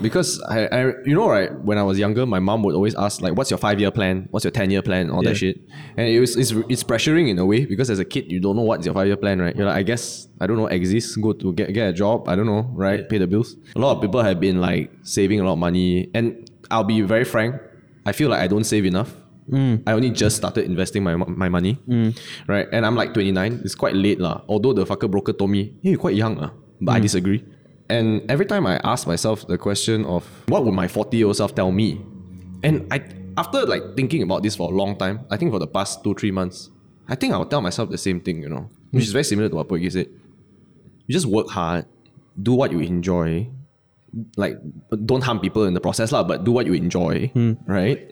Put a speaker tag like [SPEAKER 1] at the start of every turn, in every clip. [SPEAKER 1] because I, I you know right when I was younger, my mom would always ask like, "What's your five year plan? What's your ten year plan? All that
[SPEAKER 2] Yeah.
[SPEAKER 1] shit." And it was it's, it's pressuring in a way because as a kid you don't know what's your five year plan, right? You're like, I guess I don't know, exist, go to get get a job, I don't know, right? Pay the bills. A lot of people have been like saving a lot of money, and I'll be very frank, I feel like I don't save enough. I only just started investing my mo- my money, right? And I'm like 29. It's quite late lah. Although the fucker broker told me, "Hey, you're quite young ah," but I disagree. And every time I ask myself the question of what would my 40 year old self tell me, and I after like thinking about this for a long time, I think for the past two three months, I think I will tell myself the same thing. You know, which is very similar to what Poigi said. You just work hard, do what you enjoy, like don't harm people in the process lah, but do what you enjoy, right?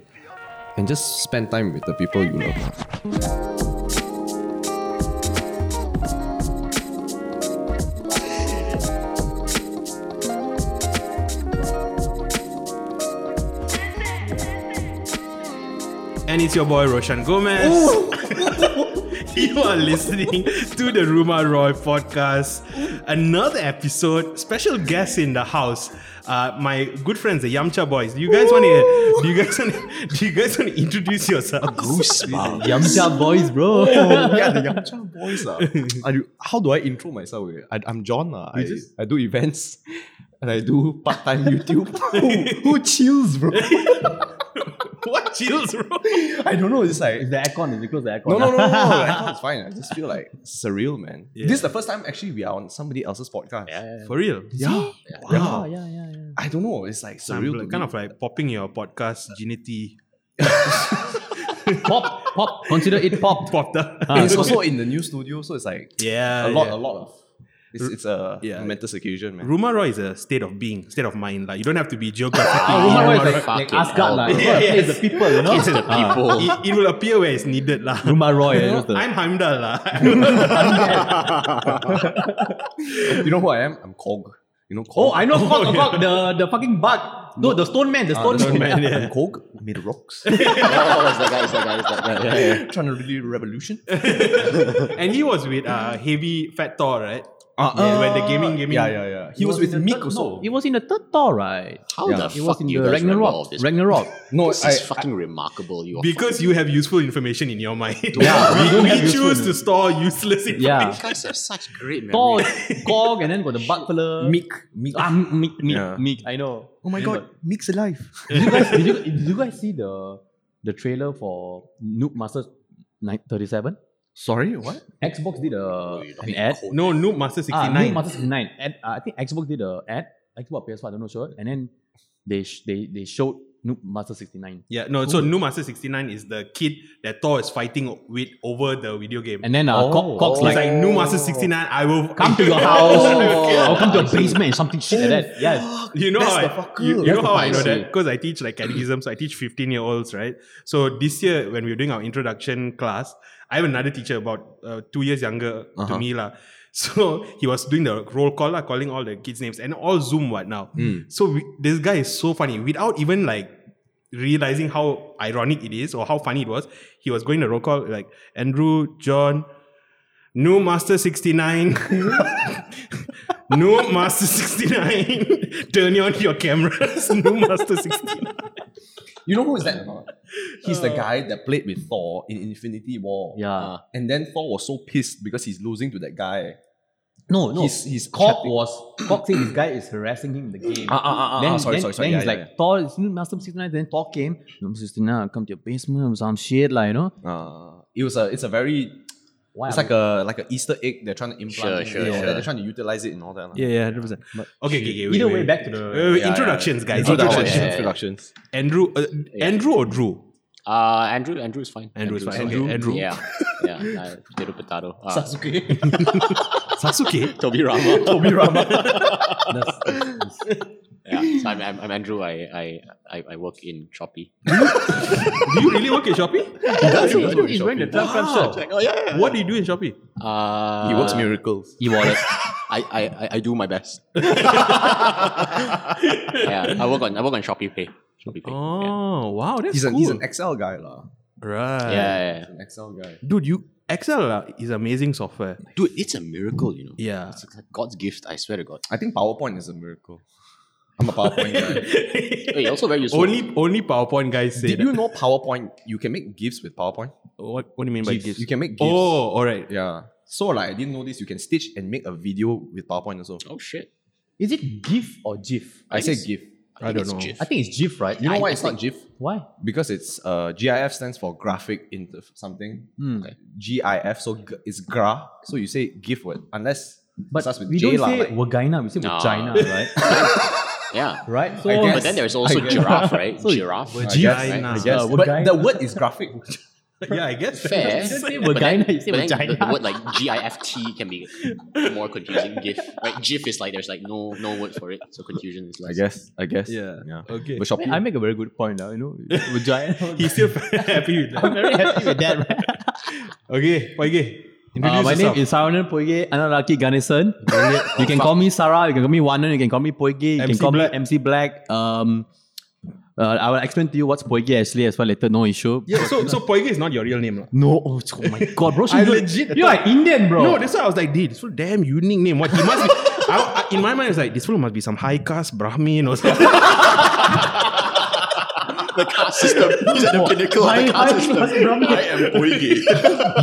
[SPEAKER 1] And just spend time with the people you love. lah.
[SPEAKER 2] And it's your boy Roshan Gomez. you are listening to the Rumor Roy podcast. Another episode, special guest in the house. Uh, my good friends, the Yamcha boys. Do you guys want to? Do you guys want? to? Do you guys want to introduce yourselves?
[SPEAKER 3] Yamcha boys, bro.
[SPEAKER 1] Oh, yeah, the Yamcha boys. Uh. how do I intro myself? eh? I, I'm John. Uh. I,
[SPEAKER 2] just-
[SPEAKER 1] I do events and I do part time YouTube. who, who chills, bro?
[SPEAKER 2] what chills, bro?
[SPEAKER 1] I don't know. It's like.
[SPEAKER 3] the aircon is because the aircon.
[SPEAKER 1] No, no, no, no, no. I thought it's fine. I just feel like surreal, man.
[SPEAKER 2] Yeah.
[SPEAKER 1] This is the first time actually we are on somebody else's podcast.
[SPEAKER 2] For real?
[SPEAKER 1] Yeah.
[SPEAKER 3] Wow. Oh, Yeah, yeah, yeah.
[SPEAKER 1] I don't know. It's like surreal.
[SPEAKER 2] I'm
[SPEAKER 1] to
[SPEAKER 2] like- kind
[SPEAKER 1] me.
[SPEAKER 2] of like popping your podcast genity
[SPEAKER 3] Pop, pop. Consider it pop.
[SPEAKER 2] popped up.
[SPEAKER 1] And it's also in the new studio, so it's like
[SPEAKER 2] yeah,
[SPEAKER 1] a lot,
[SPEAKER 2] yeah.
[SPEAKER 1] a lot of. It's, it's a
[SPEAKER 2] Yeah.
[SPEAKER 1] momentous occasion, man.
[SPEAKER 2] Rumor Roy is a state of being, state of mind. Like you don't have to be geographically.
[SPEAKER 3] Ah, Rumah Roy
[SPEAKER 2] Rumah Roy.
[SPEAKER 3] is like, like
[SPEAKER 4] fucking
[SPEAKER 3] Asgard,
[SPEAKER 4] hell,
[SPEAKER 3] lah.
[SPEAKER 4] bro.
[SPEAKER 3] It's gotta play the people, you know?
[SPEAKER 2] It's the people. Uh, it, it will appear where it's needed, lah.
[SPEAKER 3] Rumah Roy,
[SPEAKER 2] You know,
[SPEAKER 3] that's the-
[SPEAKER 2] I'm Heimdall, lah.
[SPEAKER 1] you know who I am? I'm Kog. You know Kog?
[SPEAKER 3] Oh, I know fuck about the, the fucking bug. No, the stone man, the
[SPEAKER 1] Ah,
[SPEAKER 3] stone,
[SPEAKER 1] the stone
[SPEAKER 3] man.
[SPEAKER 1] man. I'm Kog. I made rocks.
[SPEAKER 4] oh, it's that guy, it's that guy, it's that guy. Yeah, yeah.
[SPEAKER 1] Trying to really revolution.
[SPEAKER 2] and he was with uh, heavy fat Thor, right?
[SPEAKER 1] Ah, uh,
[SPEAKER 2] yeah, when the gaming gaming.
[SPEAKER 1] Yeah, yeah, yeah. He was
[SPEAKER 3] in
[SPEAKER 1] with
[SPEAKER 3] the
[SPEAKER 1] Meek
[SPEAKER 3] third-
[SPEAKER 1] also.
[SPEAKER 3] No, it was in the third Thor, right?
[SPEAKER 4] How
[SPEAKER 1] Yeah.
[SPEAKER 4] the
[SPEAKER 3] It
[SPEAKER 4] fuck
[SPEAKER 3] was
[SPEAKER 4] do
[SPEAKER 3] in
[SPEAKER 4] you
[SPEAKER 3] the
[SPEAKER 4] guys remember all
[SPEAKER 3] Ragnarok.
[SPEAKER 4] this?
[SPEAKER 3] Ragnarok.
[SPEAKER 1] No,
[SPEAKER 4] This
[SPEAKER 1] I,
[SPEAKER 4] is fucking remarkable. You are
[SPEAKER 2] Oh, Because you have useful information in your mind.
[SPEAKER 3] Yeah, we
[SPEAKER 2] we,
[SPEAKER 3] don't have useful
[SPEAKER 2] choose to store useless information.
[SPEAKER 3] Yeah.
[SPEAKER 4] fucking- you guys have such great
[SPEAKER 3] Thor,
[SPEAKER 4] memories.
[SPEAKER 3] Gog, and then got the bug fella.
[SPEAKER 1] Meek. Meek.
[SPEAKER 3] Ah, Meek, Meek,
[SPEAKER 1] Yeah.
[SPEAKER 3] Meek, I know.
[SPEAKER 1] Oh my god, Meek's alive.
[SPEAKER 3] Did you guys, did you, did you guys see the the trailer for Noob Masters 37?
[SPEAKER 1] Sorry, what?
[SPEAKER 3] Xbox did a,
[SPEAKER 4] you're
[SPEAKER 3] an
[SPEAKER 4] talking
[SPEAKER 3] ad.
[SPEAKER 4] cold.
[SPEAKER 2] No, Noob Master
[SPEAKER 3] Ah, Noob
[SPEAKER 2] 69.
[SPEAKER 3] Masters 69. Ad, uh, I think Xbox did a ad. Xbox or PS4, I don't know, sure. And then they sh- they, they showed Noob Master 69.
[SPEAKER 2] yeah, no, so Noob Master 69 is the kid that Thor is fighting with over the video game.
[SPEAKER 3] And then uh,
[SPEAKER 1] Oh.
[SPEAKER 3] Cox, Cox
[SPEAKER 2] He's like,
[SPEAKER 3] like,
[SPEAKER 2] Noob Master 69, I will
[SPEAKER 3] come to your house. I'll come to your basement and something shit like that. Yes.
[SPEAKER 2] You know
[SPEAKER 1] That's
[SPEAKER 2] how
[SPEAKER 1] the
[SPEAKER 2] I,
[SPEAKER 1] fucker.
[SPEAKER 2] you, you
[SPEAKER 3] That's
[SPEAKER 2] know
[SPEAKER 3] the
[SPEAKER 2] how I know
[SPEAKER 3] fucker.
[SPEAKER 2] that because I teach like catechism, so I teach fifteen year olds, right? So this year when we were doing our introduction class, I have another teacher about uh, two years younger to
[SPEAKER 1] Uh-huh.
[SPEAKER 2] me lah. So he was doing the roll call, lah, calling all the kids' names and all Zoom what now.
[SPEAKER 1] Hmm.
[SPEAKER 2] So we, this guy is so funny without even like realizing how ironic it is or how funny it was. He was going to roll call like Andrew, John, New Master 69. New Master 69. Turn on your cameras. New Master 69.
[SPEAKER 1] You know who is that? or not? He's the guy that played with Thor in Infinity War. Uh,
[SPEAKER 3] Yeah.
[SPEAKER 1] And then Thor was so pissed because he's losing to that guy.
[SPEAKER 3] No, no.
[SPEAKER 1] He's- he's
[SPEAKER 3] Cox
[SPEAKER 1] chatting.
[SPEAKER 3] was Cox said this guy is harassing him in the game.
[SPEAKER 1] ah, ah, ah,
[SPEAKER 3] then,
[SPEAKER 1] ah, sorry,
[SPEAKER 3] then,
[SPEAKER 1] sorry, sorry,
[SPEAKER 3] Then
[SPEAKER 1] yeah,
[SPEAKER 3] he's
[SPEAKER 1] yeah,
[SPEAKER 3] like, Thor, it's new Master 69. Then Thor came. Master 69, come to your basement, some shit, like, you know.
[SPEAKER 1] Uh, it was a it's a very
[SPEAKER 3] Why
[SPEAKER 1] it's
[SPEAKER 3] are
[SPEAKER 1] like a like an Easter egg they're trying to implant.
[SPEAKER 4] Sure,
[SPEAKER 1] in,
[SPEAKER 4] sure,
[SPEAKER 1] you know,
[SPEAKER 4] sure.
[SPEAKER 1] They're trying to utilize it and all that. lah.
[SPEAKER 2] Yeah, yeah, 100%. Okay, okay, okay.
[SPEAKER 3] Either way, back to the-
[SPEAKER 2] Wait, wait,
[SPEAKER 1] Yeah,
[SPEAKER 2] introductions, guys.
[SPEAKER 1] Introduction,
[SPEAKER 4] Introductions.
[SPEAKER 2] Introductions.
[SPEAKER 4] yeah, yeah.
[SPEAKER 1] introductions.
[SPEAKER 2] Andrew, uh, Andrew or Drew?
[SPEAKER 4] Uh, Andrew, Andrew is fine.
[SPEAKER 2] Andrew is fine.
[SPEAKER 1] Andrew.
[SPEAKER 2] Okay, Andrew.
[SPEAKER 4] Yeah, yeah. I, potato, potato. Uh,
[SPEAKER 1] Sasuke.
[SPEAKER 2] Sasuke.
[SPEAKER 4] Toby Rama. Toby
[SPEAKER 3] That's-
[SPEAKER 4] yeah. So I'm, I'm, I'm Andrew. I, I, I, I work in Shopee.
[SPEAKER 2] Do you really work at Shopee?
[SPEAKER 4] does, he does work
[SPEAKER 3] He's wearing the Trump Trump
[SPEAKER 2] Wow.
[SPEAKER 3] shirt.
[SPEAKER 4] oh yeah.
[SPEAKER 2] What do you do in Shopee?
[SPEAKER 4] Uh,
[SPEAKER 1] he works miracles.
[SPEAKER 4] E-wallet. I, I, I, I do my best. yeah, I work on I work on Shopee Pay. Shopee Pay. Yeah.
[SPEAKER 2] Oh, wow. That's
[SPEAKER 1] He's an
[SPEAKER 2] cool.
[SPEAKER 1] he's an XL guy lah.
[SPEAKER 2] right.
[SPEAKER 4] yeah, yeah.
[SPEAKER 1] An XL guy.
[SPEAKER 2] Dude, you Excel uh, is amazing software.
[SPEAKER 4] Dude, it's a miracle, you know.
[SPEAKER 2] Yeah.
[SPEAKER 4] It's like God's gift, I swear to God.
[SPEAKER 1] I think PowerPoint is a miracle. I'm a PowerPoint guy.
[SPEAKER 4] Wait, also very useful.
[SPEAKER 2] only only PowerPoint guys say
[SPEAKER 1] Did
[SPEAKER 2] that.
[SPEAKER 1] you know PowerPoint? You can make GIFs with PowerPoint.
[SPEAKER 2] What, what do you mean by
[SPEAKER 1] Gifs. You can make GIFs.
[SPEAKER 2] Oh, all right.
[SPEAKER 1] Yeah. So like I didn't know this. You can stitch and make a video with PowerPoint also.
[SPEAKER 4] Oh shit!
[SPEAKER 3] Is it GIF or GIF?
[SPEAKER 1] I, said
[SPEAKER 4] it's-
[SPEAKER 1] GIF.
[SPEAKER 2] I
[SPEAKER 4] I, think
[SPEAKER 2] don't
[SPEAKER 4] it's
[SPEAKER 2] know.
[SPEAKER 4] GIF.
[SPEAKER 3] I think it's GIF, right?
[SPEAKER 1] You know
[SPEAKER 3] I-
[SPEAKER 1] why it's not GIF?
[SPEAKER 3] Why?
[SPEAKER 1] Because it's uh GIF stands for graphic into something.
[SPEAKER 3] Hmm.
[SPEAKER 1] GIF, so g- it's gra. So you say GIF word unless it
[SPEAKER 3] But
[SPEAKER 1] starts with
[SPEAKER 3] we
[SPEAKER 1] J
[SPEAKER 3] don't
[SPEAKER 1] lah,
[SPEAKER 3] say
[SPEAKER 1] like-
[SPEAKER 3] Wagina, we say
[SPEAKER 4] Nah.
[SPEAKER 3] Vagina, right?
[SPEAKER 4] yeah.
[SPEAKER 3] right? So,
[SPEAKER 1] guess.
[SPEAKER 4] But then there's also
[SPEAKER 1] guess.
[SPEAKER 4] giraffe, right?
[SPEAKER 3] So-
[SPEAKER 4] giraffe.
[SPEAKER 2] Vagina.
[SPEAKER 4] Right?
[SPEAKER 1] I guess.
[SPEAKER 3] Uh,
[SPEAKER 1] but
[SPEAKER 3] vagina.
[SPEAKER 1] the word is graphic.
[SPEAKER 2] Yeah, I guess.
[SPEAKER 4] Fair.
[SPEAKER 3] You say
[SPEAKER 4] But then,
[SPEAKER 3] vagina, you say
[SPEAKER 4] but then the, the
[SPEAKER 3] vagina.
[SPEAKER 4] word like GIFT can be more confusing. GIF, right? GIF is like there's like no no word for it, so confusion is
[SPEAKER 1] I
[SPEAKER 4] less.
[SPEAKER 1] guess. I guess.
[SPEAKER 2] Yeah.
[SPEAKER 1] Yeah.
[SPEAKER 2] Okay.
[SPEAKER 1] But Shopee.
[SPEAKER 3] I make a very good point now, you know. Vagina.
[SPEAKER 2] He's still happy with
[SPEAKER 3] I'm
[SPEAKER 2] that.
[SPEAKER 3] very happy with that, right?
[SPEAKER 2] Okay, Paige. Introduce
[SPEAKER 3] Uh, my
[SPEAKER 2] yourself.
[SPEAKER 3] name is Saranan Poige Anaraki Ganesan. you can call me Sarah, you can call me Wanan, you can call me Poige, you can
[SPEAKER 2] MC
[SPEAKER 3] call
[SPEAKER 2] Black.
[SPEAKER 3] me MC Black. Um, uh, I will explain to you what's Poige actually as well later, no issue.
[SPEAKER 2] yeah, so so Poige is not your real name. lah.
[SPEAKER 3] No, oh, oh my god, bro.
[SPEAKER 2] I
[SPEAKER 3] you-
[SPEAKER 2] legit
[SPEAKER 3] You're
[SPEAKER 2] thought-
[SPEAKER 3] an Indian, bro.
[SPEAKER 2] No, that's why I was like, dude, this fool damn unique name. What he must be. I, I, in my mind, it's like this fool must be some high caste Brahmin or something.
[SPEAKER 4] The caste system. He's at the pinnacle
[SPEAKER 3] of the caste system. I
[SPEAKER 4] am Boygi.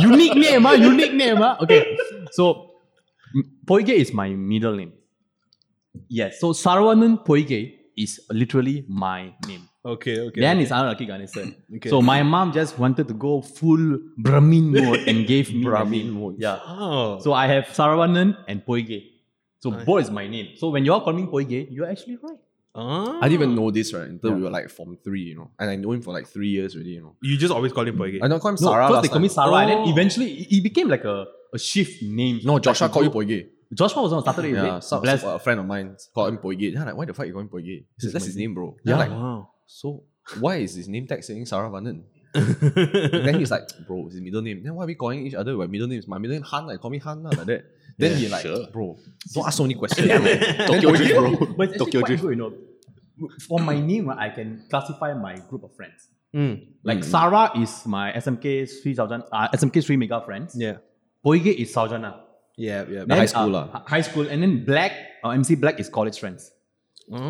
[SPEAKER 3] unique name, ah, unique name, ah. Okay, so m- Poige is my middle name. Yes, so Saravanan Poige is literally my name.
[SPEAKER 2] okay, okay.
[SPEAKER 3] then it's Anuraki Ganesan. So my mom just wanted to go full Brahmin mode and gave me Brahmin mode. Yeah.
[SPEAKER 2] oh.
[SPEAKER 3] So I have Saravanan and Poige. So both is my name. So when you're calling Poige, you're actually right.
[SPEAKER 2] Ah.
[SPEAKER 1] I didn't even know this right until
[SPEAKER 3] Yeah.
[SPEAKER 1] we were like form three, you know, and I know him for like three years already, you know.
[SPEAKER 2] You just always call him Poige.
[SPEAKER 1] I don't call him
[SPEAKER 3] No,
[SPEAKER 1] Sarah.
[SPEAKER 3] first
[SPEAKER 1] last
[SPEAKER 3] they call me
[SPEAKER 1] time.
[SPEAKER 3] Sarah, and then
[SPEAKER 2] Oh.
[SPEAKER 3] eventually it- it became like a, a shift name.
[SPEAKER 1] No, Joshua
[SPEAKER 3] Like,
[SPEAKER 1] called you Poige.
[SPEAKER 3] Joshua was on Saturday.
[SPEAKER 1] Yeah,
[SPEAKER 3] Yeah,
[SPEAKER 1] some,
[SPEAKER 3] Bless.
[SPEAKER 1] some- a friend of mine called him Poige. Then I'm like, why the fuck you calling Poige? He says, that's his name, bro. Then
[SPEAKER 2] Yeah.
[SPEAKER 1] I'm like,
[SPEAKER 2] wow.
[SPEAKER 1] so why is his name tag saying Sarah Vanan? then he's like, bro, it's his middle name. Then why are we calling each other by middle names? My middle name Han, like call me Han lah, like that. Then he like,
[SPEAKER 4] sure.
[SPEAKER 1] bro, don't ask so many questions. then
[SPEAKER 4] Tokyo Drift, bro.
[SPEAKER 3] But it's actually
[SPEAKER 4] Tokyo
[SPEAKER 3] quite
[SPEAKER 4] Drift.
[SPEAKER 3] good, you know. For my name, right, I can classify my group of friends.
[SPEAKER 2] Mm.
[SPEAKER 3] Like Sarah is my SMK 3000, uh, SMK 3 mega friends.
[SPEAKER 2] Yeah.
[SPEAKER 3] Poige is Saujana.
[SPEAKER 2] Yeah, yeah.
[SPEAKER 1] The high school
[SPEAKER 3] uh,
[SPEAKER 1] lah.
[SPEAKER 3] hi- High school. And then Black, uh, MC Black is college friends.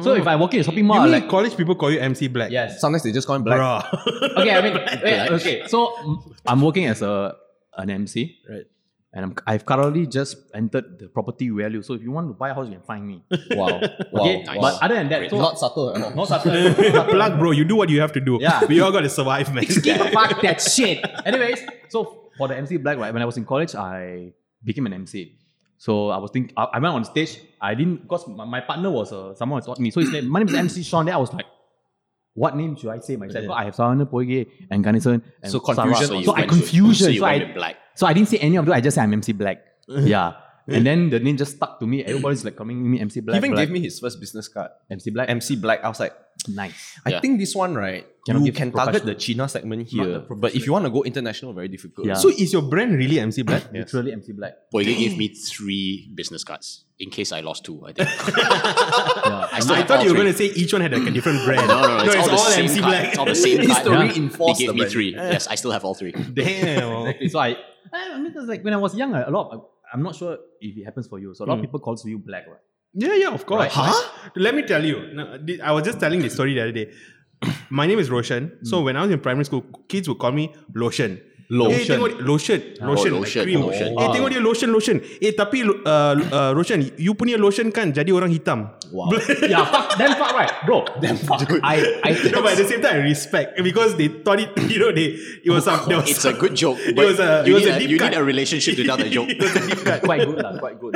[SPEAKER 3] So if I walk in a shopping mall,
[SPEAKER 2] you
[SPEAKER 3] I
[SPEAKER 2] mean
[SPEAKER 3] like,
[SPEAKER 2] college people call you MC Black?
[SPEAKER 3] yes.
[SPEAKER 1] Sometimes they just call him Black.
[SPEAKER 2] Bruh.
[SPEAKER 3] Okay, I mean, wait, okay. So mm, I'm working as a an MC.
[SPEAKER 2] Right.
[SPEAKER 3] And I'm, I've currently just entered the property value. So if you want to buy a house, you can find me.
[SPEAKER 1] Wow. wow.
[SPEAKER 3] Okay.
[SPEAKER 4] nice.
[SPEAKER 3] But other than that, so,
[SPEAKER 1] Not subtle at all.
[SPEAKER 3] no subtle.
[SPEAKER 2] Plug, bro. You do what you have to do.
[SPEAKER 3] Yeah.
[SPEAKER 2] We all got to survive, man.
[SPEAKER 3] Fuck that shit. Anyways, so for the MC Black, right? When I was in college, I became an MC. So I was think I, I went on stage. I didn't because my, my partner was uh, someone who taught me. So his name, my name is MC Sean. Then I was like, what name should I say myself? So I have Sarana Poige and Ganesan. And
[SPEAKER 1] So confusion,
[SPEAKER 3] Sarah.
[SPEAKER 1] you
[SPEAKER 3] So I
[SPEAKER 4] went with-
[SPEAKER 3] confusion.
[SPEAKER 4] So you
[SPEAKER 3] So
[SPEAKER 4] went with
[SPEAKER 3] I,
[SPEAKER 4] black.
[SPEAKER 3] so I didn't say any of them. I just said I'm MC Black. yeah. And then the name just stuck to me. Everybody's like calling me MC Black.
[SPEAKER 1] he even
[SPEAKER 3] Black,
[SPEAKER 1] gave me his first business card.
[SPEAKER 3] MC Black.
[SPEAKER 1] MC Black. I was like,
[SPEAKER 3] nice.
[SPEAKER 1] I
[SPEAKER 4] Yeah.
[SPEAKER 1] think this one, right?
[SPEAKER 3] Cannot
[SPEAKER 1] you
[SPEAKER 3] give
[SPEAKER 1] can target
[SPEAKER 3] professional.
[SPEAKER 1] the China segment
[SPEAKER 3] the
[SPEAKER 1] here, but if you want to go international, very difficult.
[SPEAKER 3] Yeah.
[SPEAKER 2] So is your brand really MC Black?
[SPEAKER 3] Literally MC Black.
[SPEAKER 4] Boygi gave me three business cards in case I lost two. I think.
[SPEAKER 3] Yeah.
[SPEAKER 4] I,
[SPEAKER 2] I thought you were going
[SPEAKER 4] going
[SPEAKER 2] to say each one had like a different brand.
[SPEAKER 4] No, no, no, it's,
[SPEAKER 2] it's
[SPEAKER 4] all, the same
[SPEAKER 2] MC
[SPEAKER 4] card.
[SPEAKER 2] Black.
[SPEAKER 4] It's all the same
[SPEAKER 1] History
[SPEAKER 4] card. Yeah.
[SPEAKER 1] enforced
[SPEAKER 4] They
[SPEAKER 1] the
[SPEAKER 4] gave me
[SPEAKER 1] brand.
[SPEAKER 4] three. Yes, I still have all three.
[SPEAKER 2] Damn.
[SPEAKER 3] Exactly. So I, I mean, it's like when I was young, a lot. Of, I'm not sure if it happens for you. So a lot
[SPEAKER 2] Hmm.
[SPEAKER 3] of people calls you black, right?
[SPEAKER 2] Yeah, yeah, of course. Huh? Let me tell you. No, thi- I was just telling this story the other day. My name is Roshan.
[SPEAKER 4] Hmm.
[SPEAKER 2] So when I was in primary school, kids would call me Lotion. Hey,
[SPEAKER 1] Lotion.
[SPEAKER 2] tengok, lotion. Lotion. like
[SPEAKER 4] Oh, lotion,
[SPEAKER 2] cream.
[SPEAKER 4] lotion.
[SPEAKER 2] Hey, tengok dia lotion, lotion. Eh, tapi uh, uh, Roshan, you punya lotion kan jadi orang hitam.
[SPEAKER 1] Wow.
[SPEAKER 3] yeah, fuck, damn fuck, right, bro. Damn fuck. I, I,
[SPEAKER 2] No, but at the same time, I respect because they thought it. You know, they it was some. there was
[SPEAKER 4] It's a
[SPEAKER 2] some-
[SPEAKER 4] good joke.
[SPEAKER 2] was
[SPEAKER 4] But
[SPEAKER 2] a- it
[SPEAKER 4] you
[SPEAKER 2] was
[SPEAKER 4] need
[SPEAKER 2] a
[SPEAKER 4] a,
[SPEAKER 2] deep
[SPEAKER 4] you
[SPEAKER 2] cut.
[SPEAKER 4] need a relationship to tell that joke.
[SPEAKER 2] it was a deep cut.
[SPEAKER 3] quite good, lah, quite good.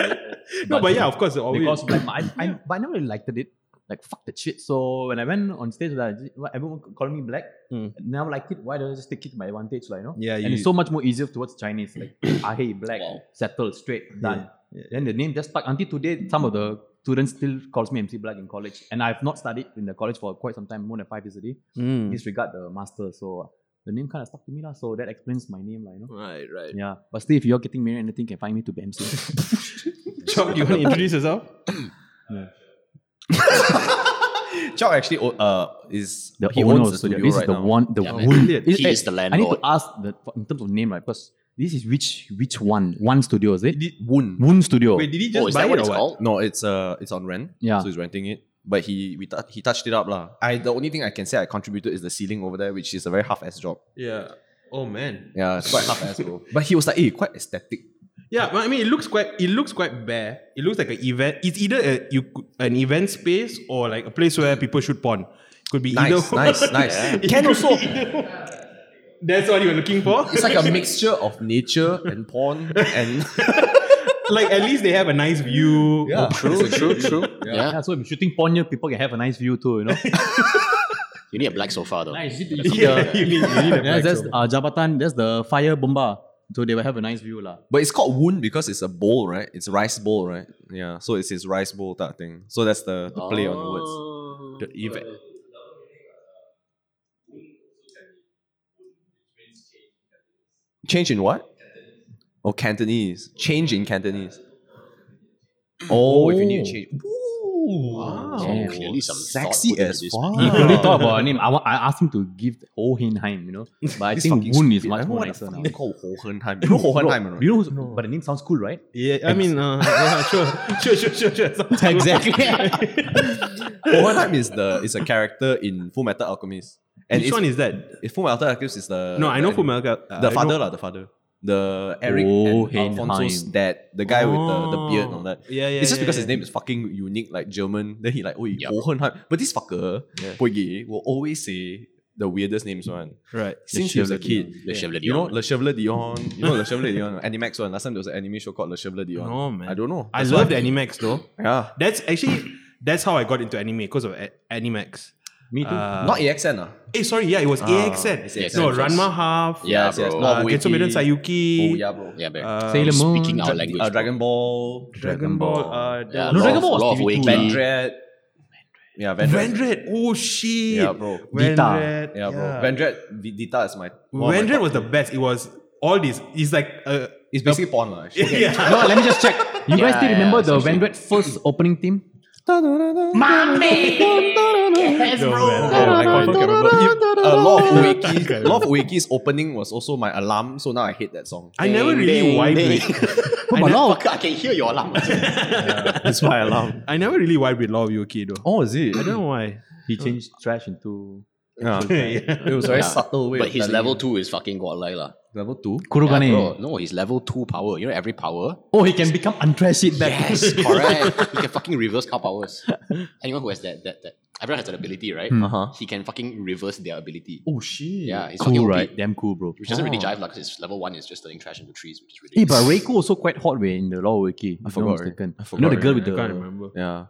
[SPEAKER 2] No, but yeah, of course, always.
[SPEAKER 3] because like, I, I, but I never really liked it. Like fuck that shit. So when I went on stage, like, everyone called me black.
[SPEAKER 2] Mm.
[SPEAKER 3] Now like it. Why don't I just take it to my advantage, like you know?
[SPEAKER 2] Yeah,
[SPEAKER 3] and
[SPEAKER 2] you-
[SPEAKER 3] it's so much more easier towards Chinese. Like I hate black, settle straight, done. Then the name just stuck. Until today, some of the students still calls me MC Black in college, and I've not studied in the college for quite some time, more than five years already.
[SPEAKER 2] Mm.
[SPEAKER 3] Disregard the master, so uh, the name kind of stuck to me lah. So that explains my name, like you know.
[SPEAKER 1] Right, right.
[SPEAKER 3] Yeah, but still, if you're getting married, anything you can find me to be MC.
[SPEAKER 2] Chop, you want to introduce yourself?
[SPEAKER 1] Chow actually o- uh, is
[SPEAKER 3] the
[SPEAKER 1] he owns
[SPEAKER 3] owner of
[SPEAKER 1] the
[SPEAKER 3] the studio.
[SPEAKER 1] studio
[SPEAKER 3] This
[SPEAKER 1] right
[SPEAKER 3] is the
[SPEAKER 1] now.
[SPEAKER 3] one, the
[SPEAKER 4] Yeah, man.
[SPEAKER 3] one.
[SPEAKER 2] Brilliant.
[SPEAKER 3] It's-
[SPEAKER 4] He is the
[SPEAKER 3] I need to
[SPEAKER 4] landlord.
[SPEAKER 3] ask the, for- in terms of name, right? Because this is which which one? One studio is it?
[SPEAKER 1] Woon.
[SPEAKER 3] Woon Studio.
[SPEAKER 2] Wait, did he just
[SPEAKER 4] Oh, is
[SPEAKER 2] buy
[SPEAKER 4] that what
[SPEAKER 2] it
[SPEAKER 4] it's
[SPEAKER 2] or what?
[SPEAKER 4] called?
[SPEAKER 1] No, it's uh, it's on rent.
[SPEAKER 3] Yeah.
[SPEAKER 1] So he's renting it. But he we tou- he touched it up lah. I the only thing I can say I contributed is the ceiling over there, which is a very half ass job.
[SPEAKER 2] Yeah. Oh man.
[SPEAKER 1] Yeah, it's quite half ass bro. But he was like, hey, quite aesthetic.
[SPEAKER 2] Yeah, well, I mean, it looks quite. It looks quite bare. It looks like an event. It's either a, you cou- an event space or like a place where people shoot porn. Could be
[SPEAKER 1] Nice,
[SPEAKER 2] either.
[SPEAKER 1] nice,
[SPEAKER 2] one.
[SPEAKER 1] nice.
[SPEAKER 2] It
[SPEAKER 1] Can
[SPEAKER 2] could
[SPEAKER 1] also-
[SPEAKER 2] be either one. That's what you were looking for.
[SPEAKER 1] It's like a mixture of nature and porn and
[SPEAKER 2] like at least they have a nice view.
[SPEAKER 1] yeah.
[SPEAKER 4] True, true, true. Yeah.
[SPEAKER 3] Yeah, so if you're shooting porn here, people can have a nice view too, you know.
[SPEAKER 4] You need a black sofa though.
[SPEAKER 3] nice. You see
[SPEAKER 2] Yeah,
[SPEAKER 3] the-
[SPEAKER 2] you need, you need a
[SPEAKER 3] yeah,
[SPEAKER 2] black
[SPEAKER 3] that's
[SPEAKER 2] soap.
[SPEAKER 3] uh, Jabatan, that's the fire bomba. So they will have a nice view lah.
[SPEAKER 1] But it's called woon because it's a bowl, right? It's rice bowl, right? Yeah. So it's his rice bowl type thing. So that's the, the play on words.
[SPEAKER 4] words.
[SPEAKER 1] The event. Change in what? Oh, Cantonese. Change in Cantonese. Oh, if you need to change.
[SPEAKER 2] Wow.
[SPEAKER 4] Oh, clearly some
[SPEAKER 1] Sexy
[SPEAKER 4] thought put into
[SPEAKER 1] as
[SPEAKER 4] this.
[SPEAKER 1] fuck.
[SPEAKER 3] He really thought about a name. I, wa- I asked him to give Ho Hinheim, you know. But I
[SPEAKER 1] This
[SPEAKER 3] think
[SPEAKER 1] fucking
[SPEAKER 3] Woon is
[SPEAKER 1] stupid. I
[SPEAKER 3] much
[SPEAKER 1] don't
[SPEAKER 3] more
[SPEAKER 1] want
[SPEAKER 3] nicer
[SPEAKER 1] to
[SPEAKER 3] now.
[SPEAKER 1] fucking call Ho Henheim. You know Ho Henheim or not?
[SPEAKER 3] You know, who's- but the name sounds cool, right?
[SPEAKER 2] Yeah, I mean, uh, yeah, sure, sure, sure, sure, sure. Sounds good.
[SPEAKER 1] Ho Henheim is the is a character in Full Metal Alchemist. And
[SPEAKER 2] Which
[SPEAKER 1] it's,
[SPEAKER 2] one is that?
[SPEAKER 1] it's Full Metal Alchemist is the
[SPEAKER 2] No, I know
[SPEAKER 1] the,
[SPEAKER 2] Full Metal. Uh,
[SPEAKER 1] the
[SPEAKER 2] I
[SPEAKER 1] father
[SPEAKER 2] know-
[SPEAKER 1] lah, the father. The Eric
[SPEAKER 3] Oh,
[SPEAKER 1] and Alfonso's
[SPEAKER 3] Henheim.
[SPEAKER 1] dad, the guy with the, the beard and all that.
[SPEAKER 2] Oh. Yeah, yeah.
[SPEAKER 1] it's just
[SPEAKER 2] yeah,
[SPEAKER 1] because
[SPEAKER 2] yeah.
[SPEAKER 1] his name is fucking unique, like German. Then he like, oh,
[SPEAKER 4] Yeah.
[SPEAKER 1] yeah. But this fucker, Poi Gay, will always say the weirdest names one.
[SPEAKER 2] Right.
[SPEAKER 1] Since he was a kid,
[SPEAKER 4] Le Chevalier
[SPEAKER 1] you know,
[SPEAKER 4] Dion.
[SPEAKER 1] Le Chevalier Dion, you know, Le Chevalier Dion, Animax one. Last time there was an anime show called Le Chevalier Dion.
[SPEAKER 2] No, man.
[SPEAKER 1] I don't know.
[SPEAKER 2] I
[SPEAKER 1] That's
[SPEAKER 2] love
[SPEAKER 1] why-
[SPEAKER 2] the Animax though.
[SPEAKER 1] Yeah,
[SPEAKER 2] That's actually that's how I got into anime because of a- Animax.
[SPEAKER 3] Me too.
[SPEAKER 2] Uh,
[SPEAKER 1] not AXN. Ah,
[SPEAKER 2] eh, sorry, yeah, it was AXN.
[SPEAKER 1] it's
[SPEAKER 2] No,
[SPEAKER 4] AXN first.
[SPEAKER 2] Ranma Half.
[SPEAKER 4] Yeah, Oh,
[SPEAKER 1] Yes, yes,
[SPEAKER 4] bro.
[SPEAKER 1] no.
[SPEAKER 2] Uh,
[SPEAKER 1] Wiki.
[SPEAKER 2] Getsu Maiden Sayuki.
[SPEAKER 1] Oh yeah, bro.
[SPEAKER 4] Yeah, man.
[SPEAKER 2] uh,
[SPEAKER 3] Sailor Moon.
[SPEAKER 4] Speaking our
[SPEAKER 3] Dra-
[SPEAKER 4] language.
[SPEAKER 1] Uh,
[SPEAKER 4] bro.
[SPEAKER 1] Dragon Ball,
[SPEAKER 2] Dragon Ball. Uh,
[SPEAKER 4] Yeah,
[SPEAKER 2] the-
[SPEAKER 3] No, Dragon
[SPEAKER 4] Law
[SPEAKER 3] Ball
[SPEAKER 4] of-
[SPEAKER 3] was
[SPEAKER 4] Law of
[SPEAKER 3] TV too.
[SPEAKER 4] Waking.
[SPEAKER 1] Vendred. Yeah, Vendred.
[SPEAKER 2] Vendred. Oh shit.
[SPEAKER 1] Yeah, bro.
[SPEAKER 3] Dita.
[SPEAKER 2] Vendred.
[SPEAKER 1] Yeah, bro. Vendred, V- Dita is my. one of my
[SPEAKER 2] Vendred
[SPEAKER 1] top-
[SPEAKER 2] was the best. It was all this. It's like uh,
[SPEAKER 1] It's basically porn, lah. actually.
[SPEAKER 2] yeah.
[SPEAKER 3] no, let me just check. You guys
[SPEAKER 4] Yeah,
[SPEAKER 3] still
[SPEAKER 4] yeah,
[SPEAKER 3] remember the
[SPEAKER 4] essentially.
[SPEAKER 3] Vendred first opening theme?
[SPEAKER 2] No, man.
[SPEAKER 1] Oh, I
[SPEAKER 2] Oh,
[SPEAKER 1] confirm can remember. If, uh, Law of Wakey, Law of Wakey's opening was also my alarm, so now I hate that song.
[SPEAKER 2] I never really
[SPEAKER 4] Ding,
[SPEAKER 2] wiped
[SPEAKER 4] ding.
[SPEAKER 2] it.
[SPEAKER 3] Oh, but Law of-
[SPEAKER 4] Fucker, I can hear your alarm.
[SPEAKER 1] That's why I alarm.
[SPEAKER 2] I never really wiped with Law of Yuki though.
[SPEAKER 1] Oh, is it?
[SPEAKER 2] I don't know why.
[SPEAKER 3] he changed trash into
[SPEAKER 1] Yeah.
[SPEAKER 2] Yeah.
[SPEAKER 1] It was very
[SPEAKER 4] Yeah.
[SPEAKER 1] subtle way.
[SPEAKER 4] but
[SPEAKER 1] of
[SPEAKER 4] his
[SPEAKER 1] telling
[SPEAKER 4] level
[SPEAKER 1] you.
[SPEAKER 4] two is fucking godlike lah.
[SPEAKER 1] level two.
[SPEAKER 4] Yeah,
[SPEAKER 3] Kurugane.
[SPEAKER 4] bro. No, he's level two power. You know every power.
[SPEAKER 3] oh, he can become untrash it back.
[SPEAKER 4] Yes, correct. he can fucking reverse car powers. Anyone who has that, that, that everyone has that ability, right?
[SPEAKER 3] Hmm.
[SPEAKER 1] Uh-huh.
[SPEAKER 4] He can fucking reverse their ability,
[SPEAKER 1] Oh shit.
[SPEAKER 4] Yeah, he's fucking
[SPEAKER 3] cool,
[SPEAKER 4] OP.
[SPEAKER 3] right? Damn cool, bro. Ah.
[SPEAKER 4] which doesn't really
[SPEAKER 1] Oh.
[SPEAKER 4] jive like his level one is just turning trash into trees, which is
[SPEAKER 3] Hey,
[SPEAKER 4] ridiculous.
[SPEAKER 3] but Reiko also quite hot way in the Law of Wiki. I
[SPEAKER 1] forgot already.
[SPEAKER 3] mistaken.
[SPEAKER 1] I
[SPEAKER 3] You know the
[SPEAKER 1] forgot
[SPEAKER 3] girl
[SPEAKER 1] already.
[SPEAKER 3] with the.
[SPEAKER 2] I can't remember.
[SPEAKER 1] Yeah.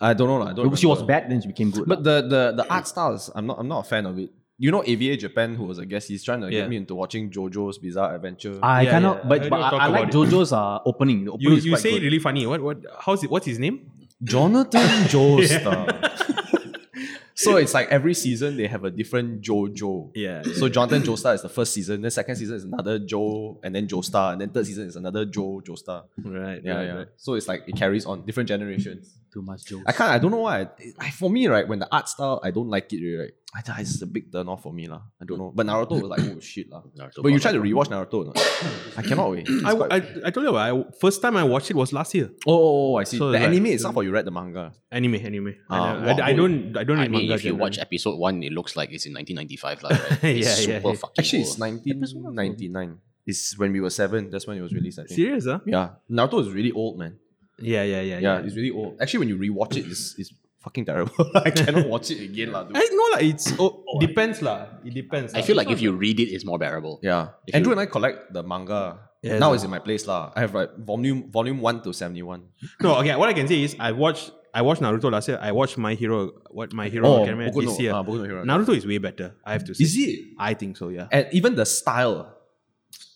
[SPEAKER 1] I don't know. lah, I don't.
[SPEAKER 3] She was
[SPEAKER 1] remember.
[SPEAKER 3] bad, then she became good.
[SPEAKER 1] But the, the the art styles, I'm not I'm not a fan of it. You know, AVA Japan, who was a guest, he's trying to
[SPEAKER 2] Yeah.
[SPEAKER 1] get me into watching JoJo's Bizarre Adventure.
[SPEAKER 3] I
[SPEAKER 2] Yeah,
[SPEAKER 3] cannot.
[SPEAKER 2] yeah.
[SPEAKER 3] But,
[SPEAKER 2] I
[SPEAKER 3] but
[SPEAKER 2] don't
[SPEAKER 3] I,
[SPEAKER 2] talk
[SPEAKER 3] I like
[SPEAKER 2] about it.
[SPEAKER 3] JoJo's uh, opening. The opening
[SPEAKER 2] You
[SPEAKER 3] is
[SPEAKER 2] you
[SPEAKER 3] quite
[SPEAKER 2] say it
[SPEAKER 3] good.
[SPEAKER 2] really funny. What what how's it what's his name?
[SPEAKER 1] Jonathan Joestar. so it's like every season they have a different JoJo.
[SPEAKER 2] Yeah.
[SPEAKER 1] So Jonathan Joestar is the first season, then second season is another Joe, and then Joestar, and then third season is another Joe Joestar.
[SPEAKER 2] Hmm. Right.
[SPEAKER 1] Yeah, yeah. So it's like it carries on different generations.
[SPEAKER 3] too much jokes.
[SPEAKER 1] I can't. I don't know why. I- I, for me, right, when the art style, I don't like it. really, Right, I, think it's a big turn off for me, lah. I don't know. But Naruto was like, oh shit, lah.
[SPEAKER 4] Naruto
[SPEAKER 1] But you
[SPEAKER 4] got
[SPEAKER 1] try to
[SPEAKER 4] that.
[SPEAKER 1] rewatch Naruto, or not? I cannot wait. It's
[SPEAKER 2] I,
[SPEAKER 1] quite-
[SPEAKER 2] I, I told you about it. I, first time I watched it was last year.
[SPEAKER 1] oh, oh, oh, I see.
[SPEAKER 2] So
[SPEAKER 1] the
[SPEAKER 2] like-
[SPEAKER 1] anime itself, or you read the manga?
[SPEAKER 2] Anime, anime.
[SPEAKER 1] Ah,
[SPEAKER 2] I,
[SPEAKER 1] wow.
[SPEAKER 2] I, I don't I don't read
[SPEAKER 4] I mean,
[SPEAKER 2] manga.
[SPEAKER 4] if you
[SPEAKER 2] generally.
[SPEAKER 4] watch episode one, it looks like it's in 1995, like right?
[SPEAKER 2] Yeah,
[SPEAKER 4] It's
[SPEAKER 2] yeah,
[SPEAKER 4] super
[SPEAKER 2] yeah.
[SPEAKER 4] fucking
[SPEAKER 1] Actually, it's
[SPEAKER 4] old.
[SPEAKER 1] 1999. It's when we were seven. That's when it was released. I think.
[SPEAKER 2] serious, huh?
[SPEAKER 1] Yeah, Naruto is really old, man.
[SPEAKER 2] Yeah, yeah, yeah.
[SPEAKER 1] Yeah, it's really old. Actually, when you rewatch it, it's, it's fucking terrible. I cannot watch it again, lah. dude.
[SPEAKER 2] I know like it's oh, depends lah. It depends.
[SPEAKER 4] I
[SPEAKER 2] lah.
[SPEAKER 4] feel like if you read it, it's more bearable.
[SPEAKER 1] Yeah,
[SPEAKER 4] If
[SPEAKER 1] Andrew
[SPEAKER 4] you-
[SPEAKER 1] and I collect the manga.
[SPEAKER 2] Yeah,
[SPEAKER 1] now
[SPEAKER 2] the-
[SPEAKER 1] it's in my place, lah. I have like volume volume one to seventy one.
[SPEAKER 2] No, okay. What I can say is I watched I watched Naruto last year. I watched My Hero what My Hero Academia
[SPEAKER 1] Boku no-
[SPEAKER 2] this year.
[SPEAKER 1] ah, Boku no Hero.
[SPEAKER 2] Naruto is way better. I have to say.
[SPEAKER 1] Is it?
[SPEAKER 2] I think so. Yeah.
[SPEAKER 1] And even the style.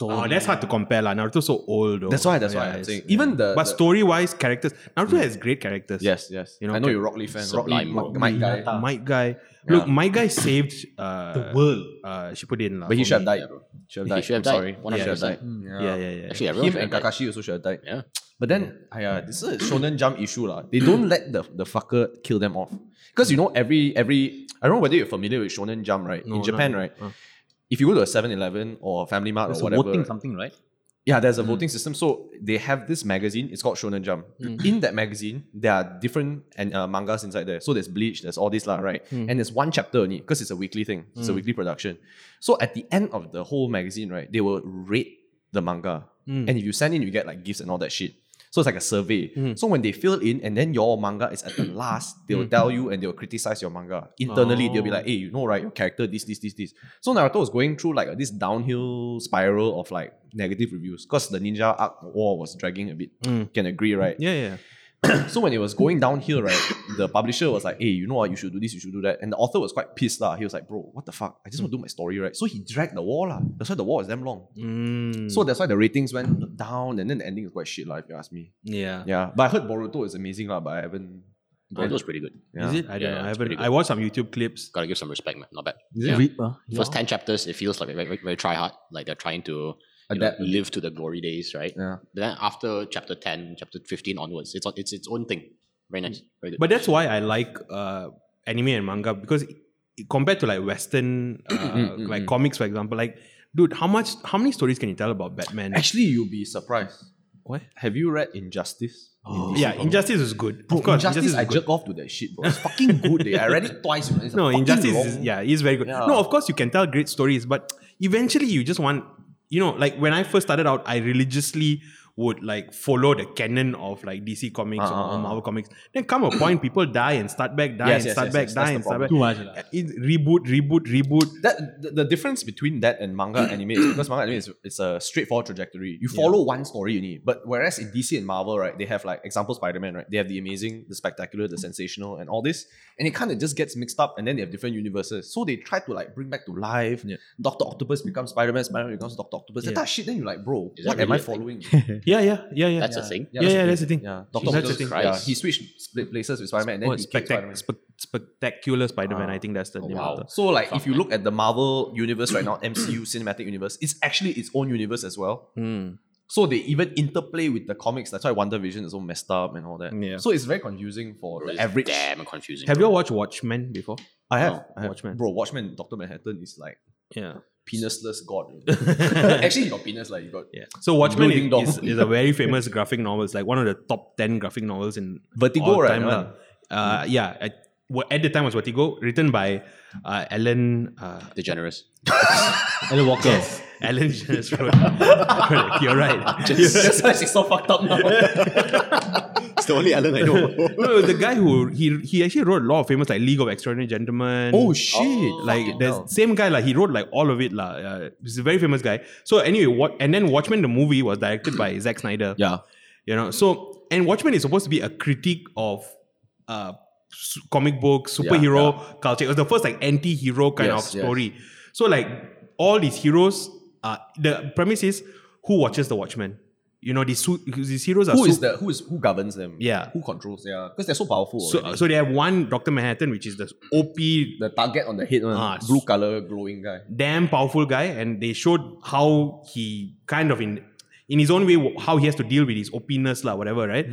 [SPEAKER 2] Oh, that's hard to compare lah. Naruto's so old. Though.
[SPEAKER 1] That's why. That's
[SPEAKER 2] Yeah,
[SPEAKER 1] why I'm
[SPEAKER 2] it's-
[SPEAKER 1] saying. Even the.
[SPEAKER 2] But
[SPEAKER 1] the- Hmm.
[SPEAKER 2] story wise, characters. Naruto has great characters.
[SPEAKER 1] Yes, yes.
[SPEAKER 2] You know,
[SPEAKER 1] I know
[SPEAKER 2] can-
[SPEAKER 1] you're a Rock Lee fan. Rock Lee,
[SPEAKER 4] Sublime.
[SPEAKER 1] Mike, Mike guy.
[SPEAKER 2] Mike guy.
[SPEAKER 1] Yeah.
[SPEAKER 2] Look, Mike guy saved uh, the world. Uh, Shippuden lah.
[SPEAKER 1] But he
[SPEAKER 2] for
[SPEAKER 1] should have
[SPEAKER 2] me.
[SPEAKER 1] died, bro. Should have died.
[SPEAKER 4] should have
[SPEAKER 1] I'm
[SPEAKER 4] died.
[SPEAKER 1] Sorry, He should have
[SPEAKER 4] 100%.
[SPEAKER 1] died.
[SPEAKER 2] Yeah, yeah, yeah.
[SPEAKER 4] Actually, everyone
[SPEAKER 1] Him
[SPEAKER 4] Hmm. should
[SPEAKER 1] and
[SPEAKER 4] have died.
[SPEAKER 1] Kakashi also should have died.
[SPEAKER 4] Yeah.
[SPEAKER 1] But then, aya, this is a Shonen Jump issue lah. They don't let the, the fucker kill them off. Because you know every every I don't know whether you're familiar with Shonen Jump, right?
[SPEAKER 2] No,
[SPEAKER 1] In Japan,
[SPEAKER 2] no.
[SPEAKER 1] right?
[SPEAKER 2] Uh.
[SPEAKER 1] If you go to a 7-Eleven or Family Mart
[SPEAKER 3] It's
[SPEAKER 1] or
[SPEAKER 3] a
[SPEAKER 1] whatever,
[SPEAKER 3] voting something, right?
[SPEAKER 1] Yeah, there's a voting system. So they have this magazine. It's called Shonen Jump. In that magazine, there are different and uh, mangas inside there. So there's Bleach, there's all this lah, right? And there's one chapter only because it's a weekly thing. It's a weekly production. So at the end of the whole magazine, right, they will rate the manga. And if you send in, you get like gifts and all that shit. So it's like a survey. So when they fill in and then your manga is at the last, they will tell you and they will criticize your manga. Internally, they'll be like, hey, you know, right, your character, this, this, this, this. So Naruto was going through like this downhill spiral of like negative reviews because the ninja arc war was dragging a bit. Can agree, right?
[SPEAKER 2] Yeah, yeah.
[SPEAKER 1] So when it was going downhill, right, the publisher was like, hey, you know what, you should do this, you should do that. And the author was quite pissed. lah. He was like, bro, what the fuck? I just want to do my story, right? So he dragged the wall. lah. That's why the wall is damn long.
[SPEAKER 2] Mm,
[SPEAKER 1] So that's why the ratings went down and then the ending is quite shit, lah. if you ask me.
[SPEAKER 2] yeah.
[SPEAKER 1] Yeah, but I heard Boruto is amazing, lah. But I haven't.
[SPEAKER 4] Oh, that was pretty good.
[SPEAKER 1] Yeah.
[SPEAKER 2] Is it? I don't
[SPEAKER 4] Yeah,
[SPEAKER 2] know. I
[SPEAKER 4] it's
[SPEAKER 2] haven't.
[SPEAKER 4] pretty
[SPEAKER 2] I
[SPEAKER 4] good.
[SPEAKER 2] watched some YouTube clips.
[SPEAKER 4] Gotta give some respect, man. Not bad.
[SPEAKER 3] Is
[SPEAKER 4] Yeah.
[SPEAKER 3] it re- uh,
[SPEAKER 4] First ten chapters, it feels like very, very, very try hard. Like they're trying to you know,
[SPEAKER 1] Adapt.
[SPEAKER 4] live to the glory days, right?
[SPEAKER 1] Yeah.
[SPEAKER 4] But then after chapter ten, chapter fifteen onwards, it's on- it's its own thing. Very nice. Very good.
[SPEAKER 2] But that's why I like uh, anime and manga because i- compared to like Western,
[SPEAKER 1] Mm,
[SPEAKER 2] uh, like comics, for example, like dude, how much, how many stories can you tell about Batman?
[SPEAKER 1] Actually, you'll be surprised.
[SPEAKER 2] What?
[SPEAKER 1] Have you read Injustice? In DC
[SPEAKER 2] yeah,
[SPEAKER 1] comics?
[SPEAKER 2] Injustice is good.
[SPEAKER 1] Bro,
[SPEAKER 2] of course,
[SPEAKER 1] Injustice,
[SPEAKER 2] Injustice,
[SPEAKER 1] I
[SPEAKER 2] is good.
[SPEAKER 1] jerk off to that shit, bro. It's fucking good. eh. I read it twice. you know. It's a
[SPEAKER 2] No,
[SPEAKER 1] fucking
[SPEAKER 2] Injustice is
[SPEAKER 1] long-
[SPEAKER 2] yeah, it's very good.
[SPEAKER 1] Yeah.
[SPEAKER 2] No, of course you can tell great stories, but eventually you just want you know, like when I first started out, I religiously would like follow the canon of like DC comics
[SPEAKER 1] Ah, ah,
[SPEAKER 2] or
[SPEAKER 1] ah.
[SPEAKER 2] Marvel comics. Then come a point, people die and start back, die
[SPEAKER 1] Yes,
[SPEAKER 2] and
[SPEAKER 1] yes,
[SPEAKER 2] start
[SPEAKER 1] yes,
[SPEAKER 2] back,
[SPEAKER 1] yes, that's
[SPEAKER 2] die
[SPEAKER 1] the
[SPEAKER 2] and start back.
[SPEAKER 1] problem.
[SPEAKER 3] Too much. lah.
[SPEAKER 2] It- reboot, reboot, reboot.
[SPEAKER 1] That the, the difference between that and manga anime is because manga anime is it's a straightforward trajectory. You follow one story only. But whereas in DC and Marvel, right, they have like example Spider Man, right? They have the amazing, the spectacular, the sensational, and all this. And it kind of just gets mixed up, and then they have different universes. So they try to like bring back to life.
[SPEAKER 3] Yeah.
[SPEAKER 1] Doctor Octopus becomes Spider Man. Spider Man becomes Doctor Octopus. That
[SPEAKER 2] Yeah.
[SPEAKER 1] type of shit. Then you're like, bro,
[SPEAKER 4] Is that
[SPEAKER 1] what am I
[SPEAKER 4] really a thing?
[SPEAKER 1] following?
[SPEAKER 2] Yeah, yeah, yeah, yeah.
[SPEAKER 4] that's the thing.
[SPEAKER 2] yeah, yeah, that's the thing.
[SPEAKER 1] Yeah,
[SPEAKER 2] Doctor
[SPEAKER 1] Doctor
[SPEAKER 2] That's the
[SPEAKER 1] Octopus.
[SPEAKER 2] thing.
[SPEAKER 1] Yeah, he switched split places with Spider Man, and then
[SPEAKER 2] Oh,
[SPEAKER 1] he killed Ah. Spider
[SPEAKER 2] spectac-
[SPEAKER 1] Man.
[SPEAKER 2] spe- spectacular Spider-Man. I think that's the name.
[SPEAKER 4] wow.
[SPEAKER 2] Of the,
[SPEAKER 1] So like if you look at the Marvel universe right now, MCU cinematic universe, it's actually its own universe as well.
[SPEAKER 2] Hmm.
[SPEAKER 1] So they even interplay with the comics. That's why Wonder Vision is so messed up and all that.
[SPEAKER 2] Yeah.
[SPEAKER 1] So it's very confusing for
[SPEAKER 4] Bro,
[SPEAKER 1] the
[SPEAKER 4] it's
[SPEAKER 1] average.
[SPEAKER 4] Damn confusing.
[SPEAKER 2] Have you all watched Watchmen before?
[SPEAKER 1] I have,
[SPEAKER 4] No,
[SPEAKER 1] I have.
[SPEAKER 2] Watchmen.
[SPEAKER 1] Bro, Watchmen, Doctor Manhattan is like
[SPEAKER 2] Yeah.
[SPEAKER 1] penisless god. actually, he got penis like he got
[SPEAKER 2] Yeah. So Watchmen
[SPEAKER 1] Ding dong.
[SPEAKER 2] is, is, is a very famous graphic novel. It's like one of the top ten graphic novels in
[SPEAKER 1] Vertigo,
[SPEAKER 2] all
[SPEAKER 1] right? Uh-huh.
[SPEAKER 2] time.
[SPEAKER 1] Yeah.
[SPEAKER 2] lah. Uh, yeah. At, wa- at the time was Vertigo, written by uh, Alan uh,
[SPEAKER 4] The generous.
[SPEAKER 3] Alan Walker.
[SPEAKER 2] Alan Jones. Correct. You're right. You're right.
[SPEAKER 1] That's why she's so fucked up now.
[SPEAKER 4] It's the only Alan I know.
[SPEAKER 2] No, the guy who he he actually wrote a lot of famous like League of Extraordinary Gentlemen.
[SPEAKER 1] oh shit.
[SPEAKER 2] like the same guy like he wrote like all of it lah. Uh, he's a very famous guy so anyway what and then watchmen the movie was directed by Zack snyder
[SPEAKER 1] Yeah.
[SPEAKER 2] you know so and watchmen is supposed to be a critique of uh s- comic book superhero culture it was the first like anti-hero kind
[SPEAKER 1] Yes,
[SPEAKER 2] of
[SPEAKER 1] yes.
[SPEAKER 2] story so like all these heroes uh the premise is who watches the watchmen you know these su- these heroes are
[SPEAKER 1] Who
[SPEAKER 2] su-
[SPEAKER 1] is the who is who governs them?
[SPEAKER 2] Yeah.
[SPEAKER 1] Who controls? Yeah. Because they're so powerful.
[SPEAKER 2] so,
[SPEAKER 1] already.
[SPEAKER 2] so they have one dr manhattan which is the op
[SPEAKER 1] the target on the head one,
[SPEAKER 2] Ah,
[SPEAKER 1] blue color glowing guy.
[SPEAKER 2] damn powerful guy and they showed how he kind of in in his own way wh- how he has to deal with his openness lah whatever right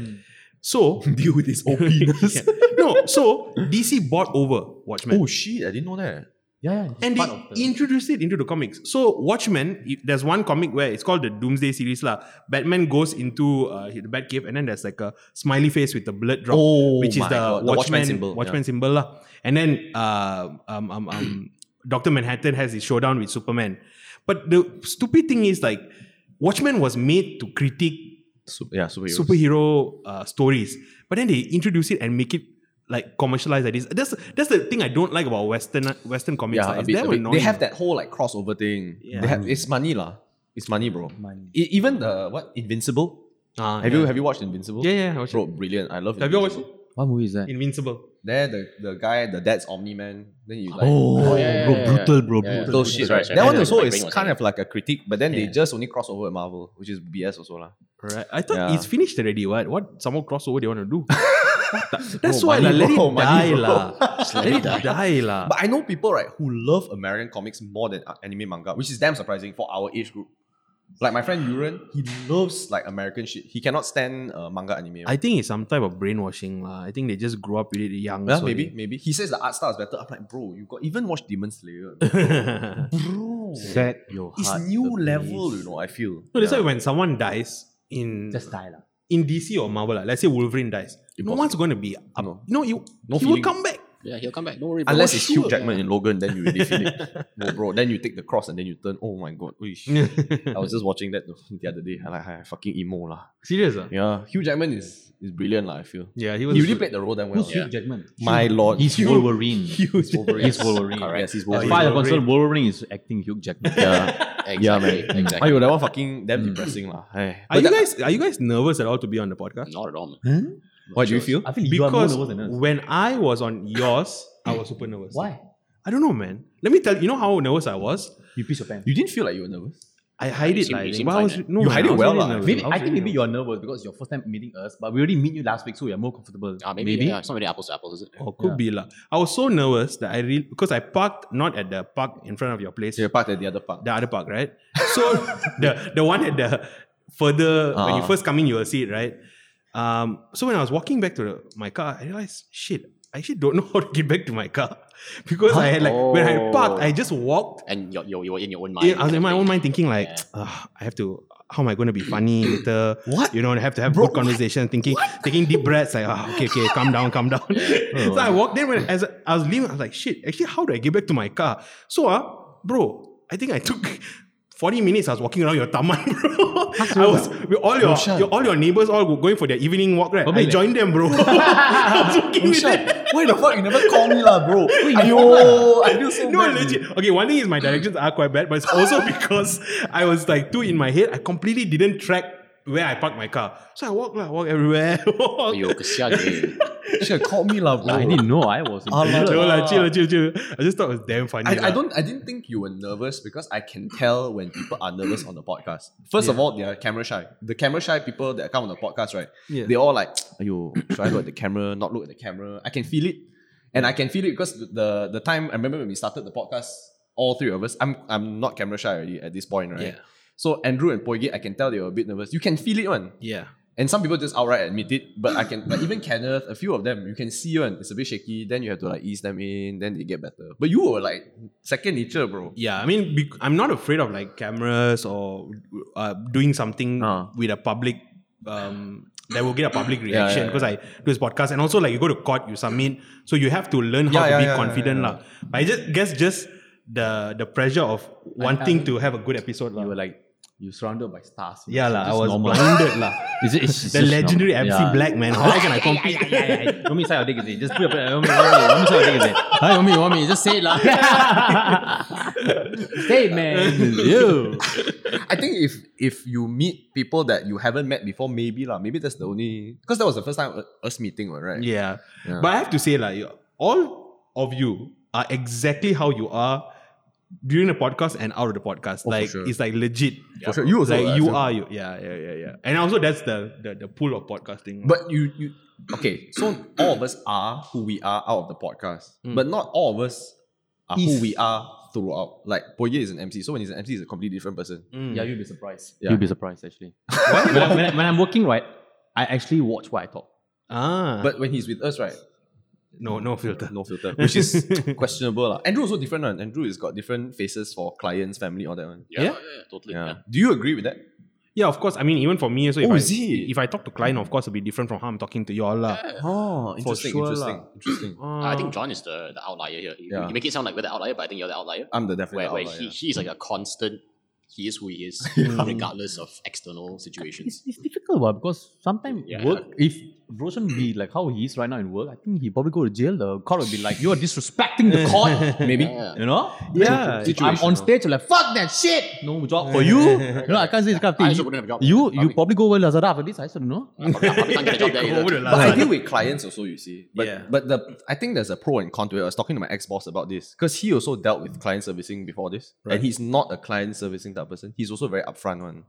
[SPEAKER 2] so
[SPEAKER 1] Hmm. Deal with his openness.
[SPEAKER 2] Yeah. no so dc bought over watchmen
[SPEAKER 1] Oh shit! I didn't know that.
[SPEAKER 3] Yeah, yeah.
[SPEAKER 2] and
[SPEAKER 3] part of
[SPEAKER 2] they
[SPEAKER 3] the-
[SPEAKER 2] introduced it into the comics so watchmen i- there's one comic where it's called the doomsday series lah batman goes into uh, the batcave and then there's like a smiley face with the blood drop
[SPEAKER 1] Oh,
[SPEAKER 2] which is the,
[SPEAKER 1] God,
[SPEAKER 2] Watchman, Watchman symbol. lah. And then uh, um, um, um, Dr. Manhattan has his showdown with Superman. But the stupid thing is like Watchmen was made to critique
[SPEAKER 1] yeah, superheroes.
[SPEAKER 2] superhero uh, stories, but then they introduce it and make it like commercialized like this. That's that's the thing I don't like about Western Western
[SPEAKER 1] yeah,
[SPEAKER 2] comics. lah.
[SPEAKER 1] a
[SPEAKER 2] It's
[SPEAKER 1] bit,
[SPEAKER 2] damn
[SPEAKER 1] a bit. They
[SPEAKER 2] annoying.
[SPEAKER 1] have that whole like crossover thing.
[SPEAKER 2] Yeah.
[SPEAKER 1] They have, it's money lah. It's money, bro.
[SPEAKER 3] Money.
[SPEAKER 1] E- even the what Invincible.
[SPEAKER 2] Ah,
[SPEAKER 1] Have
[SPEAKER 2] yeah.
[SPEAKER 1] you have you watched Invincible?
[SPEAKER 2] Yeah, yeah. I watched it.
[SPEAKER 1] Bro, brilliant. I love.
[SPEAKER 2] Have you watched
[SPEAKER 1] Invincible.
[SPEAKER 2] it?
[SPEAKER 3] What movie is that?
[SPEAKER 2] Invincible?
[SPEAKER 1] There, the the guy, the dad's Omni Man. Then you like.
[SPEAKER 3] oh, bro,
[SPEAKER 4] yeah, yeah, yeah.
[SPEAKER 3] brutal, bro,
[SPEAKER 4] Yeah, yeah.
[SPEAKER 3] brutal.
[SPEAKER 1] Those shit,
[SPEAKER 4] Right,
[SPEAKER 1] right?
[SPEAKER 4] right.
[SPEAKER 1] That one
[SPEAKER 4] Yeah,
[SPEAKER 1] also
[SPEAKER 4] like
[SPEAKER 1] is
[SPEAKER 4] Ring was
[SPEAKER 1] kind
[SPEAKER 4] like-
[SPEAKER 1] of like a critique, but then they
[SPEAKER 3] Yeah.
[SPEAKER 1] just only cross over at Marvel, which is BS also lah.
[SPEAKER 2] Right. I thought
[SPEAKER 1] Yeah.
[SPEAKER 2] it's finished already. What? What? Some more crossover they want to do? What the- that's
[SPEAKER 1] Bro,
[SPEAKER 2] why
[SPEAKER 1] money,
[SPEAKER 2] lah, let
[SPEAKER 1] bro,
[SPEAKER 2] it die
[SPEAKER 1] money, bro.
[SPEAKER 2] lah.
[SPEAKER 4] Just
[SPEAKER 2] Let it die lah.
[SPEAKER 1] But I know people right who love American comics more than uh, anime manga, which is damn surprising for our age group. Like my friend Yuren, he loves like American shit. He cannot stand uh, manga anime.
[SPEAKER 2] I think it's some type of brainwashing lah. I think they just grew up with it young.
[SPEAKER 1] Yeah,
[SPEAKER 2] so
[SPEAKER 1] maybe,
[SPEAKER 2] they-
[SPEAKER 1] maybe he says the art style is better. I'm like, bro, you got even watch Demon Slayer, bro.
[SPEAKER 3] Set your
[SPEAKER 1] It's
[SPEAKER 3] heart
[SPEAKER 1] new
[SPEAKER 3] ablaze.
[SPEAKER 1] level, you know, I feel.
[SPEAKER 2] No, that's
[SPEAKER 1] Yeah.
[SPEAKER 2] why when someone dies in
[SPEAKER 3] Just die lah.
[SPEAKER 2] in DC or Marvel, lah, let's say Wolverine dies, no
[SPEAKER 1] Impossible.
[SPEAKER 2] one's going to be up.
[SPEAKER 1] No.
[SPEAKER 2] No, you,
[SPEAKER 1] No
[SPEAKER 2] he will
[SPEAKER 1] feeling.
[SPEAKER 2] come back.
[SPEAKER 4] Yeah, he'll come back. Don't worry. bro.
[SPEAKER 1] Unless it's Hugh
[SPEAKER 4] Sure.
[SPEAKER 1] Jackman in Logan, then you really feel it. No, bro, then you take the cross and then you turn. Oh my god. Uish. I was just watching that the other day. I like I fucking emo lah.
[SPEAKER 2] Serious? ah?
[SPEAKER 1] Yeah. Hugh Jackman is is brilliant, lah, I feel.
[SPEAKER 2] Yeah, he was.
[SPEAKER 1] He really played the role damn well.
[SPEAKER 3] Who's
[SPEAKER 1] Yeah.
[SPEAKER 3] Hugh Jackman?
[SPEAKER 1] My lord.
[SPEAKER 3] He's Wolverine.
[SPEAKER 1] He's Wolverine.
[SPEAKER 3] He's Wolverine.
[SPEAKER 1] Correct. Oh, Yes, he's
[SPEAKER 3] As
[SPEAKER 1] Wolverine.
[SPEAKER 3] far as I'm
[SPEAKER 2] Wolverine.
[SPEAKER 3] concerned, Wolverine is acting Hugh Jackman.
[SPEAKER 1] Yeah.
[SPEAKER 4] Exactly.
[SPEAKER 1] Yeah, man. Mm.
[SPEAKER 4] Exactly.
[SPEAKER 1] Ayo, that one fucking damn depressing lah. Hey.
[SPEAKER 2] Are you guys are you guys nervous at all to be on the podcast?
[SPEAKER 4] Not at all, man.
[SPEAKER 1] What do you feel?
[SPEAKER 3] I feel you are more
[SPEAKER 2] because
[SPEAKER 3] nervous than us.
[SPEAKER 2] when I was on yours, I was super nervous.
[SPEAKER 3] Why?
[SPEAKER 2] I don't know, man. Let me tell you. You know how nervous I was.
[SPEAKER 3] You piss your pants.
[SPEAKER 1] You didn't feel like you were nervous.
[SPEAKER 2] I hide
[SPEAKER 4] You
[SPEAKER 2] it.
[SPEAKER 4] seem-
[SPEAKER 2] Like,
[SPEAKER 4] you seem
[SPEAKER 2] well, I
[SPEAKER 4] fine,
[SPEAKER 2] was,
[SPEAKER 4] right?
[SPEAKER 2] no,
[SPEAKER 1] You
[SPEAKER 2] man,
[SPEAKER 1] hide it
[SPEAKER 2] was
[SPEAKER 1] well,
[SPEAKER 2] really
[SPEAKER 1] lah.
[SPEAKER 2] nervous.
[SPEAKER 3] Maybe
[SPEAKER 2] was
[SPEAKER 3] I think
[SPEAKER 2] really
[SPEAKER 3] maybe you're nervous because it's your first time meeting us, but we already meet you last week, so you're more comfortable.
[SPEAKER 4] Ah, maybe, Yeah, it's not really apples to apples, is it?
[SPEAKER 2] Or Oh, could
[SPEAKER 3] Yeah.
[SPEAKER 2] be lah. I was so nervous that I really because I parked not at the park in front of your place,
[SPEAKER 1] So you're parked at the other park.
[SPEAKER 2] the other park, right? So the the one at the further when you
[SPEAKER 1] Ah.
[SPEAKER 2] first come in, you will see it, right? Um, so when I was walking back to the, my car, I realized shit. I actually don't know how to get back to my car because I had like when
[SPEAKER 1] Oh.
[SPEAKER 2] I parked, I just walked.
[SPEAKER 4] And you're, you're, you're in your own mind.
[SPEAKER 2] in- I was in my own mind thinking like,
[SPEAKER 4] Yeah.
[SPEAKER 2] "Ugh, I have to. How am I going to be funny later?
[SPEAKER 1] What?
[SPEAKER 2] You know, I have to have good conversation. Thinking, taking deep breaths. Like, "Ah, okay, okay, calm down, calm down. so I walked in when as I was leaving, I was like, shit. Actually, how do I get back to my car? So, uh, bro, I think I took. 40 minutes I was walking around your taman, bro. I was with all your,
[SPEAKER 1] Roshan.
[SPEAKER 2] your all your neighbors all going for their evening walk, right? I
[SPEAKER 3] Probably.
[SPEAKER 2] joined them, bro. I was walking with them.
[SPEAKER 1] Why the fuck you never call me lah, bro? Ayo, I feel so
[SPEAKER 2] No, legit. Okay, one thing is my directions are quite bad, but it's also because I was like too in my head. I completely didn't track where I parked my car. So I walk, like, walk everywhere. walk.
[SPEAKER 4] Yo, kesian eh.
[SPEAKER 1] You should have called me lah, bro.
[SPEAKER 3] I didn't know I was. in-
[SPEAKER 2] No, lah, chill, chill, chill. I just thought it was damn funny.
[SPEAKER 1] I, I
[SPEAKER 2] lah.
[SPEAKER 1] don't I didn't think you were nervous because I can tell when people are nervous on the podcast. First of all, they are camera shy. The camera shy people that come on the podcast, right?
[SPEAKER 2] Yeah.
[SPEAKER 1] They all like, Ayo, should I look at the camera, not look at the camera? I can feel it. And I can feel it because the the time I remember when we started the podcast, all three of us, I'm I'm not camera shy already at this point, right?
[SPEAKER 2] Yeah.
[SPEAKER 1] So Andrew and Poigate, I can tell they were a bit nervous. You can feel it one.
[SPEAKER 2] Yeah.
[SPEAKER 1] And some people just outright admit it, but I can like even Kenneth, a few of them, you can see one, it's a bit shaky, then you have to like ease them in, then they get better. But you were like second nature, bro.
[SPEAKER 2] Yeah, I mean, bec- I'm not afraid of like cameras or uh, doing something
[SPEAKER 1] Ah.
[SPEAKER 2] with a public um, that will get a public reaction
[SPEAKER 1] yeah,
[SPEAKER 2] because I do this podcast and also like you go to court, you submit, so you have to learn how
[SPEAKER 1] Yeah,
[SPEAKER 2] to
[SPEAKER 1] yeah,
[SPEAKER 2] be
[SPEAKER 1] yeah,
[SPEAKER 2] confident,
[SPEAKER 1] yeah,
[SPEAKER 2] lah. But I just guess just the the pressure of wanting to have a good episode, lah.
[SPEAKER 3] You were like, you're surrounded by stars.
[SPEAKER 2] yeah, lah. I
[SPEAKER 3] Just
[SPEAKER 2] was
[SPEAKER 3] normal.
[SPEAKER 2] blinded, lah.
[SPEAKER 3] It's, it's, it's
[SPEAKER 2] The
[SPEAKER 3] just
[SPEAKER 2] legendary
[SPEAKER 3] normal.
[SPEAKER 2] MC
[SPEAKER 3] Yeah.
[SPEAKER 2] Black man. How can I compete?
[SPEAKER 3] Yeah, yeah, yeah, yeah. You want me to say your dick is it? Just put your you want me, you want me, you want me to say your dick is it? Huh? You want me, you want me? Just say it lah. say it, man. You.
[SPEAKER 1] I think if if you meet people that you haven't met before, maybe lah, maybe that's the only because that was the first time u- us meeting, one, right?
[SPEAKER 2] Yeah.
[SPEAKER 1] Yeah.
[SPEAKER 2] But I have to say, like, all of you are exactly how you are during the podcast and out of the podcast.
[SPEAKER 1] Oh, for
[SPEAKER 2] like,
[SPEAKER 1] sure.
[SPEAKER 2] it's like legit.
[SPEAKER 1] For sure. You also
[SPEAKER 2] Like,
[SPEAKER 1] are, I
[SPEAKER 2] you
[SPEAKER 1] feel.
[SPEAKER 2] are you. Yeah, yeah, yeah, yeah. And also, that's the the, the pool of podcasting.
[SPEAKER 1] But you you okay, so all of us are who we are out of the podcast.
[SPEAKER 3] Hmm.
[SPEAKER 1] But not all of us are who we are throughout. Like Poye is an MC, so when he's an MC, he's a completely different person.
[SPEAKER 3] Yeah, you'll be surprised.
[SPEAKER 1] Yeah.
[SPEAKER 3] You'll be surprised actually. when, I, when, I, when I'm working, right, I actually watch what I talk.
[SPEAKER 2] ah,
[SPEAKER 1] But when he's with us, right?
[SPEAKER 2] no, no filter.
[SPEAKER 1] No filter. Which is questionable. lah. Andrew also different one. Andrew has got different faces for clients, family, all that one.
[SPEAKER 4] Yeah, yeah, yeah, totally.
[SPEAKER 1] Yeah.
[SPEAKER 4] Yeah.
[SPEAKER 1] Do you agree with that?
[SPEAKER 2] Yeah, of course. I mean, even for me, so if
[SPEAKER 1] Oh,
[SPEAKER 2] I
[SPEAKER 1] is it?
[SPEAKER 2] if I talk to client, of course, it'll be different from how I'm talking to y'all. lah. Ah.
[SPEAKER 1] Oh, interesting,
[SPEAKER 2] sure
[SPEAKER 1] interesting, interesting.
[SPEAKER 4] Uh, I
[SPEAKER 2] Oh.
[SPEAKER 4] think John is the, the outlier here. You,
[SPEAKER 1] Yeah.
[SPEAKER 4] you make it sound like we're the outlier, but I think you're the outlier.
[SPEAKER 1] I'm the definite
[SPEAKER 4] where, where
[SPEAKER 1] outlier.
[SPEAKER 4] he, he's like a constant. He is who he is, regardless of external situations.
[SPEAKER 3] It's, it's difficult but because sometimes
[SPEAKER 4] Yeah.
[SPEAKER 3] work if Roshan be like how he is right now in work, I think he probably go to jail. The court will be like, you are disrespecting the court. Maybe.
[SPEAKER 4] Yeah.
[SPEAKER 3] You know?
[SPEAKER 2] Yeah,
[SPEAKER 3] If I'm on stage, like, fuck that shit. No job for you. you know, I can't say this kind of thing.
[SPEAKER 4] I also wouldn't have a job.
[SPEAKER 3] You, you
[SPEAKER 4] Probably.
[SPEAKER 3] probably go well Lazada after this. I should know.
[SPEAKER 4] I probably, I probably can't get a job there either.
[SPEAKER 2] Over the
[SPEAKER 1] But I
[SPEAKER 2] last
[SPEAKER 1] deal with clients also, you see. But
[SPEAKER 2] Yeah.
[SPEAKER 1] but the I think there's a pro and con to it. I was talking to my ex boss about this because he also dealt with client servicing before this, and he's not a client servicing type person. He's also very upfront one.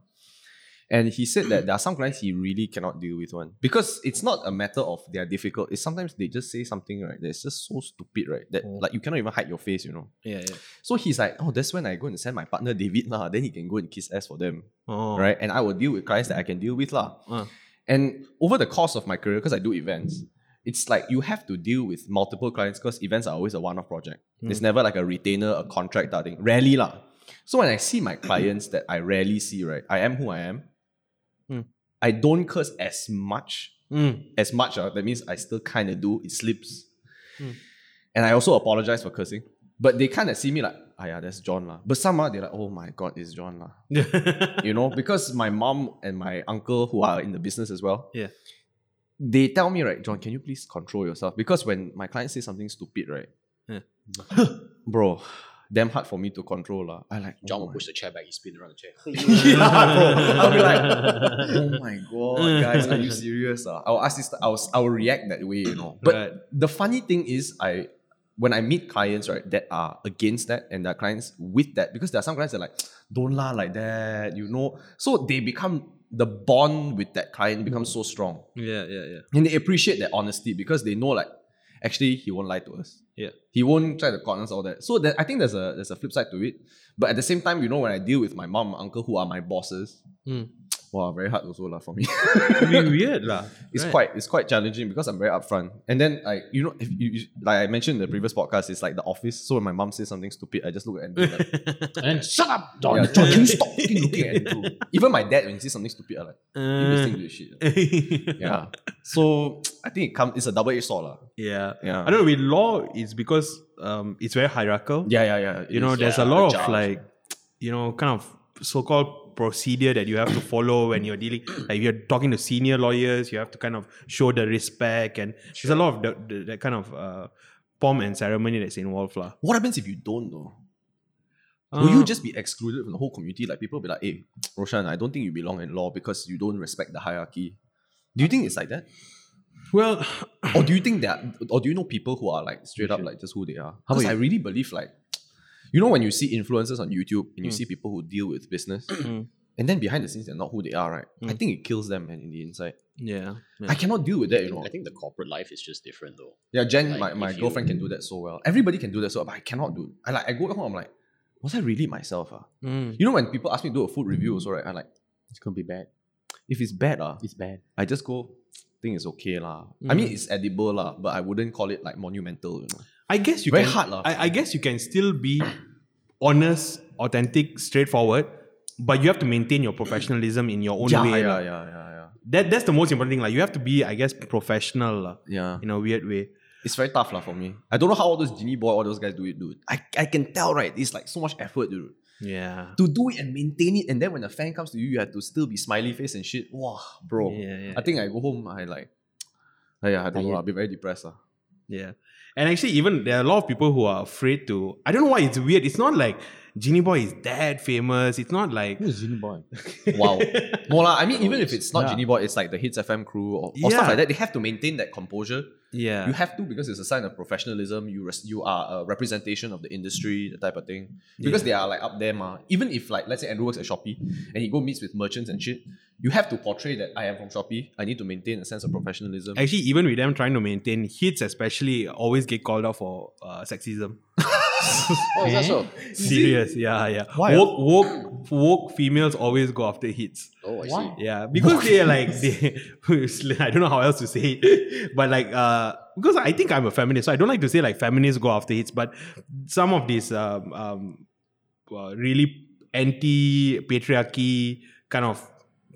[SPEAKER 1] And he said that there are some clients he really cannot deal with one because it's not a matter of they're difficult. It's sometimes they just say something right that's just so stupid right that like you cannot even hide your face, you know.
[SPEAKER 2] Oh. yeah, yeah.
[SPEAKER 1] So he's like, oh, that's when I go and send my partner David lah. Then he can go and kiss ass for them
[SPEAKER 2] Oh,
[SPEAKER 1] right? And I will deal with clients that I can deal with lah.
[SPEAKER 2] Ah.
[SPEAKER 1] And over the course of my career, because I do events, it's like you have to deal with multiple clients because events are always a one-off project. It's never like a retainer, a contract type thing. Rarely lah. So when I see my clients that I rarely see, right, I am who I am. I don't curse as much.
[SPEAKER 2] Mm.
[SPEAKER 1] As much, uh, that means I still kind of do. It slips. And I also apologize for cursing. But they kind of see me like, ah, yeah, that's John. lah. But some are, they're like, oh my God, it's John. lah." you know, because my mom and my uncle, who are in the business as well,
[SPEAKER 2] Yeah.
[SPEAKER 1] they tell me, right, John, can you please control yourself? Because when my client says something stupid, right,
[SPEAKER 2] Yeah.
[SPEAKER 1] bro, damn hard for me to control. lah. I like,
[SPEAKER 4] John
[SPEAKER 1] oh
[SPEAKER 4] will
[SPEAKER 1] my
[SPEAKER 4] push the chair back. He spin around the chair.
[SPEAKER 1] yeah, bro. I'll be like, oh my god, guys, are you serious? ah?" I'll ask this. I'll I'll react that way, you know. But
[SPEAKER 2] Right.
[SPEAKER 1] the funny thing is, I when I meet clients right that are against that, and there are clients with that, because there are some clients that are like, don't la like that, you know. So they become the bond with that client becomes so strong,
[SPEAKER 2] yeah, yeah, yeah.
[SPEAKER 1] and they appreciate that honesty because they know like. Actually, he won't lie to us.
[SPEAKER 2] Yeah.
[SPEAKER 1] he won't try to con us all that. So that, I think there's a there's a flip side to it. But at the same time, you know, when I deal with my mom, uncle, who are my bosses,
[SPEAKER 2] Hmm.
[SPEAKER 1] Wow, very hard also lah for me.
[SPEAKER 2] It'd be weird lah.
[SPEAKER 1] it's
[SPEAKER 2] right?
[SPEAKER 1] quite it's quite challenging because I'm very upfront. And then I you know if you, you- like I mentioned in the previous podcast, it's like the office. So when my mom says something stupid, I just look at Andrew like,
[SPEAKER 3] And then shut up, John.
[SPEAKER 1] yeah, John, can you stop fucking looking at Andrew? Even my dad when he says something stupid, I like you listening to this shit.
[SPEAKER 2] Uh.
[SPEAKER 1] Yeah. So I think it comes it's a double edged sword lah.
[SPEAKER 2] yeah.
[SPEAKER 1] Yeah.
[SPEAKER 2] I don't know. With law, it's because um, it's very hierarchical.
[SPEAKER 1] Yeah, yeah, yeah.
[SPEAKER 2] You know,
[SPEAKER 1] It's- uh,
[SPEAKER 2] there's a
[SPEAKER 4] yeah,
[SPEAKER 2] lot
[SPEAKER 4] the
[SPEAKER 2] of
[SPEAKER 4] judge.
[SPEAKER 2] like, you know, kind of so-called procedure that you have to follow when you're dealing. Like, if you're talking to senior lawyers, you have to kind of show the respect, and there's a lot of the, the, that kind of uh, pomp and ceremony that's involved, lah.
[SPEAKER 1] what happens if you don't though? Will you
[SPEAKER 2] Uh,
[SPEAKER 1] just be excluded from the whole community? Like people be like, hey, Roshan, I don't think you belong in law because you don't respect the hierarchy. Do you think it's like that?
[SPEAKER 2] Well,
[SPEAKER 1] or do you think that or do you know people who are like straight up like just who they are because i really believe like you know when you see influencers on youtube and you
[SPEAKER 2] Mm.
[SPEAKER 1] see people who deal with business and then behind the scenes they're not who they are right i think it kills them man in the inside
[SPEAKER 2] Mm. yeah.
[SPEAKER 1] i cannot deal with that you
[SPEAKER 4] I think-
[SPEAKER 1] know
[SPEAKER 4] I think the corporate life is just different though.
[SPEAKER 1] yeah jen
[SPEAKER 4] like,
[SPEAKER 1] my, my
[SPEAKER 4] if you-
[SPEAKER 1] girlfriend can do that so well everybody can do that so well, but i cannot do it. i like i go home i'm like was i really myself ah? you know when people ask me to do a food review also right i like
[SPEAKER 3] It's gonna be bad.
[SPEAKER 1] if it's bad ah,
[SPEAKER 3] It's bad.
[SPEAKER 1] i just go think it's okay lah i mean it's edible lah but i wouldn't call it like monumental you know
[SPEAKER 2] I guess you
[SPEAKER 1] Very
[SPEAKER 2] can.
[SPEAKER 1] hard lah.
[SPEAKER 2] I, I guess you can still be honest, authentic, straightforward, but you have to maintain your professionalism in your own way. lah.
[SPEAKER 1] yeah, yeah, yeah, yeah.
[SPEAKER 2] That that's the most important thing. Like you have to be, I guess, professional lah,
[SPEAKER 1] Yeah.
[SPEAKER 2] in a weird way.
[SPEAKER 1] It's very tough lah for me. I don't know how all those genie boy, all those guys do it, dude. I, I can tell, right? It's like so much effort, dude.
[SPEAKER 2] Yeah.
[SPEAKER 1] To do it and maintain it, and then when a fan comes to you, you have to still be smiley face and shit. Wow, bro.
[SPEAKER 2] Yeah, yeah,
[SPEAKER 1] I think I go home, I like, yeah, I don't know,
[SPEAKER 3] Tired.
[SPEAKER 1] I'll be very depressed. ah. lah.
[SPEAKER 2] Yeah. And actually, even there are a lot of people who are afraid to. I don't know why it's weird. It's not like Genie Boy is that famous. It's not like
[SPEAKER 3] Who's Genie Boy?
[SPEAKER 1] Wow. no, lah. I mean, even if it's not
[SPEAKER 3] Yeah.
[SPEAKER 1] genie boy, it's like the Hits FM crew or, or stuff
[SPEAKER 2] Yeah.
[SPEAKER 1] like that. They have to maintain that composure.
[SPEAKER 2] yeah.
[SPEAKER 1] You have to because it's a sign of professionalism. You res- you are a representation of the industry, the type of thing. Because they are like up there, ma. Even if like let's say Andrew works at Shopee and he go meets with merchants and shit, you have to portray that I am from Shopee. I need to maintain a sense of professionalism.
[SPEAKER 2] actually, even with them trying to maintain hits, especially always get called out for uh, sexism.
[SPEAKER 1] oh, is that so?
[SPEAKER 2] Serious, yeah, yeah.
[SPEAKER 1] Why?
[SPEAKER 2] Woke, woke, woke females always go after hits.
[SPEAKER 4] Oh, I
[SPEAKER 3] Why?
[SPEAKER 2] Yeah, because they are like they. I don't know how else to say it, but like uh, because I think I'm a feminist, so I don't like to say like feminists go after hits, but some of these um, um uh, really anti patriarchy kind of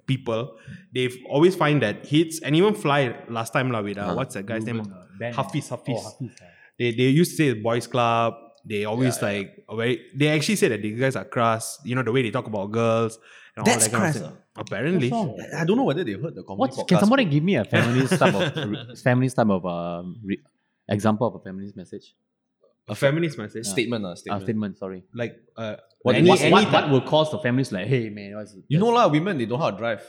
[SPEAKER 2] people, they always find that hits and even fly last time lah with uh, what's that guy's name? Hafiz, Hafiz. They they used to say boys club. They always like very. They actually say that these guys are crass. You know the way they talk about girls. And
[SPEAKER 1] That's
[SPEAKER 2] all that kind
[SPEAKER 1] crass,
[SPEAKER 2] Of thing. Apparently,
[SPEAKER 1] I- I don't know whether they heard the comedy
[SPEAKER 3] What
[SPEAKER 1] podcast.
[SPEAKER 3] can somebody give me a feminist type of re- feminist type of um, re- example of a feminist message?
[SPEAKER 2] a feminist message.
[SPEAKER 1] statement, lah,
[SPEAKER 3] Uh,
[SPEAKER 1] Ah, statement.
[SPEAKER 3] statement, sorry.
[SPEAKER 2] Like uh,
[SPEAKER 1] What-
[SPEAKER 3] any,
[SPEAKER 1] what-
[SPEAKER 3] any,
[SPEAKER 1] what-
[SPEAKER 3] what will cause the feminist like, hey man, what's
[SPEAKER 1] You know lah, women they don't know how to drive.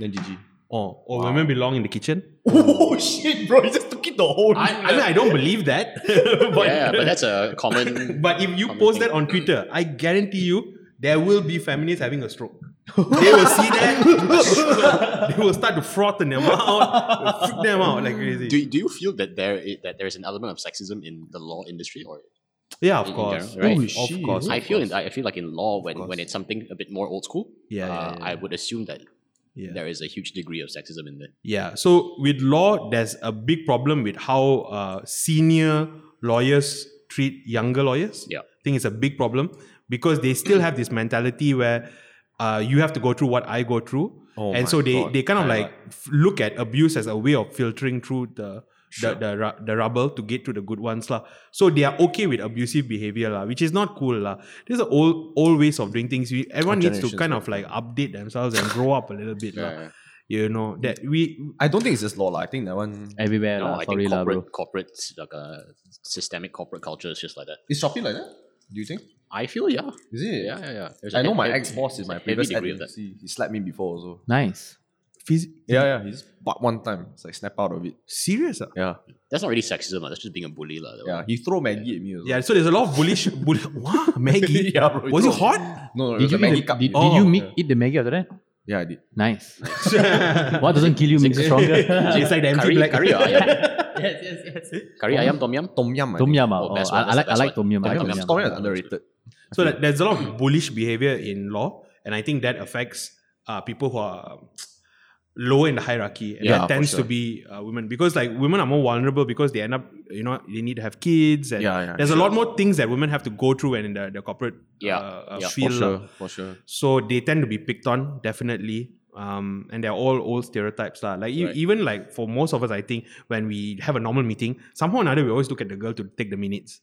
[SPEAKER 1] Then GG.
[SPEAKER 2] oh, or women belong in the kitchen.
[SPEAKER 1] Oh shit, bro! You just took it the whole.
[SPEAKER 2] I, I mean, I don't believe that. but,
[SPEAKER 4] yeah, but that's a common.
[SPEAKER 2] but if you
[SPEAKER 4] common
[SPEAKER 2] post
[SPEAKER 4] thing.
[SPEAKER 2] that on Twitter, I guarantee you there will be feminists having a stroke. they will see that. they will start to froth in their mouth, freak them out like crazy.
[SPEAKER 4] do, do you feel that there is, that there is an element of sexism in the law industry or
[SPEAKER 2] yeah, of
[SPEAKER 4] in
[SPEAKER 2] course.
[SPEAKER 4] general, right?
[SPEAKER 2] Of course.
[SPEAKER 4] I feel in, I feel like in law when, when it's something a bit more old school,
[SPEAKER 2] Yeah, yeah,
[SPEAKER 4] uh,
[SPEAKER 2] yeah,
[SPEAKER 4] I would assume that
[SPEAKER 2] Yeah.
[SPEAKER 4] there is a huge degree of sexism in there.
[SPEAKER 2] Yeah. So with law, there's a big problem with how uh, senior lawyers treat younger lawyers.
[SPEAKER 4] Yeah.
[SPEAKER 2] I think it's a big problem because they still have this mentality where uh, you have to go through what I go through.
[SPEAKER 1] Oh
[SPEAKER 2] and
[SPEAKER 1] my
[SPEAKER 2] so they,
[SPEAKER 1] God.
[SPEAKER 2] they kind of
[SPEAKER 1] Yeah.
[SPEAKER 2] like f- look at abuse as a way of filtering through the the, the, ru- the rubble to get to the good ones lah. So they are okay with abusive behavior lah, which is not cool lah. These are old old ways of doing things. We, everyone needs to
[SPEAKER 1] generations,
[SPEAKER 2] kind of like update themselves and grow up a little bit lah.
[SPEAKER 4] Yeah.
[SPEAKER 2] You know that we
[SPEAKER 1] I don't think it's just law. lah. I think that one.
[SPEAKER 3] Everywhere,
[SPEAKER 4] No,
[SPEAKER 3] lah.
[SPEAKER 4] I
[SPEAKER 3] sorry,
[SPEAKER 4] think
[SPEAKER 3] lah, bro.
[SPEAKER 4] corporate, corporate, like uh, systemic corporate culture is just like that.
[SPEAKER 1] Is Shopee like that? Do you think?
[SPEAKER 4] I feel, yeah,
[SPEAKER 1] Is it?
[SPEAKER 4] yeah, yeah, yeah. There's
[SPEAKER 1] I
[SPEAKER 4] a
[SPEAKER 1] know
[SPEAKER 4] heavy-
[SPEAKER 1] my
[SPEAKER 4] heavy-
[SPEAKER 1] ex boss is
[SPEAKER 4] there's a
[SPEAKER 1] my
[SPEAKER 4] heavy
[SPEAKER 1] previous
[SPEAKER 4] degree of that.
[SPEAKER 1] agency. He slapped me before also.
[SPEAKER 3] Nice.
[SPEAKER 2] phys-
[SPEAKER 1] Yeah, yeah. He's but one time. It's like snap out of it.
[SPEAKER 2] serious ah.
[SPEAKER 1] Yeah,
[SPEAKER 4] That's not really sexism. lah, That's just being a bully, lah. that
[SPEAKER 1] yeah.
[SPEAKER 4] one.
[SPEAKER 1] He throw Maggie at me. Also.
[SPEAKER 2] Yeah, so there's a lot of bullish. bull- what Maggie?
[SPEAKER 1] Yeah, bro,
[SPEAKER 2] was
[SPEAKER 1] it
[SPEAKER 2] it
[SPEAKER 1] was-
[SPEAKER 2] hot?
[SPEAKER 1] No, no. It
[SPEAKER 3] Did
[SPEAKER 1] was
[SPEAKER 3] you,
[SPEAKER 1] a Maggie
[SPEAKER 3] eat the,
[SPEAKER 1] cup.
[SPEAKER 3] did,
[SPEAKER 1] meal.
[SPEAKER 3] did you
[SPEAKER 2] Oh.
[SPEAKER 3] make, eat the Maggie after that?
[SPEAKER 1] Yeah, I did.
[SPEAKER 3] Nice. what doesn't kill you makes you stronger.
[SPEAKER 2] It's like the MC
[SPEAKER 4] Curry,
[SPEAKER 2] Black.
[SPEAKER 4] curry, or
[SPEAKER 1] ah,
[SPEAKER 4] ayam?
[SPEAKER 3] yes, yes, yes.
[SPEAKER 4] curry, ayam, tom yum.
[SPEAKER 1] Tom yum. I
[SPEAKER 3] Tom
[SPEAKER 1] think.
[SPEAKER 3] yum, ah.
[SPEAKER 4] Oh,
[SPEAKER 3] oh,
[SPEAKER 4] best
[SPEAKER 3] I,
[SPEAKER 4] one,
[SPEAKER 3] I like I
[SPEAKER 4] best
[SPEAKER 3] like
[SPEAKER 4] one.
[SPEAKER 3] tom yum. I like
[SPEAKER 1] Tom
[SPEAKER 3] tom
[SPEAKER 1] yum.
[SPEAKER 3] yum.
[SPEAKER 1] Tom yum is underrated.
[SPEAKER 2] So like, there's a lot of bullish behavior in law, and I think that affects uh, people who are lower in the hierarchy, and
[SPEAKER 1] Yeah,
[SPEAKER 2] that
[SPEAKER 1] for
[SPEAKER 2] tends to
[SPEAKER 1] sure.
[SPEAKER 2] be uh, women because like women are more vulnerable because they end up you know they need to have kids, and
[SPEAKER 1] Yeah, yeah,
[SPEAKER 2] there's a lot more things that women have to go through and in the, the corporate
[SPEAKER 4] Yeah,
[SPEAKER 2] uh, uh,
[SPEAKER 4] yeah, for
[SPEAKER 2] field. lah.
[SPEAKER 1] for sure.
[SPEAKER 2] So they tend to be picked on, definitely. Um, and they're all old stereotypes. lah. Like e-
[SPEAKER 4] Right.
[SPEAKER 2] even like for most of us, I think when we have a normal meeting, somehow or another we always look at the girl to take the minutes.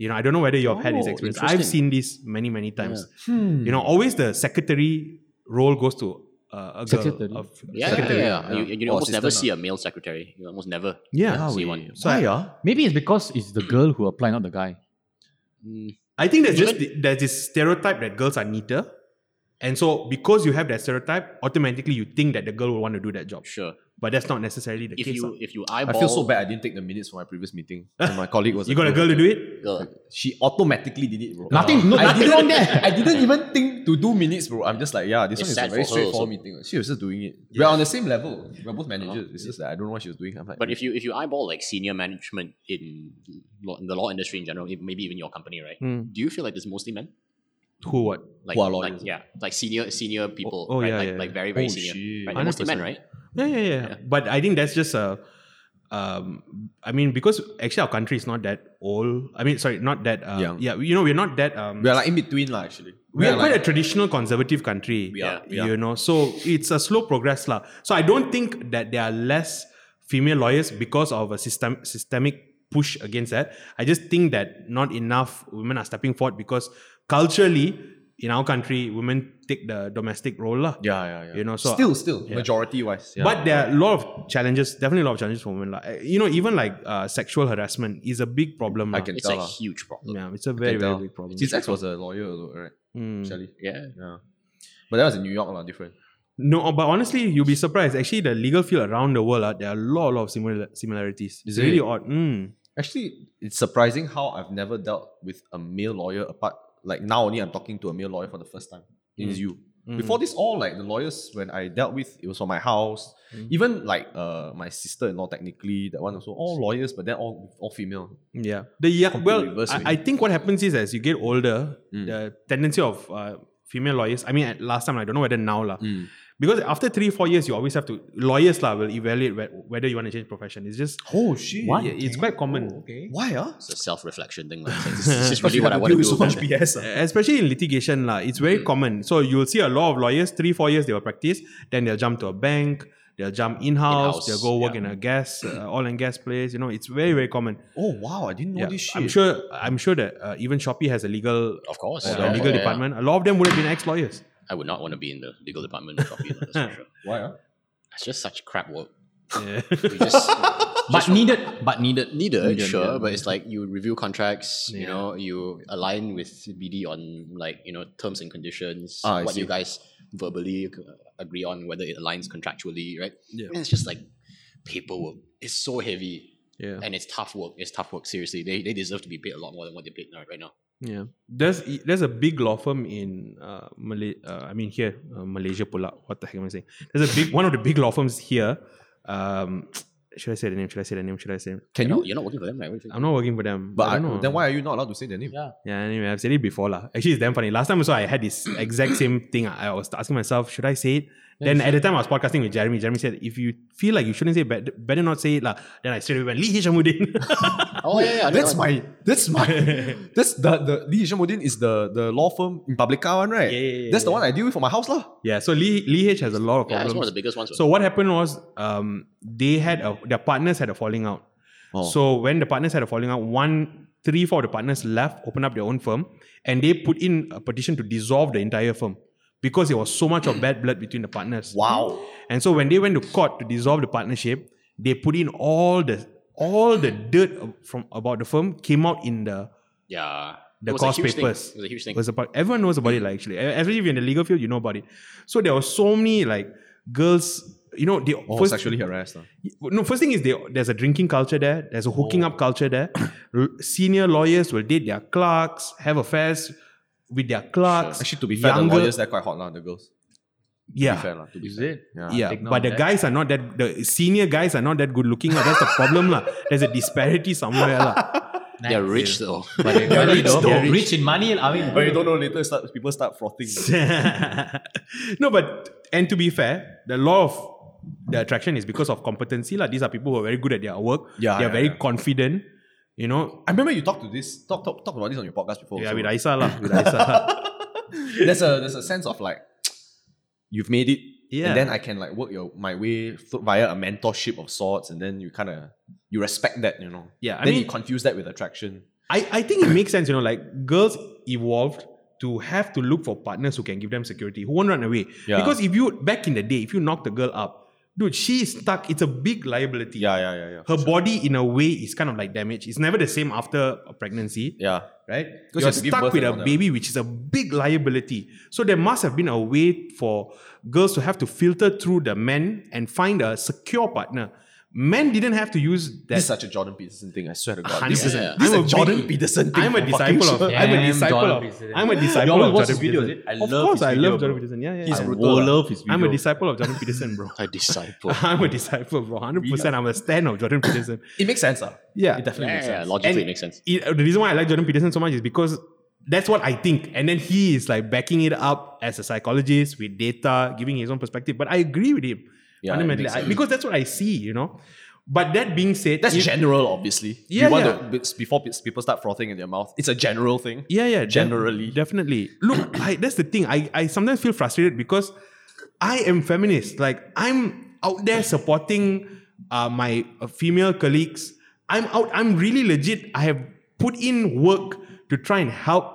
[SPEAKER 2] You know, I don't know whether you've had this
[SPEAKER 4] Oh,
[SPEAKER 2] experience. I've
[SPEAKER 4] interesting.
[SPEAKER 2] seen this many, many times.
[SPEAKER 1] Hmm.
[SPEAKER 2] You
[SPEAKER 3] Hmm.
[SPEAKER 2] know, always the secretary role goes to uh, a girl.
[SPEAKER 3] Secretary?
[SPEAKER 2] Of,
[SPEAKER 4] Yeah, yeah,
[SPEAKER 2] secretary.
[SPEAKER 4] yeah, yeah. You, you
[SPEAKER 1] Or
[SPEAKER 4] almost never
[SPEAKER 1] assistant,
[SPEAKER 4] see a male secretary. You almost never.
[SPEAKER 2] Yeah.
[SPEAKER 1] Yeah,
[SPEAKER 4] see
[SPEAKER 1] we-
[SPEAKER 4] one.
[SPEAKER 2] So
[SPEAKER 1] Why,
[SPEAKER 2] I-
[SPEAKER 1] ah?
[SPEAKER 3] Maybe it's because it's the girl who applied, not the guy.
[SPEAKER 4] Mm,
[SPEAKER 2] I think there's just th- there's this stereotype that girls are neater. And so because you have that stereotype, automatically you think that the girl will want to do that job.
[SPEAKER 4] sure.
[SPEAKER 2] But that's not necessarily the
[SPEAKER 4] If
[SPEAKER 2] case.
[SPEAKER 4] you
[SPEAKER 2] ah.
[SPEAKER 4] if you
[SPEAKER 1] I
[SPEAKER 4] eyeball,
[SPEAKER 1] feel so bad. I didn't take the minutes for my previous meeting. And my colleague was.
[SPEAKER 2] You got a girl to do it?
[SPEAKER 4] Girl,
[SPEAKER 1] She automatically did it, bro.
[SPEAKER 3] Nothing- no,
[SPEAKER 1] I
[SPEAKER 3] nothing
[SPEAKER 1] didn't-
[SPEAKER 3] wrong there.
[SPEAKER 1] I didn't even think to do minutes, bro. I'm just like, yeah, this
[SPEAKER 4] It's
[SPEAKER 1] one
[SPEAKER 4] sad
[SPEAKER 1] is a very
[SPEAKER 4] for her
[SPEAKER 1] straightforward
[SPEAKER 4] also. Uh-huh.
[SPEAKER 1] meeting. She was just doing it. We're on the same level. We're both managers. It's just that I don't know what she was doing. I'm like,
[SPEAKER 4] But if you if you eyeball like senior management in, law, in the law industry in general, if- maybe even your company, right?
[SPEAKER 1] Hmm.
[SPEAKER 4] Do you feel like it's mostly men?
[SPEAKER 2] Who what?
[SPEAKER 4] Like,
[SPEAKER 1] Who are
[SPEAKER 4] like
[SPEAKER 1] lawyers.
[SPEAKER 4] yeah, like senior senior people,
[SPEAKER 2] oh,
[SPEAKER 4] right?
[SPEAKER 2] yeah,
[SPEAKER 4] like,
[SPEAKER 2] yeah,
[SPEAKER 4] like
[SPEAKER 2] yeah.
[SPEAKER 4] very very
[SPEAKER 1] Oh,
[SPEAKER 4] senior,
[SPEAKER 1] shit.
[SPEAKER 4] right? They're mostly men, right?
[SPEAKER 2] Yeah, yeah, yeah, But I think that's just a. Um, I mean, because actually our country is not that old. I mean, sorry, not that. Uh,
[SPEAKER 1] Young.
[SPEAKER 2] Yeah, you know, we're not that. Um,
[SPEAKER 1] we're like in between, lah. Actually,
[SPEAKER 2] we are
[SPEAKER 1] We're
[SPEAKER 2] quite
[SPEAKER 1] like,
[SPEAKER 2] a traditional conservative country.
[SPEAKER 1] We are, we
[SPEAKER 2] You
[SPEAKER 1] are.
[SPEAKER 2] know, so it's a slow progress, lah. So I don't think that there are less female lawyers because of a system systemic push against that. I just think that not enough women are stepping forward because culturally in our country, women take the domestic role, lah.
[SPEAKER 1] yeah, yeah, yeah.
[SPEAKER 2] You know, so
[SPEAKER 1] still, still majority wise. Yeah.
[SPEAKER 2] But there are a lot of challenges, definitely a lot of challenges for women. Like, uh, you know, even like uh, sexual harassment is a big problem.
[SPEAKER 1] I
[SPEAKER 2] lah.
[SPEAKER 1] can
[SPEAKER 4] It's
[SPEAKER 1] tell.
[SPEAKER 4] a
[SPEAKER 1] lah.
[SPEAKER 4] huge problem.
[SPEAKER 2] Yeah, it's a
[SPEAKER 1] I
[SPEAKER 2] very,
[SPEAKER 1] can
[SPEAKER 2] very
[SPEAKER 1] tell.
[SPEAKER 2] big problem.
[SPEAKER 1] His ex was a lawyer, also, right?
[SPEAKER 2] Mm.
[SPEAKER 1] Actually,
[SPEAKER 4] Yeah,
[SPEAKER 1] yeah. But that was in New York, lah. Different.
[SPEAKER 2] No, but honestly, you'll be surprised. Actually, the legal field around the world, uh, there are a lot, lot of similar similarities.
[SPEAKER 1] Is
[SPEAKER 2] it's really
[SPEAKER 1] it?
[SPEAKER 2] odd. Mm.
[SPEAKER 1] Actually, it's surprising how I've never dealt with a male lawyer apart. Like now, only I'm talking to a male lawyer for the first time. It's you. Before this, all like the lawyers when I dealt with, it was from my house. Even like uh my sister in law, technically that one also all lawyers, but then all all female.
[SPEAKER 2] Yeah. The yeah,
[SPEAKER 1] Complete
[SPEAKER 2] well,
[SPEAKER 1] reverse,
[SPEAKER 2] I,
[SPEAKER 1] man.
[SPEAKER 2] I think what happens is as you get older,
[SPEAKER 1] Mm.
[SPEAKER 2] the tendency of uh, female lawyers, I mean, at last time, I don't know whether now, lah.
[SPEAKER 1] Hmm.
[SPEAKER 2] because after three, four years, you always have to, lawyers lah, will evaluate whe- whether you want to change profession. It's just,
[SPEAKER 1] Oh shit!
[SPEAKER 2] yeah, it's quite common. okay.
[SPEAKER 1] Why ah?
[SPEAKER 4] it's a self reflection thing. Like, it's like, this is just really what I want to do.
[SPEAKER 2] BS.
[SPEAKER 1] ah.
[SPEAKER 2] Especially in litigation, lah, it's
[SPEAKER 4] Mm.
[SPEAKER 2] very common. So you'll see a lot of lawyers, three, four years they will practice, then they'll jump to a bank, they'll jump in-house,
[SPEAKER 4] In-house,
[SPEAKER 2] they'll go work
[SPEAKER 4] yeah.
[SPEAKER 2] in a gas, uh, oil and gas place. You know, it's very, very common.
[SPEAKER 1] Oh wow! I didn't know
[SPEAKER 2] Yeah.
[SPEAKER 1] this shit.
[SPEAKER 2] I'm sure. I'm sure that uh, even Shopee has a legal,
[SPEAKER 4] Of course,
[SPEAKER 2] uh,
[SPEAKER 4] yeah,
[SPEAKER 2] legal
[SPEAKER 4] yeah.
[SPEAKER 2] department. A lot of them would have been ex-lawyers.
[SPEAKER 4] I would not want to be in the legal department. of Shopee, that's for sure.
[SPEAKER 1] Why ah?
[SPEAKER 4] It's just such crap work.
[SPEAKER 2] Yeah.
[SPEAKER 4] You just,
[SPEAKER 3] But needed. But needed.
[SPEAKER 4] needed,
[SPEAKER 3] Needed,
[SPEAKER 4] sure,
[SPEAKER 3] needed,
[SPEAKER 4] but it's like you review contracts, you
[SPEAKER 2] Yeah.
[SPEAKER 4] know, you align with BD on like, you know, terms and conditions,
[SPEAKER 1] Ah, I
[SPEAKER 4] what you
[SPEAKER 1] see.
[SPEAKER 4] guys verbally uh, agree on, whether it aligns contractually, right?
[SPEAKER 2] Yeah.
[SPEAKER 4] And it's just like paperwork. It's so heavy
[SPEAKER 2] yeah.
[SPEAKER 4] and it's tough work. It's tough work, seriously. They, they deserve to be paid a lot more than what they're paid now, right now.
[SPEAKER 2] Yeah, there's there's a big law firm in uh, Malay. Uh, I mean here, uh, Malaysia pula. What the heck am I saying? There's a big one of the big law firms here. Um, Should I say the name? Should I say the name? Should I say?
[SPEAKER 5] Can
[SPEAKER 4] You're
[SPEAKER 5] you?
[SPEAKER 4] not, you're not working for them, right? What do you think?
[SPEAKER 2] I'm not working for them.
[SPEAKER 5] But
[SPEAKER 2] I don't know.
[SPEAKER 5] then why are you not allowed to say their name?
[SPEAKER 4] Yeah.
[SPEAKER 2] Yeah, anyway, I've said it before. lah. Actually, it's damn funny. Last time also, I had this exact same thing. I I was asking myself, should I say it? then at the time, I was podcasting with Jeremy. Jeremy said, if you feel like you shouldn't say it, bet- better not say it. lah." Then I straight away went, Lee Hishamuddin.
[SPEAKER 4] Oh yeah, yeah. I know,
[SPEAKER 1] That's
[SPEAKER 4] I know.
[SPEAKER 1] my. That's my. that's the the Lee Hishamuddin is the the law firm in Publica one, right?
[SPEAKER 2] Yeah, yeah, yeah,
[SPEAKER 1] That's the
[SPEAKER 2] yeah.
[SPEAKER 1] one I deal with for my house, lah.
[SPEAKER 2] yeah, so Lee, Lee H has a lot of
[SPEAKER 4] Yeah, it's
[SPEAKER 2] problems.
[SPEAKER 4] one of the biggest ones.
[SPEAKER 2] So what happened was um, they had a, their partners had a falling out.
[SPEAKER 5] Oh.
[SPEAKER 2] So when the partners had a falling out, one three four of the partners left, opened up their own firm, and they put in a petition to dissolve the entire firm because there was so much of bad blood between the partners.
[SPEAKER 1] Wow.
[SPEAKER 2] And so when they went to court to dissolve the partnership, they put in all the all the dirt ab- from about the firm came out in the
[SPEAKER 4] yeah,
[SPEAKER 2] the
[SPEAKER 4] It was a
[SPEAKER 2] cost
[SPEAKER 4] huge thing.
[SPEAKER 2] papers.
[SPEAKER 4] It was a huge
[SPEAKER 2] it
[SPEAKER 4] thing.
[SPEAKER 2] was about everyone knows about it like actually E- especially if you're in the legal field you know about it so there were so many like girls you know they
[SPEAKER 5] Oh,
[SPEAKER 2] first
[SPEAKER 5] sexually harassed. ah.
[SPEAKER 2] no first thing is they, there's a drinking culture there there's a hooking
[SPEAKER 4] Oh.
[SPEAKER 2] up culture there L- senior lawyers will date their clerks have affairs with their clerks
[SPEAKER 5] Actually, to be fair, the
[SPEAKER 2] Younger-
[SPEAKER 5] lawyers they're quite hot, lah. The girls. To be
[SPEAKER 2] yeah
[SPEAKER 5] fair, lah. To be
[SPEAKER 3] Is
[SPEAKER 5] fair.
[SPEAKER 3] it?
[SPEAKER 5] Yeah.
[SPEAKER 2] yeah,
[SPEAKER 3] take note
[SPEAKER 2] but
[SPEAKER 3] of
[SPEAKER 2] the
[SPEAKER 3] that.
[SPEAKER 2] guys are not that. The senior guys are not that good looking. lah. That's the problem, lah. There's a disparity somewhere, lah.
[SPEAKER 4] They're rich though.
[SPEAKER 3] But they're
[SPEAKER 1] rich
[SPEAKER 3] money though.
[SPEAKER 1] though.
[SPEAKER 3] They're rich in money. I mean,
[SPEAKER 1] But you don't know later, start, people start frothing.
[SPEAKER 2] no, but and to be fair, the law of the attraction is because of competency. Like these are people who are very good at their work.
[SPEAKER 1] Yeah,
[SPEAKER 2] they're
[SPEAKER 1] yeah,
[SPEAKER 2] very
[SPEAKER 1] yeah.
[SPEAKER 2] confident. You know,
[SPEAKER 1] I remember you talked to this, talk, talk, talk about this on your podcast before.
[SPEAKER 2] yeah,
[SPEAKER 1] also.
[SPEAKER 2] with Aisa lah, with Aisa.
[SPEAKER 1] there's a there's a sense of like you've made it
[SPEAKER 2] Yeah.
[SPEAKER 1] and then i can like work your my way th- via a mentorship of sorts and then you kind of you respect that you know
[SPEAKER 2] Yeah, I
[SPEAKER 1] then
[SPEAKER 2] mean-
[SPEAKER 1] you confuse that with attraction
[SPEAKER 2] I I think it makes sense. You know, like girls evolved to have to look for partners who can give them security, who won't run away.
[SPEAKER 1] Yeah.
[SPEAKER 2] Because if you back in the day, if you knock the girl up, dude, she is stuck. It's a big liability.
[SPEAKER 1] yeah yeah yeah yeah
[SPEAKER 2] Her body, in a way, is kind of like damaged. It's never the same after a pregnancy.
[SPEAKER 1] yeah
[SPEAKER 2] right?
[SPEAKER 1] you
[SPEAKER 2] You're
[SPEAKER 1] have to give
[SPEAKER 2] stuck
[SPEAKER 1] birth
[SPEAKER 2] with
[SPEAKER 1] and
[SPEAKER 2] a
[SPEAKER 1] all that.
[SPEAKER 2] baby, which is a big liability. So there must have been a way for girls to have to filter through the men and find a secure partner. Men didn't have to use
[SPEAKER 1] this is
[SPEAKER 2] that.
[SPEAKER 1] such a jordan peterson thing i swear to god
[SPEAKER 2] 100%.
[SPEAKER 1] this is,
[SPEAKER 4] Yeah.
[SPEAKER 1] this is
[SPEAKER 2] I'm
[SPEAKER 1] a jordan
[SPEAKER 2] big-
[SPEAKER 1] peterson thing
[SPEAKER 2] I'm a
[SPEAKER 1] for
[SPEAKER 2] disciple
[SPEAKER 1] fucking
[SPEAKER 2] of.
[SPEAKER 1] sure.
[SPEAKER 2] I'm a
[SPEAKER 3] Damn
[SPEAKER 2] disciple
[SPEAKER 3] Jordan
[SPEAKER 2] of.
[SPEAKER 3] Peterson.
[SPEAKER 2] I'm a disciple
[SPEAKER 3] always
[SPEAKER 2] of
[SPEAKER 3] watch
[SPEAKER 2] Jordan
[SPEAKER 3] his videos, is
[SPEAKER 2] Peterson.
[SPEAKER 3] it? I
[SPEAKER 2] of
[SPEAKER 3] love
[SPEAKER 2] course,
[SPEAKER 3] his
[SPEAKER 2] I
[SPEAKER 3] video,
[SPEAKER 2] love Jordan
[SPEAKER 3] bro.
[SPEAKER 2] Peterson. Yeah, yeah.
[SPEAKER 1] He's
[SPEAKER 2] I'm-
[SPEAKER 1] brutal, lah.
[SPEAKER 3] love his
[SPEAKER 2] I'm a disciple of Jordan Peterson, bro.
[SPEAKER 4] A disciple.
[SPEAKER 2] I'm a disciple, bro. 100%. I'm a stan of Jordan Peterson.
[SPEAKER 1] it makes sense ah.
[SPEAKER 2] Yeah.
[SPEAKER 1] it definitely
[SPEAKER 4] yeah,
[SPEAKER 1] makes
[SPEAKER 4] yeah,
[SPEAKER 1] sense
[SPEAKER 4] logically
[SPEAKER 2] And-
[SPEAKER 4] it makes sense.
[SPEAKER 2] it- the reason why I like Jordan Peterson so much is because that's what I think. And then he is like backing it up as a psychologist with data, giving his own perspective. But I agree with him
[SPEAKER 1] Yeah, it
[SPEAKER 2] fundamentally
[SPEAKER 1] makes
[SPEAKER 2] I-
[SPEAKER 1] sense.
[SPEAKER 2] because that's what I see, you know. But that being said,
[SPEAKER 1] that's
[SPEAKER 2] if-
[SPEAKER 1] general obviously
[SPEAKER 2] Yeah,
[SPEAKER 1] you want
[SPEAKER 2] yeah.
[SPEAKER 1] to- it's before pe- people start frothing in their mouth it's a general thing
[SPEAKER 2] yeah, yeah, def-
[SPEAKER 1] generally.
[SPEAKER 2] definitely. Look, I, that's the thing. I, I sometimes feel frustrated because I am feminist. Like I'm out there supporting uh, my uh, female colleagues. I'm out. I'm really legit. I have put in work to try and help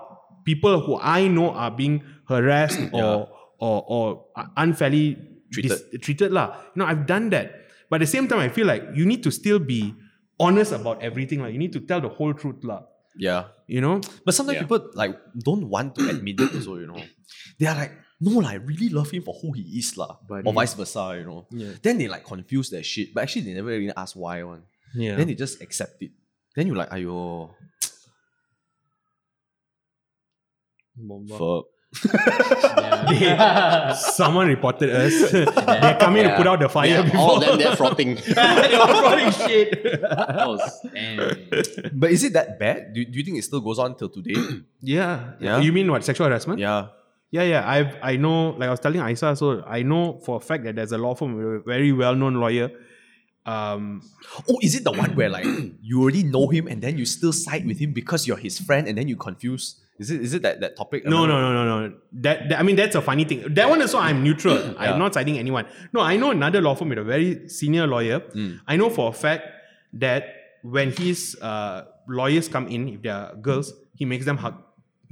[SPEAKER 2] people who I know are being harassed or, or or unfairly treated. treated lah. You know, I've done that. But at the same time, I feel like you need to still be honest about everything. Like you need to tell the whole truth lah.
[SPEAKER 1] yeah
[SPEAKER 2] You know.
[SPEAKER 1] But sometimes
[SPEAKER 4] Yeah.
[SPEAKER 1] people like don't want to admit it also, you know. They are like, no, like, I really love him for who he is, lah.
[SPEAKER 2] But
[SPEAKER 1] Or
[SPEAKER 2] he-
[SPEAKER 1] vice versa, you know.
[SPEAKER 2] Yeah.
[SPEAKER 1] Then they like confuse their shit. But actually they never really ask why one.
[SPEAKER 2] Yeah.
[SPEAKER 1] Then they just accept it. Then you're like, ayo, fuck.
[SPEAKER 3] Yeah.
[SPEAKER 2] Someone reported us. They're coming to
[SPEAKER 4] Yeah.
[SPEAKER 2] put out the fire
[SPEAKER 4] Yeah,
[SPEAKER 2] before.
[SPEAKER 4] all of them they're frothing.
[SPEAKER 3] they were running shit. That was damn.
[SPEAKER 1] But is it that bad? Do, do you think it still goes on till today?
[SPEAKER 2] yeah.
[SPEAKER 1] Yeah.
[SPEAKER 2] You mean what? Sexual harassment?
[SPEAKER 1] yeah.
[SPEAKER 2] Yeah, yeah. I I know. Like I was telling Aisa, so I know for a fact that there's a law firm, with a very well-known lawyer. Um,
[SPEAKER 1] Oh, is it the one where like you already know him and then you still side with him because you're his friend and then you confuse? Is it is it that, that topic?
[SPEAKER 2] no, no, no, no, no. That, that I mean, that's a funny thing. That one is so I'm neutral. I'm not citing anyone. No, I know another law firm with a very senior lawyer.
[SPEAKER 4] Hmm.
[SPEAKER 2] I know for a fact that when his uh, lawyers come in, if they're girls, he makes them hug.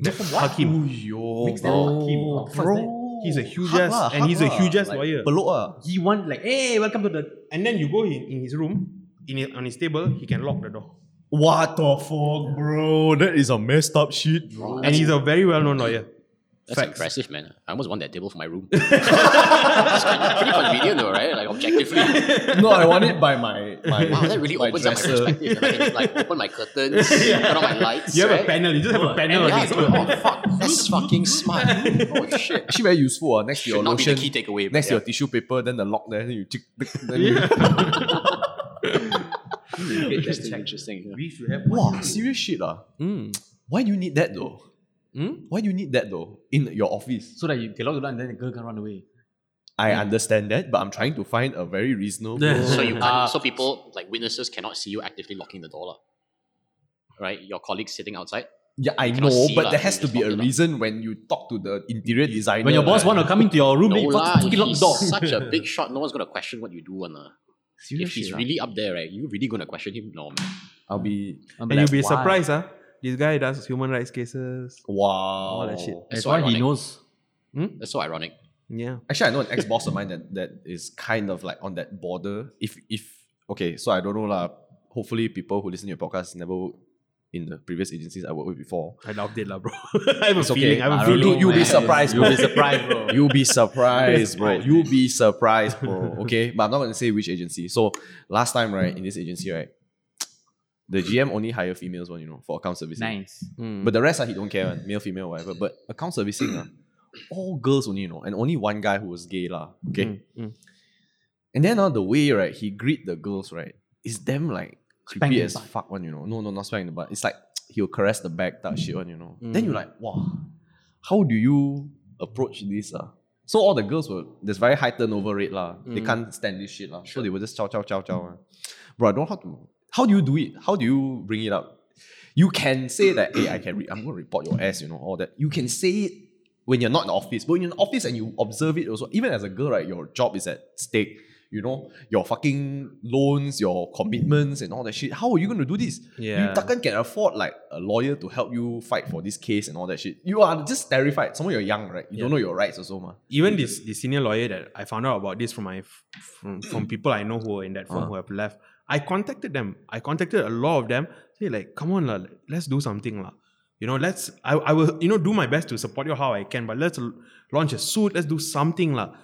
[SPEAKER 2] Hug
[SPEAKER 1] Oh,
[SPEAKER 2] him.
[SPEAKER 1] Yo,
[SPEAKER 3] Mix them
[SPEAKER 1] bro.
[SPEAKER 3] up. Hakim.
[SPEAKER 1] Bro.
[SPEAKER 2] He's a huge
[SPEAKER 1] Hug
[SPEAKER 2] ass-
[SPEAKER 1] lah,
[SPEAKER 2] and
[SPEAKER 1] hug
[SPEAKER 2] he's a
[SPEAKER 1] lah.
[SPEAKER 2] huge ass
[SPEAKER 1] Like,
[SPEAKER 2] lawyer.
[SPEAKER 1] Peluk ah.
[SPEAKER 3] He want like, hey, welcome to the.
[SPEAKER 2] And then you go in, in his room, in his, on his table, he can lock the door.
[SPEAKER 1] What the fuck, bro? That is a messed up shit, bro.
[SPEAKER 2] And he's a very well known lawyer.
[SPEAKER 4] That's
[SPEAKER 2] Facts.
[SPEAKER 4] impressive, man. I almost want that table for my room. It's kind of pretty convenient though, right? Like objectively. Wow,
[SPEAKER 1] no, I want it by my my.
[SPEAKER 4] that really opens up my perspective. I can like open my curtains, turn on my lights.
[SPEAKER 2] You have a
[SPEAKER 4] right?
[SPEAKER 2] panel, you just have a panel. on
[SPEAKER 4] Yeah,
[SPEAKER 2] his
[SPEAKER 4] it's like, oh fuck, that's fucking smart. Oh shit.
[SPEAKER 1] Actually, very useful. Uh, next to your
[SPEAKER 4] Should not be
[SPEAKER 1] lotion,
[SPEAKER 4] the key takeaway. but
[SPEAKER 1] next to
[SPEAKER 4] yeah.
[SPEAKER 1] your tissue paper, then the lock there, then you tick. tick, Then you,
[SPEAKER 3] Okay, let's
[SPEAKER 4] interesting,
[SPEAKER 3] check.
[SPEAKER 4] interesting.
[SPEAKER 2] We should have one.
[SPEAKER 1] Wow, serious shit ah.
[SPEAKER 6] Mm.
[SPEAKER 1] Why do you need that though?
[SPEAKER 6] Mm?
[SPEAKER 1] Why do you need that though in your office?
[SPEAKER 3] So that you can lock the door and then the girl can run away.
[SPEAKER 1] I understand that, but I'm trying to find a very reasonable.
[SPEAKER 4] So you can't,
[SPEAKER 3] Ah.
[SPEAKER 4] so people like witnesses cannot see you actively locking the door, lah. right? Your colleagues sitting outside.
[SPEAKER 1] Yeah, I
[SPEAKER 4] cannot
[SPEAKER 1] know,
[SPEAKER 4] see
[SPEAKER 1] but
[SPEAKER 4] lah,
[SPEAKER 1] there
[SPEAKER 4] you
[SPEAKER 1] has to
[SPEAKER 4] just
[SPEAKER 1] be
[SPEAKER 4] lock
[SPEAKER 1] a
[SPEAKER 4] it up.
[SPEAKER 1] reason when you talk to the interior designer.
[SPEAKER 3] When your boss
[SPEAKER 1] right?
[SPEAKER 3] want to come into your room,
[SPEAKER 4] No
[SPEAKER 3] then you
[SPEAKER 4] lah,
[SPEAKER 3] fuck-
[SPEAKER 4] if
[SPEAKER 3] fucking lock the
[SPEAKER 4] he's
[SPEAKER 3] door.
[SPEAKER 4] such a big shot, no one's gonna question what you do, one. lah. If he's
[SPEAKER 6] shit,
[SPEAKER 4] really up there, right? You really gonna question him? No, man.
[SPEAKER 1] I'll be
[SPEAKER 3] I'm
[SPEAKER 6] And
[SPEAKER 3] like,
[SPEAKER 6] you'll be
[SPEAKER 3] why?
[SPEAKER 6] surprised, huh? This guy does human rights cases.
[SPEAKER 1] wow.
[SPEAKER 6] that shit.
[SPEAKER 4] That's
[SPEAKER 3] That's
[SPEAKER 4] so
[SPEAKER 3] why
[SPEAKER 4] ironic.
[SPEAKER 3] he knows.
[SPEAKER 4] That's so ironic.
[SPEAKER 6] Yeah.
[SPEAKER 1] Actually, I know an ex boss of mine that, that is kind of like on that border. If if okay, so I don't know lah. Hopefully, people who listen to your podcast never work in the previous agencies I worked with before.
[SPEAKER 2] I doubt it, lah, bro. I have a
[SPEAKER 1] It's okay.
[SPEAKER 2] feeling. I have a
[SPEAKER 3] I
[SPEAKER 1] You
[SPEAKER 3] don't
[SPEAKER 2] feeling.
[SPEAKER 1] do,
[SPEAKER 3] know,
[SPEAKER 1] you'll be
[SPEAKER 3] man.
[SPEAKER 1] surprised, bro.
[SPEAKER 3] You'll be surprised, bro.
[SPEAKER 1] You'll be surprised, bro. You'll be surprised, bro. Okay, but I'm not gonna say which agency. So last time, right, in this agency, right, the GM only hire females one, you know, for account servicing.
[SPEAKER 3] Nice.
[SPEAKER 1] But the rest, ah, he don't care, one, male, female, whatever. But account servicing, ah, all girls only, you know, and only one guy who was gay, lah. Okay. And then on the way, right, he greet the girls, right? It's them like
[SPEAKER 3] Spank
[SPEAKER 1] creepy
[SPEAKER 3] in
[SPEAKER 1] as
[SPEAKER 3] the butt.
[SPEAKER 1] fuck one, you know. No, no, not spank in the butt. It's like he'll caress the back, that shit one, you know. Then you're like, wow, how do you approach this? ah? So all the girls were there's very high turnover rate, lah. They can't stand this shit, lah. So they were just chow chow chow chow. ah. Bro, I don't know how to how do you do it? How do you bring it up? You can say that, hey, I can re- I'm gonna report your ass, you know, all that. You can say it when you're not in the office, but when you're in the office and you observe it also, even as a girl, right, your job is at stake. You know, your fucking loans, your commitments and all that shit. How are you gonna do this?
[SPEAKER 6] Yeah.
[SPEAKER 1] You takan can afford like a lawyer to help you fight for this case and all that shit. You are just terrified. Someone you're young, right? You don't know your rights also, ma.
[SPEAKER 2] Even this the senior lawyer that I found out about this from my f- from, from people I know who are in that firm
[SPEAKER 1] Uh.
[SPEAKER 2] who have left. I contacted them. I contacted a lot of them. Say like, come on, lah, let's do something, lah. You know, let's I, I will you know do my best to support you how I can, but let's l- launch a suit. Let's do something, lah.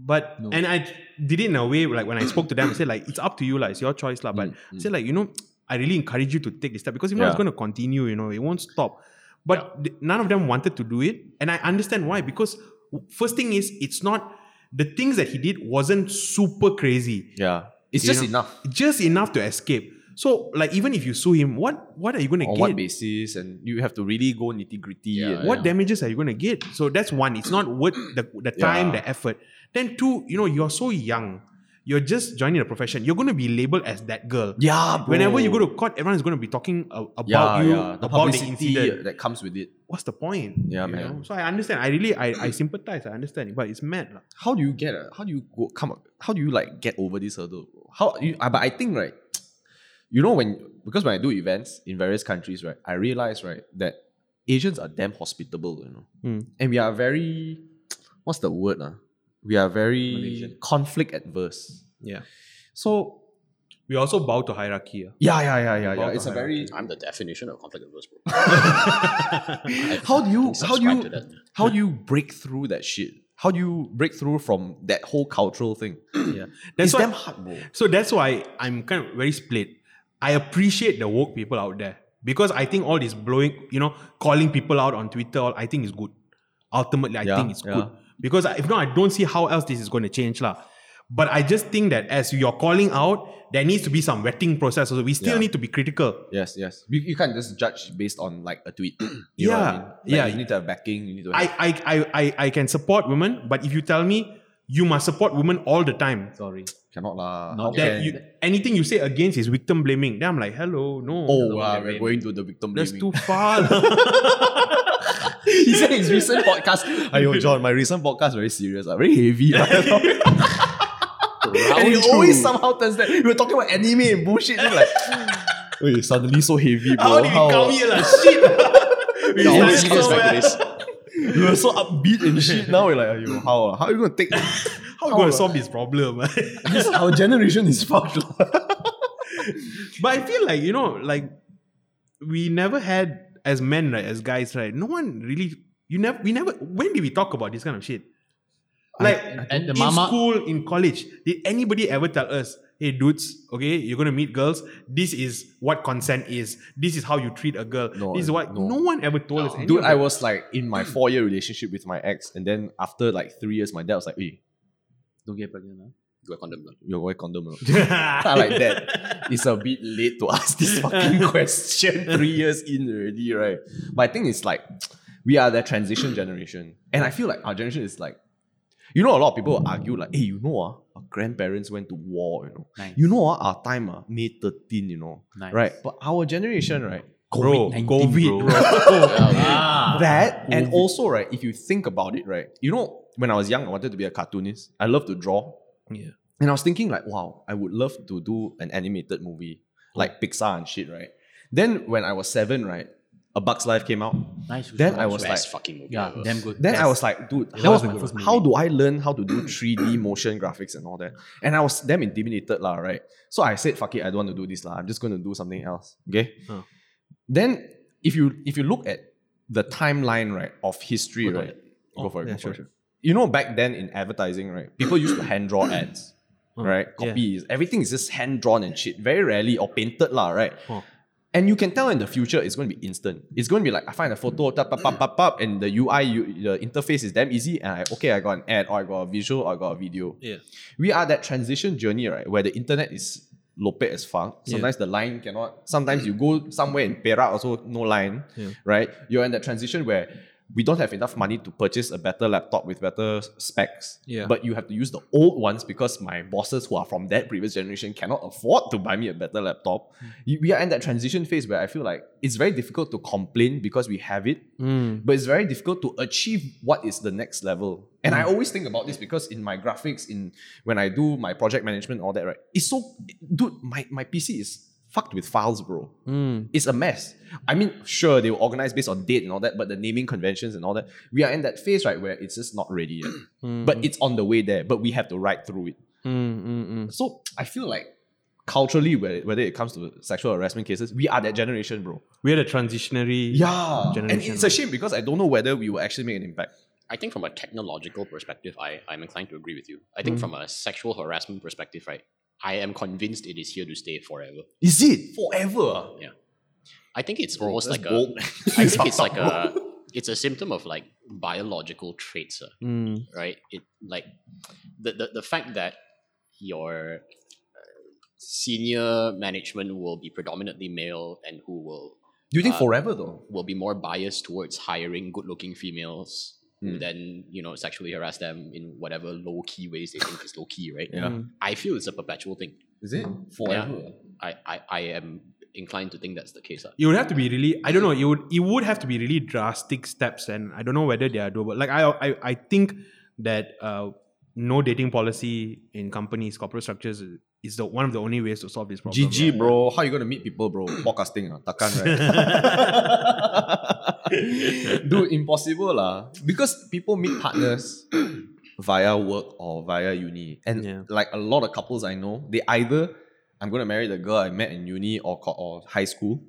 [SPEAKER 2] But
[SPEAKER 3] No.
[SPEAKER 2] and I did it in a way like when I spoke to them, I said like it's up to you, lah. It's your choice, lah. But I said like you know, I really encourage you to take this step because if not, it's
[SPEAKER 1] Mm, Yeah.
[SPEAKER 2] going to continue. You know, it won't stop. But th- none of them wanted to do it, and I understand why. Because w- first thing is, it's not the things that he did wasn't super crazy,
[SPEAKER 1] Yeah. It's
[SPEAKER 2] You
[SPEAKER 1] just
[SPEAKER 2] know,
[SPEAKER 1] enough.
[SPEAKER 2] just enough to escape. So like, even if you sue him, what what are you going to
[SPEAKER 1] On
[SPEAKER 2] get?
[SPEAKER 1] what basis? And you have to really go nitty gritty. and
[SPEAKER 2] what damages are you going to get? So that's one. It's not worth the, the time, the effort. Then two, you know, you're so young. You're just joining the profession. You're going to be labeled as that girl.
[SPEAKER 1] Yeah, bro.
[SPEAKER 2] Whenever you go to court, everyone's going to be talking a- about
[SPEAKER 1] yeah,
[SPEAKER 2] you,
[SPEAKER 1] yeah. The
[SPEAKER 2] about the
[SPEAKER 1] publicity
[SPEAKER 2] incident.
[SPEAKER 1] that comes with it.
[SPEAKER 2] What's the point?
[SPEAKER 1] Yeah,
[SPEAKER 2] You
[SPEAKER 1] man.
[SPEAKER 2] know? So I understand. I really, I, I sympathize. I understand. But it's mad. lah.
[SPEAKER 1] how do you get a, how do you go come up- how do you like get over this hurdle bro? how you I, but i think right you know when because when i do events in various countries right i realize right that asians are damn hospitable you know and we are very what's the word ah? we are very conflict adverse
[SPEAKER 2] Yeah.
[SPEAKER 1] so
[SPEAKER 2] We also bow to hierarchy. ah.
[SPEAKER 1] yeah yeah yeah yeah yeah
[SPEAKER 2] About
[SPEAKER 1] it's a
[SPEAKER 2] the
[SPEAKER 1] very
[SPEAKER 4] I'm the definition of conflict averse, bro.
[SPEAKER 1] how do you how do
[SPEAKER 4] Subscribe to
[SPEAKER 1] you
[SPEAKER 4] that.
[SPEAKER 1] how do you break through that shit how do you break through from that whole cultural thing
[SPEAKER 2] Yeah. That's
[SPEAKER 1] it's damn
[SPEAKER 2] why,
[SPEAKER 1] hard bro
[SPEAKER 2] so that's why I'm kind of very split. I appreciate the woke people out there because I think all this blowing, you know, calling people out on Twitter, all, I think is good. Ultimately, I
[SPEAKER 1] Yeah,
[SPEAKER 2] think it's
[SPEAKER 1] yeah.
[SPEAKER 2] good because if not, I don't see how else this is going to change, lah. But I just think that as you're calling out, there needs to be some vetting process. So we still
[SPEAKER 1] Yeah.
[SPEAKER 2] need to be critical.
[SPEAKER 1] Yes, yes. You, you can't just judge based on like a tweet. You know what I
[SPEAKER 2] Yeah,
[SPEAKER 1] mean? Like,
[SPEAKER 2] yeah.
[SPEAKER 1] You need to have backing. You need to.
[SPEAKER 2] I,
[SPEAKER 1] Have,
[SPEAKER 2] I, I, I, I can support women, but if you tell me you must support women all the time,
[SPEAKER 3] Sorry.
[SPEAKER 1] cannot lah. How
[SPEAKER 3] Not that
[SPEAKER 2] that
[SPEAKER 1] can-
[SPEAKER 2] you, anything you say against is victim blaming, then I'm like, hello, no.
[SPEAKER 1] oh,
[SPEAKER 3] one
[SPEAKER 1] wow,
[SPEAKER 3] that
[SPEAKER 1] we're going
[SPEAKER 3] made
[SPEAKER 1] to the victim
[SPEAKER 2] that's
[SPEAKER 1] blaming.
[SPEAKER 2] too far. lah.
[SPEAKER 1] he said his recent podcast. Ayo, John, my recent podcast very serious. ah, very heavy. ah." and
[SPEAKER 4] oh,
[SPEAKER 1] it always somehow turns that we were talking about anime and bullshit. Then like, wait, suddenly so heavy, bro.
[SPEAKER 2] How did we come here, lah? Shit. we
[SPEAKER 1] Now
[SPEAKER 2] started
[SPEAKER 1] it's serious
[SPEAKER 2] so
[SPEAKER 1] back
[SPEAKER 2] well.
[SPEAKER 1] to this. We were so upbeat and shit. Now we're like, ayo, how? ah? How are you gonna take?
[SPEAKER 2] How are we going to solve this problem?
[SPEAKER 1] this, our generation is fucked. lah.
[SPEAKER 2] but I feel like you know, like we never had as men, right, as guys, right. No one really. You never. We never. When did we talk about this kind of shit? Like
[SPEAKER 3] At the
[SPEAKER 2] in
[SPEAKER 3] mama-
[SPEAKER 2] school, in college, did anybody ever tell us, "Hey, dudes, okay, you're gonna meet girls. This is what consent is. This is how you treat a girl.
[SPEAKER 1] No,
[SPEAKER 2] this is what."
[SPEAKER 1] no.
[SPEAKER 2] No, one ever told us. any
[SPEAKER 1] Dude,
[SPEAKER 2] of
[SPEAKER 1] I
[SPEAKER 2] that.
[SPEAKER 1] was like in my four year relationship with my ex, and then after like three years, my dad was like, "Hey,
[SPEAKER 3] Don't get pregnant, huh?
[SPEAKER 4] You got condom. lah.
[SPEAKER 1] you wear condom or not? I like that. It's a bit late to ask this fucking question three years in already, right? But I think it's like we are the transition generation. And I feel like our generation is like you know, a lot of people argue like, hey, you know, ah, our grandparents went to war, you know.
[SPEAKER 3] Nice.
[SPEAKER 1] You know, ah, our time, ah, May 13, you know.
[SPEAKER 3] Nice.
[SPEAKER 1] Right? But our generation, right?
[SPEAKER 7] Bro,
[SPEAKER 3] COVID-19,
[SPEAKER 7] COVID,
[SPEAKER 3] bro.
[SPEAKER 7] bro.
[SPEAKER 3] Ah.
[SPEAKER 1] Oh. that and also right if you think about it right you know when i was young i wanted to be a cartoonist i love to draw
[SPEAKER 8] Yeah.
[SPEAKER 1] and i was thinking like wow i would love to do an animated movie like pixar and shit right then when i was seven right a bug's life came out
[SPEAKER 3] Nice.
[SPEAKER 1] then i was like
[SPEAKER 4] Best fucking movie.
[SPEAKER 3] yeah,
[SPEAKER 4] ever.
[SPEAKER 3] damn good.
[SPEAKER 1] then i
[SPEAKER 3] Yes.
[SPEAKER 1] was like dude
[SPEAKER 3] That
[SPEAKER 1] how,
[SPEAKER 3] was my first movie.
[SPEAKER 1] how do i learn how to do 3d motion graphics and all that and i was damn intimidated lah, right so i said fuck it i don't want to do this lah. i'm just going to do something else okay
[SPEAKER 2] Huh.
[SPEAKER 1] then if you if you look at the timeline right of history right go for it,
[SPEAKER 2] yeah,
[SPEAKER 1] go for
[SPEAKER 2] sure,
[SPEAKER 1] it. you know back then in advertising right people used to hand draw ads right
[SPEAKER 2] yeah.
[SPEAKER 1] copies everything is just hand drawn and shit very rarely or painted lah, right
[SPEAKER 2] Huh.
[SPEAKER 1] and you can tell in the future it's going to be instant. It's going to be like I find a photo, tap, pop, pop, pop, pop, and the UI, you, the interface is damn easy. And I okay, I got an ad, or I got a visual, or I got a video.
[SPEAKER 2] Yeah.
[SPEAKER 1] we are that transition journey, right, where the internet is lope as fuck. Sometimes the line cannot. Sometimes you go somewhere in Perak also no line,
[SPEAKER 2] Yeah.
[SPEAKER 1] right? You're in that transition where we don't have enough money to purchase a better laptop with better specs.
[SPEAKER 2] Yeah.
[SPEAKER 1] But you have to use the old ones because my bosses who are from that previous generation cannot afford to buy me a better laptop.
[SPEAKER 2] Hmm.
[SPEAKER 1] You- We are in that transition phase where I feel like it's very difficult to complain because we have it, but it's very difficult to achieve what is the next level. And I always think about this because in my graphics, in when I do my project management, and all that, right? It's so dude, my, my PC is fucked with files, bro. It's a mess. I mean, sure, they will organize based on date and all that, but the naming conventions and all that, we are in that phase, right, where it's just not ready yet. But it's on the way there, but we have to ride through it. So I feel like culturally, whe- whether it comes to sexual harassment cases, we are that generation, bro.
[SPEAKER 2] We're the transitionary.
[SPEAKER 1] Yeah. And
[SPEAKER 2] Generation.
[SPEAKER 1] it's a shame because I don't know whether we will actually make an impact.
[SPEAKER 4] I think from a technological perspective, I, I'm inclined to agree with you. I think from a sexual harassment perspective, right, I am convinced it is here to stay forever.
[SPEAKER 1] Is it forever?
[SPEAKER 4] I think it's almost
[SPEAKER 1] that's
[SPEAKER 4] like a
[SPEAKER 1] bold.
[SPEAKER 4] I think it's like a it's a symptom of like biological traits, uh,
[SPEAKER 3] Mm.
[SPEAKER 4] right? It like the, the the fact that your uh, senior management will be predominantly male and who will
[SPEAKER 1] Do you think
[SPEAKER 4] Uh,
[SPEAKER 1] forever though?
[SPEAKER 4] will be more biased towards hiring good-looking females
[SPEAKER 2] Hmm.
[SPEAKER 4] who
[SPEAKER 1] Mm.
[SPEAKER 4] then you know sexually harass them in whatever low-key ways they think is low-key, right?
[SPEAKER 1] Yeah.
[SPEAKER 4] I feel it's a perpetual thing.
[SPEAKER 1] Is it
[SPEAKER 4] forever? I I, I am inclined to think that's the case. ah.
[SPEAKER 2] It would have to be really. I don't know. It would. It would have to be really drastic steps, and I don't know whether they are doable. Like I, I, I think that uh, no dating policy in companies, corporate structures is the one of the only ways to solve this problem.
[SPEAKER 1] GG,
[SPEAKER 2] right?
[SPEAKER 1] bro. How you gonna meet people, bro? Podcasting, ah, takan, right? Dude, impossible, lah. Because people meet partners via work or via uni, and
[SPEAKER 2] Yeah.
[SPEAKER 1] like a lot of couples I know, they either I'm gonna marry the girl I met in uni or co- or high school,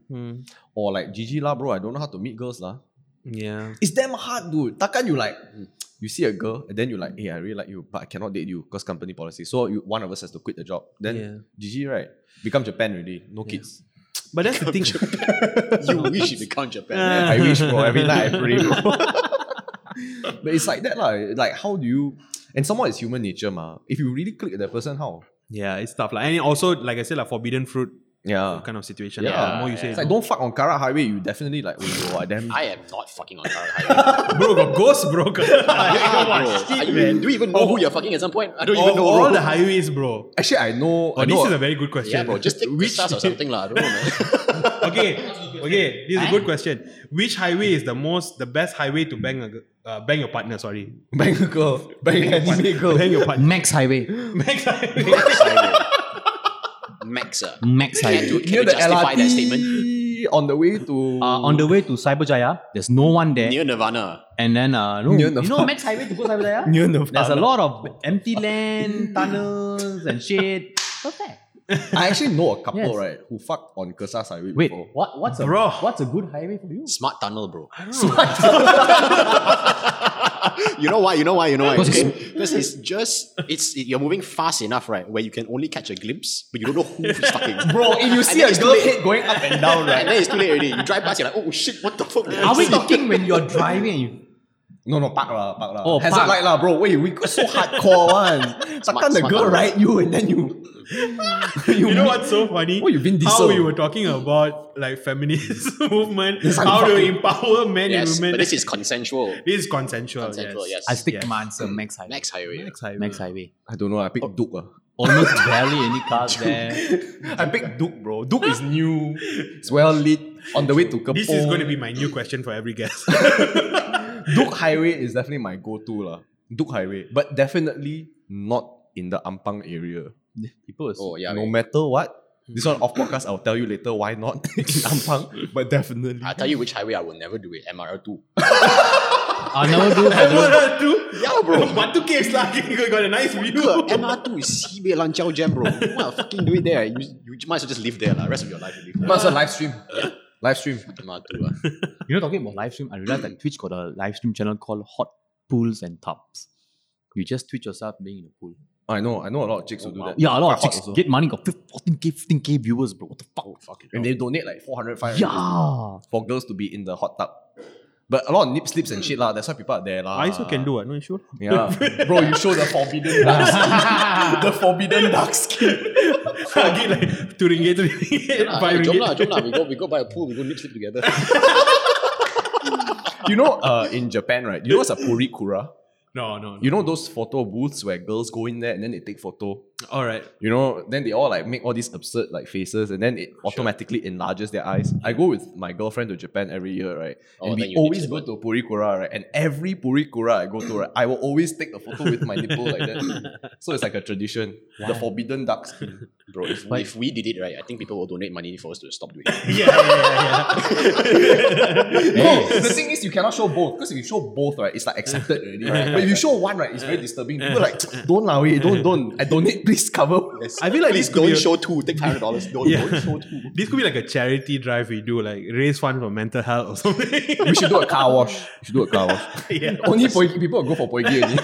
[SPEAKER 1] or like GG lah, bro. I don't know how to meet girls lah.
[SPEAKER 2] Yeah.
[SPEAKER 1] It's damn hard, dude. Takan, you like, Mm. you see a girl, and then you like, hey, I really like you, but I cannot date you because company policy. So you, one of us has to quit the job. Then GG, right? Become Japan already. No kids.
[SPEAKER 2] But that's the thing.
[SPEAKER 4] you wish it become Japan.
[SPEAKER 1] I wish, bro. Every night I pray, bro. but it's like that, like, like how do you. And somewhat it's human nature, ma. If you really click at that person, how?
[SPEAKER 2] yeah, it's tough. Like and also, like I said, like forbidden fruit
[SPEAKER 1] Yeah.
[SPEAKER 2] kind of situation.
[SPEAKER 1] Yeah.
[SPEAKER 2] Like, the more you say,
[SPEAKER 1] It's like, don't fuck on Kara Highway, you definitely like, oh, yo, I damn.
[SPEAKER 4] I am not fucking on Tara Highway.
[SPEAKER 2] bro, got ghost, bro.
[SPEAKER 4] Ah, bro. Are you- Do you even know who you're fucking at some point? I don't even
[SPEAKER 2] Of
[SPEAKER 4] know.
[SPEAKER 2] all
[SPEAKER 4] bro.
[SPEAKER 2] the highways, bro.
[SPEAKER 1] Actually, I know.
[SPEAKER 2] Oh,
[SPEAKER 1] I know
[SPEAKER 2] this is a very good question.
[SPEAKER 4] yeah, bro. Just take which or something lah. I don't know, man.
[SPEAKER 2] okay, okay. This is a good question. Which highway is the most, the best highway to bang a g- uh, bang your partner? Sorry,
[SPEAKER 1] bang a girl. Bang anime girl.
[SPEAKER 2] bang your partner.
[SPEAKER 3] Max Highway.
[SPEAKER 2] Max highway.
[SPEAKER 4] Max Highway. Max. ah.
[SPEAKER 3] Max
[SPEAKER 4] Can
[SPEAKER 3] Highway.
[SPEAKER 4] you, can you justify that statement?
[SPEAKER 1] On the way to.
[SPEAKER 3] Uh, on the way to Cyberjaya, there's no one there.
[SPEAKER 4] Near Nirvana.
[SPEAKER 3] and then, uh, no,
[SPEAKER 1] Near
[SPEAKER 3] you know
[SPEAKER 1] Nirvana.
[SPEAKER 3] Max Highway to go Cyberjaya?
[SPEAKER 2] Near Nirvana.
[SPEAKER 3] There's a lot of empty land, tunnels, and shit. What's that?
[SPEAKER 1] I actually know a couple,
[SPEAKER 3] Yes.
[SPEAKER 1] right, who fucked on Kersas Highway
[SPEAKER 3] Wait,
[SPEAKER 1] before.
[SPEAKER 3] what, what's, a,
[SPEAKER 2] Bro.
[SPEAKER 3] what's a good highway for you?
[SPEAKER 4] Smart tunnel, bro. you know why? You know why? You know why? Okay? Because it's just it's it, you're moving fast enough, right? Where you can only catch a glimpse, but you don't know who is fucking.
[SPEAKER 1] Bro, if you see
[SPEAKER 4] then
[SPEAKER 1] a
[SPEAKER 4] it's too
[SPEAKER 1] girl
[SPEAKER 4] late.
[SPEAKER 1] head going up and down,
[SPEAKER 4] And
[SPEAKER 1] right?
[SPEAKER 4] then it's too late already. You drive past, you're like, oh shit, what the fuck?
[SPEAKER 3] Are we talking when you're driving and you
[SPEAKER 1] No, no, park lah, park lah.
[SPEAKER 3] Oh,
[SPEAKER 1] Hazard
[SPEAKER 3] park.
[SPEAKER 1] light lah, bro. Wait, we got so hardcore one. Takkan the
[SPEAKER 4] smart
[SPEAKER 1] girl
[SPEAKER 4] one.
[SPEAKER 1] right you and then you.
[SPEAKER 2] You know what's so funny?
[SPEAKER 1] Oh, you Vin
[SPEAKER 2] How
[SPEAKER 1] Diesel.
[SPEAKER 2] we were talking about like feminist movement,
[SPEAKER 1] Yes, I'm
[SPEAKER 2] how to
[SPEAKER 1] fucking-
[SPEAKER 2] empower men
[SPEAKER 4] Yes,
[SPEAKER 2] and women.
[SPEAKER 4] but this is consensual.
[SPEAKER 2] This is consensual.
[SPEAKER 4] Consensual, yes.
[SPEAKER 3] I stick
[SPEAKER 2] Yeah.
[SPEAKER 3] to my answer, Max Highway.
[SPEAKER 4] Max Highway.
[SPEAKER 2] Max Highway.
[SPEAKER 3] Max Highway.
[SPEAKER 8] I don't know. I
[SPEAKER 1] Oh.
[SPEAKER 8] picked Duke. ah.
[SPEAKER 3] Almost barely any cars there.
[SPEAKER 1] I picked Duke, bro. Duke is new. It's well lit. On the way to Kepoh.
[SPEAKER 2] This is going to be my new question for every guest.
[SPEAKER 1] Duke Highway is definitely my go-to lah. Duke Highway, but definitely not in the Ampang area.
[SPEAKER 3] People
[SPEAKER 4] Oh, yeah.
[SPEAKER 1] no
[SPEAKER 4] wait.
[SPEAKER 1] matter what, this one off podcast. I'll tell you later why not in Ampang, but definitely.
[SPEAKER 4] I'll tell you which highway I will never do it. MRL2.
[SPEAKER 3] I never do.
[SPEAKER 4] Yeah, bro.
[SPEAKER 2] But two case lah, you got a nice view.
[SPEAKER 4] MR2 is Sibei Lanjiao Jam, bro. You want to fucking do it there. You, you might as well just live there. The rest of your life, you live there.
[SPEAKER 1] Must a live stream. Live stream.
[SPEAKER 4] MR2. ah.
[SPEAKER 3] You know, talking about live stream, I realized that Twitch got a live stream channel called Hot Pools and Tubs. You just Twitch yourself being in a pool.
[SPEAKER 1] I know. I know a lot of chicks who do that.
[SPEAKER 3] Yeah, a lot of
[SPEAKER 1] Quite hot
[SPEAKER 3] chicks
[SPEAKER 1] also.
[SPEAKER 3] get money, got 14k, 15k viewers, bro. What the fuck?
[SPEAKER 1] And they donate like 400, 500
[SPEAKER 3] yeah.
[SPEAKER 1] for girls to be in the hot tub. But a lot of nip slips and shit lah. That's why people are there lah.
[SPEAKER 2] I also can do it, no issue.
[SPEAKER 1] Yeah, bro, you show the forbidden dark skin. the forbidden dark skin.
[SPEAKER 2] I get like two ringgit, three ringgit,
[SPEAKER 4] Ah,
[SPEAKER 2] five
[SPEAKER 4] hey, jom lah,
[SPEAKER 2] ringgit.
[SPEAKER 4] jom lah. We go, we go by a pool. We go nip sleep together.
[SPEAKER 1] You know, uh, in Japan, right? You know what's a purikura?
[SPEAKER 2] No, no, no.
[SPEAKER 1] You know those photo booths where girls go in there and then they take photo.
[SPEAKER 2] All right.
[SPEAKER 1] You know, then they all like make all these absurd like faces and then it automatically enlarges their eyes. I go with my girlfriend to Japan every year, right?
[SPEAKER 4] Oh,
[SPEAKER 1] and
[SPEAKER 4] then
[SPEAKER 1] we
[SPEAKER 4] you
[SPEAKER 1] always
[SPEAKER 4] need
[SPEAKER 1] go
[SPEAKER 4] to-
[SPEAKER 1] to Purikura, right? And every Purikura I go to, right, I will always take a photo with my nipple like that. So it's like a tradition. The forbidden dark skin.
[SPEAKER 4] Bro, if,
[SPEAKER 3] But-
[SPEAKER 4] if we did it right, I think people will donate money for us to stop doing it.
[SPEAKER 2] Yeah, yeah, yeah. yeah.
[SPEAKER 1] No, the thing is you cannot show both because if you show both, right, it's like accepted already. Right? But if you show one, right, it's very disturbing. People are like don't lah, wait, don't, don't. I don't need. Please cover.
[SPEAKER 2] I feel like this
[SPEAKER 4] Please
[SPEAKER 2] could, be
[SPEAKER 4] don't
[SPEAKER 2] a,
[SPEAKER 4] show two. Take five hundred dollars. Don't,
[SPEAKER 2] Yeah.
[SPEAKER 4] don't show two.
[SPEAKER 2] this could be like a charity drive we do, like raise funds for mental health or something.
[SPEAKER 1] We should do a car wash. We should do a car wash.
[SPEAKER 2] yeah.
[SPEAKER 1] Only poigi, people will go for poigi only.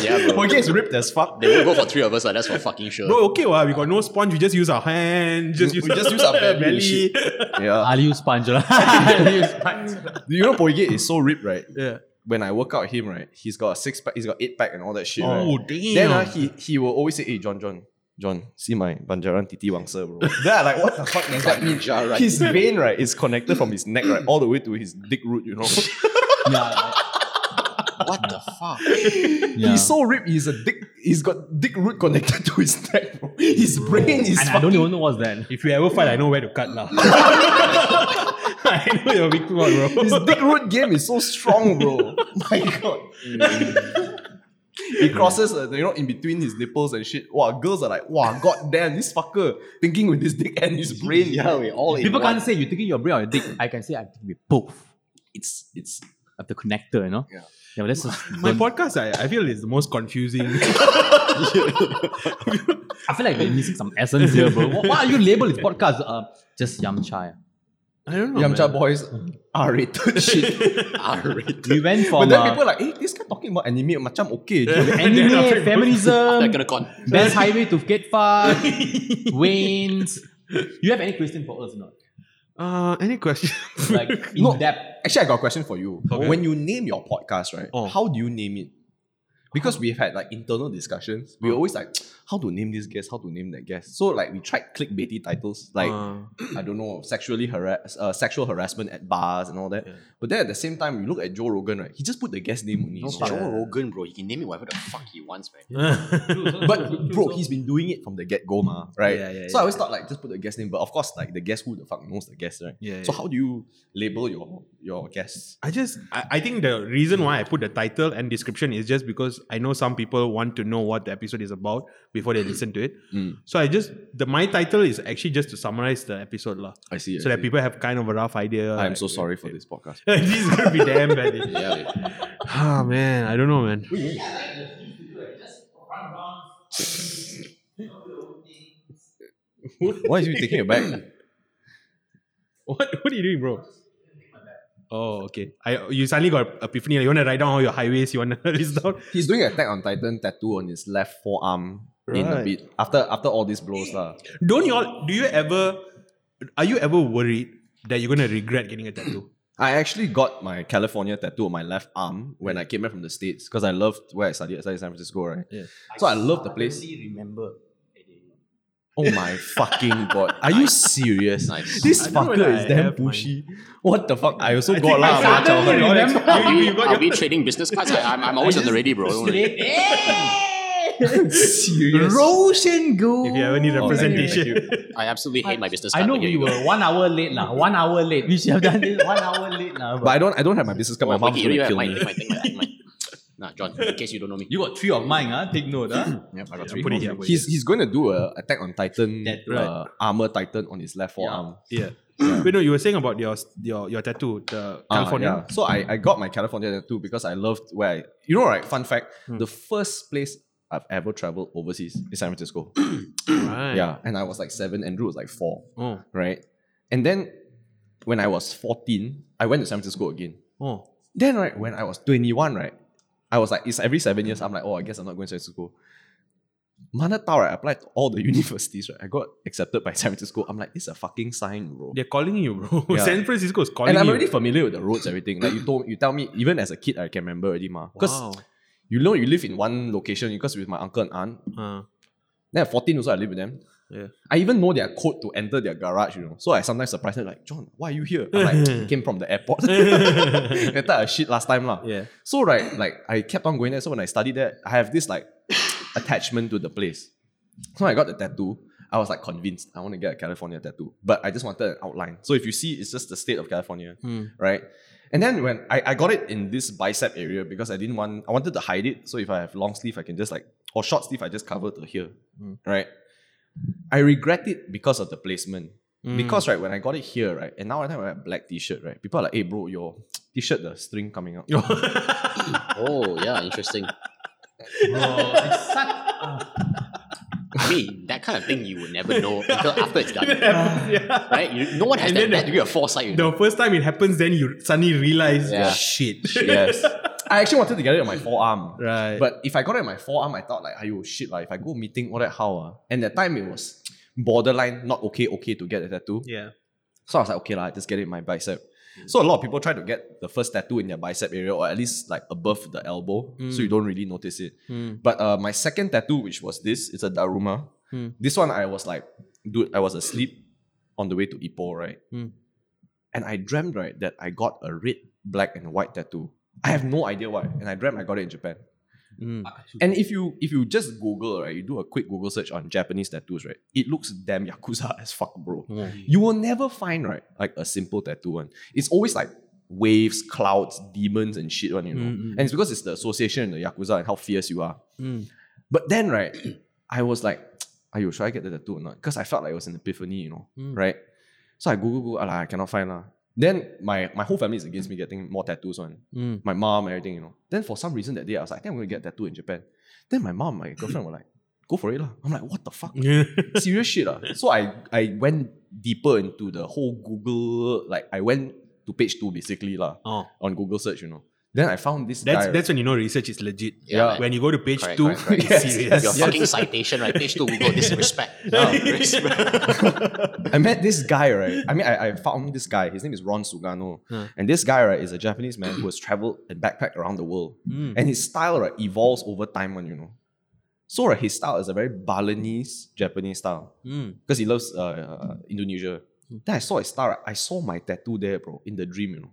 [SPEAKER 4] Yeah, bro.
[SPEAKER 1] poigi is ripped as fuck.
[SPEAKER 4] They will go for three of us. ah, that's for fucking sure.
[SPEAKER 2] Bro, okay, well, we got no sponge. We just use our hand. Just use,
[SPEAKER 1] we just use our belly and shit. Yeah.
[SPEAKER 3] I'll use sponge. lah. I'll use sponge.
[SPEAKER 1] You know poigi is so ripped, right?
[SPEAKER 2] Yeah.
[SPEAKER 1] When I work out him, right, he's got a six pack, he's got eight pack and all that shit.
[SPEAKER 2] Oh,
[SPEAKER 1] right?
[SPEAKER 2] damn.
[SPEAKER 1] Then uh, he he will always say, "Hey, John, John, John, see my Banjaran Titi Wangsa, bro." then I like, what the fuck does that mean? His vein, right, is connected from his neck, right, all the way to his dick root. You know,
[SPEAKER 3] Yeah.
[SPEAKER 4] what the fuck?
[SPEAKER 3] yeah.
[SPEAKER 1] he's so ripped. He's a dick. He's got dick root connected to his neck, bro. His brain is.
[SPEAKER 3] and I
[SPEAKER 1] fuck-
[SPEAKER 3] don't even know what's that.
[SPEAKER 2] If you ever fight, I know where to cut now. I know your weak spot, bro.
[SPEAKER 1] his dick root game is so strong, bro. My god. He crosses, uh, you know, in between his nipples and shit. Wow, girls are like, wow, god damn, this fucker thinking with his dick and his brain.
[SPEAKER 4] Yeah, we all in
[SPEAKER 3] People
[SPEAKER 4] one.
[SPEAKER 3] can't say you're taking your brain or your dick. I can say I'm taking with both.
[SPEAKER 1] It's it's
[SPEAKER 3] of the connector, you know?
[SPEAKER 1] Yeah.
[SPEAKER 3] Yeah, but that's just,
[SPEAKER 2] My
[SPEAKER 3] don't-
[SPEAKER 2] podcast, I, I feel, is the most confusing.
[SPEAKER 3] I feel like we're missing some essence here, bro. Why why are you labeled with podcast? Uh, just Yam Chai.
[SPEAKER 2] I don't know.
[SPEAKER 1] Yamcha
[SPEAKER 2] man.
[SPEAKER 1] boys are rated shit.
[SPEAKER 3] We went
[SPEAKER 1] But
[SPEAKER 3] from
[SPEAKER 1] then
[SPEAKER 3] uh,
[SPEAKER 1] people are like, hey, this guy talking about anime, macam okay. je."
[SPEAKER 3] anime,
[SPEAKER 4] They're
[SPEAKER 3] feminism,
[SPEAKER 4] gonna con.
[SPEAKER 3] best highway to get far, Wayne's. You have any question for us or not?
[SPEAKER 2] Uh, any question?
[SPEAKER 3] Like in
[SPEAKER 1] No.
[SPEAKER 3] depth.
[SPEAKER 1] Actually, I got a question for you. When you name your podcast, right? How do you name it? Because we've had like internal discussions. We're always like, how to name this guest, how to name that guest. So like we tried clickbaity titles like
[SPEAKER 2] Uh,
[SPEAKER 1] I don't know, sexually harass, uh, sexual harassment at bars and all that. But then at the same time, you look at Joe Rogan, right? He just put the guest name on his
[SPEAKER 4] Joe Rogan, bro. He can name it whatever the fuck he wants, man.
[SPEAKER 1] But bro, he's been doing it from the get go, ma, right?
[SPEAKER 2] Yeah, yeah,
[SPEAKER 1] so I always thought like just put the guest name, but of course, like the guest who the fuck knows the guest, right?
[SPEAKER 2] Yeah,
[SPEAKER 1] So
[SPEAKER 2] yeah.
[SPEAKER 1] how do you label your your guests?
[SPEAKER 2] I just, I, I think the reason why I put the title and description is just because I know some people want to know what the episode is about before they listen to it.
[SPEAKER 1] Mm.
[SPEAKER 2] So I just, the my title is actually just to summarize the episode, lah,
[SPEAKER 1] I see.
[SPEAKER 2] so that people have kind of a rough idea.
[SPEAKER 1] I'm so sorry for this podcast.
[SPEAKER 2] this is gonna be damn bad. Ah man, I don't know, man.
[SPEAKER 1] Why is you taking it back?
[SPEAKER 2] What What are you doing, bro? Oh, okay. I you suddenly got epiphany. You wanna write down all your highways. You wanna list down.
[SPEAKER 1] He's doing Attack on Titan tattoo on his left forearm in a
[SPEAKER 2] Right.
[SPEAKER 1] bit after after all these blows, lah.
[SPEAKER 2] Don't you all? Do you ever? Are you ever worried that you're gonna regret getting a tattoo?
[SPEAKER 1] I actually got my California tattoo on my left arm when I came back from the States because I loved where I studied. I studied in San Francisco, right? Yeah. So I, love the place.
[SPEAKER 3] remember.
[SPEAKER 1] Oh my fucking god. Are you serious?
[SPEAKER 4] Nice.
[SPEAKER 1] This
[SPEAKER 2] I don't know
[SPEAKER 1] fucker
[SPEAKER 2] whether
[SPEAKER 1] is
[SPEAKER 2] I
[SPEAKER 1] damn
[SPEAKER 2] have mine.
[SPEAKER 1] pushy. What the fuck? I also
[SPEAKER 2] I
[SPEAKER 1] got
[SPEAKER 2] think I
[SPEAKER 1] lah.
[SPEAKER 2] suddenly
[SPEAKER 1] bro.
[SPEAKER 2] remember.
[SPEAKER 4] Are
[SPEAKER 2] You-
[SPEAKER 4] we,
[SPEAKER 2] you got
[SPEAKER 4] are
[SPEAKER 2] your-
[SPEAKER 4] we trading business cards? I, I'm, I'm always on the ready, bro. Don't worry.
[SPEAKER 1] serious.
[SPEAKER 3] Roshan Go.
[SPEAKER 2] If you have
[SPEAKER 1] Oh,
[SPEAKER 2] any representation,
[SPEAKER 4] I absolutely hate my business
[SPEAKER 3] I
[SPEAKER 4] card.
[SPEAKER 3] know
[SPEAKER 4] but here
[SPEAKER 3] we
[SPEAKER 4] you go.
[SPEAKER 3] were one hour late lah. One hour late. We should have done this one hour late lah.
[SPEAKER 1] But I don't I don't have my business card. My
[SPEAKER 4] Oh,
[SPEAKER 1] mom's
[SPEAKER 4] Mikey, you
[SPEAKER 1] gonna
[SPEAKER 4] have
[SPEAKER 1] kill
[SPEAKER 4] mine,
[SPEAKER 1] me.
[SPEAKER 4] take mine, take mine, take mine. Nah, John, in case you don't know me.
[SPEAKER 3] you got three of mine, huh? Take note, huh?
[SPEAKER 4] Yep, I got
[SPEAKER 2] put it here. put it
[SPEAKER 1] He's he's gonna do a attack on Titan
[SPEAKER 3] That-
[SPEAKER 1] uh, armor Titan on his left forearm.
[SPEAKER 2] Yeah. Wait, no, you were saying about your your your tattoo, the
[SPEAKER 1] Ah,
[SPEAKER 2] California.
[SPEAKER 1] yeah. So I, I got my California tattoo because I loved where I, you know, right? Fun fact the first place I've ever traveled overseas is San Francisco.
[SPEAKER 2] Right.
[SPEAKER 1] yeah. And I was like seven, Andrew was like four,
[SPEAKER 2] Oh.
[SPEAKER 1] right? And then when I was 14, I went to San Francisco again.
[SPEAKER 2] Oh.
[SPEAKER 1] Then, right, when I was 21, right, I was like, it's every seven years, I'm like, oh, I guess I'm not going to San Francisco. Mana Tao, right, I applied to all the universities, right? I got accepted by San Francisco. I'm like, it's a fucking sign, bro.
[SPEAKER 2] They're calling you, bro.
[SPEAKER 1] Yeah.
[SPEAKER 2] San Francisco is calling
[SPEAKER 1] And I'm
[SPEAKER 2] you.
[SPEAKER 1] already familiar with the roads, everything. Like you told, you tell me, even as a kid, I can remember already, ma. Because
[SPEAKER 2] wow.
[SPEAKER 1] you know you live in one location because with my uncle and aunt.
[SPEAKER 2] Uh,
[SPEAKER 1] Then at 14 also I live with them.
[SPEAKER 2] Yeah.
[SPEAKER 1] I even know their code to enter their garage, you know. So I sometimes surprise them like, John, why are you here? I'm like, "I came from the airport. that type of shit last time, lah.
[SPEAKER 2] yeah.
[SPEAKER 1] So right, like I kept on going there. So when I studied there, I have this like attachment to the place. So when I got the tattoo. I was like convinced I want to get a California tattoo, but I just wanted an outline. So if you see, it's just the state of California, right? And then when I, I got it in this bicep area because I didn't want I wanted to hide it. So if I have long sleeve, I can just like or short sleeve, I just cover to here, right? I regret it because of the placement. Because right when I got it here, right, and now I have a black T-shirt, right? People are like, "Hey, bro, your T-shirt the string coming out."
[SPEAKER 4] Oh, yeah, interesting. I mean, that kind of thing you would never know until after it's done,
[SPEAKER 2] yeah.
[SPEAKER 4] right? You, no one has
[SPEAKER 2] And
[SPEAKER 4] that,
[SPEAKER 2] then
[SPEAKER 4] that
[SPEAKER 2] the-
[SPEAKER 4] degree of foresight. You know?
[SPEAKER 2] The first time it happens, then you suddenly realize
[SPEAKER 4] Yeah.
[SPEAKER 2] shit.
[SPEAKER 1] yes. I actually wanted to get it on my forearm.
[SPEAKER 2] Right.
[SPEAKER 1] But if I got it on my forearm, I thought like, ayo, shit, like if I go meeting, all that, how? ah?" And that time it was borderline, not okay, okay to get a tattoo.
[SPEAKER 2] Yeah.
[SPEAKER 1] So I was like, okay, lah, I just get it in my bicep. So a lot of people try to get the first tattoo in their bicep area or at least like above the elbow, so you don't really notice it. But uh, my second tattoo, which was this, it's a Daruma. This one I was like, dude, I was asleep on the way to Ipoh, right? And I dreamt right that I got a red, black, and white tattoo. I have no idea why, and I dreamt I got it in Japan. Uh, And if you if you just Google right, you do a quick Google search on Japanese tattoos right, it looks damn yakuza as fuck, bro. You will never find right like a simple tattoo one. It's always like waves, clouds, demons, and shit one. You know, and it's because it's the association in the yakuza and how fierce you are. But then right, I was like, ayo, should I get the tattoo or not? Because I felt like it was an epiphany, you know, right? So I Google, Google, alah, I cannot find lah. Then my, my whole family is against me getting more tattoos on. My mom, everything, you know. Then for some reason that day, I was like, I think I'm going to get a tattoo in Japan. Then my mom, my girlfriend were like, go for it lah. I'm like, what the fuck? Serious shit lah. So I, I went deeper into the whole Google, like I went to page two basically lah,
[SPEAKER 2] Oh.
[SPEAKER 1] on Google search, you know. Then I found this
[SPEAKER 2] That's
[SPEAKER 1] guy.
[SPEAKER 2] that's when you know research is legit.
[SPEAKER 4] Yeah, man.
[SPEAKER 2] When you go to page
[SPEAKER 4] Correct,
[SPEAKER 2] two,
[SPEAKER 4] correct, correct.
[SPEAKER 1] Yes.
[SPEAKER 2] it's serious.
[SPEAKER 4] Your fucking citation, right? Page two, Google, disrespect.
[SPEAKER 1] I met this guy, right? I mean, I, I found this guy. His name is Ron Sugano. And this guy, right, is a Japanese man who has traveled and backpacked around the world.
[SPEAKER 2] Hmm.
[SPEAKER 1] And his style, right, evolves over time, one, you know. So, right, his style is a very Balinese Japanese style
[SPEAKER 2] Hmm,
[SPEAKER 1] because he loves uh, uh, Indonesia. Then I saw his style, right? I saw my tattoo there, bro, in the dream, you know.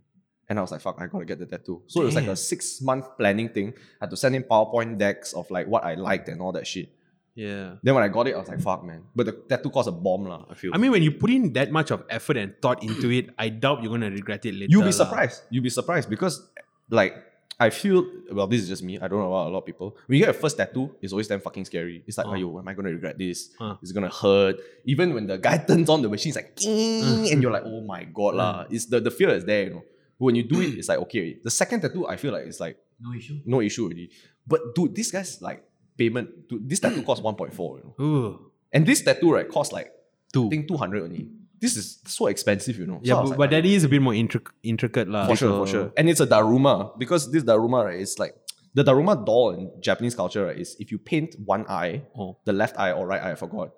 [SPEAKER 1] And I was like, fuck, I gotta get the tattoo. So it was like a six month planning thing. I had to send in PowerPoint decks of like what I liked and all that shit.
[SPEAKER 2] Yeah.
[SPEAKER 1] Then when I got it, I was like, fuck, man. But the tattoo cost a bomb, lah, I feel.
[SPEAKER 2] I mean, when you put in that much of effort and thought into it, I doubt you're gonna regret it later.
[SPEAKER 1] You'll be
[SPEAKER 2] lah.
[SPEAKER 1] surprised. You'll be surprised because, like, I feel well. This is just me. I don't know about a lot of people. When you get a first tattoo, it's always damn fucking scary. It's like, oh, yo, am I gonna regret this?
[SPEAKER 2] Uh.
[SPEAKER 1] It's gonna hurt. Even when the guy turns on the machine, it's like,
[SPEAKER 2] Uh.
[SPEAKER 1] "Ting," and you're like, oh my god, lah. It's the the fear is there, you know. But when you do it, it's like okay. The second tattoo, I feel like it's like
[SPEAKER 3] No issue.
[SPEAKER 1] no issue already. But dude, this guy's like payment. Dude, this tattoo costs one point four, you know.
[SPEAKER 2] Ooh.
[SPEAKER 1] And this tattoo right costs like
[SPEAKER 2] Two.
[SPEAKER 1] I think two hundred only. This is so expensive, you know. So I
[SPEAKER 2] yeah,
[SPEAKER 1] was
[SPEAKER 2] but,
[SPEAKER 1] like,
[SPEAKER 2] but that is a bit more intric- intricate, lah.
[SPEAKER 1] for sure, for sure. And it's a daruma because this daruma right is like the daruma doll in Japanese culture right is if you paint one eye,
[SPEAKER 2] Oh.
[SPEAKER 1] the left eye or right eye, I forgot.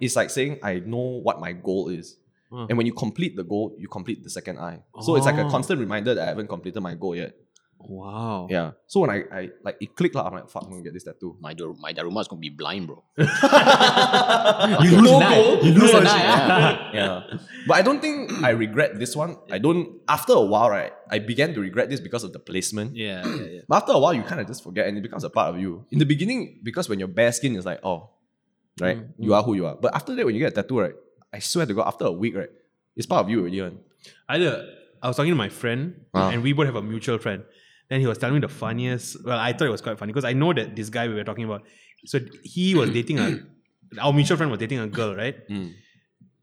[SPEAKER 1] it's like saying I know what my goal is. And when you complete the goal, you complete the second eye. So it's like a
[SPEAKER 2] Oh.
[SPEAKER 1] constant reminder that I haven't completed my goal yet.
[SPEAKER 2] Wow.
[SPEAKER 1] Yeah. So when I, I like it clicked, like, I'm like, fuck, I'm gonna get this tattoo.
[SPEAKER 4] My, Dar- my Daruma is going to be blind, bro.
[SPEAKER 3] You lose an eye. You lose an eye. ah.
[SPEAKER 4] Yeah.
[SPEAKER 1] yeah. But I don't think I regret this one. I don't after a while, right? I began to regret this because of the placement.
[SPEAKER 2] Yeah. yeah.
[SPEAKER 1] But after a while you kind of just forget and it becomes a part of you. In the beginning, because when you're bare skin, it's like, oh, right, you are who you are. But after that, when you get a tattoo, right? I swear to God, after a week, right? It's part of you already. one.
[SPEAKER 2] Either I was talking to my friend,
[SPEAKER 1] Ah.
[SPEAKER 2] and we both have a mutual friend. Then he was telling me the funniest. Well, I thought it was quite funny because I know that this guy we were talking about. So he was dating a, our mutual friend was dating a girl, right?
[SPEAKER 1] Mm.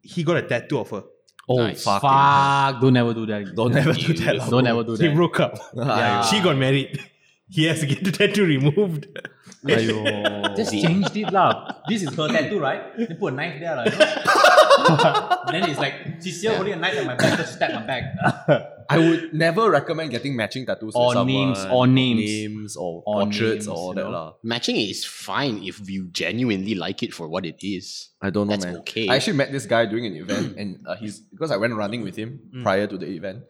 [SPEAKER 2] He got a tattoo of her.
[SPEAKER 1] Oh
[SPEAKER 4] Nice.
[SPEAKER 1] fuck.
[SPEAKER 3] Fuck. Don't ever do that. again.
[SPEAKER 1] Don't ever do
[SPEAKER 4] You-
[SPEAKER 1] that. Ah. lah.
[SPEAKER 3] Don't ever do
[SPEAKER 2] They
[SPEAKER 3] that.
[SPEAKER 2] broke up.
[SPEAKER 3] Yeah.
[SPEAKER 2] She got married. He has to get the tattoo removed.
[SPEAKER 3] Just changed it lah. This is her tattoo, right? They put a knife there, lah. you know? then it's like she's still holding a knife at my back, just stab my back.
[SPEAKER 1] I would never recommend getting matching tattoos
[SPEAKER 3] Or
[SPEAKER 1] with someone.
[SPEAKER 3] names, or names.
[SPEAKER 1] names, or,
[SPEAKER 3] Or
[SPEAKER 1] portraits,
[SPEAKER 3] names,
[SPEAKER 1] or all
[SPEAKER 3] you
[SPEAKER 1] that
[SPEAKER 3] know.
[SPEAKER 1] lah.
[SPEAKER 4] Matching is fine if you genuinely like it for what it is.
[SPEAKER 1] I don't know,
[SPEAKER 4] That's
[SPEAKER 1] man.
[SPEAKER 4] okay.
[SPEAKER 1] I actually met this guy during an event, and uh, he's because I went running with him
[SPEAKER 4] Mm.
[SPEAKER 1] prior to the event.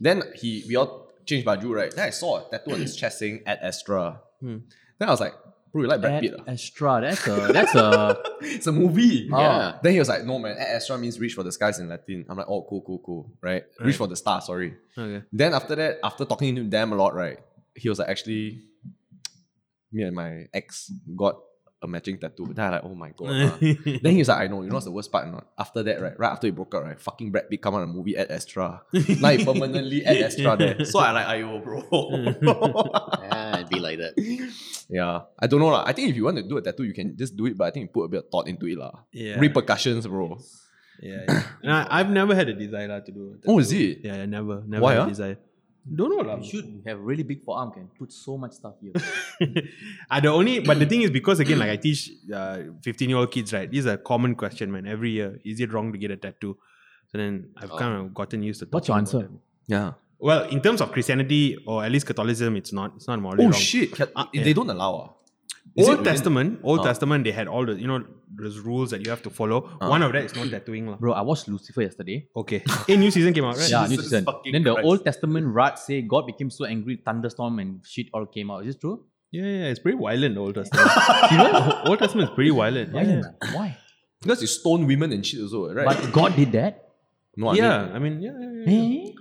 [SPEAKER 1] Then he we all changed baju, right? Then I saw a tattoo on his chest saying "At Astra."
[SPEAKER 4] Hmm.
[SPEAKER 1] Then I was like, "Bro, you like Brad Pitt?" ah?"
[SPEAKER 3] Astra, that's a that's a
[SPEAKER 1] It's a movie. Ah.
[SPEAKER 4] Yeah.
[SPEAKER 1] Then he was like, "No, man. At Astra means reach for the skies in Latin." I'm like, "Oh, cool, cool, cool. Right? Reach for the stars. Sorry."
[SPEAKER 2] Okay.
[SPEAKER 1] Then after that, after talking to him damn a lot, right? He was like, "Actually, me and my ex got a matching tattoo." Then I like, "Oh my god." ah." Then he was like, I know, you know what's the worst part or not? After that, right, right after he broke up, right, fucking Brad Pitt come out in a movie at Astra. now he permanently at Astra there. So I like, ayo, bro.
[SPEAKER 4] Yeah, it'd be like that.
[SPEAKER 1] yeah. I don't know lah. I think if you want to do a tattoo, you can just do it, but I think you put a bit of thought into it lah.
[SPEAKER 2] Yeah.
[SPEAKER 1] Repercussions, bro.
[SPEAKER 2] Yeah. yeah. And I, I've never had a desire lah, to do it.
[SPEAKER 1] Oh, is it?
[SPEAKER 2] Yeah, yeah, never, never
[SPEAKER 1] Why,
[SPEAKER 2] had
[SPEAKER 1] ah?
[SPEAKER 2] a desire. Don't know lah.
[SPEAKER 3] you should have really big forearm, can put so much stuff here.
[SPEAKER 2] I the only, but the thing is because again, like I teach uh, fifteen-year-old kids, right? This is a common question, man. Every year, is it wrong to get a tattoo? So then I've
[SPEAKER 4] Oh.
[SPEAKER 2] kind of gotten used to.
[SPEAKER 3] What's your
[SPEAKER 2] talking
[SPEAKER 3] answer?
[SPEAKER 2] about it.
[SPEAKER 1] Yeah.
[SPEAKER 2] Well, in terms of Christianity or at least Catholicism, it's not. It's not morally
[SPEAKER 1] Oh
[SPEAKER 2] wrong.
[SPEAKER 1] shit. Can-
[SPEAKER 2] Ah,
[SPEAKER 1] They
[SPEAKER 2] yeah.
[SPEAKER 1] don't allow. ah. Is it
[SPEAKER 2] Old
[SPEAKER 1] within-
[SPEAKER 2] Testament, Old
[SPEAKER 1] Ah.
[SPEAKER 2] Testament, they had all the you know those rules that you have to follow.
[SPEAKER 1] Ah.
[SPEAKER 2] One of that is not tattooing, lah.
[SPEAKER 3] Bro, I watched Lucifer yesterday.
[SPEAKER 2] Okay, a new season came out, right?
[SPEAKER 3] Yeah, new season. Then the Old Testament rat say God became so angry, thunderstorm and shit all came out. Is this true?
[SPEAKER 2] yeah, yeah, it's pretty violent. the Old Testament, Serious? Old Testament is pretty violent. Yeah,
[SPEAKER 3] Violent. Why?
[SPEAKER 1] Because you stone women and shit also, right?
[SPEAKER 3] But God did that.
[SPEAKER 1] no, I
[SPEAKER 2] yeah.
[SPEAKER 1] mean-
[SPEAKER 2] I mean, yeah, yeah, yeah.
[SPEAKER 3] Eh?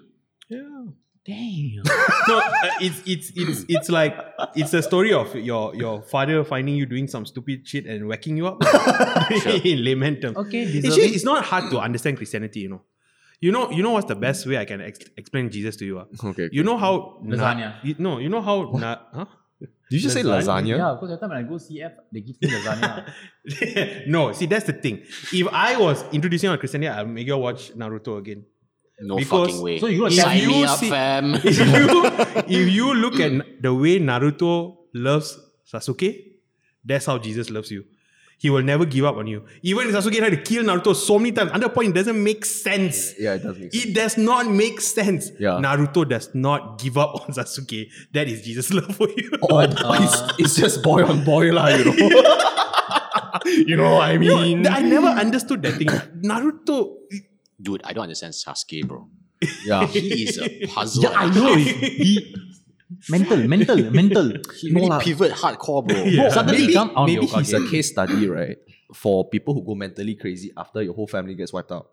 [SPEAKER 2] yeah.
[SPEAKER 3] Damn.
[SPEAKER 2] no, uh, it's it's it's it's like it's a story of your your father finding you doing some stupid shit and whacking you up in layman terms.
[SPEAKER 3] Okay,
[SPEAKER 2] Actually,
[SPEAKER 3] deserving.
[SPEAKER 2] it's not hard to understand Christianity, you know. You know, you know what's the best way I can ex- explain Jesus to you? ah?
[SPEAKER 1] Okay.
[SPEAKER 2] You know how na-
[SPEAKER 3] Lasagna.
[SPEAKER 2] you- no, you know how na- huh?
[SPEAKER 1] Did you just say lasagna?
[SPEAKER 3] Yeah, because every time when I go CF, they give me lasagna.
[SPEAKER 2] no, see that's the thing. If I was introducing you on Christianity, I'll make you watch Naruto again.
[SPEAKER 4] No
[SPEAKER 2] Because-
[SPEAKER 4] fucking way.
[SPEAKER 3] so you gonna
[SPEAKER 4] Sign
[SPEAKER 2] tell
[SPEAKER 4] me
[SPEAKER 2] you
[SPEAKER 4] up,
[SPEAKER 2] see-
[SPEAKER 4] fam.
[SPEAKER 2] If you if you look at the way Naruto loves Sasuke, that's how Jesus loves you. He will never give up on you. Even if Sasuke tried to kill Naruto so many times, at that point it doesn't make sense.
[SPEAKER 1] Yeah, it does make sense.
[SPEAKER 2] It does not make sense.
[SPEAKER 1] Yeah.
[SPEAKER 2] Naruto does not give up on Sasuke. That is Jesus' love for you.
[SPEAKER 1] Or- it's, it's just boy on boy, lah, you know. you know what I
[SPEAKER 2] You know,
[SPEAKER 1] mean?
[SPEAKER 2] I never understood that thing. Naruto.
[SPEAKER 4] Dude, I don't understand Sasuke, bro.
[SPEAKER 1] yeah.
[SPEAKER 4] He is a puzzle.
[SPEAKER 3] yeah, I know. it's- he- mental, mental, mental.
[SPEAKER 4] He really pivot hardcore, bro.
[SPEAKER 2] Yeah.
[SPEAKER 3] Suddenly
[SPEAKER 1] maybe,
[SPEAKER 3] become Aang
[SPEAKER 1] maybe
[SPEAKER 3] Hyokage.
[SPEAKER 1] he's a case study, right? For people who go mentally crazy after your whole family gets wiped out.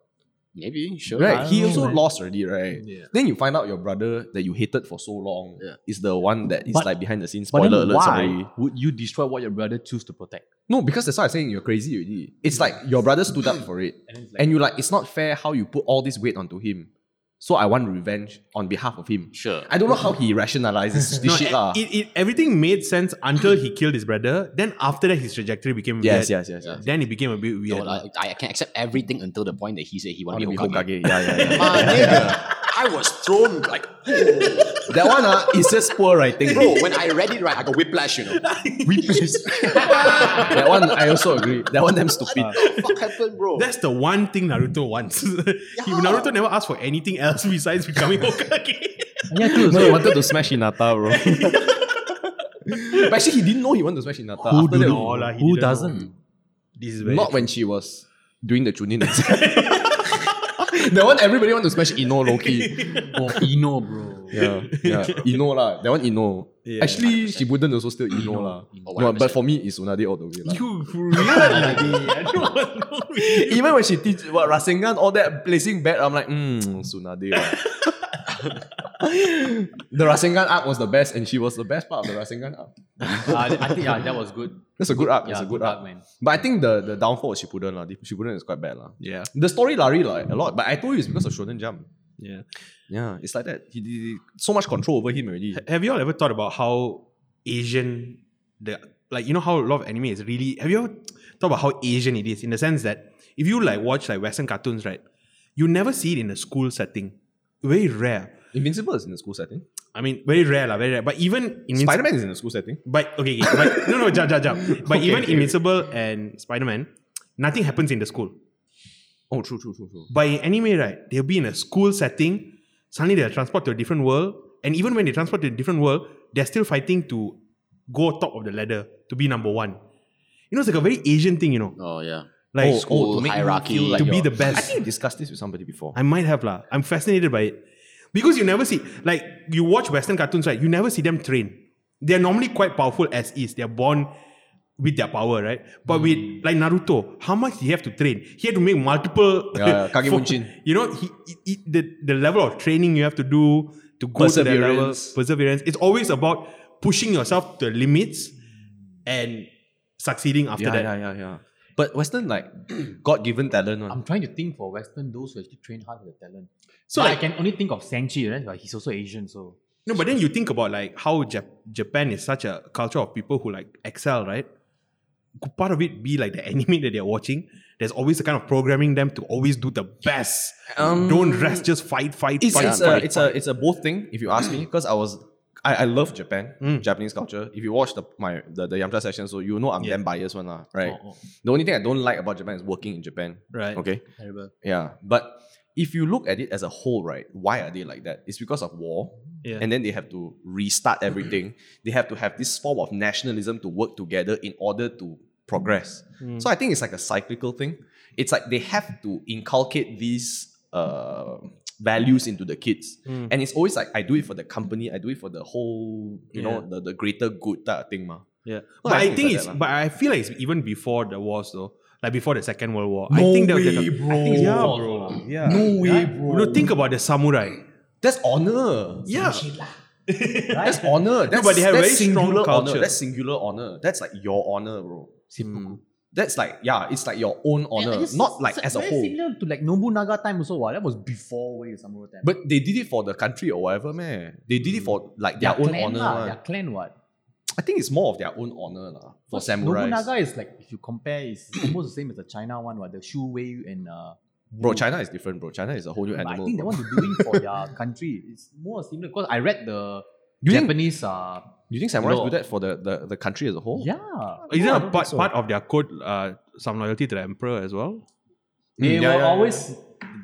[SPEAKER 4] Maybe, sure.
[SPEAKER 1] Right.
[SPEAKER 3] I
[SPEAKER 1] He
[SPEAKER 3] don't
[SPEAKER 1] also
[SPEAKER 3] know, man.
[SPEAKER 1] lost already, right?
[SPEAKER 2] Yeah.
[SPEAKER 1] Then you find out your brother that you hated for so long
[SPEAKER 4] Yeah.
[SPEAKER 1] is the one that is
[SPEAKER 3] But-
[SPEAKER 1] like behind the scenes.
[SPEAKER 3] But
[SPEAKER 1] Spoiler
[SPEAKER 3] then
[SPEAKER 1] alert,
[SPEAKER 3] why
[SPEAKER 1] sorry.
[SPEAKER 3] would you destroy what your brother choose to protect?
[SPEAKER 1] No, because that's why I'm saying you're crazy already. It's like your brother stood up for it.
[SPEAKER 3] And it's like-
[SPEAKER 1] and you're like, it's not fair how you put all this weight onto him. So I want revenge on behalf of him.
[SPEAKER 4] Sure.
[SPEAKER 1] I don't know how he rationalizes this
[SPEAKER 2] No,
[SPEAKER 1] shit.
[SPEAKER 2] e-
[SPEAKER 1] lah.
[SPEAKER 2] it, it, everything made sense until he killed his brother. Then after that, his trajectory became
[SPEAKER 1] yes,
[SPEAKER 2] weird.
[SPEAKER 1] yes, yes, yes.
[SPEAKER 2] Then it became a bit weird.
[SPEAKER 4] No, I, I can accept everything until the point that he said he
[SPEAKER 1] I
[SPEAKER 4] want
[SPEAKER 1] wanna
[SPEAKER 4] to
[SPEAKER 1] be
[SPEAKER 4] be Hokage.
[SPEAKER 1] Hokage. Yeah, yeah, yeah.
[SPEAKER 4] My nigga, I was thrown like, oh,
[SPEAKER 1] that one uh, is just poor writing.
[SPEAKER 4] bro. When I read it, right, I got whiplash. You know, whiplash.
[SPEAKER 1] that one I also agree. That one damn stupid.
[SPEAKER 4] fuck happened, bro?
[SPEAKER 2] That's the one thing Naruto wants. He- Naruto never asked for anything else besides becoming Hokage.
[SPEAKER 3] Yeah, true.
[SPEAKER 1] No, he
[SPEAKER 3] So
[SPEAKER 1] wanted to smash Hinata, bro. but actually, he didn't know he wanted to smash Hinata.
[SPEAKER 2] Who
[SPEAKER 1] After
[SPEAKER 2] do
[SPEAKER 1] that,
[SPEAKER 2] know? No lah, he
[SPEAKER 3] who
[SPEAKER 2] didn't know.
[SPEAKER 3] doesn't?
[SPEAKER 2] this is very
[SPEAKER 1] Not when she was doing the Chunin exam. that one everybody want to smash Ino Loki.
[SPEAKER 3] Oh, Eno, bro.
[SPEAKER 1] Yeah, yeah. Ino lah. That one Ino. Actually, she wouldn't also still Ino, lah.
[SPEAKER 4] Oh,
[SPEAKER 1] No, but
[SPEAKER 4] 100%.
[SPEAKER 1] for me, it's Unade all the way lah.
[SPEAKER 2] You weird lady. I don't want to know.
[SPEAKER 1] Even when she teach what Rasengan, all that placing bet, I'm like, hmm, Sunade. lah." the Rasengan arc was the best, and she was the best part of the Rasengan arc.
[SPEAKER 3] Uh, I think yeah, that was good.
[SPEAKER 1] That's a good arc.
[SPEAKER 3] Yeah,
[SPEAKER 1] That's a good,
[SPEAKER 3] good
[SPEAKER 1] arc.
[SPEAKER 3] arc, man.
[SPEAKER 1] But I think the, the downfall is Shippuden lah. The Shippuden is quite bad lah.
[SPEAKER 2] Yeah.
[SPEAKER 1] The story lari like a lot, but I told you it's because of Shonen Jump.
[SPEAKER 2] Yeah.
[SPEAKER 1] Yeah, it's like that. He did so much control over him already.
[SPEAKER 2] Have you all ever thought about how Asian the like you know how a lot of anime is really have you ever thought about how Asian it is in the sense that if you like watch like Western cartoons, right? You never see it in a school setting. Very rare.
[SPEAKER 1] Invincible is in the school setting.
[SPEAKER 2] I mean, very rare, lah, very rare. But even in
[SPEAKER 1] Spider Man is in the school setting.
[SPEAKER 2] But okay, okay but, no, no, jump, jump, jump. But even
[SPEAKER 1] okay.
[SPEAKER 2] Invincible and Spider Man, nothing happens in the school.
[SPEAKER 1] Oh, true, true, true, true.
[SPEAKER 2] But in anime, right, they'll be in a school setting. Suddenly, they're transported to a different world, and even when they transport to a different world, they're still fighting to go top of the ladder to be number one. You know, it's like a very Asian thing. You know,
[SPEAKER 4] Oh yeah.
[SPEAKER 2] like
[SPEAKER 4] Oh, school
[SPEAKER 2] to make you
[SPEAKER 4] hierarchy,
[SPEAKER 2] feel
[SPEAKER 4] like
[SPEAKER 2] to be
[SPEAKER 4] your-
[SPEAKER 2] the
[SPEAKER 1] I
[SPEAKER 2] best.
[SPEAKER 1] think I discussed this with somebody before.
[SPEAKER 2] I might have lah. I'm fascinated by it because you never see like you watch Western cartoons, right? You never see them train. They're normally quite powerful as is. They're born with their power, right? But
[SPEAKER 1] Hmm.
[SPEAKER 2] with like Naruto, how much he have to train? He had to make multiple.
[SPEAKER 1] Yeah, yeah, Kage
[SPEAKER 2] for-
[SPEAKER 1] Bunshin.
[SPEAKER 2] You know, he, he- he- the the level of training you have to do to go to that level,
[SPEAKER 1] Perseverance.
[SPEAKER 2] perseverance. It's always about pushing yourself to the limits and succeeding after
[SPEAKER 1] yeah,
[SPEAKER 2] that.
[SPEAKER 1] yeah, yeah, yeah. But Western like God given talent one.
[SPEAKER 3] I'm trying to think for Western those who actually train hard with the talent.
[SPEAKER 2] So
[SPEAKER 3] So I
[SPEAKER 2] like-
[SPEAKER 3] can only think of Sanchi, right? Like, he's also Asian, so
[SPEAKER 2] No, but then you think about like how Jap- Japan is such a culture of people who like excel, right? Could part of it be like the anime that they're watching? There's always a kind of programming them to always do the best.
[SPEAKER 1] Um,
[SPEAKER 2] Don't rest, just fight, fight,
[SPEAKER 1] it's, uh,
[SPEAKER 2] fight.
[SPEAKER 1] it's, a,
[SPEAKER 2] fight.
[SPEAKER 1] it's a it's a both thing if you ask me because I was I, I love Japan Japanese culture if you watch the my the, the Yamcha session so you know I'm damn biased one lah right the only thing I don't like about Japan is working in Japan
[SPEAKER 2] Right.
[SPEAKER 1] okay
[SPEAKER 3] terrible.
[SPEAKER 1] yeah but if you look at it as a whole right why are they like that it's because of war
[SPEAKER 2] Yeah.
[SPEAKER 1] and then they have to restart everything they have to have this form of nationalism to work together in order to progress so I think it's like a cyclical thing it's like they have to inculcate these uh, values into the kids. And it's always like I do it for the company, I do it for the whole, you know, the, the greater good type of thing, ma.
[SPEAKER 2] yeah.
[SPEAKER 1] Well,
[SPEAKER 2] But
[SPEAKER 1] I
[SPEAKER 2] I
[SPEAKER 1] think
[SPEAKER 2] think
[SPEAKER 1] it's
[SPEAKER 2] it's,
[SPEAKER 1] like that
[SPEAKER 2] but I feel like it's even before the wars though. Like before the Second World War. I think that was like a- I think it's
[SPEAKER 3] Yeah,
[SPEAKER 2] before.
[SPEAKER 3] bro.
[SPEAKER 1] Yeah. No way,
[SPEAKER 2] No, think about the samurai.
[SPEAKER 1] That's honor.
[SPEAKER 2] Yeah.
[SPEAKER 1] That's honor. That's,
[SPEAKER 2] but they have
[SPEAKER 1] that's
[SPEAKER 2] very strong
[SPEAKER 1] singular honor.
[SPEAKER 2] culture.
[SPEAKER 1] That's singular honor. That's like your honor, bro. Hmm.
[SPEAKER 3] Seppuku.
[SPEAKER 1] That's like, yeah, it's like your own
[SPEAKER 3] Yeah,
[SPEAKER 1] honor.
[SPEAKER 3] I guess
[SPEAKER 1] Not
[SPEAKER 3] it's-
[SPEAKER 1] like
[SPEAKER 3] it's
[SPEAKER 1] as a
[SPEAKER 3] very
[SPEAKER 1] whole.
[SPEAKER 3] similar to like Nobunaga time also. Wow. That was before way the samurai time.
[SPEAKER 1] But they did it for the country or whatever, man. They did it for like their,
[SPEAKER 3] Their
[SPEAKER 1] own
[SPEAKER 3] clan
[SPEAKER 1] honor.
[SPEAKER 3] lah,
[SPEAKER 1] lah.
[SPEAKER 3] their clan what?
[SPEAKER 1] I think it's more of their own honor lah, for
[SPEAKER 3] But
[SPEAKER 1] samurais.
[SPEAKER 3] Nobunaga is like if you compare, it's almost the same as the China one, what the Shu Wei and uh,
[SPEAKER 1] Bro, China is different, bro. China is a whole new
[SPEAKER 3] but
[SPEAKER 1] animal.
[SPEAKER 3] I think
[SPEAKER 1] bro.
[SPEAKER 3] that one they're doing for their country. It's more similar because I read the
[SPEAKER 1] Do you think-
[SPEAKER 3] Japanese. Uh,
[SPEAKER 1] Do you think samurais
[SPEAKER 3] No.
[SPEAKER 1] do that for the, the, the country as a whole?
[SPEAKER 3] yeah,
[SPEAKER 1] Mm,
[SPEAKER 2] Isn't
[SPEAKER 3] No, I
[SPEAKER 2] that
[SPEAKER 3] don't
[SPEAKER 2] part,
[SPEAKER 3] think so.
[SPEAKER 2] part of their code uh, some loyalty to the emperor as well?
[SPEAKER 3] They
[SPEAKER 1] Mm, yeah,
[SPEAKER 3] will
[SPEAKER 1] yeah, yeah.
[SPEAKER 3] always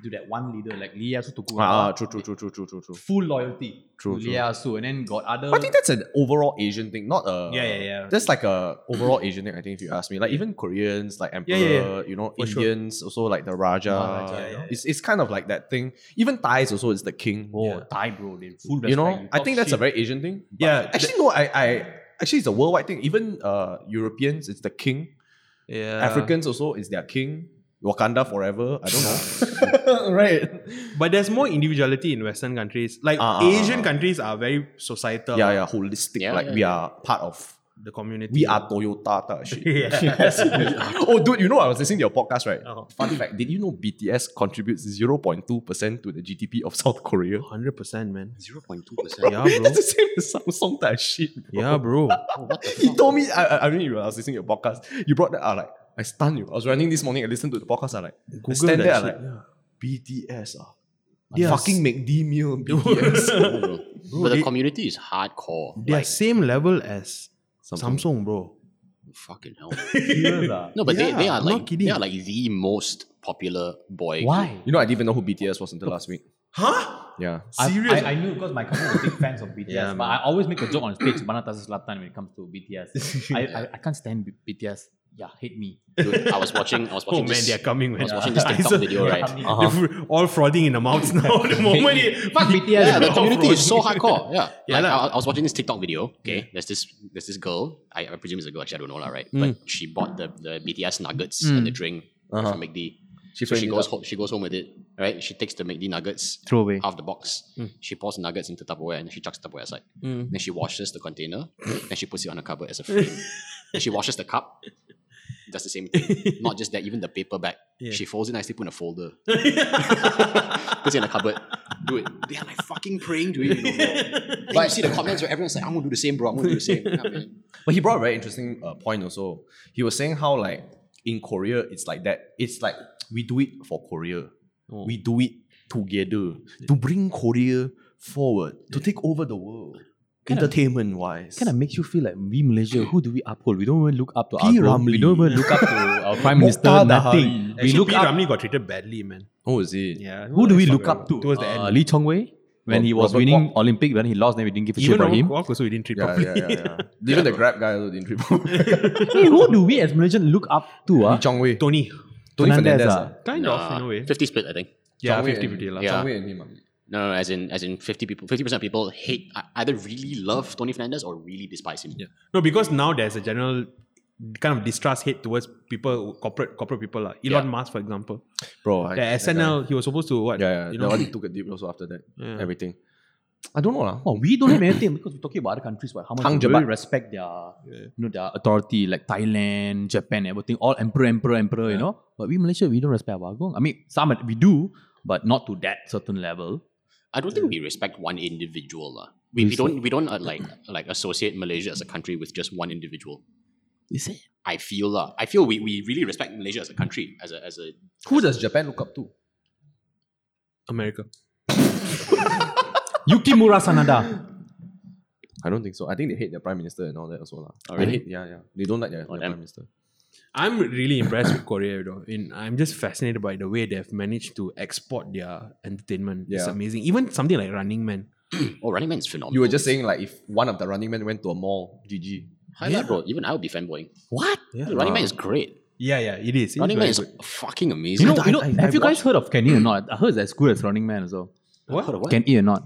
[SPEAKER 3] do that one leader like Ieyasu Tokugawa.
[SPEAKER 1] Ah, ah, true, true, true, true, true, true, true.
[SPEAKER 3] Full loyalty
[SPEAKER 1] True,
[SPEAKER 3] to
[SPEAKER 1] true.
[SPEAKER 3] Ieyasu, and then got other.
[SPEAKER 1] But I think that's an overall Asian thing, not a
[SPEAKER 2] Yeah, yeah, yeah.
[SPEAKER 1] That's like a overall Asian thing. I think if you ask me, like even Koreans, like emperor,
[SPEAKER 2] Yeah, yeah, yeah.
[SPEAKER 1] you know,
[SPEAKER 2] For sure.
[SPEAKER 1] Indians also like the Raja.
[SPEAKER 3] Ah, Raja, yeah.
[SPEAKER 1] It's it's kind of like that thing. Even Thais also is the king.
[SPEAKER 3] oh, Thai bro, they full respect.
[SPEAKER 1] you know, I
[SPEAKER 3] talk
[SPEAKER 1] think that's a
[SPEAKER 3] shit.
[SPEAKER 1] very Asian thing. But
[SPEAKER 2] Yeah,
[SPEAKER 1] actually, no, I, I actually it's a worldwide thing. Even uh Europeans, it's the king.
[SPEAKER 2] Yeah.
[SPEAKER 1] Africans also is their king. Wakanda forever. I don't know. right.
[SPEAKER 2] But there's more individuality in Western countries. Like
[SPEAKER 1] Ah, ah,
[SPEAKER 2] Asian
[SPEAKER 1] ah.
[SPEAKER 2] countries are very societal.
[SPEAKER 1] Yeah, yeah. Holistic.
[SPEAKER 4] Yeah,
[SPEAKER 1] like
[SPEAKER 4] yeah,
[SPEAKER 1] we
[SPEAKER 4] yeah.
[SPEAKER 1] are part of.
[SPEAKER 2] The community.
[SPEAKER 1] We are Toyota type of shit.
[SPEAKER 2] Yeah.
[SPEAKER 1] oh, dude, you know I was listening to your podcast, right?
[SPEAKER 2] Uh-huh.
[SPEAKER 1] Fun fact: Did you know BTS contributes zero point two percent to the GDP of South Korea?
[SPEAKER 2] Hundred percent, man.
[SPEAKER 4] Zero point two percent.
[SPEAKER 2] Yeah, bro.
[SPEAKER 1] That's the same as Samsung type of shit.
[SPEAKER 2] Yeah, bro.
[SPEAKER 1] He told me. I, I- I mean, you- I was listening to your podcast. You brought that. I like. I stunned you. I was running this morning. I listened to the podcast. I like. I
[SPEAKER 2] Google
[SPEAKER 1] stand
[SPEAKER 2] that
[SPEAKER 1] there. I
[SPEAKER 2] shit,
[SPEAKER 1] like. BTS. Ah.
[SPEAKER 2] They are
[SPEAKER 1] Fucking
[SPEAKER 2] s-
[SPEAKER 1] McD meal. BTS.
[SPEAKER 4] but the
[SPEAKER 2] they-
[SPEAKER 4] community is hardcore.
[SPEAKER 2] They are same level as
[SPEAKER 1] Samsung.
[SPEAKER 2] Samsung, bro.
[SPEAKER 4] Fucking hell.
[SPEAKER 3] Serious, ah.
[SPEAKER 4] No, but they, they
[SPEAKER 2] Yeah,
[SPEAKER 4] are
[SPEAKER 2] I'm not
[SPEAKER 4] like they
[SPEAKER 2] kidding.
[SPEAKER 4] are like the most popular boy. group.
[SPEAKER 3] Why?
[SPEAKER 1] You know, I didn't even know who BTS was until last week.
[SPEAKER 2] Huh?
[SPEAKER 1] Yeah.
[SPEAKER 3] I-
[SPEAKER 2] Serious?
[SPEAKER 3] I, I, knew because my cousin was big fans of BTS,
[SPEAKER 2] Yeah,
[SPEAKER 3] but
[SPEAKER 2] man.
[SPEAKER 3] I always make a joke on stage, Banatasa Slatan, when it comes to BTS. I, I, I can't stand B- BTS. Yeah, hate me.
[SPEAKER 4] Dude, I was watching. I was watching.
[SPEAKER 2] Oh man,
[SPEAKER 4] this,
[SPEAKER 2] they're coming, man.
[SPEAKER 4] I was watching this TikTok video, right? Uh-huh.
[SPEAKER 2] They're all frothing in the mouths now. the moment it,
[SPEAKER 3] Fuck BTS.
[SPEAKER 4] Yeah, the
[SPEAKER 3] bro.
[SPEAKER 4] community is so hardcore. Yeah, like, I, I was watching this TikTok video. Okay, there's this there's this girl. I, I presume it's a girl. Actually, I don't know lah, right? But she bought the, the BTS nuggets and the drink from McD. so Hmm. Uh-huh. she goes home. She goes home with it. Right? She takes the McD nuggets,
[SPEAKER 3] Throw away.
[SPEAKER 4] half the box. She pours the nuggets into Tupperware and she chucks Tupperware aside. Then she washes the container and she puts it on a cupboard as a frame. then she washes the cup. Does the same thing. Not just that, even the paper bag. She folds it nicely, put in a folder. puts it in a cupboard. Do it. They are like fucking praying to it, you know. Bro. Then you see the comments where everyone's like, I'm gonna do the same, bro. I'm gonna do the same. Yeah, man.
[SPEAKER 1] But he brought a very interesting uh, point also. He was saying how like in Korea it's like that. It's like we do it for Korea. We do it together to bring Korea forward to take over the world. Entertainment wise,
[SPEAKER 3] Kind of makes you feel like we Malaysia, who do we uphold? We don't even look up to our
[SPEAKER 1] P.
[SPEAKER 3] government. We don't
[SPEAKER 1] Ramlee.
[SPEAKER 3] even look up to our prime minister.
[SPEAKER 1] Mokhtar
[SPEAKER 3] nothing. We
[SPEAKER 2] Actually,
[SPEAKER 3] look
[SPEAKER 2] P.
[SPEAKER 3] up.
[SPEAKER 2] Ramlee got treated badly, man.
[SPEAKER 1] oh is it?
[SPEAKER 2] Yeah.
[SPEAKER 3] Who do we look up to?
[SPEAKER 2] Towards the
[SPEAKER 3] Uh,
[SPEAKER 2] end.
[SPEAKER 3] Lee Chong Wei. When he was
[SPEAKER 1] Robert
[SPEAKER 3] winning Olympic, when he lost, then we didn't give a shit
[SPEAKER 2] Even
[SPEAKER 3] about
[SPEAKER 2] Robert
[SPEAKER 3] him.
[SPEAKER 2] Kwok also we didn't treat
[SPEAKER 1] Yeah,
[SPEAKER 2] properly.
[SPEAKER 1] yeah, yeah, yeah. Even the Grab guy also didn't trip.
[SPEAKER 3] Hey, who do we as Malaysian look up to? Ah,
[SPEAKER 1] Chong Wei.
[SPEAKER 2] Tony.
[SPEAKER 1] Tony Fernandez.
[SPEAKER 3] Fernandez, ah.
[SPEAKER 1] ah.
[SPEAKER 2] Kind of, in a
[SPEAKER 4] Nah,
[SPEAKER 2] way.
[SPEAKER 4] 50 split, I think.
[SPEAKER 2] Yeah,
[SPEAKER 1] Chong Wei
[SPEAKER 2] 50
[SPEAKER 1] and-
[SPEAKER 2] 50 lah.
[SPEAKER 4] Yeah.
[SPEAKER 1] Chong Wei and him. ah.
[SPEAKER 4] No, no, as in as in fifty people fifty percent of people hate uh, either really love Tony Fernandez or really despise him. Yeah.
[SPEAKER 2] No, because now there's a general kind of distrust hate towards people, corporate corporate people. lah. Elon
[SPEAKER 4] Yeah.
[SPEAKER 2] Musk, for example.
[SPEAKER 1] Bro, I,
[SPEAKER 2] The SNL, he was supposed to what?
[SPEAKER 1] Yeah, yeah.
[SPEAKER 2] You
[SPEAKER 1] that
[SPEAKER 2] know,
[SPEAKER 1] one he took a dip also after that.
[SPEAKER 2] Yeah.
[SPEAKER 1] Everything. I don't know lah.
[SPEAKER 3] Wow, Oh, we don't have anything because we're talking about other countries. But how much
[SPEAKER 1] Hang
[SPEAKER 3] we really
[SPEAKER 1] Jebat.
[SPEAKER 3] respect their, you know, their authority like Thailand, Japan, everything. All emperor, emperor, emperor. You know, but we Malaysia we don't respect our gong. I mean, some we do, but not to that certain level.
[SPEAKER 4] I don't think we respect one individual. lah. We, we don't we don't uh, like like associate Malaysia as a country with just one individual.
[SPEAKER 3] Is it?
[SPEAKER 4] I feel lah. I feel we, we really respect Malaysia as a country as a as a
[SPEAKER 1] Who does Japan look up to?
[SPEAKER 2] America.
[SPEAKER 3] Yukimura Sanada.
[SPEAKER 1] I don't think so. I think they hate their prime minister and all that also lah.
[SPEAKER 4] Oh,
[SPEAKER 1] They
[SPEAKER 4] really?
[SPEAKER 1] hate, yeah, yeah. They don't like their, their
[SPEAKER 4] damn.
[SPEAKER 1] prime minister.
[SPEAKER 2] I'm really impressed with Korea, you know. In, I'm just fascinated by the way they've managed to export their entertainment. It's
[SPEAKER 1] Yeah.
[SPEAKER 2] amazing. Even something like Running Man.
[SPEAKER 4] oh Running Man is phenomenal.
[SPEAKER 1] You were just saying like if one of the running men went to a mall, GG.
[SPEAKER 4] highlight, bro. Even I would be fanboying.
[SPEAKER 3] What?
[SPEAKER 4] Running Man is great.
[SPEAKER 2] Yeah, yeah, it is. It
[SPEAKER 4] Running Man
[SPEAKER 2] very
[SPEAKER 4] is
[SPEAKER 2] good.
[SPEAKER 4] fucking amazing.
[SPEAKER 3] You know,
[SPEAKER 1] I-
[SPEAKER 3] you know
[SPEAKER 1] I-
[SPEAKER 3] have
[SPEAKER 1] I
[SPEAKER 3] you guys heard of Kenny or not? I heard it's as good as Running Man as well.
[SPEAKER 4] what? what?
[SPEAKER 3] Can eat or not?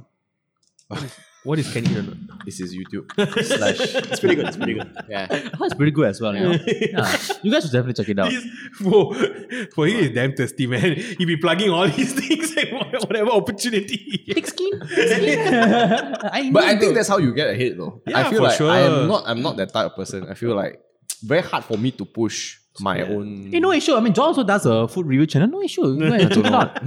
[SPEAKER 2] What is Kenny Renault?
[SPEAKER 1] This is YouTube slash
[SPEAKER 4] it's pretty good. It's pretty good. Yeah.
[SPEAKER 3] I heard it's pretty good as well. You, know? yeah. you guys should definitely check it out.
[SPEAKER 2] He's, whoa, for him is damn thirsty, man. He be plugging all these things and wha- whatever opportunity. Thick skin.
[SPEAKER 1] But I think that's how you get ahead though.
[SPEAKER 2] Yeah,
[SPEAKER 1] I feel
[SPEAKER 2] for
[SPEAKER 1] like I
[SPEAKER 2] sure.
[SPEAKER 1] am not I'm not that type of person. I feel like very hard for me to push my own
[SPEAKER 3] Hey, no issue. I mean, John also does a food review channel. No issue. You guys check it out.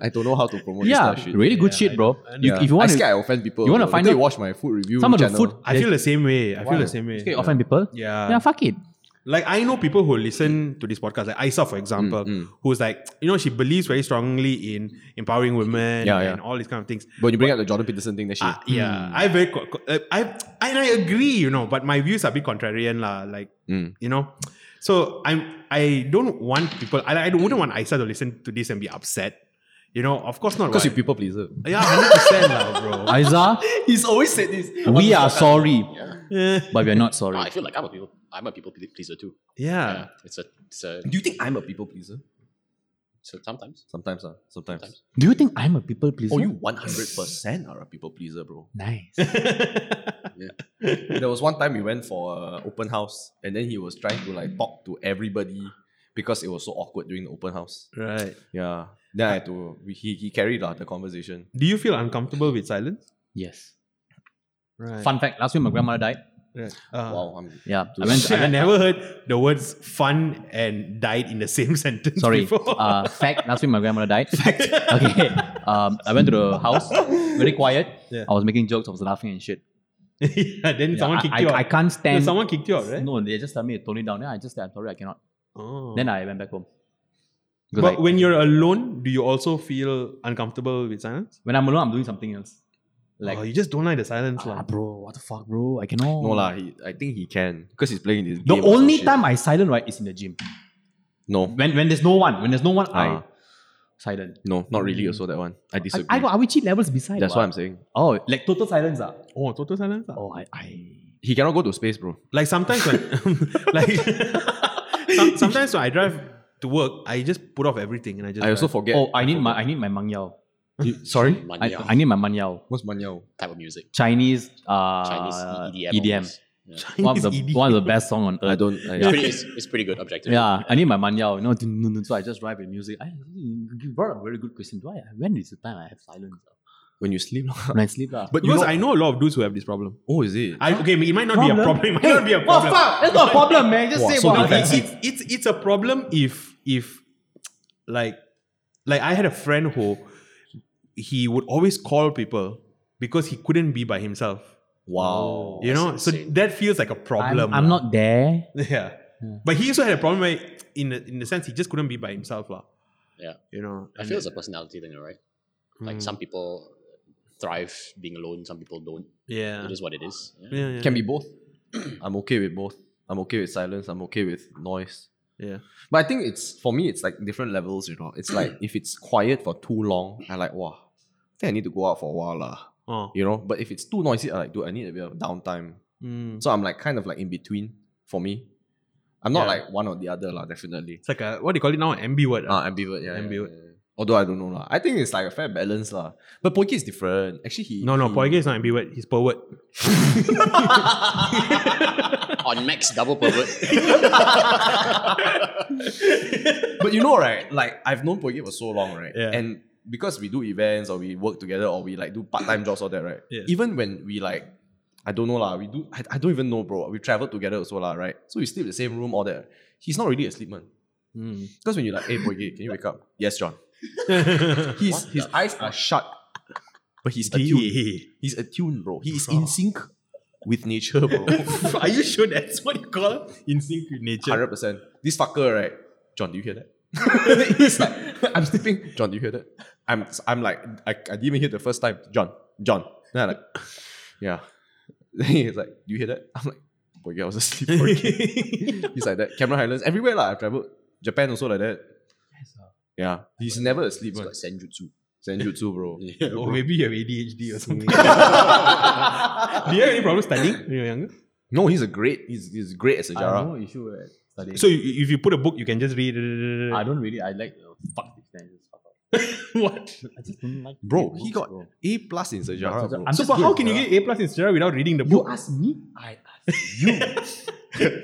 [SPEAKER 1] I don't know how to promote
[SPEAKER 3] Yeah,
[SPEAKER 1] this type of shit.
[SPEAKER 3] really good shit, bro. You,
[SPEAKER 1] Yeah.
[SPEAKER 3] If you want
[SPEAKER 1] I scared
[SPEAKER 3] to,
[SPEAKER 1] I offend people.
[SPEAKER 3] you wanna
[SPEAKER 1] bro.
[SPEAKER 3] find
[SPEAKER 1] Later
[SPEAKER 3] out
[SPEAKER 1] you watch my food review
[SPEAKER 3] some of the
[SPEAKER 1] channel.
[SPEAKER 3] food,
[SPEAKER 2] I feel the same way. I feel the same way.
[SPEAKER 3] okay, offend people.
[SPEAKER 2] Yeah.
[SPEAKER 3] yeah, fuck it.
[SPEAKER 2] Like I know people who listen to this podcast, like Isa, for example,
[SPEAKER 1] Mm,
[SPEAKER 2] who's like, you know, she believes very strongly in empowering women
[SPEAKER 1] Yeah, yeah.
[SPEAKER 2] and all these kind of things.
[SPEAKER 1] But you bring up the Jordan Peterson thing, that shit. Mm.
[SPEAKER 2] Uh,
[SPEAKER 3] Ah,
[SPEAKER 2] yeah, I very co- co- uh, I and I agree, you know, but my views are a bit contrarian, lah. Like
[SPEAKER 1] Mm.
[SPEAKER 2] you know, so I'm I don't want people. I I wouldn't want Isa to listen to this and be upset. You know, of course not.
[SPEAKER 1] because you
[SPEAKER 2] right?
[SPEAKER 1] people pleaser.
[SPEAKER 2] yeah, hundred percent, lah, bro.
[SPEAKER 3] Aiza,
[SPEAKER 1] He's always said this.
[SPEAKER 3] we are sorry, but we are not sorry.
[SPEAKER 4] I feel like I'm a people. I'm a people ple- pleaser too.
[SPEAKER 3] Uh.
[SPEAKER 2] Yeah,
[SPEAKER 4] It's a it's a
[SPEAKER 1] Do you think I'm a people pleaser?
[SPEAKER 4] so sometimes.
[SPEAKER 1] Sometimes, uh, sometimes.
[SPEAKER 3] Do you think I'm a people pleaser?
[SPEAKER 1] Oh, you 100% are a people pleaser, bro.
[SPEAKER 3] nice.
[SPEAKER 1] there was one time we went for a open house, and then he was trying to like talk to everybody because it was so awkward during the open house.
[SPEAKER 2] right.
[SPEAKER 1] Yeah. Then I had to we- he he carried out the conversation.
[SPEAKER 2] Do you feel uncomfortable with silence?
[SPEAKER 3] yes.
[SPEAKER 2] Right.
[SPEAKER 3] Fun fact: Last week my grandmother died.
[SPEAKER 2] wow.
[SPEAKER 1] Wow, I'm
[SPEAKER 3] Yeah, I
[SPEAKER 2] I,
[SPEAKER 3] went. I went
[SPEAKER 2] never heard the words "fun" and "died" in the same sentence.
[SPEAKER 3] Sorry.
[SPEAKER 2] before.
[SPEAKER 3] Uh, fact. Last week my grandmother died. Fact. Okay. Um, I went to the house, very quiet.
[SPEAKER 2] Yeah.
[SPEAKER 3] I was making jokes. I was laughing and shit.
[SPEAKER 2] yeah, then
[SPEAKER 3] Yeah,
[SPEAKER 2] someone
[SPEAKER 3] I,
[SPEAKER 2] kicked
[SPEAKER 3] I,
[SPEAKER 2] you out.
[SPEAKER 3] I can't
[SPEAKER 2] No,
[SPEAKER 3] stand.
[SPEAKER 2] someone kicked you out, right?
[SPEAKER 3] No, they just tell me to tone it down. Then I just said, I'm sorry, I cannot.
[SPEAKER 2] Oh.
[SPEAKER 3] Then I went back home. Because
[SPEAKER 2] But
[SPEAKER 3] I-
[SPEAKER 2] when you're alone, do you also feel uncomfortable with silence?
[SPEAKER 3] when I'm alone, I'm doing something else. Like,
[SPEAKER 2] Like, oh, you just don't like the silence,
[SPEAKER 3] ah,
[SPEAKER 2] lah.
[SPEAKER 3] bro, what the fuck, bro? I cannot.
[SPEAKER 1] no lah. He, I think he can because he's playing this.
[SPEAKER 3] The
[SPEAKER 1] game or some
[SPEAKER 3] only
[SPEAKER 1] shit.
[SPEAKER 3] time I silent right is in the gym.
[SPEAKER 1] No,
[SPEAKER 3] When when there's no one, when there's no one, I
[SPEAKER 1] Ah.
[SPEAKER 3] silent.
[SPEAKER 1] no, not really. Also that one, I
[SPEAKER 3] I,
[SPEAKER 1] disagree.
[SPEAKER 3] I got Avicii levels beside.
[SPEAKER 1] That's
[SPEAKER 3] what.
[SPEAKER 1] what I'm saying.
[SPEAKER 3] Oh, like total silence ah.
[SPEAKER 2] Oh, total silence. lah.
[SPEAKER 3] Oh, I, I
[SPEAKER 1] He cannot go to space, bro.
[SPEAKER 2] Like sometimes when, like, Some, sometimes when I drive to work, I just put off everything and I just.
[SPEAKER 1] I also
[SPEAKER 2] drive.
[SPEAKER 1] forget.
[SPEAKER 3] Oh, I need my I need my mangyao.
[SPEAKER 1] You- sorry?
[SPEAKER 3] I,
[SPEAKER 4] Manyao
[SPEAKER 3] I need my mangyao.
[SPEAKER 1] What's Manyao?
[SPEAKER 4] type of music.
[SPEAKER 3] Chinese uh
[SPEAKER 4] Chinese E EDM.
[SPEAKER 3] EDM.
[SPEAKER 4] almost. Yeah.
[SPEAKER 3] One of the one of the best song on earth.
[SPEAKER 1] I don't. I,
[SPEAKER 4] It's, pretty, it's, it's pretty good, objectively.
[SPEAKER 3] Yeah, I need my manyao, you know. dun, dun, dun. So I just drive with music. I, you brought a very good question. Do I? When is the time I have silence? ah?
[SPEAKER 1] When you sleep.
[SPEAKER 3] When I sleep, ah. lah.
[SPEAKER 1] But you
[SPEAKER 2] Because
[SPEAKER 1] know,
[SPEAKER 2] I know a lot of dudes who have this problem.
[SPEAKER 1] oh, is it?
[SPEAKER 2] I, okay, it might not be a problem. It might not be a
[SPEAKER 3] What
[SPEAKER 2] problem.
[SPEAKER 3] fuck? That's not a problem, man. Just
[SPEAKER 1] Wow,
[SPEAKER 3] say
[SPEAKER 1] so
[SPEAKER 3] what.
[SPEAKER 2] No, it's, it's it's it's a problem if if like like I had a friend who he would always call people because he couldn't be by himself.
[SPEAKER 1] wow.
[SPEAKER 2] You know,
[SPEAKER 4] Oh, that's
[SPEAKER 2] so
[SPEAKER 4] insane.
[SPEAKER 2] that feels like a problem.
[SPEAKER 3] I'm, I'm
[SPEAKER 2] lah.
[SPEAKER 3] not there.
[SPEAKER 2] Yeah. But he also had a problem where in the, in the sense he just couldn't be by himself. lah.
[SPEAKER 4] Yeah.
[SPEAKER 2] You know.
[SPEAKER 4] I
[SPEAKER 2] and- mm,
[SPEAKER 4] feel it's a personality thing, right? Like some
[SPEAKER 3] Mm.
[SPEAKER 4] people thrive being alone, some people don't.
[SPEAKER 2] yeah.
[SPEAKER 4] It is what it is. Yeah.
[SPEAKER 2] yeah, yeah.
[SPEAKER 1] Can be both. I'm okay with both. I'm okay with silence. I'm okay with noise.
[SPEAKER 2] Yeah.
[SPEAKER 1] But I think it's for me, it's like different levels. You know, it's like if it's quiet for too long, I like wow. I think I need to go out for a while, lah.
[SPEAKER 2] Oh.
[SPEAKER 1] You know. But if it's too noisy, I like do I need a bit of downtime.
[SPEAKER 2] mm.
[SPEAKER 1] So I'm like kind of like in between for me. I'm not
[SPEAKER 2] Yeah.
[SPEAKER 1] like one or the other, lah. Definitely.
[SPEAKER 2] It's like a, what do you call it now? An MB word. ah.
[SPEAKER 1] Ah, ambivert. Yeah. yeah,
[SPEAKER 2] Ambivert.
[SPEAKER 1] yeah, yeah. Although I don't know, lah. I think it's like a fair balance, lah. But Poki is different. Actually, he
[SPEAKER 2] no, no,
[SPEAKER 1] he-
[SPEAKER 2] Poige is not MB word. He's per word.
[SPEAKER 4] On max double pervert.
[SPEAKER 1] but you know, right? Like I've known Poike for so long, right?
[SPEAKER 2] Yeah.
[SPEAKER 1] And because we do events or we work together or we like do part-time jobs or that, right?
[SPEAKER 2] Yeah.
[SPEAKER 1] Even when we like, I don't know lah. We do. I, I don't even know, bro. We travel together also lah, right? So we sleep in the same room, all that. He's not really asleep, man. Because when you're like, hey, Poike, can you wake up? yes, John. His his eyes are shut, but he's attuned. He's attuned, bro. He is in sync with nature, bro.
[SPEAKER 2] Are you sure that's what you call in sync with nature?
[SPEAKER 1] Hundred percent. This fucker, right? John, do you hear that? He's like, I'm sleeping. John, do you hear that? I'm, I'm like, I, I didn't even hear the first time. John, John. Then I'm like, yeah. Then he's like, do you hear that? I'm like, boy, I was asleep. boy." he's like that. Cameron Highlands, everywhere lah. I've traveled. Japan also like that. Yeah, he's never asleep.
[SPEAKER 4] It's
[SPEAKER 1] man.
[SPEAKER 4] got senjutsu.
[SPEAKER 1] Senjutsu, bro.
[SPEAKER 2] or maybe you have ADHD or something. Do you have any problem studying when you're younger?
[SPEAKER 1] No, he's a great. He's, he's great as a Jara.
[SPEAKER 3] issue with studying.
[SPEAKER 2] So you, if you put a book, you can just read. Ah,
[SPEAKER 3] I don't really. I like uh, fuck this thing. Just fuck off. what? I just don't like.
[SPEAKER 1] Bro,
[SPEAKER 3] reading
[SPEAKER 1] he
[SPEAKER 3] books,
[SPEAKER 1] got
[SPEAKER 3] bro.
[SPEAKER 1] A plus in Sejara, bro.
[SPEAKER 3] I'm
[SPEAKER 2] So,
[SPEAKER 3] just
[SPEAKER 2] but
[SPEAKER 3] good
[SPEAKER 2] how
[SPEAKER 3] at
[SPEAKER 2] can you
[SPEAKER 3] Sejarah.
[SPEAKER 2] get A plus in Sejarah without reading the
[SPEAKER 3] You
[SPEAKER 2] book?
[SPEAKER 3] ask me, I ask you.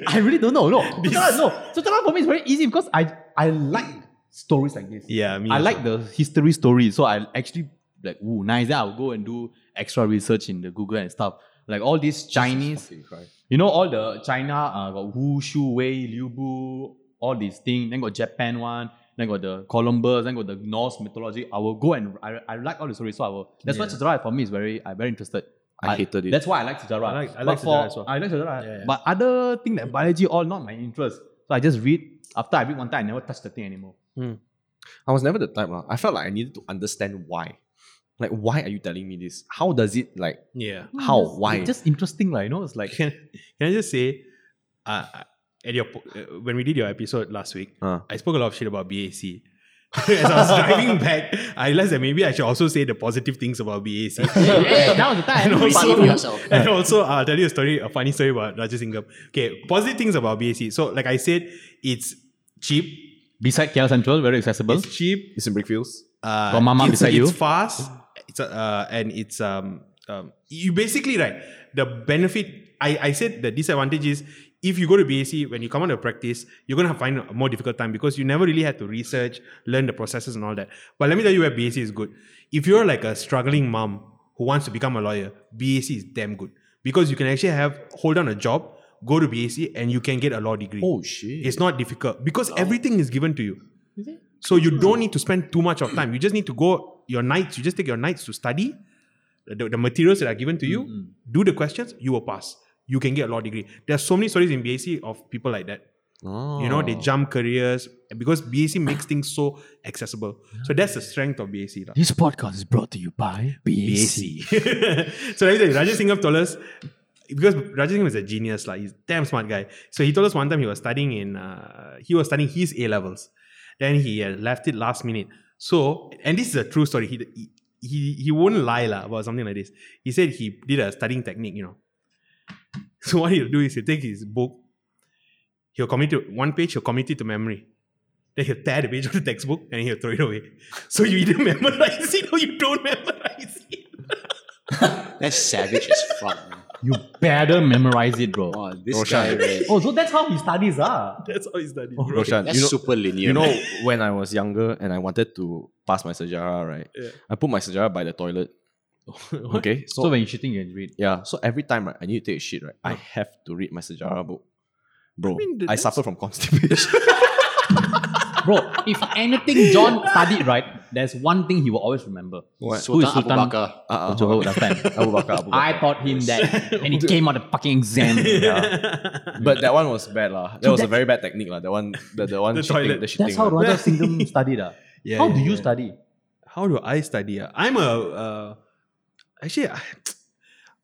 [SPEAKER 3] I really don't know. No, Sejarah, no. Sejarah for me is very easy because I I like stories like this.
[SPEAKER 2] Yeah, me
[SPEAKER 3] I
[SPEAKER 2] also.
[SPEAKER 3] like the history story, so I actually like ooh nice. Then I'll go and do extra research in the Google and stuff. Like all these Chinese, you know, all the China uh, got Wu Shu Wei Liu Bu, all these things. Then got Japan one. Then got the Columbus. Then got the Norse mythology. I will go and I, I like all the stories, so I will. That's why Sejarah for me is very I very interested.
[SPEAKER 1] I hated it.
[SPEAKER 3] That's why I like sejarah.
[SPEAKER 2] I like- I
[SPEAKER 3] But
[SPEAKER 2] like
[SPEAKER 3] for-
[SPEAKER 2] sejarah as well.
[SPEAKER 3] I like sejarah.
[SPEAKER 2] Yeah, yeah.
[SPEAKER 3] But other thing like biology, all not my interest. So I just read. After I read one time, I never touch the thing anymore.
[SPEAKER 1] I was never the type.
[SPEAKER 9] ah.
[SPEAKER 1] lah. I felt like I needed to understand why. Like, why are you telling me this? How does it like?
[SPEAKER 2] Yeah.
[SPEAKER 1] How?
[SPEAKER 3] It's just-
[SPEAKER 1] Why?
[SPEAKER 3] It's Oh, just interesting, like you know. It's like
[SPEAKER 2] Can, can I just say, uh, uh, at your po- uh, when we did your episode last week,
[SPEAKER 1] Uh.
[SPEAKER 2] I spoke a lot of shit about BAC. As I was driving back, I realized that maybe I should also say the positive things about BAC.
[SPEAKER 3] hey, now is the time.
[SPEAKER 2] And also-
[SPEAKER 4] Receive yourself.
[SPEAKER 2] And also, uh, I'll tell you a story, a funny story about Raja Singham. Okay, positive things about BAC. So, like I said, it's cheap.
[SPEAKER 3] Beside KL Central, very accessible.
[SPEAKER 2] It's cheap.
[SPEAKER 1] It's in Brickfields.
[SPEAKER 2] Uh,
[SPEAKER 3] Got mama
[SPEAKER 2] it's,
[SPEAKER 3] beside you.
[SPEAKER 2] It's fast. It's uh, and it's um, um, you basically right. The benefit I I said the disadvantage is if you go to BAC when you come out to practice, you're gonna find a more difficult time because you never really had to research, learn the processes and all that. But let me tell you where BAC is good. If you're like a struggling mom who wants to become a lawyer, BAC is damn good because you can actually have hold on a job, go to BAC, and you can get a law degree.
[SPEAKER 1] Oh shit!
[SPEAKER 2] It's not difficult because everything is given to you. So you don't need to spend too much of time. You just need to go your nights. You just take your nights to study the, the materials that are given to you, do the questions, you will pass. You can get a law degree. There are so many stories in BAC of people like that. You know, they
[SPEAKER 3] Oh.
[SPEAKER 2] jump careers because BAC makes things so accessible. So that's the strength of BAC. lah.
[SPEAKER 3] This podcast is brought to you by BAC.
[SPEAKER 2] so like I said, Rajesh Singham told us because Rajesh Singham is a genius, like he's a damn smart guy. So he told us one time he was studying in uh, he was studying his A levels, then he uh, left it last minute. So and this is a true story. He he he, he wouldn't lie lah about something like this. He said he did a studying technique, you know. So what he'll do is he'll take his book, He'll commit to one page, he'll commit it to memory. Then he'll tear the page of the textbook and he'll throw it away. So you either memorize it or you don't memorize it.
[SPEAKER 4] That's savage as fuck. man.
[SPEAKER 3] You better memorize it, bro.
[SPEAKER 4] Wow, this guy read.
[SPEAKER 3] Oh, so that's how his studies ah. are.
[SPEAKER 2] That's how he's done it.
[SPEAKER 9] Oh. Roshan,
[SPEAKER 4] That's
[SPEAKER 9] you know,
[SPEAKER 4] super linear.
[SPEAKER 9] you know
[SPEAKER 4] man.
[SPEAKER 9] when I was younger and I wanted to pass my sajara, right?
[SPEAKER 2] Yeah.
[SPEAKER 9] I put my sajara by the toilet. okay, so,
[SPEAKER 3] So, when you're shitting, you can read.
[SPEAKER 9] yeah, so every time right, I need to take a shit, right? I have to read my sajara book. Bro, I,
[SPEAKER 2] mean, that-
[SPEAKER 9] suffer from constipation.
[SPEAKER 3] Bro, if anything John studied right, there's one thing he will always remember. Who is
[SPEAKER 4] Sultan Abu
[SPEAKER 3] Sultan?
[SPEAKER 4] Bakar.
[SPEAKER 9] Uh,
[SPEAKER 3] Johor last time.
[SPEAKER 9] Abu Bakar, Abu
[SPEAKER 3] I
[SPEAKER 9] Bakar.
[SPEAKER 3] taught him that, and he came out the fucking exam.
[SPEAKER 9] But that one was bad lah. That
[SPEAKER 3] So
[SPEAKER 9] was a
[SPEAKER 3] that's-
[SPEAKER 9] very bad technique lah. That one, the, the one
[SPEAKER 2] The
[SPEAKER 9] shitting,
[SPEAKER 2] toilet.
[SPEAKER 9] the shitting.
[SPEAKER 3] That's how
[SPEAKER 9] one.
[SPEAKER 3] Roger Singham studied. ah.
[SPEAKER 2] Yeah,
[SPEAKER 3] how
[SPEAKER 2] yeah,
[SPEAKER 3] do you
[SPEAKER 2] yeah.
[SPEAKER 3] study?
[SPEAKER 2] How do I study? ah? I'm a. Uh, actually, I,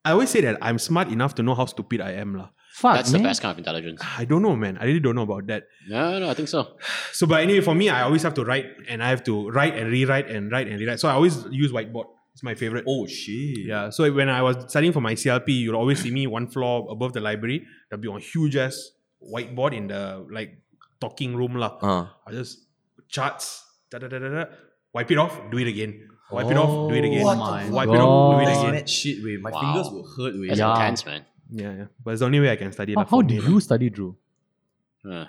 [SPEAKER 2] I always say that I'm smart enough to know how stupid I am. lah.
[SPEAKER 3] Fuck,
[SPEAKER 4] That's the
[SPEAKER 3] man.
[SPEAKER 4] best kind of intelligence.
[SPEAKER 2] I don't know, man. I really don't know about that.
[SPEAKER 4] No, no, I think so.
[SPEAKER 2] So, but anyway, for me, I always have to write and I have to write and rewrite and write and rewrite. So I always use whiteboard. It's my favorite.
[SPEAKER 9] Oh shit.
[SPEAKER 2] Yeah. So when I was studying for my CLP, you'll always see me one floor above the library. There'll be a huge ass whiteboard in the like talking room lah.
[SPEAKER 9] Uh,
[SPEAKER 2] I just charts, da da da da da. Wipe it off, do it again. Wipe it off, do it again.
[SPEAKER 3] Oh my
[SPEAKER 2] Wipe it off, do it
[SPEAKER 3] God.
[SPEAKER 2] again.
[SPEAKER 9] That shit, wait, my
[SPEAKER 4] Wow.
[SPEAKER 9] fingers will hurt, wait.
[SPEAKER 4] That's
[SPEAKER 3] Yeah.
[SPEAKER 4] intense, man.
[SPEAKER 2] Yeah, yeah. But it's the only way I can study.
[SPEAKER 3] How,
[SPEAKER 2] lah, for
[SPEAKER 3] how do
[SPEAKER 2] me,
[SPEAKER 3] you study, Drew?
[SPEAKER 4] Uh,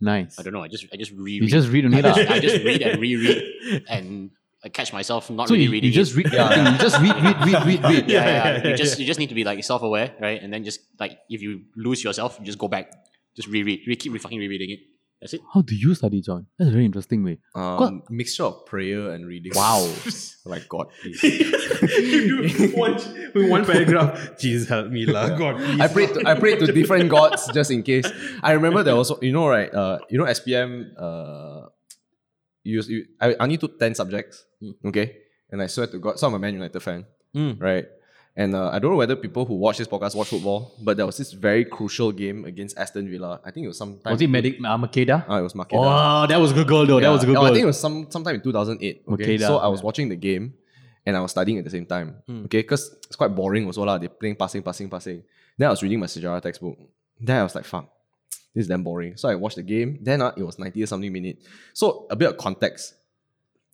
[SPEAKER 3] Nice.
[SPEAKER 4] I don't know. I just, I just reread.
[SPEAKER 3] You just read on it. ah.
[SPEAKER 4] I just read and reread and I catch myself not
[SPEAKER 3] So
[SPEAKER 4] really
[SPEAKER 3] you,
[SPEAKER 4] reading.
[SPEAKER 3] you just read everything. You just read, read, read, read,
[SPEAKER 4] it.
[SPEAKER 3] read.
[SPEAKER 4] yeah, yeah,
[SPEAKER 2] Yeah,
[SPEAKER 4] yeah.
[SPEAKER 2] yeah,
[SPEAKER 4] You just, you just need to be like self-aware, right? And then just like if you lose yourself, you just go back, just reread, re- keep re- fucking rereading it. That's it.
[SPEAKER 3] How do you study, John? That's very interesting way.
[SPEAKER 9] Um, mixture of prayer and reading.
[SPEAKER 3] Wow.
[SPEAKER 9] like God, please.
[SPEAKER 2] you do one, one paragraph. Jesus help me, lah. God, please.
[SPEAKER 1] I prayed to, I prayed to different gods just in case. I remember there was you know right uh you know SPM uh you, you I I need to ten subjects
[SPEAKER 9] Mm.
[SPEAKER 1] okay and I swear to God so I'm a Man United fan right and uh, I don't know whether people who watch this podcast watch football but there was this very crucial game against Aston Villa I think it was sometime
[SPEAKER 3] Was it Medic uh, Makeda?
[SPEAKER 1] Ah, it was Makeda
[SPEAKER 3] Oh, that was a good goal, though.
[SPEAKER 1] yeah.
[SPEAKER 3] That was a good
[SPEAKER 1] Oh,
[SPEAKER 3] goal.
[SPEAKER 1] I think it was some sometime in 2008. Okay,
[SPEAKER 3] Okay,
[SPEAKER 1] so
[SPEAKER 3] lah.
[SPEAKER 1] I was watching the game, and I was studying at the same time.
[SPEAKER 3] Hmm.
[SPEAKER 1] Okay, because it's quite boring also lah. They playing passing, passing, passing. Then I was reading my sejarah textbook. Then I was like, "Fuck, this is damn boring." So I watched the game. Then ah, it was 90 or something minute. So a bit of context.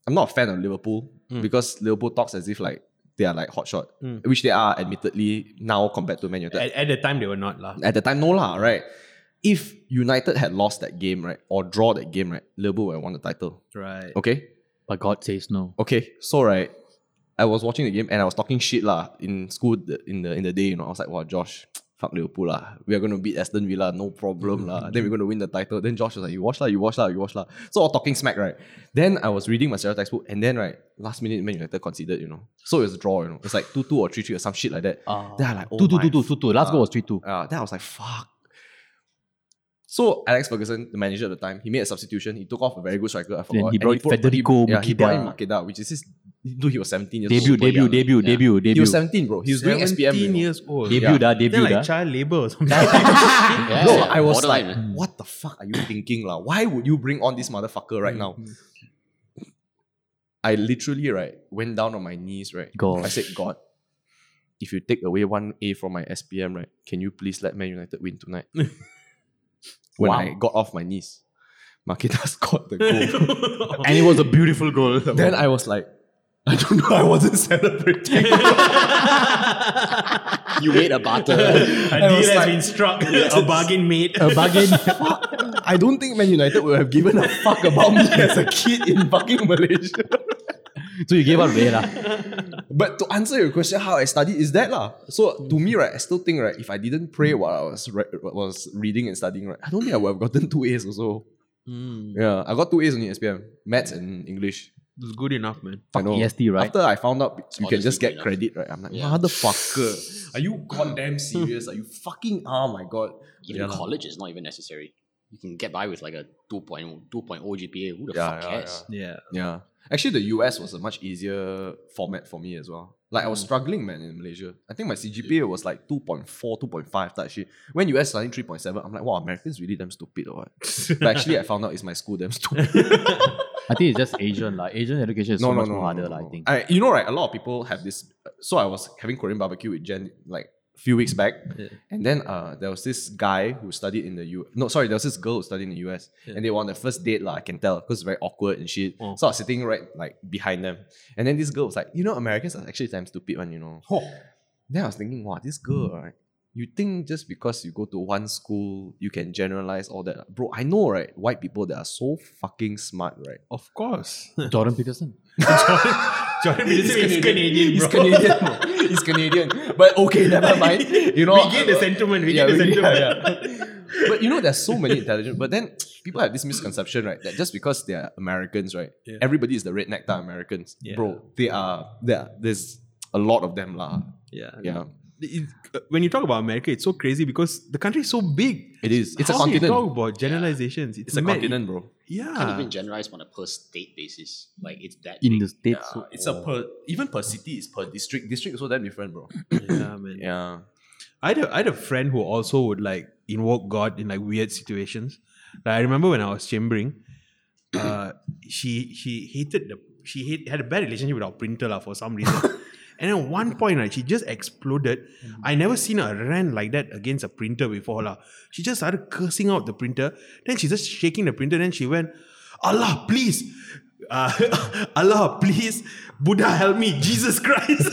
[SPEAKER 1] I'm not a fan of Liverpool
[SPEAKER 3] Hmm.
[SPEAKER 1] because Liverpool talks as if like they are like hotshot, which they are admittedly now compared to Man United
[SPEAKER 2] at, at the time they were not lah.
[SPEAKER 1] at the time, no lah, right? If United had lost that game, right, or draw that game, right, Liverpool would have won the title.
[SPEAKER 2] Right.
[SPEAKER 1] Okay,
[SPEAKER 3] But God says no.
[SPEAKER 1] okay. So right, I was watching the game and I was talking shit lah in school the, in the in the day. You know, I was like, wow, Josh, fuck Liverpool lah. We are gonna beat Aston Villa, no problem lah. Then we're gonna win the title. Then Josh was like, you watch lah, you watch lah, you watch lah. So all talking smack, right? Then I was reading my Sarah textbook and then right, last minute Man United conceded, you know. So it was a draw, you know. It's like two two or three three or some shit like that.
[SPEAKER 3] Ah.
[SPEAKER 1] then I like oh
[SPEAKER 3] Two, two,
[SPEAKER 1] my
[SPEAKER 3] two, two, two, two. Last goal was 3 2.
[SPEAKER 1] uh, then I was like, fuck. So Alex Ferguson, the manager at the time, he made a substitution. He took off a very good striker. I forgot.
[SPEAKER 3] he
[SPEAKER 1] And
[SPEAKER 3] brought
[SPEAKER 1] put-
[SPEAKER 3] Federico
[SPEAKER 1] he, yeah, he brought in
[SPEAKER 3] Makeda.
[SPEAKER 1] Makeda, which is his dude. He was seventeen years
[SPEAKER 3] Debut,
[SPEAKER 1] old. Super
[SPEAKER 3] debut,
[SPEAKER 1] young.
[SPEAKER 3] debut,
[SPEAKER 4] Yeah.
[SPEAKER 3] debut,
[SPEAKER 1] He
[SPEAKER 3] debut.
[SPEAKER 1] was seventeen, bro. He was doing
[SPEAKER 2] 17
[SPEAKER 1] SPM. you know.
[SPEAKER 2] years old.
[SPEAKER 3] Debut, da,
[SPEAKER 2] They're
[SPEAKER 3] debut,
[SPEAKER 2] like
[SPEAKER 3] da.
[SPEAKER 2] child labor or something.
[SPEAKER 4] Yeah,
[SPEAKER 1] Bro,
[SPEAKER 4] yeah,
[SPEAKER 1] I was like,
[SPEAKER 4] borderline, man.
[SPEAKER 1] what the fuck are you thinking, lah? Why would you bring on this motherfucker right now? I literally right went down on my knees, right?
[SPEAKER 3] God.
[SPEAKER 1] I said, God, if you take away one A from my SPM, right, can you please let Man United win tonight? when
[SPEAKER 3] Wow.
[SPEAKER 1] I got off my knees, Makeda scored the goal.
[SPEAKER 3] And it was a beautiful goal.
[SPEAKER 1] then I was like, I don't know, I wasn't celebrating.
[SPEAKER 4] You made a barter.
[SPEAKER 2] a deal has been struck. a bargain made.
[SPEAKER 3] a bargain.
[SPEAKER 1] I don't think Man United would have given a fuck about me as a kid in fucking Malaysia.
[SPEAKER 3] so you gave up Vera.
[SPEAKER 1] But to answer your question, how I studied is that lah. So to me, right, I still think right, if I didn't pray while I was re- was reading and studying, right, I don't think I would have gotten two A's also.
[SPEAKER 3] Hmm.
[SPEAKER 1] Yeah, I got two A's only in SPM, maths and English.
[SPEAKER 2] It's good enough, man.
[SPEAKER 1] I know.
[SPEAKER 3] EST, E right?
[SPEAKER 1] After I found out you can
[SPEAKER 4] honestly
[SPEAKER 1] just
[SPEAKER 4] good
[SPEAKER 1] get
[SPEAKER 4] enough.
[SPEAKER 1] credit, right? I'm like,
[SPEAKER 4] Yeah.
[SPEAKER 1] motherfucker, are you goddamn serious? Are you fucking? Oh my god!
[SPEAKER 4] even
[SPEAKER 1] lah.
[SPEAKER 4] college is not even necessary. You can get by with like a 2.0, 2.0 GPA. Who the
[SPEAKER 1] Yeah,
[SPEAKER 4] fuck
[SPEAKER 1] yeah,
[SPEAKER 4] cares?
[SPEAKER 2] Yeah.
[SPEAKER 1] Yeah. Actually, the US was a much easier format for me as well. Like, I was struggling, man, in Malaysia. I think my CGPA was like 2.4, 2.5, that shit. When US starting 3.7, I'm like, wow, Americans really damn stupid or what? but actually, I found out it's my school damn stupid.
[SPEAKER 3] I think it's just Asian. Like, Asian education is so much more harder, like, I think.
[SPEAKER 1] I, you know, right? A lot of people have this. So, I was having Korean barbecue with Jen, like, few weeks back, and then uh, there was this guy who studied in the U. No, sorry, there was this girl who studied in the US, and they were on their first date lah. I can tell because it's very awkward and shit.
[SPEAKER 3] Oh.
[SPEAKER 1] So I was sitting right like behind them, and then this girl was like, "You know, Americans are actually damn stupid one, you know." Then I was thinking, "Wow, this girl,
[SPEAKER 3] Hmm.
[SPEAKER 1] right? You think just because you go to one school, you can generalize all that, bro? I know, right? White people that are so fucking smart, right?
[SPEAKER 2] Of course.
[SPEAKER 3] Jordan Peterson.
[SPEAKER 2] Jordan Peterson is Canadian,
[SPEAKER 1] He's
[SPEAKER 2] bro.
[SPEAKER 1] Canadian. bro. He's Canadian. But okay, never mind. You know,
[SPEAKER 2] We get the sentiment. We
[SPEAKER 1] yeah,
[SPEAKER 2] get the
[SPEAKER 1] we-
[SPEAKER 2] sentiment.
[SPEAKER 1] yeah, yeah. But you know, there's so many intelligent. But then people have this misconception, right? That just because they are Americans, right? Everybody is the redneck type Americans, bro. They are. They are. There's a lot of them, lah.
[SPEAKER 2] Yeah.
[SPEAKER 1] Yeah,
[SPEAKER 2] It- when you talk about America, it's so crazy because the country is so big.
[SPEAKER 1] it is. It's
[SPEAKER 2] How
[SPEAKER 1] a
[SPEAKER 2] do you
[SPEAKER 1] continent.
[SPEAKER 2] talk about generalizations.
[SPEAKER 1] it's a
[SPEAKER 2] mad.
[SPEAKER 1] continent, bro.
[SPEAKER 4] Can't
[SPEAKER 2] Yeah.
[SPEAKER 4] even generalize on a per state basis. Like it's that
[SPEAKER 3] In
[SPEAKER 4] big.
[SPEAKER 3] the States. so-
[SPEAKER 1] It's a per even per city is per district. District is so damn different, bro.
[SPEAKER 2] yeah, man.
[SPEAKER 1] Yeah.
[SPEAKER 2] I had, a, I had a friend who also would like invoke God in like weird situations. Like I remember when I was chambering, uh, she she hated the she hate, had a bad relationship with our printer lah, for some reason. and at one point, right, she just exploded. I never seen her rant like that against a printer before. lah. She just started cursing out the printer. Then she just shaking the printer. Then she went, Allah, please. Uh, Allah, please. Buddha, help me. Jesus Christ.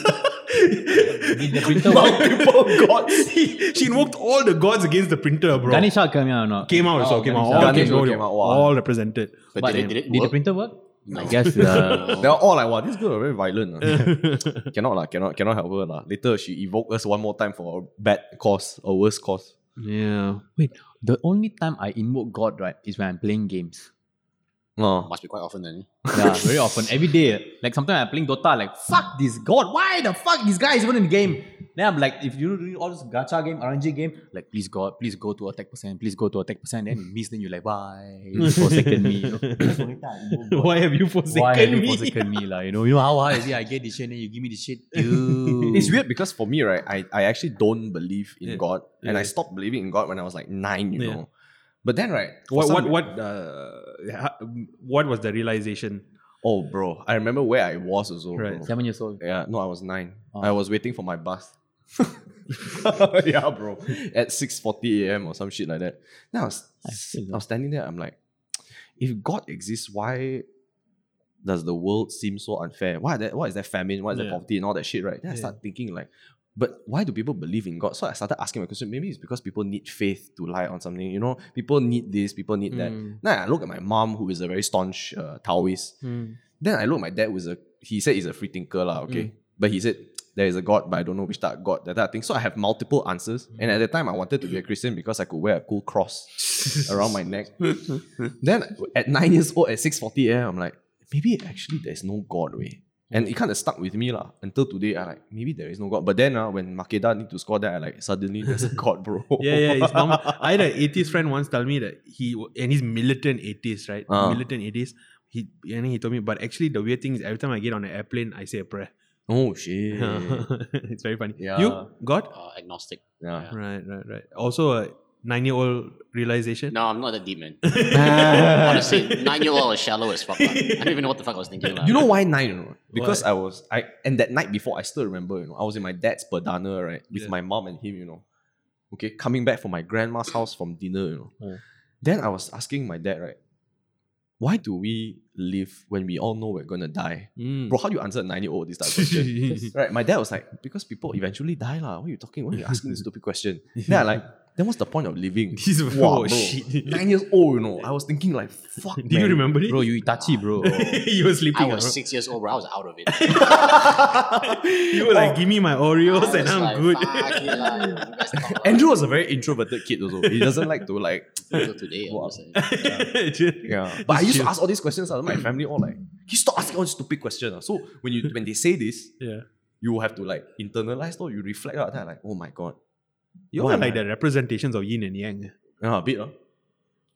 [SPEAKER 2] Multiple gods. He- she invoked all the gods against the printer, bro.
[SPEAKER 3] Ganesha came out or not?
[SPEAKER 2] came out, so
[SPEAKER 3] Oh,
[SPEAKER 2] came out.
[SPEAKER 3] Ganesha.
[SPEAKER 2] All,
[SPEAKER 1] Ganesha
[SPEAKER 2] came out,
[SPEAKER 1] came out, wow.
[SPEAKER 2] all represented.
[SPEAKER 4] But,
[SPEAKER 3] But
[SPEAKER 4] did, it, did it
[SPEAKER 3] the
[SPEAKER 4] work?
[SPEAKER 3] printer work?
[SPEAKER 4] No.
[SPEAKER 3] I guess uh,
[SPEAKER 1] They're all like, wow, this girl are very violent. lah." cannot lah, cannot, cannot help her lah. Later she evoke us one more time for a bad cause, a worse cause.
[SPEAKER 2] Yeah.
[SPEAKER 3] Wait, the only time I invoke God, right, is when I'm playing games.
[SPEAKER 1] No,
[SPEAKER 4] Must be quite often then.
[SPEAKER 3] Yeah, very often. Every day. Like sometimes I'm playing Dota, like, fuck this God. Why the fuck this guy is even in the game? Then I'm like, if you do all this gacha game, RNG game, like, please God, please go to attack percent, please go to attack percent. Then you miss, then you're like, why? You forsaken me. You know? That's the only time I invoke God.
[SPEAKER 2] Why have you forsaken
[SPEAKER 3] why have you
[SPEAKER 2] me?
[SPEAKER 3] forsaken me? lah? you know, you know how hard is it? I get this shit, then you give me this shit. Dude.
[SPEAKER 1] it's weird because for me, right, I, I actually don't believe in God, and I
[SPEAKER 2] Yeah.
[SPEAKER 1] stopped believing in God when I was like nine, you
[SPEAKER 2] Yeah.
[SPEAKER 1] know. But then, right, for
[SPEAKER 2] What
[SPEAKER 1] some
[SPEAKER 2] what
[SPEAKER 1] re-
[SPEAKER 2] what uh, ha- what was the realization?
[SPEAKER 1] Oh, bro, I remember where I was also.
[SPEAKER 2] Right.
[SPEAKER 1] bro.
[SPEAKER 3] Seven years old.
[SPEAKER 1] Yeah, no, I was nine.
[SPEAKER 3] Oh.
[SPEAKER 1] I was waiting for my bus. yeah, bro. At six forty a.m. or some shit like that. Then I was,
[SPEAKER 3] I feel
[SPEAKER 1] I was standing there. I'm like, if God exists, why does the world seem so unfair? Why? That, why is there famine? Why is there
[SPEAKER 2] Yeah.
[SPEAKER 1] poverty and all that shit? Right. Then I
[SPEAKER 2] Yeah.
[SPEAKER 1] start thinking like, but why do people believe in God? So I started asking my question. Maybe it's because people need faith to rely on something. You know, people need this. People need that. Then I look at my mom, who is a very staunch uh, Taoist. Then I look at my dad, who is a he said he's a free thinker lah, okay.
[SPEAKER 2] Mm.
[SPEAKER 1] But he said there is a god, but I don't know which type of god. That type of thing. So I have multiple answers.
[SPEAKER 2] Mm.
[SPEAKER 1] And at the time, I wanted to be a Christian because I could wear a cool cross around my neck. then at nine years old, at six forty a.m., I'm like, maybe actually there's no god way. And it kind of stuck with me lah until today. I like maybe there is no god, but then uh, when Makeda need to score that, I like suddenly there's a god, bro.
[SPEAKER 2] Yeah, yeah. His mom, I had an atheist friend once tell me that he w- and he's militant atheist, right?
[SPEAKER 1] Ah.
[SPEAKER 2] Militant atheist. He and he told me, but actually the weird thing is every time I get on an airplane, I say a prayer.
[SPEAKER 1] oh shit.
[SPEAKER 2] it's very funny.
[SPEAKER 1] Yeah.
[SPEAKER 2] You God?
[SPEAKER 4] Uh, agnostic.
[SPEAKER 1] Yeah.
[SPEAKER 2] Right, right, right. Also a nine-year-old realization.
[SPEAKER 4] No, I'm not that deep, man. Honestly, nine year old is shallow as fuck. lah. I don't even know what the fuck I was thinking. lah.
[SPEAKER 1] You know why nine? You know? Because I was I and that night before I still remember. You know, I was in my dad's padana right with
[SPEAKER 2] Yeah.
[SPEAKER 1] my mom and him. You know, okay, coming back from my grandma's house from dinner. You know,
[SPEAKER 3] Mm.
[SPEAKER 1] then I was asking my dad right, why do we live when we all know we're gonna die,
[SPEAKER 2] Hmm.
[SPEAKER 1] bro? How do you answer a nine year old this type of question? right, my dad was like, because people eventually die lah. What are you talking? Why are you asking this stupid question? Then I like. Then what's the point of living?
[SPEAKER 2] He's-
[SPEAKER 1] Wah, bro.
[SPEAKER 2] oh, shit.
[SPEAKER 1] Nine years old, you know. I was thinking like, fuck.
[SPEAKER 2] Do you remember it?
[SPEAKER 3] Bro, you Itachi, bro.
[SPEAKER 2] you were sleeping.
[SPEAKER 4] I was
[SPEAKER 2] bro.
[SPEAKER 4] six years old, bro. I was out of it.
[SPEAKER 2] You were like, give me my Oreos and I'm good.
[SPEAKER 1] Andrew was a very introverted kid also. He doesn't like to like
[SPEAKER 4] Until today,
[SPEAKER 1] Wow.
[SPEAKER 4] almost, eh.
[SPEAKER 1] yeah. Mm. But I used to ask all these questions. and My family all like, he stopped asking all these stupid questions. ah." So when you when they say this,
[SPEAKER 2] Yeah.
[SPEAKER 1] you have to like internalize or you reflect out that like, oh my god.
[SPEAKER 2] You
[SPEAKER 1] Why am
[SPEAKER 2] are like
[SPEAKER 1] I-
[SPEAKER 2] the representations of yin and yang.
[SPEAKER 1] Yeah, a bit. ah.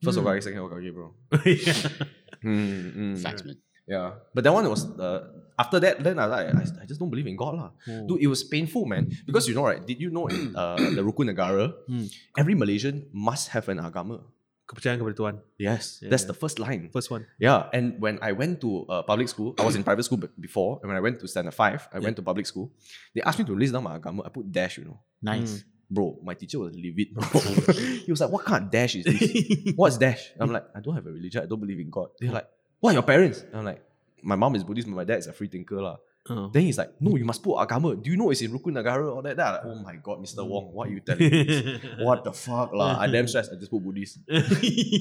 [SPEAKER 1] First of all, second of all, okay, bro. Mm, mm.
[SPEAKER 4] Facts, man.
[SPEAKER 1] Yeah. But that one was uh, after that, then I like I, I just don't believe in God. lah. Dude, it was painful, man. Because you Mm. know, right? Did you know in uh, the Rukun Nagara, every Malaysian must have an agama.
[SPEAKER 2] Kepercayaan kepada Tuhan.
[SPEAKER 1] Yes, that's the first line.
[SPEAKER 2] First one.
[SPEAKER 1] Yeah, and when I went to uh, public school, I was in private school b- before, and when I went to standard five, I went to public school. They asked me to list down my agama. I put dash, you know.
[SPEAKER 3] Nice.
[SPEAKER 1] Bro, my teacher was livid. bro. he was like, "What kind of dash is this? What's dash?" I'm like, "I don't have a religion. I don't believe in God." They're like, "What? are Your parents?" I'm like, "My mom is Buddhist, but my dad is a free thinker, lah."
[SPEAKER 2] Oh.
[SPEAKER 1] Then he's like, "No, you must put agama. Do you know it's in Rukun Nagara or that?" Then I'm like, "Oh my God, Mister Wong, what are you telling me? this? what the fuck, lah? I damn stressed. I just put Buddhist."
[SPEAKER 4] Yeah,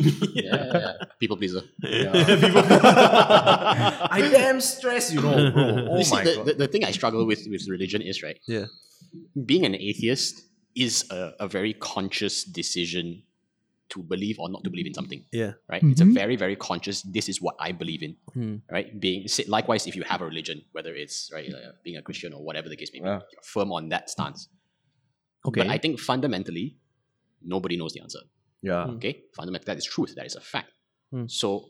[SPEAKER 4] yeah. People pleaser.
[SPEAKER 1] I damn stressed, you know, bro. Oh
[SPEAKER 4] you see,
[SPEAKER 1] my
[SPEAKER 4] the,
[SPEAKER 1] god.
[SPEAKER 4] the, the thing I struggle with with religion is right.
[SPEAKER 1] Yeah.
[SPEAKER 4] Being an atheist is a, a very conscious decision to believe or not to believe in something.
[SPEAKER 2] Yeah.
[SPEAKER 4] Right. It's a very very conscious. This is what I believe in.
[SPEAKER 1] Hmm.
[SPEAKER 4] Right. Being si- likewise, if you have a religion, whether it's right like, uh, being a Christian or whatever the case may be,
[SPEAKER 1] Yeah.
[SPEAKER 4] you're firm on that stance. But I think fundamentally, nobody knows the answer.
[SPEAKER 1] yeah.
[SPEAKER 4] Okay, fundamental. That is truth. That is a fact.
[SPEAKER 2] Mm.
[SPEAKER 4] So,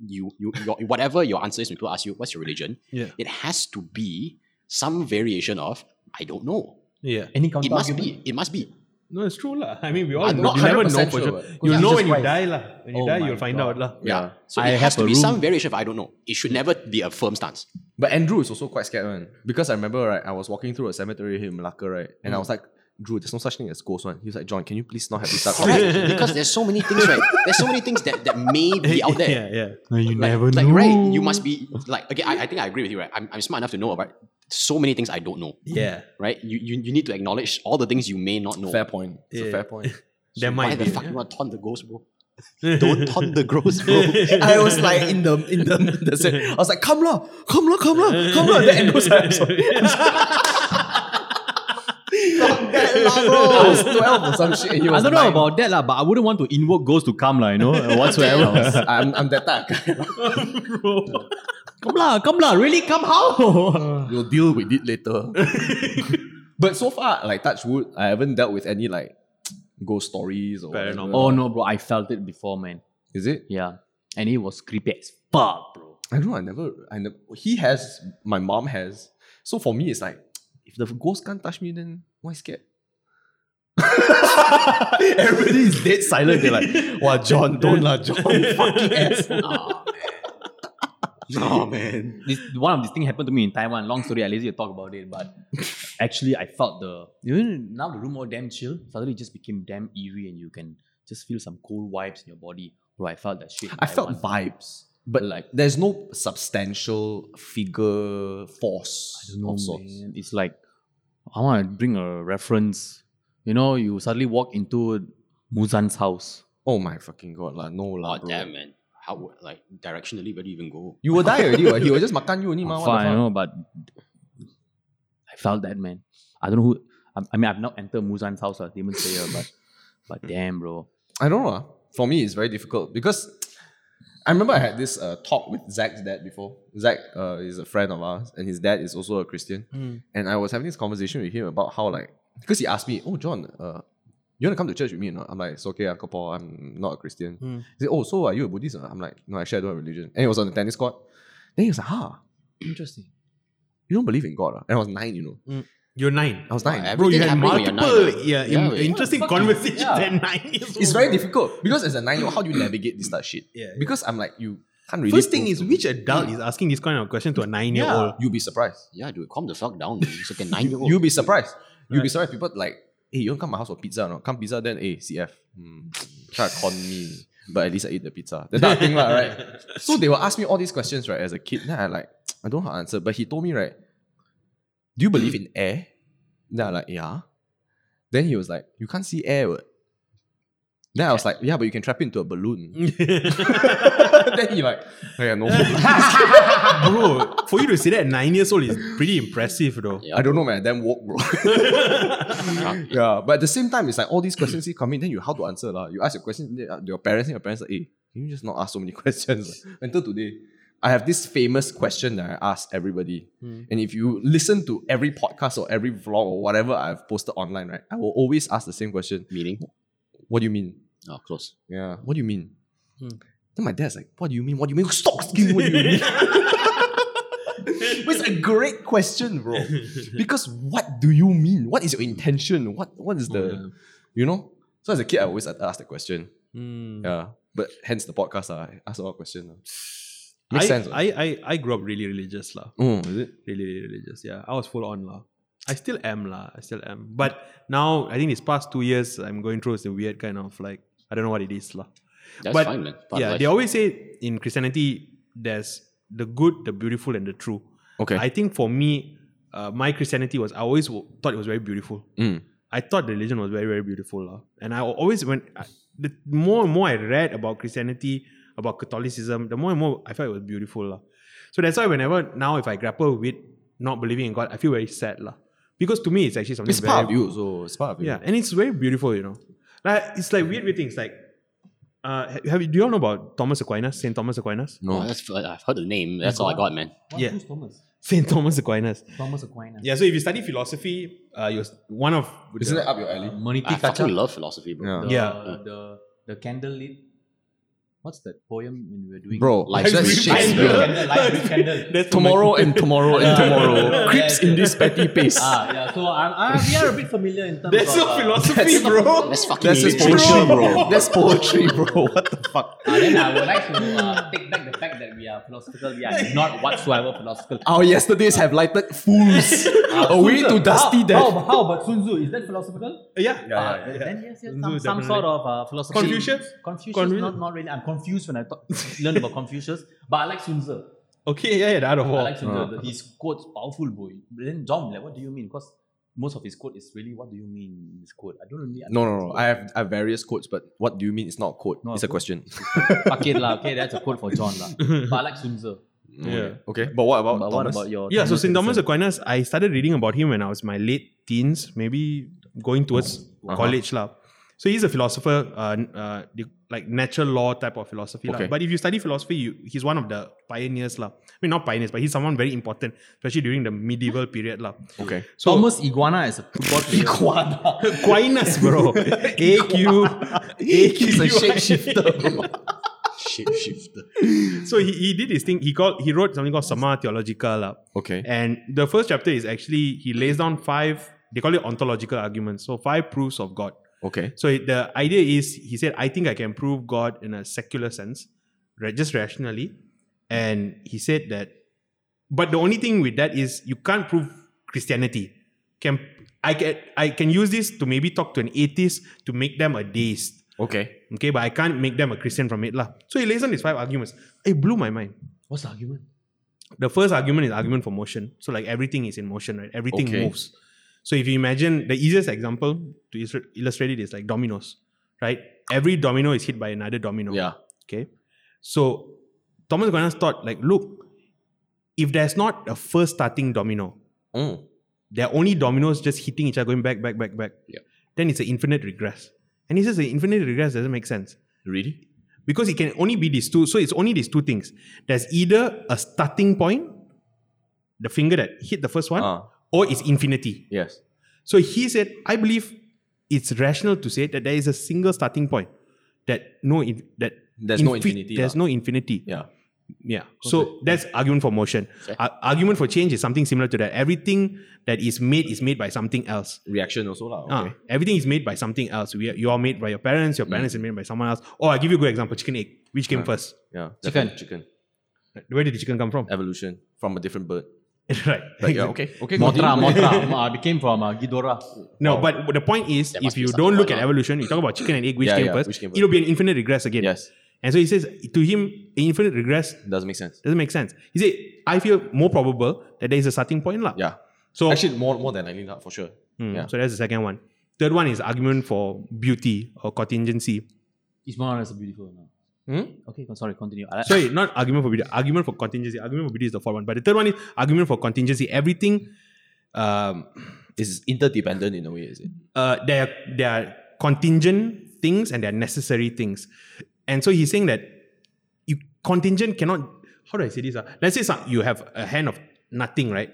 [SPEAKER 4] you you your, whatever your answer is when people ask you what's your religion,
[SPEAKER 2] Yeah.
[SPEAKER 4] it has to be some variation of I don't know.
[SPEAKER 2] Yeah.
[SPEAKER 3] Any counter
[SPEAKER 4] It must
[SPEAKER 3] argument?
[SPEAKER 4] be. It must be.
[SPEAKER 2] No, it's true lah. I mean, we all
[SPEAKER 4] I'm
[SPEAKER 2] know.
[SPEAKER 4] not
[SPEAKER 2] You never know
[SPEAKER 1] 100% sure,
[SPEAKER 2] for sure.
[SPEAKER 1] but-
[SPEAKER 2] You'll
[SPEAKER 3] Because
[SPEAKER 2] know
[SPEAKER 3] Jesus
[SPEAKER 2] when you
[SPEAKER 3] Christ.
[SPEAKER 2] die lah. When you
[SPEAKER 3] Oh
[SPEAKER 2] die,
[SPEAKER 3] my
[SPEAKER 2] you'll find
[SPEAKER 3] God.
[SPEAKER 2] out lah.
[SPEAKER 1] Yeah.
[SPEAKER 4] So
[SPEAKER 3] I
[SPEAKER 4] it has
[SPEAKER 3] have
[SPEAKER 4] to
[SPEAKER 3] a
[SPEAKER 4] be
[SPEAKER 3] room-
[SPEAKER 4] some variation of I don't know. It should never be a firm stance.
[SPEAKER 1] But Andrew is also quite scared, man. Because I remember, right, I was walking through a cemetery here in Malacca, right? And I was like, Drew, there's no such thing as ghost one. He was like, John, can you please not have this stuff?
[SPEAKER 4] Correct. because there's so many things, right? There's so many things that, that may be out there.
[SPEAKER 2] Yeah, yeah.
[SPEAKER 3] you
[SPEAKER 4] Like, like right, you must be like again. I, I think I agree with you, right? I'm, I'm smart enough to know about so many things I don't know,
[SPEAKER 2] Yeah.
[SPEAKER 4] right? You, you you need to acknowledge all the things you may not know.
[SPEAKER 1] fair point. It's
[SPEAKER 2] Yeah.
[SPEAKER 1] a fair point.
[SPEAKER 2] There
[SPEAKER 4] Why
[SPEAKER 2] might
[SPEAKER 4] the
[SPEAKER 2] be.
[SPEAKER 4] fuck you want to taunt the ghost, bro? Don't taunt the ghost, bro.
[SPEAKER 1] I was like in the in the, the set. I was like, come lah, come lah, come lah, come lah. Then Andrew's like, I'm sorry. Not that lah, bro. I was 12 or some shit. And he
[SPEAKER 3] I
[SPEAKER 1] was
[SPEAKER 3] don't know
[SPEAKER 1] nine.
[SPEAKER 3] about that, lah, but I wouldn't want to invoke ghosts to come, lah, you know, whatsoever.
[SPEAKER 1] I'm, I'm that type. of guy.
[SPEAKER 3] come, lah, come, lah, really, come how?
[SPEAKER 1] We'll deal with it later. but so far, like touch wood, I haven't dealt with any like ghost stories or whatever.
[SPEAKER 2] Paranormal.
[SPEAKER 3] oh, no, bro, I felt it before, man.
[SPEAKER 1] Is it?
[SPEAKER 3] Yeah. And it was creepy as fuck, bro.
[SPEAKER 1] I don't know. I never. I never. He has. My mom has. So for me, it's like if the ghost can't touch me, then why scared? Everybody is dead silent. They're like, "Wow, John, don't lah, John, fucking ass."
[SPEAKER 4] no, man.
[SPEAKER 3] This one of these things happened to me in Taiwan. Long story, I lazy to talk about it, but actually, I felt the you know now the room all damn chill. Suddenly, it just became damn eerie, and you can just feel some cold vibes in your body. Bro, I felt that shit. in
[SPEAKER 1] I felt
[SPEAKER 3] Taiwan.
[SPEAKER 1] vibes, but
[SPEAKER 3] Like-
[SPEAKER 1] like there's no substantial figure force.
[SPEAKER 3] don't know,
[SPEAKER 1] of sorts.
[SPEAKER 3] man. It's like I want to bring a reference. You know, you suddenly walk into Muzan's house.
[SPEAKER 1] Oh my fucking god, lah, no lah,
[SPEAKER 4] Oh,
[SPEAKER 1] bro.
[SPEAKER 4] damn, man. How would- like directionally? Where do you even go?
[SPEAKER 1] You will die already. what? He will just makan you only.
[SPEAKER 3] I'm
[SPEAKER 1] mah, what the
[SPEAKER 3] Oh, fine, I
[SPEAKER 1] fuck?
[SPEAKER 3] know, but I felt that man. I don't know who. I, I mean, I've not entered Muzan's house or Demon Slayer, but but damn, bro.
[SPEAKER 1] I don't know. ah. For me, it's very difficult because I remember I had this uh, talk with Zach's dad before. Zach uh, is a friend of ours, and his dad is also a Christian. And I was having this conversation with him about how, like, because he asked me, "Oh, John, uh, you want to come to church with me?" or not?" I'm like, "It's okay, Uncle Paul. I'm not a Christian." He said, "Oh, so are you a Buddhist?" I'm like, "No, actually, I don't have religion." And it was on the tennis court. Then he was like, "Huh,
[SPEAKER 3] Interesting.
[SPEAKER 1] you don't believe in God?" ah?" And I was nine, you know.
[SPEAKER 2] You're nine.
[SPEAKER 1] I was nine.
[SPEAKER 4] Everything
[SPEAKER 2] Bro, you had
[SPEAKER 4] happening when
[SPEAKER 2] multiple
[SPEAKER 4] you're nine, man.
[SPEAKER 2] yeah,
[SPEAKER 4] Yeah,
[SPEAKER 2] in-
[SPEAKER 4] yeah.
[SPEAKER 2] interesting
[SPEAKER 3] Fucking-
[SPEAKER 2] conversations
[SPEAKER 3] yeah.
[SPEAKER 2] at nine years old.
[SPEAKER 1] It's very difficult because as a nine-year-old, how do you navigate this type of shit?
[SPEAKER 2] Mm. Yeah, yeah.
[SPEAKER 1] Because I'm like, you can't really.
[SPEAKER 2] First thing
[SPEAKER 1] prove
[SPEAKER 2] is,
[SPEAKER 1] to me.
[SPEAKER 2] which adult is asking this kind of question to a nine-year-old?
[SPEAKER 1] You'll be surprised.
[SPEAKER 4] Yeah, dude, calm the fuck down. Man. It's like a nine year old.
[SPEAKER 1] You'll be surprised. You'll be surprised. People like, hey, you don't come my house for pizza, or not? Come pizza, then hey, CF. Hmm. Try to con me. But at least I eat the pizza. That type of thing, lah, right? So they will ask me all these questions, right, as a kid. Then I like, I don't know how to answer. But he told me, right, do you believe in air? Then I like, yeah. Then he was like, you can't see air. what." Then I was like, yeah, but you can trap it into a balloon. then he like, oh yeah, no.
[SPEAKER 2] Bro, for you to say that at nine years old is pretty impressive, though.
[SPEAKER 4] Yeah.
[SPEAKER 1] I don't know, man. I Damn woke, bro. yeah, but at the same time, it's like all these questions keep coming. Then you how to answer lah? You ask your questions then, uh, your parents, and your parents like, hey, can you just not ask so many questions? Until today, I have this famous question that I ask everybody, and if you listen to every podcast or every vlog or whatever I've posted online, right, I will always ask the same question.
[SPEAKER 4] Meaning?
[SPEAKER 1] What do you mean?
[SPEAKER 4] Oh, close.
[SPEAKER 1] Yeah. What do you mean? Then my dad's like, what do you mean? What do you mean? Stop asking me what do you mean. But it's a great question, bro. Because what do you mean? What is your intention? What what is the you know? So as a kid, I always ask that question.
[SPEAKER 2] Hmm. Mm.
[SPEAKER 1] Yeah. But hence the podcast, ah. I asked a lot of questions. ah.
[SPEAKER 2] I,
[SPEAKER 1] Makes sense. ah.
[SPEAKER 2] I, I, I grew up really religious, lah.
[SPEAKER 1] Mm, is it?
[SPEAKER 2] Really, really religious. Yeah, I was full on, lah. I still am, lah. I still am. But now, I think these past two years, I'm going through the weird kind of like, I don't know what it is, lah.
[SPEAKER 4] That's
[SPEAKER 2] But,
[SPEAKER 4] fine, man. Part of
[SPEAKER 2] yeah,
[SPEAKER 4] life.
[SPEAKER 2] they always say in Christianity, there's the good, the beautiful, and the true.
[SPEAKER 1] Okay.
[SPEAKER 2] I think for me, uh, my Christianity was I always w- thought it was very beautiful.
[SPEAKER 1] Mm.
[SPEAKER 2] I thought religion was very very beautiful, lah. and I always when I, the more and more I read about Christianity, about Catholicism, the more and more I felt it was beautiful, lah. So that's why whenever now if I grapple with not believing in God, I feel very sad, lah. Because to me, it's actually something
[SPEAKER 1] It's
[SPEAKER 2] very
[SPEAKER 1] part of you, so it's part of you.
[SPEAKER 2] yeah, and it's very beautiful, you know. Like it's like weird weird things. Like, uh, ha- have you, do you all know about Thomas Aquinas, Saint Thomas Aquinas?
[SPEAKER 1] Mm.
[SPEAKER 4] Oh, that's, I've heard the name. That's all I got, man.
[SPEAKER 2] Yeah.
[SPEAKER 3] Who's Thomas?
[SPEAKER 2] Saint Thomas Aquinas.
[SPEAKER 3] Thomas Aquinas.
[SPEAKER 2] Yeah. So if you study philosophy, uh, you're one of
[SPEAKER 1] Isn't that up your alley?
[SPEAKER 3] Moniti
[SPEAKER 4] I
[SPEAKER 3] Kacha.
[SPEAKER 4] fucking love philosophy, bro.
[SPEAKER 1] Yeah.
[SPEAKER 3] The,
[SPEAKER 2] Um, Yeah.
[SPEAKER 3] The, the candle lit. What's that poem when we were doing?
[SPEAKER 1] Bro,
[SPEAKER 4] Life
[SPEAKER 1] that's
[SPEAKER 4] is
[SPEAKER 1] shit.
[SPEAKER 4] real.
[SPEAKER 1] bro.
[SPEAKER 3] Candle, light with candle.
[SPEAKER 2] That's
[SPEAKER 1] Tomorrow and tomorrow and tomorrow.
[SPEAKER 3] Yeah.
[SPEAKER 1] Creeps in this petty pace.
[SPEAKER 3] Ah, yeah. So I'm, I, we are a bit familiar in terms
[SPEAKER 2] That's
[SPEAKER 3] of. uh,
[SPEAKER 2] not philosophy, bro.
[SPEAKER 4] That's fucking
[SPEAKER 1] That's just
[SPEAKER 4] literature.
[SPEAKER 1] poetry, bro. That's poetry, bro. What the fuck?
[SPEAKER 3] Uh, then I would like to uh, take back the fact that we are philosophical. We are not whatsoever philosophical. Ah,
[SPEAKER 1] Our yesterdays have lighted fools away
[SPEAKER 3] Sun
[SPEAKER 1] to
[SPEAKER 3] Tzu.
[SPEAKER 1] dusty
[SPEAKER 3] how,
[SPEAKER 1] death.
[SPEAKER 3] How, how about Sun Tzu? Is that philosophical?
[SPEAKER 2] Yeah.
[SPEAKER 3] Uh, Then yes, yes
[SPEAKER 2] Sun
[SPEAKER 3] some,
[SPEAKER 2] Tzu
[SPEAKER 3] some
[SPEAKER 2] definitely.
[SPEAKER 3] sort of uh, philosophy.
[SPEAKER 2] Confucius?
[SPEAKER 3] Confucius,
[SPEAKER 2] Confucius.
[SPEAKER 3] Not, not really. I'm confused when I talk, learned about Confucius, but I like Sun Tzu.
[SPEAKER 2] Okay. Yeah. Yeah. The other
[SPEAKER 3] I
[SPEAKER 2] wall.
[SPEAKER 3] like Sun Tzu.
[SPEAKER 1] uh,
[SPEAKER 3] The- His quote's powerful, boy. But then John, like, what do you mean? Because most of his quote is really, what do you mean in his quote? I don't really.
[SPEAKER 1] No, no, no. I have, I have various quotes, but what do you mean it's not a quote?
[SPEAKER 3] No,
[SPEAKER 1] it's a question.
[SPEAKER 3] Fuck it, lah. Okay, that's a quote for John, lah. But I like Sun Tzu.
[SPEAKER 2] yeah.
[SPEAKER 1] Mm, Okay. But what about
[SPEAKER 3] But what
[SPEAKER 1] Oh, Thomas?
[SPEAKER 3] about your?
[SPEAKER 2] Yeah, so St. Thomas
[SPEAKER 3] Edison?
[SPEAKER 2] Aquinas, I started reading about him when I was my late teens, maybe going towards
[SPEAKER 1] Oh, uh-huh.
[SPEAKER 2] college lah. So he's a philosopher, uh, n- uh, the- like natural law type of philosophy lah.
[SPEAKER 1] Okay.
[SPEAKER 2] But if you study philosophy, you, he's one of the pioneers lah. I mean, not pioneers, but he's someone very important, especially during the medieval period lah.
[SPEAKER 1] okay.
[SPEAKER 2] So
[SPEAKER 3] Thomas Iguana is a football player. Iguana.
[SPEAKER 2] Aquinas, bro, A Q, A Q
[SPEAKER 1] He's a shapeshifter, bro.
[SPEAKER 4] Shapeshifter.
[SPEAKER 2] So he, he did his thing. He called he wrote something called Sama Theologica lah.
[SPEAKER 1] Okay.
[SPEAKER 2] And the first chapter is actually he lays down five, they call it ontological arguments. So five proofs of God.
[SPEAKER 1] Okay.
[SPEAKER 2] So it- the idea is he said, I think I can prove God in a secular sense, ra- just rationally. And he said that, but the only thing with that is you can't prove Christianity. Can I can I can use this to maybe talk to an atheist to make them a deist.
[SPEAKER 1] Okay.
[SPEAKER 2] Okay, but I can't make them a Christian from it. lah. So he lays on these five arguments. It blew my mind
[SPEAKER 3] What's the argument?
[SPEAKER 2] the first argument is argument for motion. So like everything is in motion, right? Everything
[SPEAKER 1] Okay.
[SPEAKER 2] moves. So if you imagine the easiest example to is- illustrate it is like dominoes, right? Every domino is hit by another domino.
[SPEAKER 1] Yeah.
[SPEAKER 2] Okay. So Thomas Aquinas thought like, look, if there's not a first starting domino,
[SPEAKER 1] Mm.
[SPEAKER 2] there are only dominoes just hitting each other, going back, back, back, back.
[SPEAKER 4] Yeah.
[SPEAKER 2] Then it's an infinite regress. And he says the infinite regress doesn't make sense
[SPEAKER 1] Really?
[SPEAKER 2] because it can only be these two. So it's only these two things. There's either a starting point, the finger that hit the first one,
[SPEAKER 1] Ah.
[SPEAKER 2] or it's infinity.
[SPEAKER 1] Yes.
[SPEAKER 2] So he said, I believe it's rational to say that there is a single starting point. That no, in, that
[SPEAKER 1] There's no infinity
[SPEAKER 2] There's
[SPEAKER 1] lah.
[SPEAKER 2] no infinity.
[SPEAKER 1] Yeah.
[SPEAKER 2] Yeah. So that's argument for motion. Ar- argument for change is something similar to that. Everything that is made is made by something else.
[SPEAKER 1] Reaction also lah.
[SPEAKER 2] Ah,
[SPEAKER 1] Okay. Hmm.
[SPEAKER 2] everything is made by something else. We are, you are made by your parents. Your parents is made by someone else. Or I give you a good example: chicken egg. Which
[SPEAKER 1] Ah.
[SPEAKER 2] came first?
[SPEAKER 1] Yeah.
[SPEAKER 3] Chicken.
[SPEAKER 1] definitely Chicken.
[SPEAKER 2] Where did the chicken come from?
[SPEAKER 1] Evolution from a different bird.
[SPEAKER 2] right.
[SPEAKER 1] Uh, But yeah. Okay. Okay. Oh.
[SPEAKER 3] Motra,
[SPEAKER 1] continue.
[SPEAKER 3] Motra. Ma- became from uh, Ghidorah.
[SPEAKER 2] No, but the point is,
[SPEAKER 4] There must
[SPEAKER 2] if
[SPEAKER 4] be
[SPEAKER 2] you
[SPEAKER 4] something
[SPEAKER 2] don't look at
[SPEAKER 4] going on.
[SPEAKER 2] evolution, you talk about chicken and egg, which,
[SPEAKER 1] Yeah,
[SPEAKER 2] came,
[SPEAKER 1] yeah,
[SPEAKER 2] first,
[SPEAKER 1] which came
[SPEAKER 2] It'll be an infinite regress again.
[SPEAKER 1] Yes.
[SPEAKER 2] And so he says to him, infinite regress
[SPEAKER 1] Doesn't make sense.
[SPEAKER 2] doesn't make sense. He said, I feel more probable that there is a starting point, lah.
[SPEAKER 1] Yeah.
[SPEAKER 2] So
[SPEAKER 1] Actually, more more than likely lah for sure.
[SPEAKER 2] Mm,
[SPEAKER 1] yeah.
[SPEAKER 2] so that's the second one. Third one is argument for beauty or contingency.
[SPEAKER 3] It's more or less beautiful. No?
[SPEAKER 1] Hmm?
[SPEAKER 3] Okay, con- sorry, continue. I like-
[SPEAKER 2] Sorry, not argument for beauty. Argument for contingency. Argument for beauty is the fourth one, but the third one is argument for contingency. Everything um,
[SPEAKER 1] It's interdependent in a way, is it?
[SPEAKER 2] uh, there are, there are contingent things and there are necessary things. And so he's saying that you contingent cannot. How do I say this? ah? Let's say some, you have a hand of nothing, right?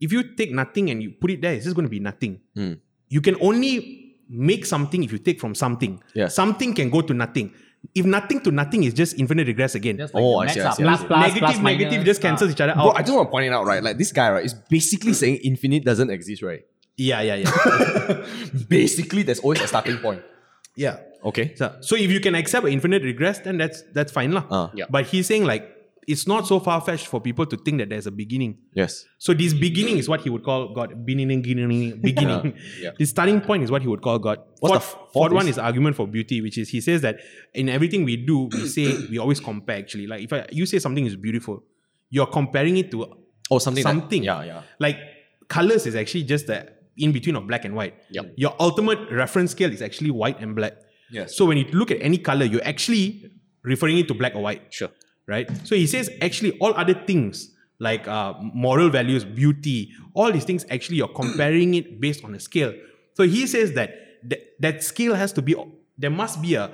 [SPEAKER 2] If you take nothing and you put it there, it's just going to be nothing.
[SPEAKER 1] Mm.
[SPEAKER 2] You can only make something if you take from something.
[SPEAKER 1] Yeah.
[SPEAKER 2] Something can go to nothing. If nothing to nothing is just infinite regress again.
[SPEAKER 3] Just like
[SPEAKER 1] Oh,
[SPEAKER 3] the
[SPEAKER 1] I
[SPEAKER 3] maths
[SPEAKER 1] see, I
[SPEAKER 3] are
[SPEAKER 1] see, I
[SPEAKER 3] plus,
[SPEAKER 1] see.
[SPEAKER 3] plus,
[SPEAKER 2] negative,
[SPEAKER 3] plus,
[SPEAKER 2] negative
[SPEAKER 3] minus.
[SPEAKER 2] just cancels
[SPEAKER 3] Ah.
[SPEAKER 2] each other out.
[SPEAKER 1] Bro, I just want to point it out, right? Like this guy, right, is basically saying infinite doesn't exist, right?
[SPEAKER 2] yeah, yeah, yeah.
[SPEAKER 1] Basically, there's always a starting point.
[SPEAKER 2] Yeah.
[SPEAKER 1] Okay.
[SPEAKER 2] So, so if you can accept infinite regress, then that's that's fine lah.
[SPEAKER 1] Ah.
[SPEAKER 4] Yeah.
[SPEAKER 2] But he's saying like it's not so far fetched for people to think that there's a beginning.
[SPEAKER 1] Yes.
[SPEAKER 2] So this beginning is what he would call God. Beginning, beginning, beginning.
[SPEAKER 4] Yeah.
[SPEAKER 2] The starting point is what he would call God.
[SPEAKER 1] What's the
[SPEAKER 2] fourth,
[SPEAKER 1] f- fourth
[SPEAKER 2] fourth one
[SPEAKER 1] is-
[SPEAKER 2] is argument for beauty, which is he says that in everything we do, we say we always compare. Actually, like if I, you say something is beautiful, you're comparing it to
[SPEAKER 1] Or Oh, something. that-
[SPEAKER 2] Something.
[SPEAKER 1] yeah, yeah.
[SPEAKER 2] like colors is actually just the in between of black and white.
[SPEAKER 4] Yep.
[SPEAKER 2] Your ultimate reference scale is actually white and black.
[SPEAKER 1] Yes.
[SPEAKER 2] So when you look at any color, you're actually referring it to black or white
[SPEAKER 4] Sure.
[SPEAKER 2] right? So he says actually all other things like uh, moral values, beauty, all these things actually you're comparing it based on a scale. So he says that th- that scale has to be there must be a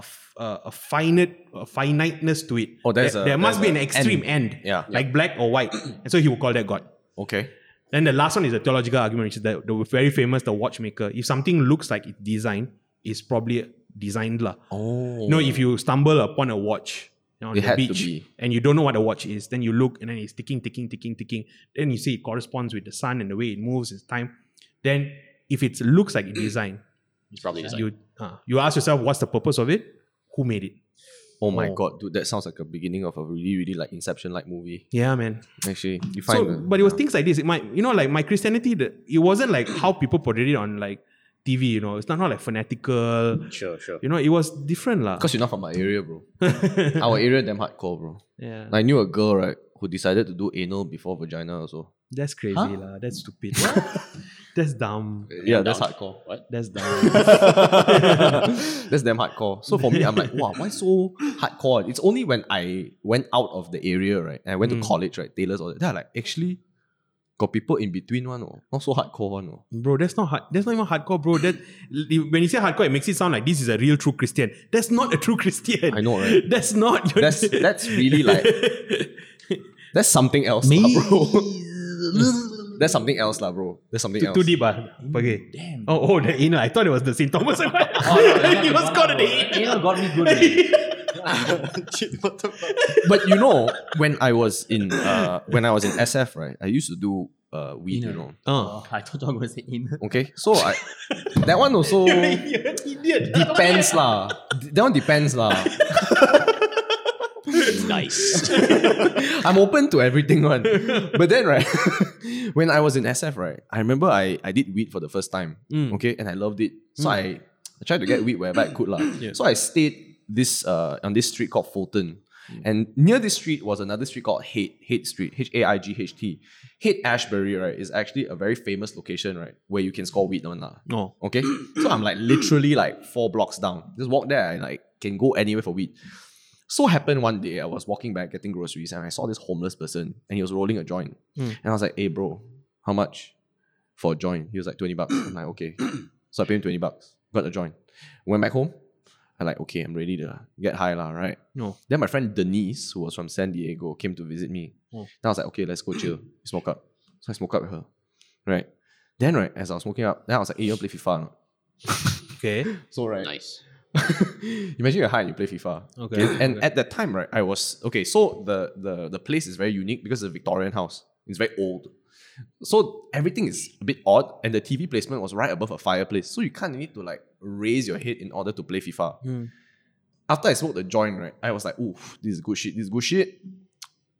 [SPEAKER 2] a, f- a- a finite a finiteness to it.
[SPEAKER 1] Oh, there's
[SPEAKER 2] there,
[SPEAKER 1] a-
[SPEAKER 2] there must be
[SPEAKER 1] there's
[SPEAKER 2] an
[SPEAKER 1] a
[SPEAKER 2] extreme end,
[SPEAKER 1] Yeah.
[SPEAKER 2] like black or white, and so he will call that God.
[SPEAKER 1] Okay.
[SPEAKER 2] Then the last one is a theological argument, which is the, the very famous the watchmaker. If something looks like it's designed, it's probably designed lah.
[SPEAKER 1] Oh.
[SPEAKER 2] No, if you stumble upon a watch you know, on
[SPEAKER 1] It
[SPEAKER 2] the
[SPEAKER 1] had to
[SPEAKER 2] beach
[SPEAKER 1] be.
[SPEAKER 2] and you don't know what a watch is, then you look and then it's ticking, ticking, ticking, ticking. Then you see it corresponds with the sun and the way it moves, its time. Then if it looks like it designed,
[SPEAKER 4] It's probably designed.
[SPEAKER 2] you uh, you ask yourself, what's the purpose of it? Who made it?
[SPEAKER 1] Oh my
[SPEAKER 2] Oh.
[SPEAKER 1] god, dude, that sounds like a beginning of a really, really like Inception like movie.
[SPEAKER 2] Yeah, man.
[SPEAKER 1] Actually, you find.
[SPEAKER 2] So,
[SPEAKER 1] the-
[SPEAKER 2] but it was
[SPEAKER 1] yeah.
[SPEAKER 2] things like this. It might, you know, like my Christianity, the, it wasn't like how people portrayed it on like TV. You know, it's not, not like fanatical.
[SPEAKER 4] Sure, sure.
[SPEAKER 2] You know, it was different, lah.
[SPEAKER 1] Cause you're not from my area, bro. Our area damn hardcore, bro.
[SPEAKER 2] Yeah,
[SPEAKER 1] I knew a girl right who decided to do anal before vagina also.
[SPEAKER 2] that's crazy,
[SPEAKER 1] Huh?
[SPEAKER 2] lah. That's stupid. that's dumb.
[SPEAKER 1] Yeah, that's
[SPEAKER 4] Down.
[SPEAKER 1] hardcore.
[SPEAKER 4] What?
[SPEAKER 2] That's dumb.
[SPEAKER 1] that's damn hardcore. So for me, I'm like, wow, why so hardcore? It's only when I went out of the area, right? And I went to college, right? Tailors all that. Then I like actually got people in between one, oh. not so hardcore one. Oh.
[SPEAKER 2] Bro, that's not hard. That's not even hardcore, bro. That when you say hardcore, it makes it sound like this is a real true Christian. That's not a true Christian.
[SPEAKER 1] I know, right?
[SPEAKER 2] That's not. Your
[SPEAKER 1] That's that's really like that's something else,
[SPEAKER 3] Ah,
[SPEAKER 1] lah, bro. that's something else, lah, bro. That's something
[SPEAKER 2] too,
[SPEAKER 1] else.
[SPEAKER 2] too deep, ah. Okay. Damn. Oh, oh, the anal. I thought it was the Saint Thomas. oh, he was called the anal.
[SPEAKER 3] Anal got me good. man.
[SPEAKER 1] but you know, when I was in uh, when I was in SF, right, I used to do uh, weed, you know.
[SPEAKER 2] Oh.
[SPEAKER 3] Oh, I thought you were going to say anal.
[SPEAKER 1] Okay, so I that one also depends lah. D- That one depends lah.
[SPEAKER 4] nice.
[SPEAKER 1] I'm open to everything one. But then right, when I was in SF, right, I remember I, I did weed for the first time. Okay, and I loved it. So I, I tried to get weed wherever I could lah. So I stayed this uh on this street called Fulton. And near this street was another street called Haight, Haight Street, H A I G H T. Haight Ashbury, right, is actually a very famous location, right, where you can score weed on lah.
[SPEAKER 2] No.
[SPEAKER 1] Okay. So I'm like literally like four blocks down. Just walk there and like can go anywhere for weed. So happened one day, I was walking back getting groceries and I saw this homeless person and he was rolling a joint.
[SPEAKER 2] Hmm.
[SPEAKER 1] And I was like, hey bro, how much for a joint? He was like 20 bucks. I'm like, okay. so I paid him 20 bucks, got a joint. Went back home. I'm like, okay, I'm ready to get high lah, right?
[SPEAKER 2] No.
[SPEAKER 1] Then my friend Denise, who was from San Diego, came to visit me.
[SPEAKER 2] Oh.
[SPEAKER 1] Then I was like, okay, let's go chill. Smoke up. So I smoke up with her. Right. Then right, as I was smoking up, then I was like, hey, you want to play FIFA or not?
[SPEAKER 2] Okay.
[SPEAKER 1] So right.
[SPEAKER 4] nice.
[SPEAKER 1] Imagine you're high and you play FIFA.
[SPEAKER 2] Okay.
[SPEAKER 1] And at that time, right, I was okay. So the the the place is very unique because it's a Victorian house. It's very old. So everything is a bit odd, and the TV placement was right above a fireplace. So you kind of need to like raise your head in order to play FIFA. After I smoked the joint, right, I was like, ooh, this is good shit, this is good shit.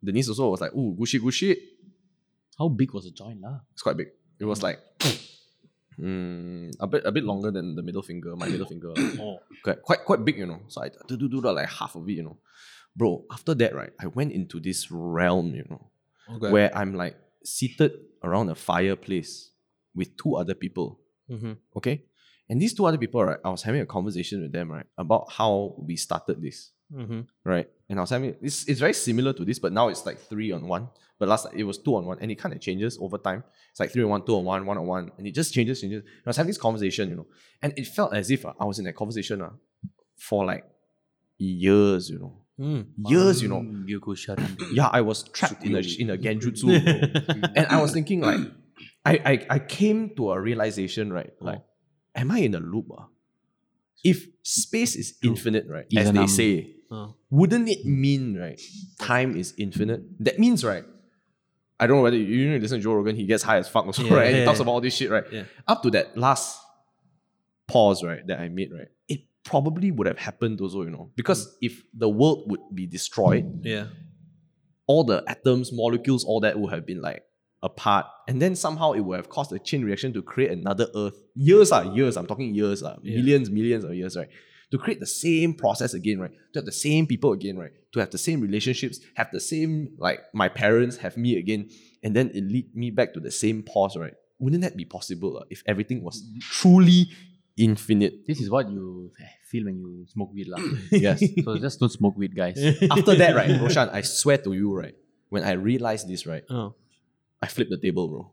[SPEAKER 1] Denise also was like, ooh, good shit, good shit.
[SPEAKER 3] How big was the joint, lah?
[SPEAKER 1] It's quite big. It was like mm, a bit a bit longer than the middle finger, my middle finger. Quite, quite quite big, you know. So I do do do like half of it, you know. Bro, after that, right, I went into this realm, you know,
[SPEAKER 2] Okay.
[SPEAKER 1] where I'm like seated around a fireplace with two other people.
[SPEAKER 2] Mhm.
[SPEAKER 1] Okay? And these two other people, right, I was having a conversation with them, right, about how we started this
[SPEAKER 2] Mhm.
[SPEAKER 1] right? And I was having it's it's very similar to this, but now it's like three on one. But last time it was two on one, and it kind of changes over time. It's like three on one, two on one, one on one, and it just changes, changes. And I was having this conversation, you know, and it felt as if uh, I was in that conversation uh, for like years, you know, years, you know.
[SPEAKER 3] Hmm. You go shut him down.
[SPEAKER 1] Yeah, I was trapped in a in a genjutsu, bro. and I was thinking like, I, I I came to a realization, right?
[SPEAKER 3] Oh.
[SPEAKER 1] Like, am I in a loop? ah? If space is infinite, right, as
[SPEAKER 3] Even
[SPEAKER 1] they
[SPEAKER 3] I'm-
[SPEAKER 1] say,
[SPEAKER 2] Oh.
[SPEAKER 1] wouldn't it mean right, time is infinite? That means right. I don't know whether you, you listen to Joe Rogan, he gets high as fuck also,
[SPEAKER 2] Yeah,
[SPEAKER 1] right? and
[SPEAKER 2] yeah,
[SPEAKER 1] he talks
[SPEAKER 2] yeah.
[SPEAKER 1] about all this shit, right?
[SPEAKER 2] Yeah.
[SPEAKER 1] Up to that last pause, right, that I made, right, it probably would have happened also, you know, because
[SPEAKER 2] Mm.
[SPEAKER 1] if the world would be destroyed,
[SPEAKER 2] Yeah.
[SPEAKER 1] all the atoms, molecules, all that would have been like apart, and then somehow it would have caused a chain reaction to create another Earth. Years are years. I'm talking years are millions, millions of years, right? To create the same process again, right? To have the same people again, right? To have the same relationships, have the same like my parents have me again, and then it lead me back to the same pause, right? Wouldn't that be possible uh, if everything was truly infinite?
[SPEAKER 3] This is what you eh, feel when you smoke weed, lah.
[SPEAKER 1] Yes.
[SPEAKER 3] so just don't smoke weed, guys.
[SPEAKER 1] After that, right, Roshan, I swear to you, right? When I realized this, right,
[SPEAKER 2] Oh.
[SPEAKER 1] I flipped the table, bro.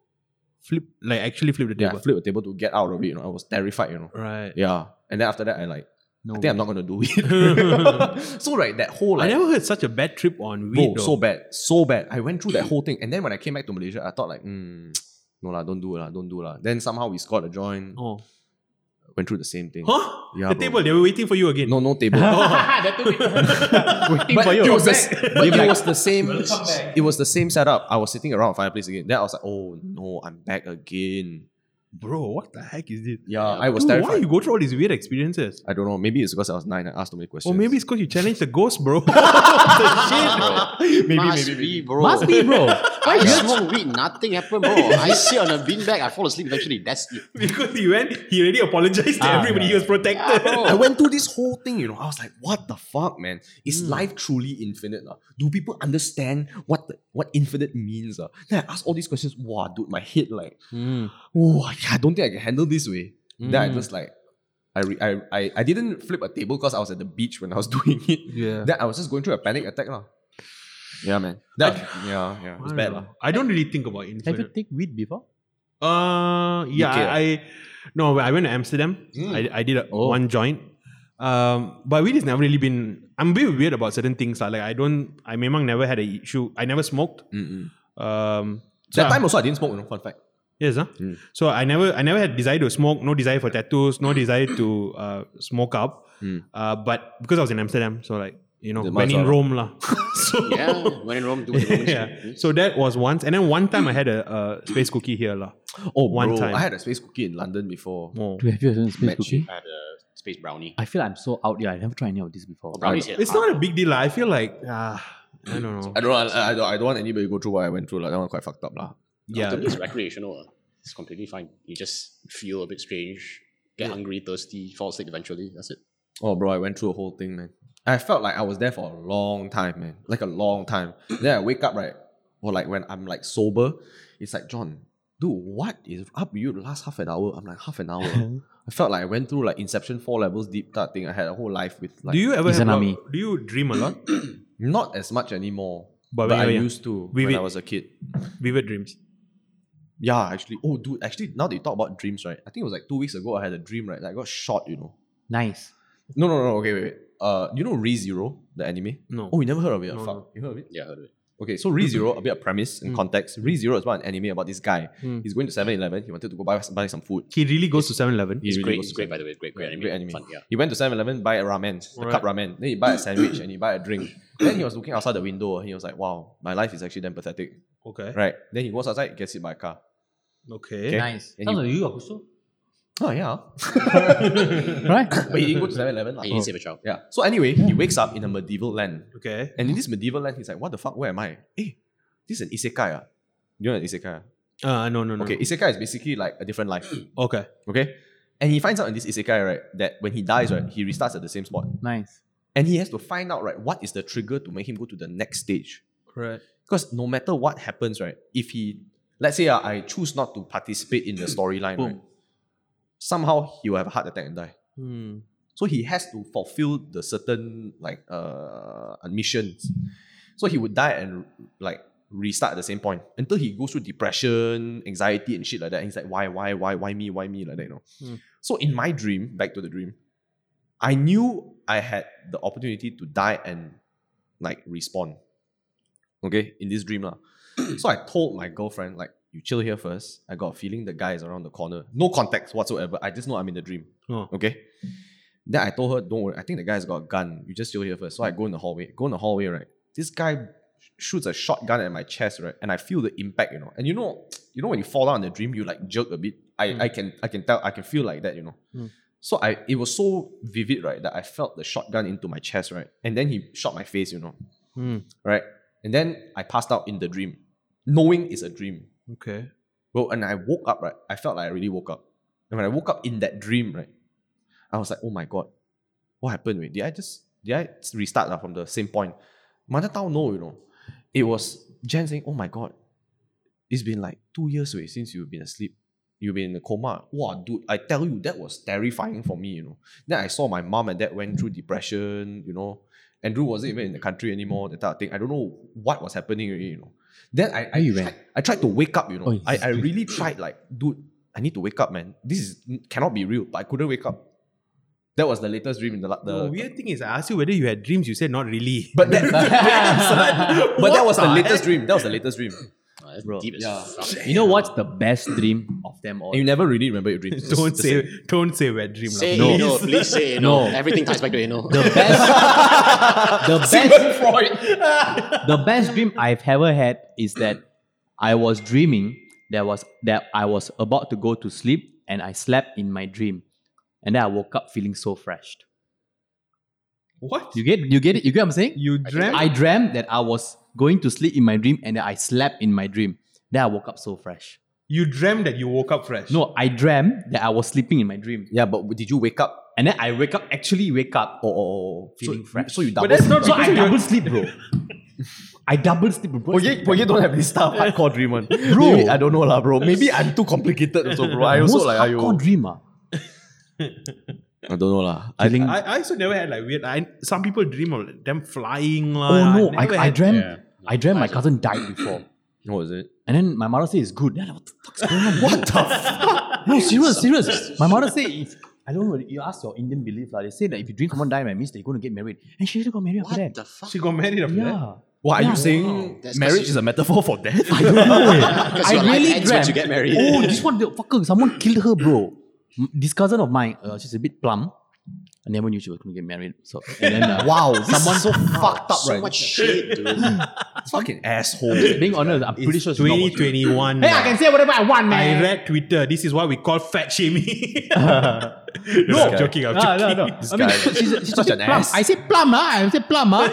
[SPEAKER 2] Flip like actually flip the
[SPEAKER 1] Yeah,
[SPEAKER 2] table.
[SPEAKER 1] I flipped the table to get out of it. You know, I was terrified. You know,
[SPEAKER 2] Right.
[SPEAKER 1] yeah. And then after that, I like,
[SPEAKER 3] No,
[SPEAKER 1] I think I'm not gonna do it. so right, that whole
[SPEAKER 2] I
[SPEAKER 1] like,
[SPEAKER 2] never heard such a bad trip on
[SPEAKER 1] bro,
[SPEAKER 2] weed. though.
[SPEAKER 1] so bad, so bad. I went through that whole thing, and then when I came back to Malaysia, I thought like, mm, no lah, don't do it lah, don't do it lah. Then somehow we scored a joint.
[SPEAKER 2] Oh.
[SPEAKER 1] Went through the same thing.
[SPEAKER 2] Huh?
[SPEAKER 1] Yeah,
[SPEAKER 2] the
[SPEAKER 1] bro.
[SPEAKER 2] table, they were waiting for you again.
[SPEAKER 1] No, no table.
[SPEAKER 4] Waiting
[SPEAKER 1] but
[SPEAKER 4] for
[SPEAKER 1] it
[SPEAKER 4] you.
[SPEAKER 1] was, the, s- but it was the same. It was the same setup. I was sitting around a fireplace again. Then I was like, oh no, I'm back again.
[SPEAKER 2] Bro, what the heck is this?
[SPEAKER 1] Yeah, I was
[SPEAKER 2] Dude,
[SPEAKER 1] terrified.
[SPEAKER 2] why you go through all these weird experiences?
[SPEAKER 1] I don't know. Maybe it's because I was nine. I asked too many questions.
[SPEAKER 2] Or maybe it's because you challenged the ghost, bro.
[SPEAKER 4] maybe, Must be, bro.
[SPEAKER 3] Must be, bro.
[SPEAKER 4] I smoke weed, nothing happened, bro. I sit on a beanbag, I fall asleep eventually. That's it.
[SPEAKER 2] because he went, he already apologized to
[SPEAKER 3] Ah,
[SPEAKER 2] everybody. He was protected.
[SPEAKER 1] I went through this whole thing, you know. I was like, what the fuck, man? Is
[SPEAKER 2] Hmm.
[SPEAKER 1] life truly infinite? lah? Do people understand what the, what infinite means? lah? Then I asked all these questions. Wow, dude, my head like, oh, I don't think I can handle this way. Then
[SPEAKER 2] Hmm.
[SPEAKER 1] I just like, I, re- I, I, I didn't flip a table because I was at the beach when I was doing it.
[SPEAKER 2] Yeah.
[SPEAKER 1] Then I was just going through a panic attack. lah. Yeah, man. That, yeah, yeah. It was bad. lah.
[SPEAKER 2] I don't really think about
[SPEAKER 3] Have you
[SPEAKER 2] infinite.
[SPEAKER 3] take weed before?
[SPEAKER 2] Uh, yeah,
[SPEAKER 1] UK,
[SPEAKER 2] I, I no, I went to Amsterdam.
[SPEAKER 1] Hmm.
[SPEAKER 2] I, I did a,
[SPEAKER 1] Oh.
[SPEAKER 2] one joint. Um, but weed has never really been. I'm a bit weird about certain things. lah. Like I don't. I memang never had a issue. I never smoked.
[SPEAKER 1] Mm-mm.
[SPEAKER 2] Um, so
[SPEAKER 1] That
[SPEAKER 2] I-
[SPEAKER 1] time also I didn't smoke, you know, fun fact.
[SPEAKER 2] Yes, huh?
[SPEAKER 1] Mm.
[SPEAKER 2] So I never, I never had desire to smoke, no desire for tattoos, no desire to uh, smoke up.
[SPEAKER 1] Mm.
[SPEAKER 2] Uh, but because I was in Amsterdam, so like you know,
[SPEAKER 1] The
[SPEAKER 2] when in
[SPEAKER 1] Marzara.
[SPEAKER 2] Rome lah. so
[SPEAKER 4] Yeah, when in Rome, do it.
[SPEAKER 2] yeah. So that was once, and then one time I had a, a space cookie here lah.
[SPEAKER 1] Oh,
[SPEAKER 2] One
[SPEAKER 1] bro,
[SPEAKER 2] time.
[SPEAKER 1] I had a space cookie in London before.
[SPEAKER 2] Oh.
[SPEAKER 3] Do you have you ever space
[SPEAKER 1] Match.
[SPEAKER 3] cooking?
[SPEAKER 4] I had a space brownie.
[SPEAKER 3] I feel I'm so out here. I never tried any of this before.
[SPEAKER 4] Brownies hit
[SPEAKER 2] It's
[SPEAKER 4] hard.
[SPEAKER 2] not a big deal. lah. I feel like ah, I don't know.
[SPEAKER 1] I don't, know, I, I, don't, I don't want anybody to go through what I went through. Like, that one quite fucked up. lah.
[SPEAKER 2] Yeah,
[SPEAKER 4] To me, it's recreational. uh. It's completely fine. You just feel a bit strange, get hungry, thirsty, fall asleep eventually. That's it.
[SPEAKER 1] Oh, bro, I went through a whole thing, man. I felt like I was there for a long time, man. Like a long time. then I wake up, right? Or like when I'm like sober, it's like, John, dude, what is up with you the last half an hour? I'm like, half an hour. I felt like I went through like Inception 4 levels deep type thing. I had a whole life with like,
[SPEAKER 2] do you ever
[SPEAKER 3] He's
[SPEAKER 2] have
[SPEAKER 3] an
[SPEAKER 2] a-
[SPEAKER 3] army.
[SPEAKER 2] do you dream a lot?
[SPEAKER 1] not as much anymore.
[SPEAKER 2] But
[SPEAKER 1] But,
[SPEAKER 2] when
[SPEAKER 1] I
[SPEAKER 2] you were young.
[SPEAKER 1] used to
[SPEAKER 2] We-
[SPEAKER 1] when
[SPEAKER 2] we-
[SPEAKER 1] I was a kid.
[SPEAKER 2] Vivid dreams.
[SPEAKER 1] Yeah, actually. Oh, dude, actually, now that you talk about dreams, right? I think it was like two weeks ago I had a dream, right? That I got shot, you know.
[SPEAKER 3] Nice.
[SPEAKER 1] No, no, no. Okay, wait, wait. Uh, you know ReZero, the anime?
[SPEAKER 2] No.
[SPEAKER 1] Oh, you never heard of it? ah,
[SPEAKER 2] No,
[SPEAKER 1] Fuck.
[SPEAKER 2] no.
[SPEAKER 1] You heard of it?
[SPEAKER 4] Yeah, I heard of it.
[SPEAKER 1] Okay, so ReZero, a bit of premise and context. ReZero is about an anime about this guy.
[SPEAKER 2] Mm.
[SPEAKER 1] He's going to 7 Eleven. He wanted to go buy, buy some food.
[SPEAKER 2] He really goes to 7-Eleven.
[SPEAKER 1] He
[SPEAKER 4] It's
[SPEAKER 1] really
[SPEAKER 4] great.
[SPEAKER 1] goes
[SPEAKER 4] It's
[SPEAKER 1] to
[SPEAKER 4] great, by
[SPEAKER 1] 7-Eleven.
[SPEAKER 4] the way. Great, great anime.
[SPEAKER 1] Great anime.
[SPEAKER 4] Fun, yeah.
[SPEAKER 1] He went to 7 Eleven, buy a ramen, the cup ramen. Then he buy a sandwich and he buy a drink. then he was looking outside the window. He was like, wow, my life is actually damn pathetic.
[SPEAKER 2] Okay.
[SPEAKER 1] Right. Then he goes outside, gets hit by a car.
[SPEAKER 2] Okay.
[SPEAKER 1] Okay.
[SPEAKER 3] Nice.
[SPEAKER 1] And
[SPEAKER 3] Sounds
[SPEAKER 1] you-
[SPEAKER 3] like you also.
[SPEAKER 1] Oh, yeah.
[SPEAKER 3] Right?
[SPEAKER 1] but he didn't go to 7 Eleven. Oh.
[SPEAKER 4] And you didn't save a child.
[SPEAKER 1] Yeah. So anyway, he wakes up in a medieval land.
[SPEAKER 2] Okay.
[SPEAKER 1] And in this medieval land, he's like, what the fuck, where am I? Eh, this is an isekai. Ah. You know an isekai? ah?
[SPEAKER 2] Uh, no, no, no.
[SPEAKER 1] Okay,
[SPEAKER 4] Mm.
[SPEAKER 1] isekai is basically like a different life.
[SPEAKER 2] Okay.
[SPEAKER 1] Okay? And he finds out in this isekai, right, that when he dies, right, he restarts at the same spot.
[SPEAKER 3] Nice.
[SPEAKER 1] And he has to find out, right, what is the trigger to make him go to the next stage.
[SPEAKER 2] Right.
[SPEAKER 1] Because no matter what happens, right, if he, let's say uh, I choose not to participate in the storyline, right, somehow he will have a heart attack and die.
[SPEAKER 2] Hmm.
[SPEAKER 1] So he has to fulfill the certain like uh missions. So he would die and like restart at the same point until he goes through depression, anxiety, and shit like that. And he's like, why, why, why, why me, why me, like that, you know. So in my dream, back to the dream, I knew I had the opportunity to die and like respawn. Okay, in this dream lah. so I told my girlfriend like, you chill here first. I got a feeling the guy is around the corner. No context whatsoever. I just know I'm in the dream.
[SPEAKER 2] Oh.
[SPEAKER 1] Okay. Then I told her, don't worry. I think the guy's got a gun. You just chill here first. So I go in the hallway. Go in the hallway, right? This guy sh- shoots a shotgun at my chest, right? And I feel the impact, you know. And you know, you know when you fall down in the dream, you like jerk a bit. I, I can I can tell I can feel like that, you know. So I it was so vivid, right, that I felt the shotgun into my chest, right? And then he shot my face, you know. Right? And then I passed out in the dream, knowing it's a dream.
[SPEAKER 2] Okay.
[SPEAKER 3] Uh,
[SPEAKER 1] Well, and I woke up, right? I felt like I really woke up. And when I woke up in that dream, right, I was like, oh my God, what happened? Wait, did I just did I restart lah from the same point? Mother Tao, no, you know. It was Jen saying, Oh my god, it's been like two years wait, since you've been asleep. You've been in a coma. Wow, dude, I tell you, that was terrifying for me, you know. Then I saw my mom and dad went through depression, you know. Andrew wasn't even in the country anymore, that type of thing. I don't know what was happening, already, you know. Then I I, tried, I tried to wake up, you know.
[SPEAKER 3] Oh,
[SPEAKER 1] I, I really tried, like, dude, I need to wake up, man. This is cannot be real, but I couldn't wake up. That was the latest dream in the, la- the
[SPEAKER 2] the weird thing is, I asked you whether you had dreams. You said not really.
[SPEAKER 1] but that, but that was the latest dream. That was the latest dream.
[SPEAKER 4] Oh, that's
[SPEAKER 3] Bro,
[SPEAKER 4] deep as fuck.
[SPEAKER 3] You know what's the best dream of them all?
[SPEAKER 1] And you never really remember your dreams.
[SPEAKER 2] don't say don't say wet dream. lah.
[SPEAKER 4] Say
[SPEAKER 3] No.
[SPEAKER 4] you know, please say you know.
[SPEAKER 3] No.
[SPEAKER 4] Everything ties back to you know.
[SPEAKER 3] The best, the best, the best dream I've ever had is that I was dreaming that was that I was about to go to sleep and I slept in my dream, and then I woke up feeling so fresh.
[SPEAKER 2] What
[SPEAKER 3] You get, you get it, you get what I'm saying?
[SPEAKER 2] you dreamt?
[SPEAKER 3] I dreamt that I was going to sleep in my dream and that I slept in my dream. Then I woke up so fresh.
[SPEAKER 2] you dreamt that you woke up fresh.
[SPEAKER 3] No, I dreamt that I was sleeping in my dream,
[SPEAKER 1] Yeah, but did you wake up?
[SPEAKER 3] and then I wake up actually wake up
[SPEAKER 1] Oh, oh, oh
[SPEAKER 3] feeling
[SPEAKER 1] so,
[SPEAKER 3] fresh.
[SPEAKER 1] So you
[SPEAKER 2] but
[SPEAKER 1] double.
[SPEAKER 2] that's not
[SPEAKER 3] So I
[SPEAKER 2] because
[SPEAKER 3] double sleep, bro. I double sleep, bro.
[SPEAKER 1] don't have this stuff hardcore dream one,
[SPEAKER 3] Bro.
[SPEAKER 1] Maybe- I don't know lah, bro. Maybe I'm too complicated also, bro. I also
[SPEAKER 3] Most
[SPEAKER 1] like
[SPEAKER 3] hardcore ah.
[SPEAKER 1] ayo.
[SPEAKER 3] dreamer.
[SPEAKER 1] I don't know lah. I
[SPEAKER 3] Feeling-
[SPEAKER 2] I, I also never had like weird. I some people dream of like, them flying lah.
[SPEAKER 3] oh no,
[SPEAKER 2] Ah, never
[SPEAKER 3] I, I
[SPEAKER 2] had-
[SPEAKER 3] dreamt.
[SPEAKER 4] Yeah.
[SPEAKER 3] I dreamt my cousin died before,
[SPEAKER 1] what was it?
[SPEAKER 3] and then my mother said it's good. Then I, what the fuck's going on? what the fuck? No, serious, serious. My mother said if I don't know, you ask your Indian belief lah. They say that if you dream someone die, by means they're going to get married, and she really got married after
[SPEAKER 4] what
[SPEAKER 3] that.
[SPEAKER 4] the fuck?
[SPEAKER 2] She got married after that.
[SPEAKER 3] yeah.
[SPEAKER 1] Why are
[SPEAKER 3] Yeah.
[SPEAKER 1] you saying
[SPEAKER 4] That's
[SPEAKER 1] marriage
[SPEAKER 4] cause
[SPEAKER 1] is a metaphor for death?
[SPEAKER 3] I don't know.
[SPEAKER 4] Because your
[SPEAKER 3] I
[SPEAKER 4] life
[SPEAKER 3] really
[SPEAKER 4] ends once
[SPEAKER 3] dreamt.
[SPEAKER 4] you get married.
[SPEAKER 3] Oh, this one, the fucker, someone killed her, bro. M- This cousin of mine, uh, she's a bit plump. I never knew she was going to get married. So and then, uh,
[SPEAKER 1] wow, someone so fucked up,
[SPEAKER 4] so
[SPEAKER 1] right?
[SPEAKER 4] much shit, dude.
[SPEAKER 1] fucking asshole.
[SPEAKER 3] being honest, I'm pretty sure she's not watching.
[SPEAKER 2] 2021.
[SPEAKER 3] Hey, I can say whatever I want,
[SPEAKER 2] I
[SPEAKER 3] man.
[SPEAKER 2] read Twitter. This is what we call fat shaming. no, I'm joking. I'm
[SPEAKER 3] Ah,
[SPEAKER 2] joking.
[SPEAKER 3] no, no. I mean,
[SPEAKER 1] guy.
[SPEAKER 3] she's, she's
[SPEAKER 1] Such
[SPEAKER 3] a bit
[SPEAKER 1] an
[SPEAKER 3] plump.
[SPEAKER 1] ass.
[SPEAKER 3] I said plum, huh? I said plum, huh?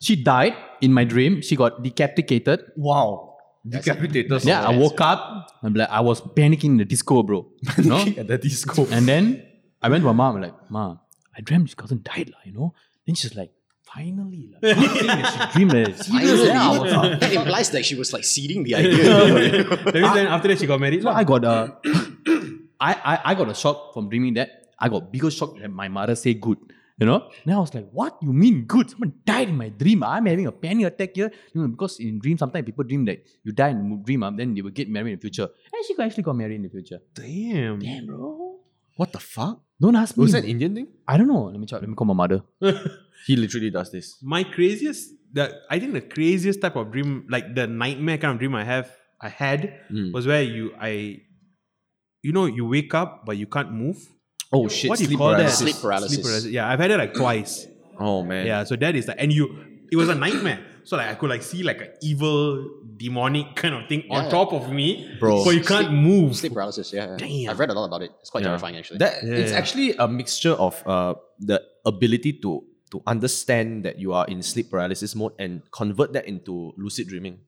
[SPEAKER 3] she died in my dream. She got decapitated.
[SPEAKER 1] Wow. Decapitators.
[SPEAKER 3] Yeah, I woke up. I'm like, I was panicking in the disco, bro. You know?
[SPEAKER 1] at the disco.
[SPEAKER 3] And then I went to my mom, like, Ma, I dreamt this cousin died, lah, you know? Then she's like, finally. lah." she dreamed that. it's
[SPEAKER 4] I know,
[SPEAKER 3] serious, lah, I was like-
[SPEAKER 4] that implies that she was like seeding the idea.
[SPEAKER 2] That means then after that she got married.
[SPEAKER 3] So
[SPEAKER 2] lah.
[SPEAKER 3] I got a, I, I, I got a shock from dreaming that. I got bigger shock that my mother say good. You know? Then I was like, what you mean good? Someone died in my dream. I'm having a panic attack here. You know, because in dreams, sometimes people dream that you die in mo- dream, ah, then they will get married in the future. And she got- actually got married in the future.
[SPEAKER 2] Damn.
[SPEAKER 3] Damn, bro.
[SPEAKER 1] What the fuck?
[SPEAKER 3] Don't ask me.
[SPEAKER 1] Was that an Indian thing?
[SPEAKER 3] I don't know. Let me check. Let me call my mother.
[SPEAKER 1] He literally does this.
[SPEAKER 2] My craziest, the I think the craziest type of dream, like the nightmare kind of dream I have, I had
[SPEAKER 1] Mm.
[SPEAKER 2] was where you, I, you know, you wake up but you can't move.
[SPEAKER 1] Oh shit!
[SPEAKER 2] what do you
[SPEAKER 1] sleep
[SPEAKER 2] call
[SPEAKER 1] paralysis.
[SPEAKER 2] that?
[SPEAKER 4] Sleep paralysis.
[SPEAKER 2] Yeah, I've had it like twice.
[SPEAKER 1] Oh man.
[SPEAKER 2] Yeah, so that is like, and you, it was a nightmare. So like I could like see like an evil demonic kind of thing on
[SPEAKER 4] Yeah.
[SPEAKER 2] top of me,
[SPEAKER 1] Bro.
[SPEAKER 2] But you can't move.
[SPEAKER 4] Sleep paralysis, yeah. yeah.
[SPEAKER 2] Damn.
[SPEAKER 4] I've read a lot about it. It's quite
[SPEAKER 1] Yeah.
[SPEAKER 4] terrifying, actually.
[SPEAKER 1] That
[SPEAKER 2] Yeah,
[SPEAKER 1] it's
[SPEAKER 2] yeah.
[SPEAKER 1] actually a mixture of uh the ability to to understand that you are in sleep paralysis mode and convert that into lucid dreaming.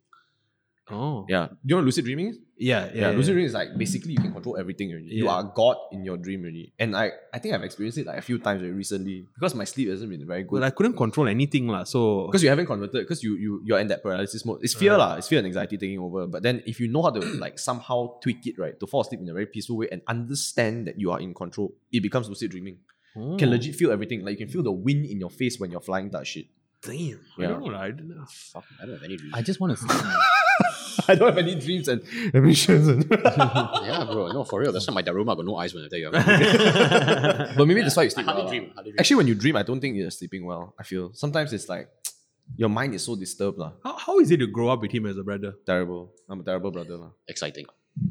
[SPEAKER 2] Oh.
[SPEAKER 1] Yeah. Do you know what lucid dreaming is?
[SPEAKER 2] Yeah, yeah.
[SPEAKER 1] lucid dreaming is like basically you can control everything already. You
[SPEAKER 2] Yeah.
[SPEAKER 1] are God in your dream already. And I, I think I've experienced it like a few times already recently because my sleep hasn't been very good.
[SPEAKER 2] But I couldn't control anything, lah. So
[SPEAKER 1] because you haven't converted because you, you you're in that paralysis mode it's fear lah it's fear and anxiety taking over but then if you know how to like somehow tweak it right to fall asleep in a very peaceful way and understand that you are in control it becomes lucid dreaming
[SPEAKER 2] Oh.
[SPEAKER 1] you can legit feel everything like you can feel the wind in your face when you're flying that shit
[SPEAKER 2] damn, I
[SPEAKER 1] Yeah.
[SPEAKER 2] don't know, lah. I don't know.
[SPEAKER 4] Fuck, I don't have any
[SPEAKER 3] I
[SPEAKER 4] reason.
[SPEAKER 3] just want to.
[SPEAKER 1] I don't have any dreams and ambitions and
[SPEAKER 4] yeah, bro. No, for real. That's why my Daruma got no eyes when I tell you. I
[SPEAKER 1] but maybe that's why you sleep well
[SPEAKER 4] hardly
[SPEAKER 1] lah.
[SPEAKER 4] dream. Hardly dream.
[SPEAKER 1] actually when you dream I don't think you're sleeping well I feel sometimes it's like your mind is so disturbed lah
[SPEAKER 2] How, how is it to grow up with him as a brother?
[SPEAKER 1] terrible I'm a terrible brother lah
[SPEAKER 4] Exciting.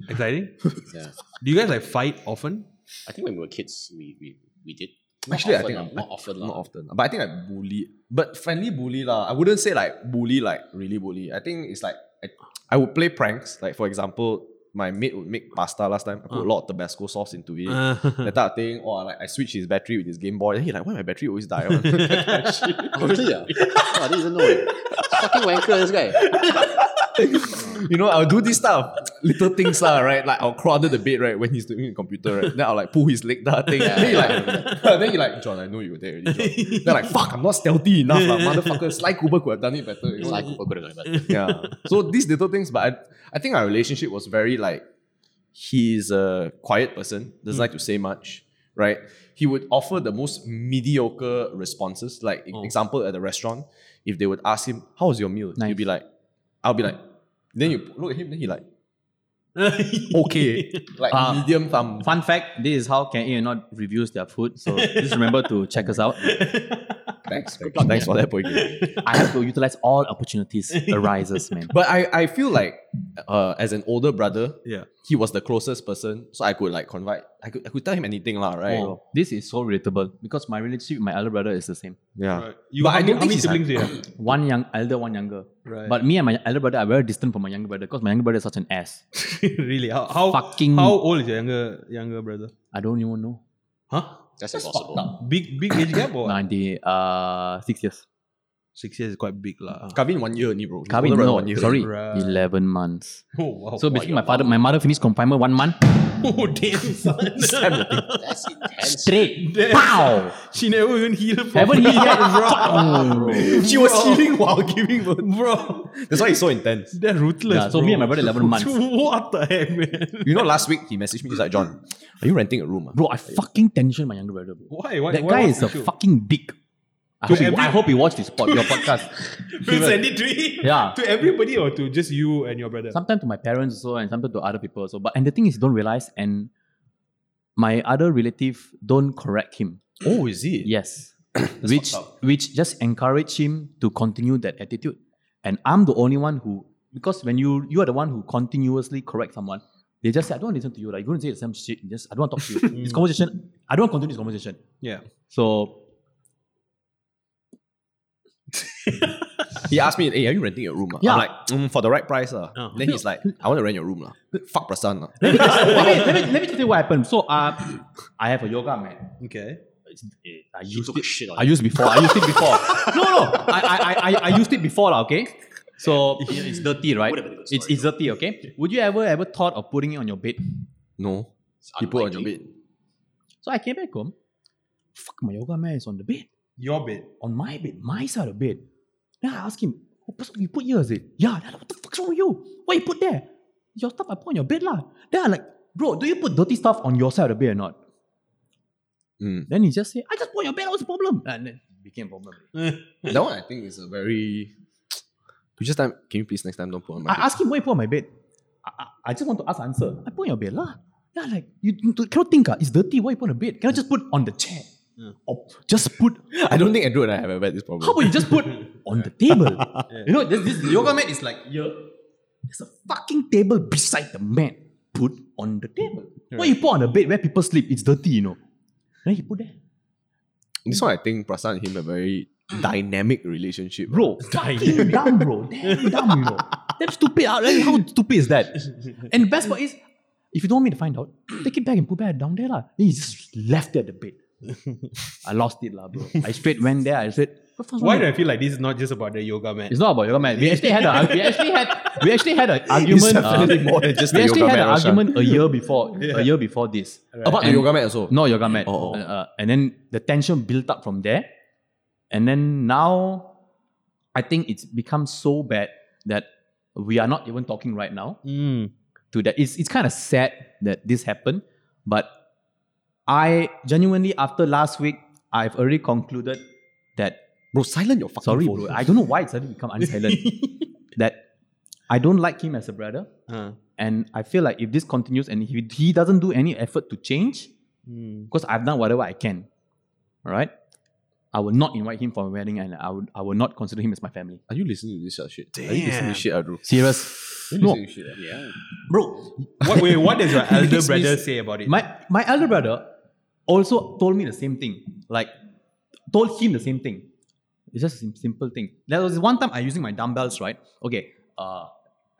[SPEAKER 2] Exciting.
[SPEAKER 4] Yeah.
[SPEAKER 2] Do you guys like fight often?
[SPEAKER 4] I think when we were kids, we, we, we did.
[SPEAKER 1] Actually, I
[SPEAKER 4] often,
[SPEAKER 1] think
[SPEAKER 4] lah,
[SPEAKER 1] I'm-
[SPEAKER 4] not often. lah.
[SPEAKER 1] Not often. But I think I bully. But friendly bully lah. I wouldn't say like bully like really bully. I think it's like I, I would play pranks. Like for example, my mate would make pasta last time. I put a
[SPEAKER 4] Ah.
[SPEAKER 1] lot of Tabasco sauce into it.
[SPEAKER 2] Uh.
[SPEAKER 1] that type of thing. Or like I switched his battery with his Game Boy. Then he like, why my battery always die? on?"
[SPEAKER 4] Oh, really? Yeah. oh, I didn't even know it. Fucking wanker, this guy.
[SPEAKER 1] you know, I'll do this stuff. Little things lah, right? Like I'll crawl under the bed, right, when he's doing the computer, right? Then I'll like pull his leg that thing. then he like then he like, John, I know you were there already, John. Then like, fuck, I'm not stealthy enough, lah, motherfucker. Sly Cooper could have done it better. you know?
[SPEAKER 4] Sly Cooper could have done it better.
[SPEAKER 1] yeah. So these little things, but I, I think our relationship was very like he's a quiet person, doesn't like to say much, right? He would offer the most mediocre responses. Like e- example at the restaurant, if they would ask him, "How was your meal?"
[SPEAKER 3] Nice.
[SPEAKER 1] You'd be like, "I'll be like," then you look at him, then he like, "Okay," like
[SPEAKER 3] Ah.
[SPEAKER 1] medium thumb.
[SPEAKER 3] Fun fact: This is how Can Eat and Not reviews their food. So just remember to check us out.
[SPEAKER 1] Thanks, thanks, thanks for that, Poiki.
[SPEAKER 3] I have to utilize all opportunities arises, man.
[SPEAKER 1] But I, I feel like uh, as an older brother,
[SPEAKER 2] Yeah.
[SPEAKER 1] he was the closest person, so I could like confide. I could, I could tell him anything, lah, right?
[SPEAKER 3] Oh, this is so relatable because my relationship with my elder brother is the same.
[SPEAKER 1] Yeah.
[SPEAKER 2] You,
[SPEAKER 1] Ah. But
[SPEAKER 2] how,
[SPEAKER 1] I
[SPEAKER 2] I
[SPEAKER 1] don't think
[SPEAKER 2] how many
[SPEAKER 1] he's
[SPEAKER 2] siblings do you have?
[SPEAKER 3] One young elder, one younger.
[SPEAKER 2] Right.
[SPEAKER 3] But me and my elder brother are very distant from my younger brother because my younger brother is such an ass.
[SPEAKER 2] really? How, how,
[SPEAKER 3] Fucking-
[SPEAKER 2] how old is your younger younger brother?
[SPEAKER 3] I don't even know.
[SPEAKER 2] Huh?
[SPEAKER 4] That's impossible.
[SPEAKER 2] Big big age gap or what?
[SPEAKER 3] Ninety uh six years.
[SPEAKER 2] six years is quite big lah.
[SPEAKER 1] Kevin one year only, bro. He's
[SPEAKER 3] Kevin,
[SPEAKER 1] older by
[SPEAKER 3] no,
[SPEAKER 1] one year.
[SPEAKER 3] sorry,
[SPEAKER 2] Right.
[SPEAKER 3] eleven months.
[SPEAKER 2] Oh wow.
[SPEAKER 3] So basically, my father, my mother finished confinement one month
[SPEAKER 2] oh damn son.
[SPEAKER 4] That's intense.
[SPEAKER 3] straight.
[SPEAKER 2] Damn.
[SPEAKER 3] Pow!
[SPEAKER 2] she never even healed
[SPEAKER 3] Haven't
[SPEAKER 2] properly.
[SPEAKER 3] he yet, bro?
[SPEAKER 1] she was healing while giving birth, bro. That's why it's so intense.
[SPEAKER 2] They're ruthless.
[SPEAKER 3] Yeah, so
[SPEAKER 2] bro.
[SPEAKER 3] me and my brother 11 months.
[SPEAKER 2] what the heck, man?
[SPEAKER 1] You know, last week he messaged me. He's like, "John, are you renting a room?" ah?"
[SPEAKER 3] Bro, I fucking tension my younger brother. Bro.
[SPEAKER 2] Why? Why?
[SPEAKER 3] That
[SPEAKER 2] why,
[SPEAKER 3] guy
[SPEAKER 2] why
[SPEAKER 3] is a
[SPEAKER 2] issue?
[SPEAKER 3] fucking dick. I hope, he,
[SPEAKER 2] every-
[SPEAKER 3] I hope he watched this pod, your podcast.
[SPEAKER 2] We'll send it to him.
[SPEAKER 3] Yeah.
[SPEAKER 2] To everybody or to just you and your brother?
[SPEAKER 3] Sometimes to my parents also, and sometimes to other people also. But and the thing is, you don't realize, and my other relative don't correct him.
[SPEAKER 1] Oh, is it?
[SPEAKER 3] Yes, which which just encourage him to continue that attitude. And I'm the only one who because when you you are the one who continuously correct someone, they just say I don't want to listen to you. Like you're going to say the same shit. Just I don't want to talk to you. this conversation, I don't want to continue this conversation.
[SPEAKER 2] Yeah.
[SPEAKER 3] So
[SPEAKER 1] He asked me, "Hey, are you renting a room?" ah?"
[SPEAKER 3] Yeah. Oh.
[SPEAKER 1] I'm like, "Mm, "For the right price, lah." Then he's like, "I want to rent your room, lah." Fuck Prasan, ah. lah.
[SPEAKER 3] let me, just, let, me, let, me, let me tell you what happened. So uh, I have a yoga mat.
[SPEAKER 2] Okay.
[SPEAKER 3] I
[SPEAKER 4] You
[SPEAKER 3] used
[SPEAKER 4] took
[SPEAKER 3] it.
[SPEAKER 4] shit on
[SPEAKER 3] I used before. I used it before. no, no. I, I, I, I- I used it before, lah, okay? So it's dirty, right?
[SPEAKER 4] Would've been a good
[SPEAKER 3] It's,
[SPEAKER 4] story,
[SPEAKER 3] it's dirty, okay? Would you ever ever thought of putting it on your bed?
[SPEAKER 1] No, he put on your bed.
[SPEAKER 3] So I came back home. Fuck, my yoga mat is on the bed.
[SPEAKER 2] Your bed.
[SPEAKER 3] On my bed. My side of the bed. Then I asked him, oh, person, you put here, is it? Yeah. Then I'm like, what the fuck's wrong with you? What you put there? Your stuff I put on your bed, lah. Then I'm like, bro, do you put dirty stuff on your side of the bed or not?
[SPEAKER 1] Mm.
[SPEAKER 3] Then he just said, I just put on your bed. What's the problem? And then it became a problem.
[SPEAKER 1] that one, I think, is a very. You just time. Can you please next time don't put on my
[SPEAKER 3] I asked him why you put on my bed. I, I, I just want to ask answer. I put on your bed lah. Yeah, like you, you cannot think ah. It's dirty. Why you put on the bed? Can I just put on the chair? Or just put.
[SPEAKER 1] bed? I don't think Andrew and I have ever had this problem.
[SPEAKER 3] How about you just put on the table? You know this, this yoga mat is like here. There's a fucking table beside the mat. Put on the table. Why you put on the bed where people sleep? It's dirty, you know. Then he put there.
[SPEAKER 1] this one, I think Prasan and him have a very dynamic relationship.
[SPEAKER 3] bro. Fucking dumb, bro. Damn dumb, you know. Damn stupid. ah. Like, how stupid is that? And the best part is, if you don't want me to find out, take it back and put back down there, lah. Then he just left it at the bed. I lost it, lah, bro. I straight went there. I said, "What the fuck's
[SPEAKER 2] Why
[SPEAKER 3] wrong
[SPEAKER 2] do
[SPEAKER 3] with-"
[SPEAKER 2] I feel like this is not just about the yoga man?
[SPEAKER 3] It's not about yoga man. We actually had a, we actually had we actually had an argument. uh,
[SPEAKER 1] definitely more than just
[SPEAKER 3] we
[SPEAKER 1] the
[SPEAKER 3] actually
[SPEAKER 1] yoga
[SPEAKER 3] had
[SPEAKER 1] mat,
[SPEAKER 3] an
[SPEAKER 1] Roshan.
[SPEAKER 3] argument a year before a year before this.
[SPEAKER 1] About the
[SPEAKER 3] And-
[SPEAKER 1] yoga mat also.
[SPEAKER 3] No yoga mat.
[SPEAKER 1] Oh, oh.
[SPEAKER 3] Uh, uh, and then the tension built up from there. And then now, I think it's become so bad that we are not even talking right now.
[SPEAKER 2] Hmm.
[SPEAKER 3] To that, it's it's kind of sad that this happened. But I genuinely, after last week, I've already concluded that
[SPEAKER 1] Bro, silent your fucking
[SPEAKER 3] sorry,
[SPEAKER 1] phone.
[SPEAKER 3] bro. I don't know why it suddenly become unsilent. that I don't like him as a brother, and I feel like if this continues and he, he doesn't do any effort to change, because I've done whatever I can, all right, I will not invite him for a wedding, and I would I will not consider him as my family.
[SPEAKER 1] Are you listening to this sort of shit? Are you listening to shit,
[SPEAKER 8] uh,
[SPEAKER 1] Andrew?
[SPEAKER 3] Serious, no,
[SPEAKER 4] Yeah.
[SPEAKER 3] bro.
[SPEAKER 2] What, wait, what does your elder
[SPEAKER 3] Dismiss-
[SPEAKER 2] brother say about it?
[SPEAKER 3] My my elder brother also told me the same thing. Like told him the same thing. It's just a sim- simple thing. There was one time I using my dumbbells, right? Okay, uh,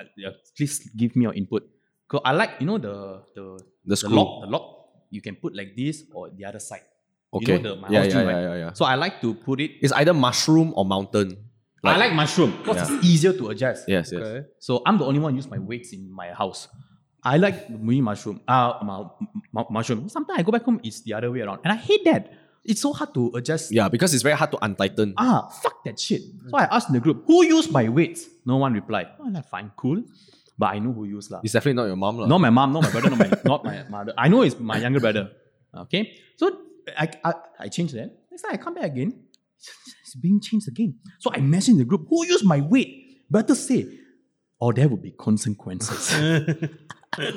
[SPEAKER 3] uh, please give me your input. So I like you know the the
[SPEAKER 8] The
[SPEAKER 3] the
[SPEAKER 8] screw.
[SPEAKER 3] lock the lock you can put like this or the other side.
[SPEAKER 8] Okay.
[SPEAKER 3] You know the my
[SPEAKER 8] Yeah,
[SPEAKER 3] house
[SPEAKER 8] yeah,
[SPEAKER 3] gym, right?
[SPEAKER 8] yeah, yeah, yeah.
[SPEAKER 3] So I like to put it.
[SPEAKER 8] It's either mushroom or mountain.
[SPEAKER 3] I like mushroom because it's easier to adjust.
[SPEAKER 8] Yes, yes.
[SPEAKER 3] So I'm the only one use my weights in my house. I like me mushroom. Uh, mu- mu- mushroom. Sometimes I go back home, it's the other way around, and I hate that. It's so hard to adjust.
[SPEAKER 8] Yeah, because it's very hard to untighten.
[SPEAKER 3] Ah, fuck that shit. So I asked in the group, who used my weights? No one replied. Oh, I'm like, fine, cool. But I know who used lah.
[SPEAKER 8] It's definitely not your mom, lah.
[SPEAKER 3] Not my mom, not my brother, not my, not my mother. I know it's my younger brother. Okay. So I, I, I changed that. Next time I come back again, it's being changed again. So I message the group, who used my weight? Better say, or there will be consequences.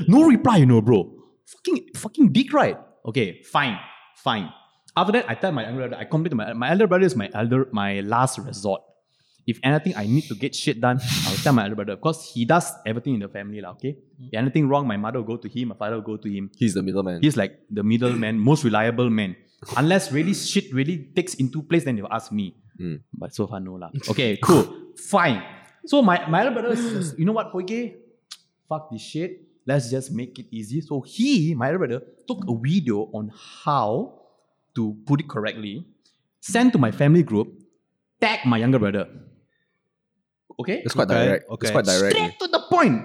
[SPEAKER 3] no reply, you know, bro. Fucking, fucking dick, right? Okay, fine, fine. After that, I tell my younger brother, I complain to my, my elder brother is my elder, my last resort. If anything, I need to get shit done, I'll tell my elder brother. Because he does everything in the family, lah, okay? If anything wrong, my mother will go to him, my father will go to him.
[SPEAKER 8] He's the middleman.
[SPEAKER 3] He's like the middleman, most reliable man. Unless really shit really takes into place, then you ask me. But so far, no lah. Okay, cool, fine. So my my elder brother, is just, you know what, Poike? Fuck this shit. Let's just make it easy. So he, my elder brother, took a video on how to put it correctly, sent to my family group, tag my younger brother. Okay,
[SPEAKER 8] it's quite
[SPEAKER 2] Okay,
[SPEAKER 8] direct.
[SPEAKER 2] okay.
[SPEAKER 8] It's quite direct.
[SPEAKER 3] straight to the point.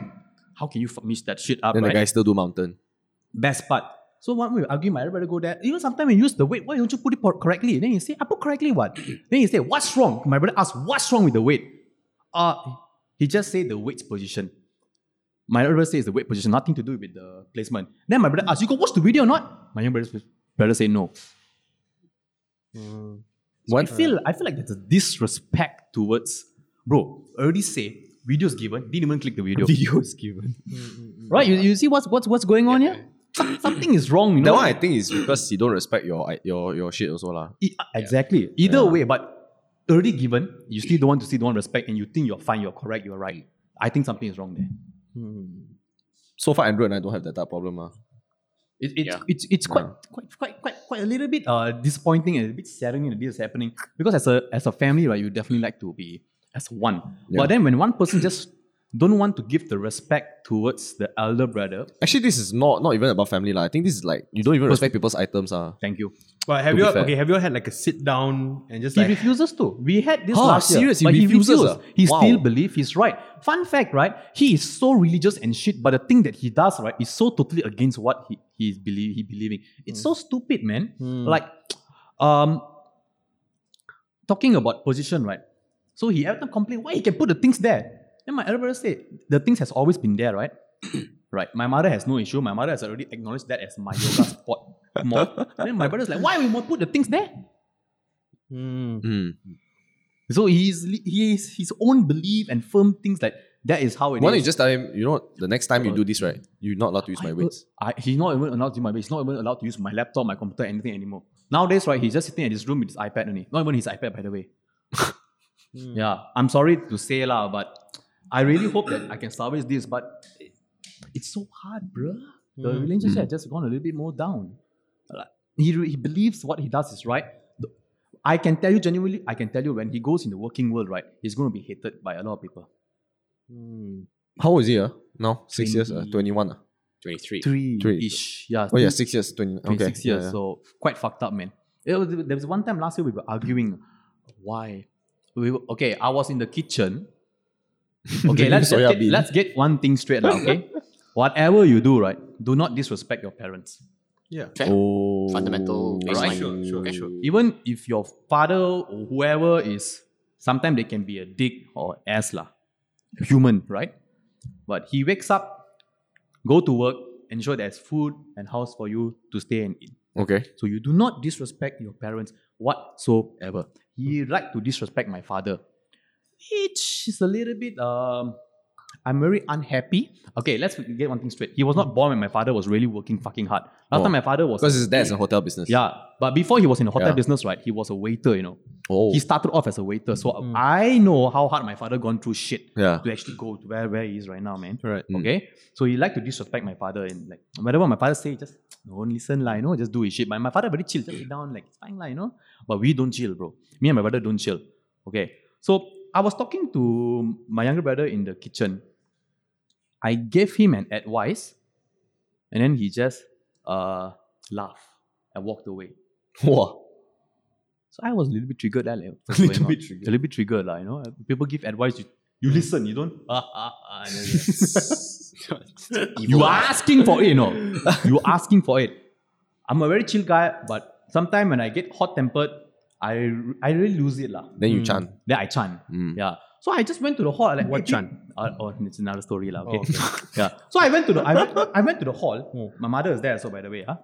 [SPEAKER 3] How can you fuck miss that shit up?
[SPEAKER 8] Then the
[SPEAKER 3] right?
[SPEAKER 8] guy still do mountain.
[SPEAKER 3] best part. So one way argue my brother go there. Even sometimes when you use the weight, why don't you put it por- correctly? Then you say, I put correctly what? then you say, what's wrong? My brother asks, what's wrong with the weight? Uh he just say the weight position. My brother says the weight position, nothing to do with the placement. Then my brother asks, you go watch the video or not? My young brother, brother say no.
[SPEAKER 8] Hmm.
[SPEAKER 3] I feel I feel like there's a disrespect towards bro. Already say videos given, didn't even click the video. Videos given, right? You, you see what's what's what's going on here? Some- Something is wrong. You
[SPEAKER 8] That
[SPEAKER 3] know?
[SPEAKER 8] one I think is because he don't respect your your your shit also lah.
[SPEAKER 3] E- Exactly. Either way, but already given, you still don't want to see, don't want respect, and you think you're fine, you're correct, you're right. I think something is wrong there.
[SPEAKER 8] So far, Andrew and I don't have that type of problem lah.
[SPEAKER 3] It, it's,
[SPEAKER 4] Yeah.
[SPEAKER 3] it's it's quite quite quite quite quite a little bit uh disappointing and a bit saddening that this is happening because as a as a family right you definitely like to be as one but then when one person just don't want to give the respect towards the elder brother
[SPEAKER 8] Actually, this is not not even about family lah. I think this is like you don't even respect people's items ah.
[SPEAKER 3] thank you
[SPEAKER 2] But have
[SPEAKER 8] To be
[SPEAKER 2] you all,
[SPEAKER 8] fair.
[SPEAKER 2] okay? Have you all had like a sit down and just
[SPEAKER 3] he
[SPEAKER 2] like
[SPEAKER 3] refuses to we had this
[SPEAKER 8] Huh,
[SPEAKER 3] last
[SPEAKER 8] serious? He
[SPEAKER 3] year but
[SPEAKER 8] refuses,
[SPEAKER 3] he, refused.
[SPEAKER 8] ah?
[SPEAKER 3] he
[SPEAKER 8] Wow.
[SPEAKER 3] still believe he's right fun fact right he is so religious and shit but the thing that he does right is so totally against what he he's believe he believing it's
[SPEAKER 8] Hmm.
[SPEAKER 3] so stupid man like um talking about position, right? So he every time complain why he can put the things there. Then my elder brother said, the things has always been there, right? right. My mother has no issue. My mother has already acknowledged that as my yoga spot mod. Then my brother's like, why we must put the things there?
[SPEAKER 2] Hmm.
[SPEAKER 8] Mm.
[SPEAKER 3] So he's he is his own belief and firm things like that is how it is.
[SPEAKER 8] Why don't you just tell him? You know, what, the next time you do this, right, you're not allowed to use my
[SPEAKER 3] I-
[SPEAKER 8] weights.
[SPEAKER 3] I, he's not even allowed to use my He's not even allowed to use my laptop, my computer, anything anymore. Nowadays, right, he's just sitting at his room with his iPad only. Not even his iPad, by the way.
[SPEAKER 8] Hmm.
[SPEAKER 3] yeah, I'm sorry to say lah, but I really hope that I can salvage this. But it- it's so hard, bruh. The
[SPEAKER 8] Hmm.
[SPEAKER 3] relationship has just gone a little bit more down. Like, he re- he believes what he does is right. The- I can tell you genuinely. I can tell you when he goes in the working world, right, he's going to be hated by a lot of people.
[SPEAKER 8] How old is he?
[SPEAKER 1] ah?
[SPEAKER 8] Uh? now six years, uh,
[SPEAKER 3] Twenty-
[SPEAKER 8] twenty-one. Uh?
[SPEAKER 4] 23.
[SPEAKER 3] Three,
[SPEAKER 8] Three.
[SPEAKER 3] ish, yeah.
[SPEAKER 8] Oh yeah,
[SPEAKER 3] three-
[SPEAKER 8] six years, twenty. Okay.
[SPEAKER 3] 26 years.
[SPEAKER 8] yeah, yeah.
[SPEAKER 3] So quite fucked up, man. It was, there was one time last year we were arguing. Why? We were, okay, I was in the kitchen. Okay, let's,
[SPEAKER 8] Soya
[SPEAKER 3] let's, get,
[SPEAKER 8] bean.
[SPEAKER 3] let's get one thing straight now, okay? Whatever you do, right, do not disrespect your parents.
[SPEAKER 8] Oh.
[SPEAKER 4] Fundamental baseline.
[SPEAKER 2] sure, sure, sure.
[SPEAKER 3] Even if your father or whoever is, sometimes they can be a dick or ass lah. Human, right? But he wakes up, go to work, ensure there's food and house for you to stay and eat.
[SPEAKER 8] Okay.
[SPEAKER 3] So you do not disrespect your parents whatsoever. He like to disrespect my father, which is a little bit. Um, I'm very unhappy. Okay, let's get one thing straight. He was not born when my father was really working fucking hard. Last
[SPEAKER 8] Oh.
[SPEAKER 3] time my father was
[SPEAKER 8] Because his dad's in hotel business.
[SPEAKER 3] yeah, but before he was in the hotel
[SPEAKER 8] Yeah.
[SPEAKER 3] business, right? He was a waiter. You know,
[SPEAKER 8] Oh. Mm.
[SPEAKER 3] he started off as a waiter. So I know how hard my father gone through shit
[SPEAKER 8] yeah.
[SPEAKER 3] to actually go to where, where he is right now, man.
[SPEAKER 2] Right.
[SPEAKER 8] Mm.
[SPEAKER 3] Okay. So he like to disrespect my father and like whatever my father say, just don't listen lah, you know, just do his shit. My, my father very chill, just sit down, like it's fine lah, you know. But we don't chill, bro. Me and my brother don't chill. Okay. So I was talking to my younger brother in the kitchen. I gave him an advice And then he just uh, laughed and walked away.
[SPEAKER 1] Wow.
[SPEAKER 3] So I was a little bit triggered. That like, a little bit triggered. A little bit triggered, lah. You know, people give advice, you, you listen, you don't. Ah, ah, ah, and then you are asking for it, you know. you are asking for it. I'm a very chill guy, but sometimes when I get hot tempered, I I really lose it, lah.
[SPEAKER 1] Then you chant.
[SPEAKER 3] Then I chant.
[SPEAKER 1] Mm.
[SPEAKER 3] Yeah. So I just went to the hall. Like,
[SPEAKER 2] What
[SPEAKER 3] eh, eh,
[SPEAKER 2] chant? Oh.
[SPEAKER 3] Uh, oh, it's another story, lah. Okay. yeah. So I went to the I went, I went to the hall. My mother is there, so by the way, huh?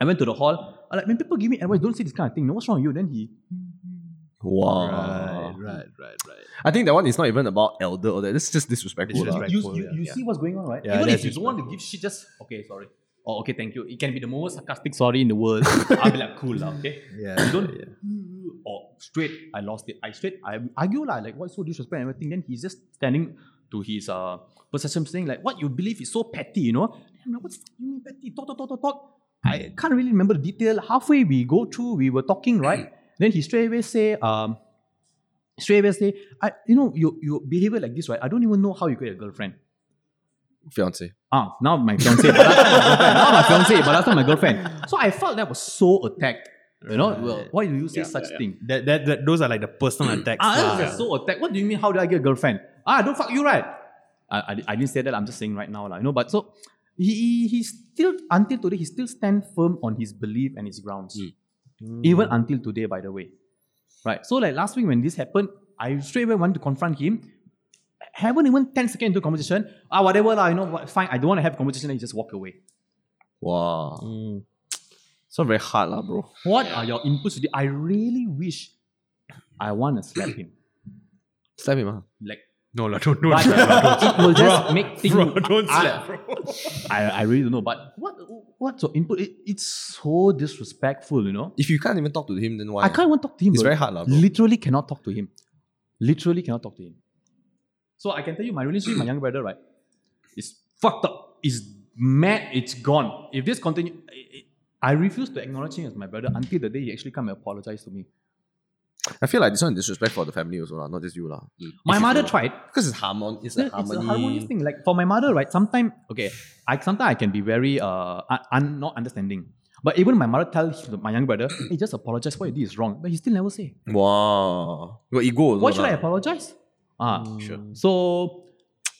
[SPEAKER 3] I went to the hall. I like when people give me advice, don't say this kind of thing. No, what's wrong with you? Then he
[SPEAKER 1] Wow.
[SPEAKER 2] right, right, right.
[SPEAKER 1] I think that one is not even about elder or that. This is just disrespectful. lah.
[SPEAKER 2] Disrespect.
[SPEAKER 3] you,
[SPEAKER 2] Respectful,
[SPEAKER 3] you,
[SPEAKER 2] yeah.
[SPEAKER 3] you see what's going on, right?
[SPEAKER 2] Yeah,
[SPEAKER 3] Even if
[SPEAKER 2] that's
[SPEAKER 3] you don't want to give shit, just okay, sorry. Oh, okay, thank you. It can be the most sarcastic sorry in the world. I'll be like, cool, lah, okay?
[SPEAKER 2] Yeah,
[SPEAKER 3] You don't, or straight, I lost it. I straight, I argue, lah, like, why so disrespect and everything. Then he's just standing to his uh, possession saying, like, what you believe is so petty, you know? I'm like, what the fuck you mean petty? Talk, talk, talk, talk, talk. I can't really remember the detail. Halfway we go through, we were talking, right? then he straight away say, um, straight away say, I, you know, your, your behavior like this, right? I don't even know how you get a girlfriend.
[SPEAKER 1] Fiance.
[SPEAKER 3] Ah, now my fiance. But last time my girlfriend. Now my fiance, but last time my girlfriend. So I felt that was so attacked. You know, well, why do you say
[SPEAKER 4] Yeah,
[SPEAKER 3] such
[SPEAKER 4] yeah, yeah.
[SPEAKER 3] thing?
[SPEAKER 2] That, that, that, those are like the personal
[SPEAKER 1] Mm.
[SPEAKER 2] attacks.
[SPEAKER 3] Ah,
[SPEAKER 2] lah.
[SPEAKER 3] that was so attacked. What do you mean? How do I get a girlfriend? Ah, don't fuck you, right? I, I, I didn't say that. I'm just saying right now, lah. You know, but so he, he he still until today he still stand firm on his belief and his grounds,
[SPEAKER 4] Hmm.
[SPEAKER 3] even until today. By the way, right? So like last week when this happened, I straight away wanted to confront him. Haven't even 10 seconds into conversation. Ah, whatever, lah, you know, what- fine. I don't want to have a conversation. And he just walk away.
[SPEAKER 1] Wow.
[SPEAKER 3] Mm.
[SPEAKER 1] It's not very hard, lah, bro.
[SPEAKER 3] What are your inputs? today? I really wish I want to slap him.
[SPEAKER 1] Slap him, ah.
[SPEAKER 3] Like,
[SPEAKER 2] No, lah, don't, don't.
[SPEAKER 3] but it will just make things.
[SPEAKER 2] Bro, don't slap,
[SPEAKER 3] I, I really don't know. But what what's your input? It, it's so disrespectful, you know.
[SPEAKER 1] If you can't even talk to him, then why?
[SPEAKER 3] I can't even talk to him.
[SPEAKER 1] It's
[SPEAKER 3] bro.
[SPEAKER 1] very hard, lah, bro.
[SPEAKER 3] Literally cannot talk to him. Literally cannot talk to him. So I can tell you, my relationship with my younger brother, right, is fucked up. It's mad. It's gone. If this continue, I- I- I refuse to acknowledge him as my brother until the day he actually come and apologize to me.
[SPEAKER 1] I feel like this one is disrespect for the family also, lah, not just you, lah.
[SPEAKER 3] My mother tried.
[SPEAKER 1] Because it's harmon. It's a
[SPEAKER 3] Yeah,
[SPEAKER 1] harmony.
[SPEAKER 3] It's a harmonious thing. Like for my mother, right? Sometimes, okay, I sometimes I can be very uh un- un- not understanding. But even my mother tells my young brother, "Hey, just apologize. What you did is wrong." But he still never say.
[SPEAKER 1] Wow. Your ego. also
[SPEAKER 3] Why should
[SPEAKER 1] lah. Mm.
[SPEAKER 3] I apologize? Ah, sure. So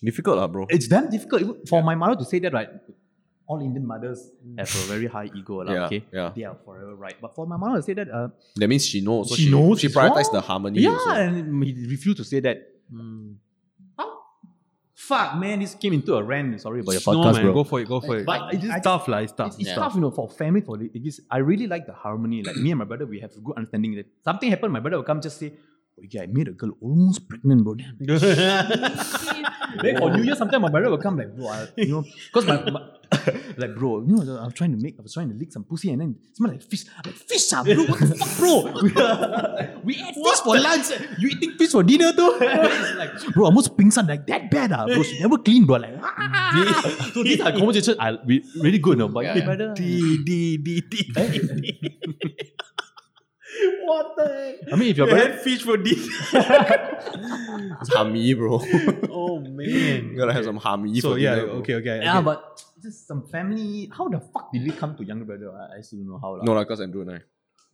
[SPEAKER 1] Difficult, lah, bro.
[SPEAKER 3] it's damn difficult even for my mother to say that, right? All Indian mothers have a very high ego, lah.
[SPEAKER 1] Mm. Yeah,
[SPEAKER 3] okay,
[SPEAKER 1] yeah.
[SPEAKER 3] they are forever right. But for my mother to say that, uh,
[SPEAKER 1] That means she knows. So
[SPEAKER 3] She
[SPEAKER 1] she,
[SPEAKER 3] knows
[SPEAKER 1] She
[SPEAKER 3] it's wrong.
[SPEAKER 1] prioritized the harmony.
[SPEAKER 3] yeah,
[SPEAKER 1] also. Mm.
[SPEAKER 3] and he refused to say that. How? Fuck, man, this came into a rant. Sorry about your
[SPEAKER 2] no,
[SPEAKER 3] podcast,
[SPEAKER 2] man,
[SPEAKER 3] bro.
[SPEAKER 2] go for it, go for it.
[SPEAKER 3] But it is-
[SPEAKER 2] it's tough, lah. It's tough.
[SPEAKER 3] It's, it's
[SPEAKER 4] Yeah.
[SPEAKER 3] tough, you know, for family. For the- it is, I really like the harmony. Like me and my brother, we have good understanding. That something happened, my brother will come just say, "Oh yeah, I made a girl almost pregnant, bro." Damn. then for New Year, sometimes my brother will come like, "Bro, I, you know, because my, my- like bro, you know, I was trying to make, I was trying to lick some pussy, and then it smell like fish. I'm like fish, ah, bro, what the fuck, bro? we ate fish for lunch. You eating fish for dinner too? It's like, bro, almost pingsan like that bad, ah, bro. She never clean, bro. Like, ah. so these are conversations are re- really good, no? But my
[SPEAKER 4] Yeah, yeah.
[SPEAKER 3] brother,
[SPEAKER 2] D, D, D, D.
[SPEAKER 3] What the I mean, if you're brother,
[SPEAKER 2] fish for D.
[SPEAKER 1] It's harmony, bro.
[SPEAKER 2] Oh,
[SPEAKER 1] you
[SPEAKER 2] man.
[SPEAKER 1] gotta have some harmony.
[SPEAKER 2] So,
[SPEAKER 1] for
[SPEAKER 2] yeah,
[SPEAKER 1] dinner, bro.
[SPEAKER 2] okay, okay.
[SPEAKER 3] yeah,
[SPEAKER 2] okay.
[SPEAKER 3] but just some family. How the fuck did it come to younger brother? I, I still don't know how. lah.
[SPEAKER 1] No, like, cause Andrew and I.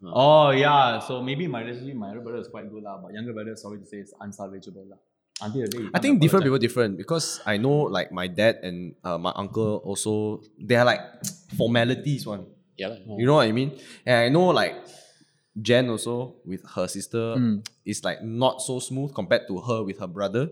[SPEAKER 3] Oh yeah, so maybe my relationship, my elder brother is quite good lah, but younger brother, sorry to say, is unsalvageable lah. Until the day.
[SPEAKER 1] I think different people different because I know like my dad and uh, my uncle also they are like formalities one.
[SPEAKER 4] Yeah, lah.
[SPEAKER 1] You know what I mean? And I know like Jen also with her sister
[SPEAKER 3] Hmm.
[SPEAKER 1] is like not so smooth compared to her with her brother.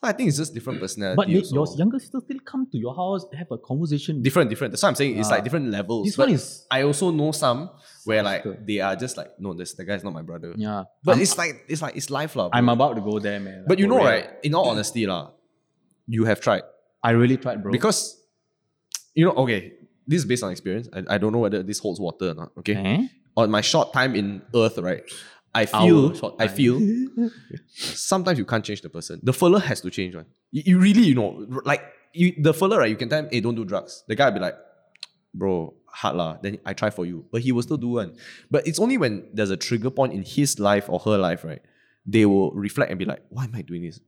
[SPEAKER 1] So I think it's just different personality.
[SPEAKER 3] But they,
[SPEAKER 1] also.
[SPEAKER 3] your younger sister still come to your house have a conversation.
[SPEAKER 1] different, different. That's what I'm saying. It's
[SPEAKER 3] Ah.
[SPEAKER 1] like different levels.
[SPEAKER 3] This one
[SPEAKER 1] But
[SPEAKER 3] is-
[SPEAKER 1] I also know some where like
[SPEAKER 3] Sister.
[SPEAKER 1] they are just like no, this the guy's not my brother.
[SPEAKER 3] yeah,
[SPEAKER 1] But
[SPEAKER 3] I'm,
[SPEAKER 1] it's like it's like it's life love.
[SPEAKER 3] I'm about to go there, man.
[SPEAKER 1] But you know,
[SPEAKER 3] For real.
[SPEAKER 1] right? In all honesty, lah, you have tried.
[SPEAKER 3] I really tried, bro.
[SPEAKER 1] Because, you know, okay, this is based on experience. I, I don't know whether this holds water or not. Okay,
[SPEAKER 3] Eh?
[SPEAKER 1] on my short time in Earth, right? I feel,
[SPEAKER 3] Our short
[SPEAKER 1] I
[SPEAKER 3] time.
[SPEAKER 1] feel. sometimes you can't change the person. The fella has to change, one. You, you really, you know, r- like you, the fella, right? You can tell him, hey, don't do drugs. The guy will be like, bro, hard lah. Then I try for you, but he will still do one. But it's only when there's a trigger point in his life or her life, right? They will reflect and be like, why am I doing this?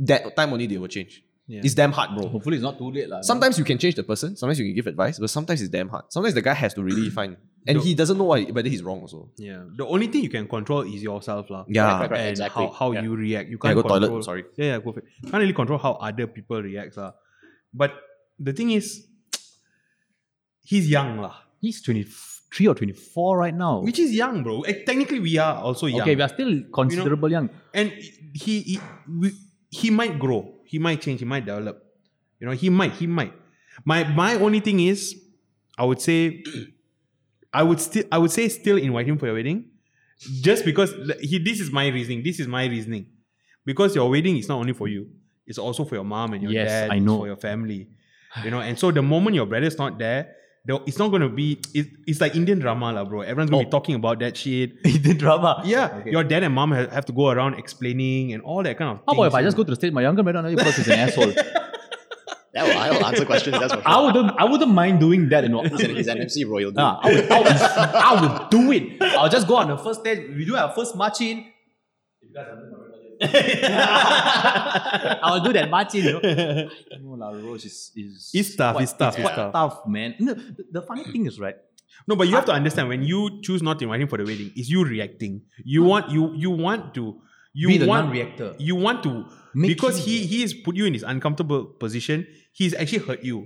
[SPEAKER 1] That time only they will change. It's damn hard, bro.
[SPEAKER 3] Hopefully, it's not too late. lah.
[SPEAKER 1] Sometimes you can change the person, sometimes you can give advice, but sometimes it's damn hard. Sometimes the guy has to really find and he doesn't know why whether he's wrong also.
[SPEAKER 2] Yeah. The only thing you can control is yourself, lah.
[SPEAKER 1] Yeah.
[SPEAKER 4] Correct, correct,
[SPEAKER 2] And
[SPEAKER 4] exactly.
[SPEAKER 2] how, how
[SPEAKER 4] Yeah.
[SPEAKER 2] you react. You
[SPEAKER 1] Can I
[SPEAKER 2] can't
[SPEAKER 1] go
[SPEAKER 2] control.
[SPEAKER 1] toilet? Sorry.
[SPEAKER 2] Yeah, yeah, go for it. Can't really control how other people react, lah. But the thing is, he's young, lah.
[SPEAKER 3] he's 23 or 24 right now.
[SPEAKER 2] Which is young, bro. Eh, Technically, we are also young.
[SPEAKER 3] Okay, we are still considerable young.
[SPEAKER 2] and he he, we, he might grow he might change he might develop you know he might he might my my only thing is i would say i would still i would say still invite him for your wedding just because l- he this is my reasoning this is my reasoning because your wedding is not only for you it's also for your mom and your
[SPEAKER 3] Yes,
[SPEAKER 2] dad
[SPEAKER 3] I
[SPEAKER 2] it's
[SPEAKER 3] know.
[SPEAKER 2] for your family you know and so the moment your brother's not there though it's not going to be it, it's like indian drama lah, bro everyone's
[SPEAKER 3] Oh.
[SPEAKER 2] going to be talking about that shit
[SPEAKER 3] He did drama.
[SPEAKER 2] yeah,
[SPEAKER 3] Okay.
[SPEAKER 2] your dad and mom ha- have to go around explaining and all that kind of.
[SPEAKER 3] How about if
[SPEAKER 2] things,
[SPEAKER 3] I just
[SPEAKER 2] you
[SPEAKER 3] go to the state, my younger brother now because he's an asshole.
[SPEAKER 4] That will, I will answer questions. That's for sure.
[SPEAKER 3] I wouldn't I wouldn't mind doing that, you know.
[SPEAKER 4] He's an, he's an MC royal. dude.
[SPEAKER 3] Ah, I, would, I, would, I would do it. I'll just go on the first stage. We do our first march in. I'll do that march in. You know? no, La Roche is, is
[SPEAKER 2] It's tough,
[SPEAKER 3] quite-
[SPEAKER 2] it's tough,
[SPEAKER 3] quite
[SPEAKER 2] it's tough.
[SPEAKER 3] tough, man. No, the, the funny thing is, right?
[SPEAKER 2] know. No, but you have to understand when you choose not to invite him for the wedding, is you reacting. You want you you want to you
[SPEAKER 3] Hmm. Be the
[SPEAKER 2] want
[SPEAKER 3] non-reactor.
[SPEAKER 2] You want to
[SPEAKER 3] Make
[SPEAKER 2] because
[SPEAKER 3] him-
[SPEAKER 2] he he has put you in this uncomfortable position. He's actually hurt you.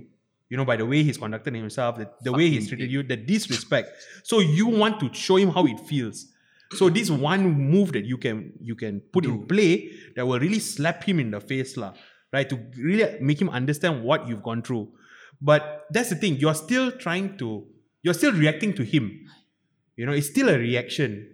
[SPEAKER 2] You know, by the way he's conducted himself, the, the way he's treated you, the disrespect. So you want to show him how it feels. So this one move that you can you can put in play that will really slap him in the face, lah, right? To really make him understand what you've gone through. But that's the thing, you're still trying to you're still reacting to him. You know, it's still a reaction.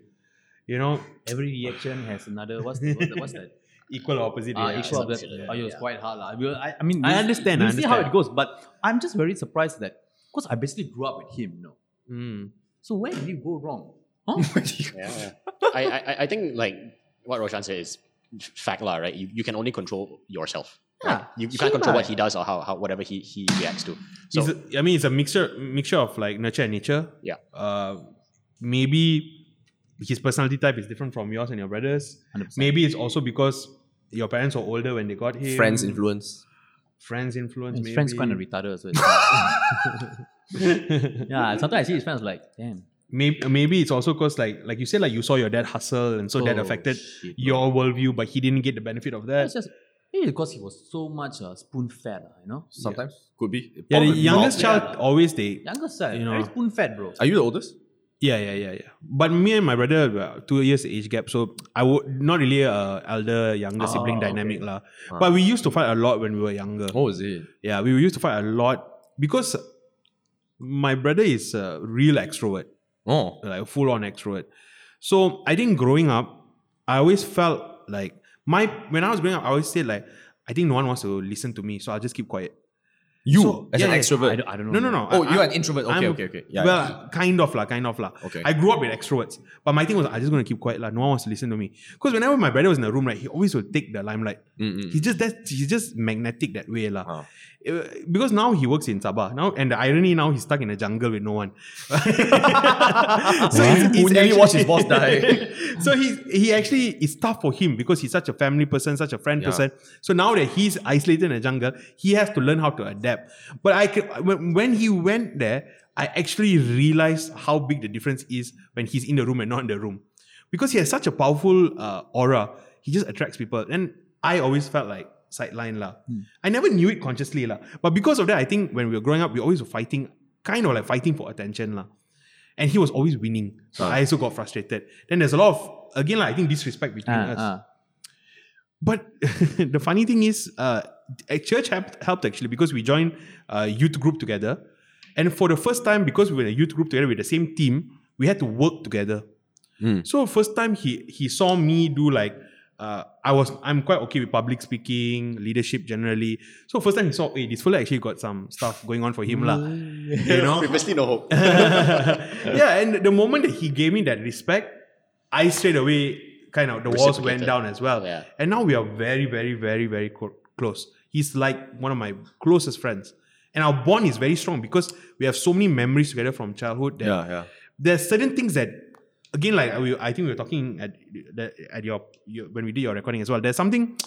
[SPEAKER 2] You know,
[SPEAKER 3] Every reaction has another. What's the, what's, the, what's that?
[SPEAKER 2] equal or opposite.
[SPEAKER 3] Ah,
[SPEAKER 2] reaction.
[SPEAKER 3] equal of that.
[SPEAKER 4] Yeah.
[SPEAKER 3] Oh, it was quite hard. lah. We'll- I, I mean,
[SPEAKER 2] I
[SPEAKER 3] we'll-
[SPEAKER 2] understand, I
[SPEAKER 3] We'll see how
[SPEAKER 2] understand.
[SPEAKER 3] it goes, but I'm just very surprised that because I basically grew up with him, you know.
[SPEAKER 2] Mm.
[SPEAKER 3] So where did you go wrong? Huh?
[SPEAKER 4] Yeah. I, I, I- I think like what Roshan said is f- fact lah, right? You, you can only control yourself. right?
[SPEAKER 3] Yeah,
[SPEAKER 4] You, you
[SPEAKER 3] she
[SPEAKER 4] can't control what
[SPEAKER 3] might.
[SPEAKER 4] he does or how, how whatever he, he reacts to. So
[SPEAKER 2] It's a- I mean, it's a mixture mixture of like nurture and nature.
[SPEAKER 4] Yeah.
[SPEAKER 2] Uh, maybe his personality type is different from yours and your brothers.
[SPEAKER 3] 100%.
[SPEAKER 2] Maybe it's also because your parents were older when they got him.
[SPEAKER 1] Friends influence.
[SPEAKER 2] Friends influence.
[SPEAKER 3] His
[SPEAKER 2] maybe.
[SPEAKER 3] friend's kind of retarded as well. yeah, sometimes I see his friends like, damn.
[SPEAKER 2] maybe, maybe it's also because like like you said, like you saw your dad hustle, and so that
[SPEAKER 3] Oh,
[SPEAKER 2] affected
[SPEAKER 3] shit, bro.
[SPEAKER 2] your worldview, but he didn't get the benefit of that.
[SPEAKER 3] It's just maybe because he was so much uh, spoon fed, uh, you know.
[SPEAKER 1] Sometimes. Could be.
[SPEAKER 2] Yeah, the
[SPEAKER 1] Probably
[SPEAKER 2] youngest
[SPEAKER 1] not.
[SPEAKER 2] child always they.
[SPEAKER 3] Younger side,
[SPEAKER 2] You know.
[SPEAKER 3] very spoon fed, bro.
[SPEAKER 1] Are you the oldest?
[SPEAKER 2] Yeah, yeah, yeah, yeah. But me and my brother were two years age gap, so I would not really a elder younger sibling dynamic lah. But we used to fight a lot when we were younger.
[SPEAKER 1] Oh, is it?
[SPEAKER 2] Yeah, we used to fight a lot because my brother is a real extrovert,
[SPEAKER 1] Oh.
[SPEAKER 2] like full on extrovert. So I think growing up, I always felt like my when I was growing up, I always said like I think no one wants to listen to me, so I'll just keep quiet.
[SPEAKER 1] You
[SPEAKER 2] So-
[SPEAKER 1] as
[SPEAKER 2] yeah,
[SPEAKER 1] an
[SPEAKER 2] yeah.
[SPEAKER 1] extrovert.
[SPEAKER 3] I don't, I don't know.
[SPEAKER 2] No, no, no.
[SPEAKER 1] Oh,
[SPEAKER 2] I-
[SPEAKER 1] you're
[SPEAKER 2] I-
[SPEAKER 1] an introvert. Okay,
[SPEAKER 2] I'm-
[SPEAKER 1] okay, okay. Yeah.
[SPEAKER 2] well, kind of lah, kind of lah.
[SPEAKER 1] Okay.
[SPEAKER 2] I grew up with extroverts, but my thing was I just gonna keep quiet lah. No one wants to listen to me. Because whenever my brother was in the room, right, he always would take the limelight. He's just that he's just magnetic that way lah.
[SPEAKER 1] Ah.
[SPEAKER 2] Uh, Because now he works in Sabah now, and the irony now he's stuck in a jungle with no one. so
[SPEAKER 1] Who nearly watched his boss die.
[SPEAKER 2] so he he actually it's tough for him because he's such a family person, such a friend
[SPEAKER 1] Yeah.
[SPEAKER 2] person. So now that he's isolated in a jungle, he has to learn how to adapt. But I can, when, when he went there, I actually realized how big the difference is when he's in the room and not in the room, because he has such a powerful uh, aura. He just attracts people, and I always felt like sideline lah.
[SPEAKER 1] Hmm.
[SPEAKER 2] I never knew it consciously lah, but because of that, I think when we were growing up, we always were fighting, kind of like fighting for attention lah and he was always winning. So I also got frustrated. Then there's a lot of again, like I think disrespect between
[SPEAKER 3] Ah,
[SPEAKER 2] us.
[SPEAKER 3] ah.
[SPEAKER 2] But the funny thing is, uh, a church helped, helped actually because we joined a youth group together, and for the first time, because we were in a youth group together with the same team, we had to work together. So first time he he saw me do like. Uh, I was I'm quite okay with public speaking, leadership generally. So first time he saw, hey, this fella actually got some stuff going on for him lah. You know,
[SPEAKER 4] previously no hope.
[SPEAKER 2] yeah, and the moment that he gave me that respect, I straight away kind of the walls went
[SPEAKER 4] Reciprocated.
[SPEAKER 2] down as well.
[SPEAKER 4] Yeah.
[SPEAKER 2] And now we are very, very, very, very co- close. He's like one of my closest friends. And our bond is very strong because we have so many memories together from childhood that
[SPEAKER 1] yeah, yeah.
[SPEAKER 2] there's certain things that again like we, i think we were talking at the, at your, your when we did your recording as well there's something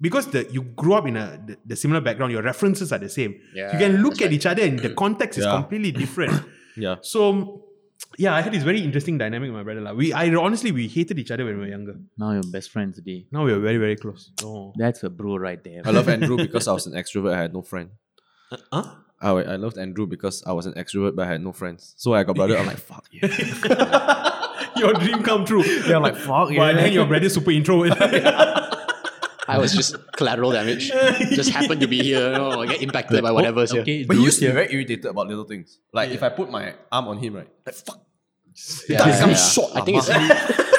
[SPEAKER 2] because the you grew up in a the, the similar background, your references are the same.
[SPEAKER 4] Yeah,
[SPEAKER 2] you can look
[SPEAKER 4] that's
[SPEAKER 2] at
[SPEAKER 4] right.
[SPEAKER 2] each other and the context is
[SPEAKER 1] Yeah.
[SPEAKER 2] completely different.
[SPEAKER 1] Yeah.
[SPEAKER 2] So yeah, I had this very interesting dynamic with my brother. Like we I honestly we hated each other when we were younger.
[SPEAKER 3] Now your best friend today.
[SPEAKER 2] Now we are very, very close. Oh.
[SPEAKER 3] That's a bro right there.
[SPEAKER 1] I love Andrew because I was an extrovert. I had no friend.
[SPEAKER 2] Uh,
[SPEAKER 1] Huh? I, I loved Andrew because I was an extrovert, but I had no friends. So when I got brother. I'm like, fuck yeah.
[SPEAKER 2] your dream come true. They're like, fuck yeah. But then your brother super introvert.
[SPEAKER 4] I was just collateral damage. just happened to be here. Oh, I get impacted by whatever's here.
[SPEAKER 3] okay,
[SPEAKER 1] But he
[SPEAKER 3] Bruce
[SPEAKER 1] used to be
[SPEAKER 3] here.
[SPEAKER 1] very irritated about little things. Like if I put my arm on him, right? Like fuck.
[SPEAKER 4] Yeah,
[SPEAKER 1] Guys,
[SPEAKER 4] yeah,
[SPEAKER 1] I'm
[SPEAKER 4] yeah.
[SPEAKER 1] short,
[SPEAKER 4] I think
[SPEAKER 1] ah,
[SPEAKER 4] it's.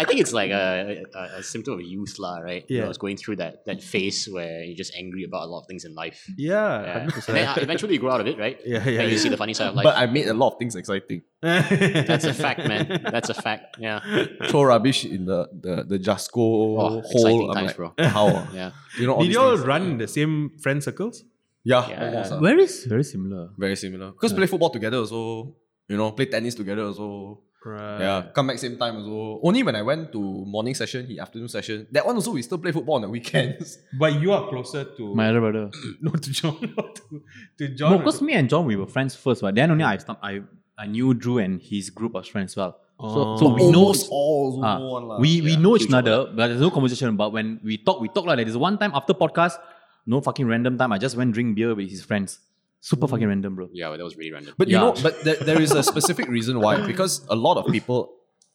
[SPEAKER 4] I think it's like a, a, a symptom of youth, lah, right? Yeah. I was going through that that phase where you're just angry about a lot of things in life.
[SPEAKER 2] yeah.
[SPEAKER 4] Yeah. And then uh, eventually you grow out of it, right?
[SPEAKER 2] Yeah, yeah,
[SPEAKER 4] And you see the funny side of life.
[SPEAKER 1] But I made a lot of things exciting.
[SPEAKER 4] That's a fact, man. That's a fact. Yeah.
[SPEAKER 1] Throw rubbish in the the, the Jasco
[SPEAKER 4] Oh, exciting
[SPEAKER 1] hole. I'm
[SPEAKER 4] times,
[SPEAKER 1] like,
[SPEAKER 4] bro.
[SPEAKER 1] how? ah?
[SPEAKER 4] Yeah.
[SPEAKER 1] You know all
[SPEAKER 2] Did
[SPEAKER 1] these
[SPEAKER 2] you all
[SPEAKER 1] things?
[SPEAKER 2] run in the same friend circles?
[SPEAKER 1] Yeah,
[SPEAKER 4] Yeah.
[SPEAKER 1] almost, ah.
[SPEAKER 3] Where is very similar.
[SPEAKER 1] Very similar. Because play football together also, you know, play tennis together also.
[SPEAKER 4] Uh,
[SPEAKER 2] Right.
[SPEAKER 1] Yeah, come back same time also. Only when I went to morning session, he afternoon session. That one also we still play football on the weekends.
[SPEAKER 2] But you are closer to
[SPEAKER 3] My other brother.
[SPEAKER 2] no to John, not to, to John.
[SPEAKER 3] No,
[SPEAKER 2] or
[SPEAKER 3] because
[SPEAKER 2] to-
[SPEAKER 3] me and John we were friends first, but then only I stum- I I knew Drew and his group of friends well. So, so
[SPEAKER 2] Oh.
[SPEAKER 3] we know
[SPEAKER 1] Almost all
[SPEAKER 3] Ah,
[SPEAKER 1] one lah.
[SPEAKER 3] we we
[SPEAKER 4] Yeah,
[SPEAKER 3] know each
[SPEAKER 4] huge
[SPEAKER 3] other, but there's no conversation. But when we talk, we talk like that. There's one time after podcast, no fucking random time. I just went drink beer with his friends. Super fucking random, bro.
[SPEAKER 4] Yeah, well, that was really random.
[SPEAKER 1] But
[SPEAKER 3] Yeah.
[SPEAKER 1] you know, but there, there is a specific reason why. Because a lot of people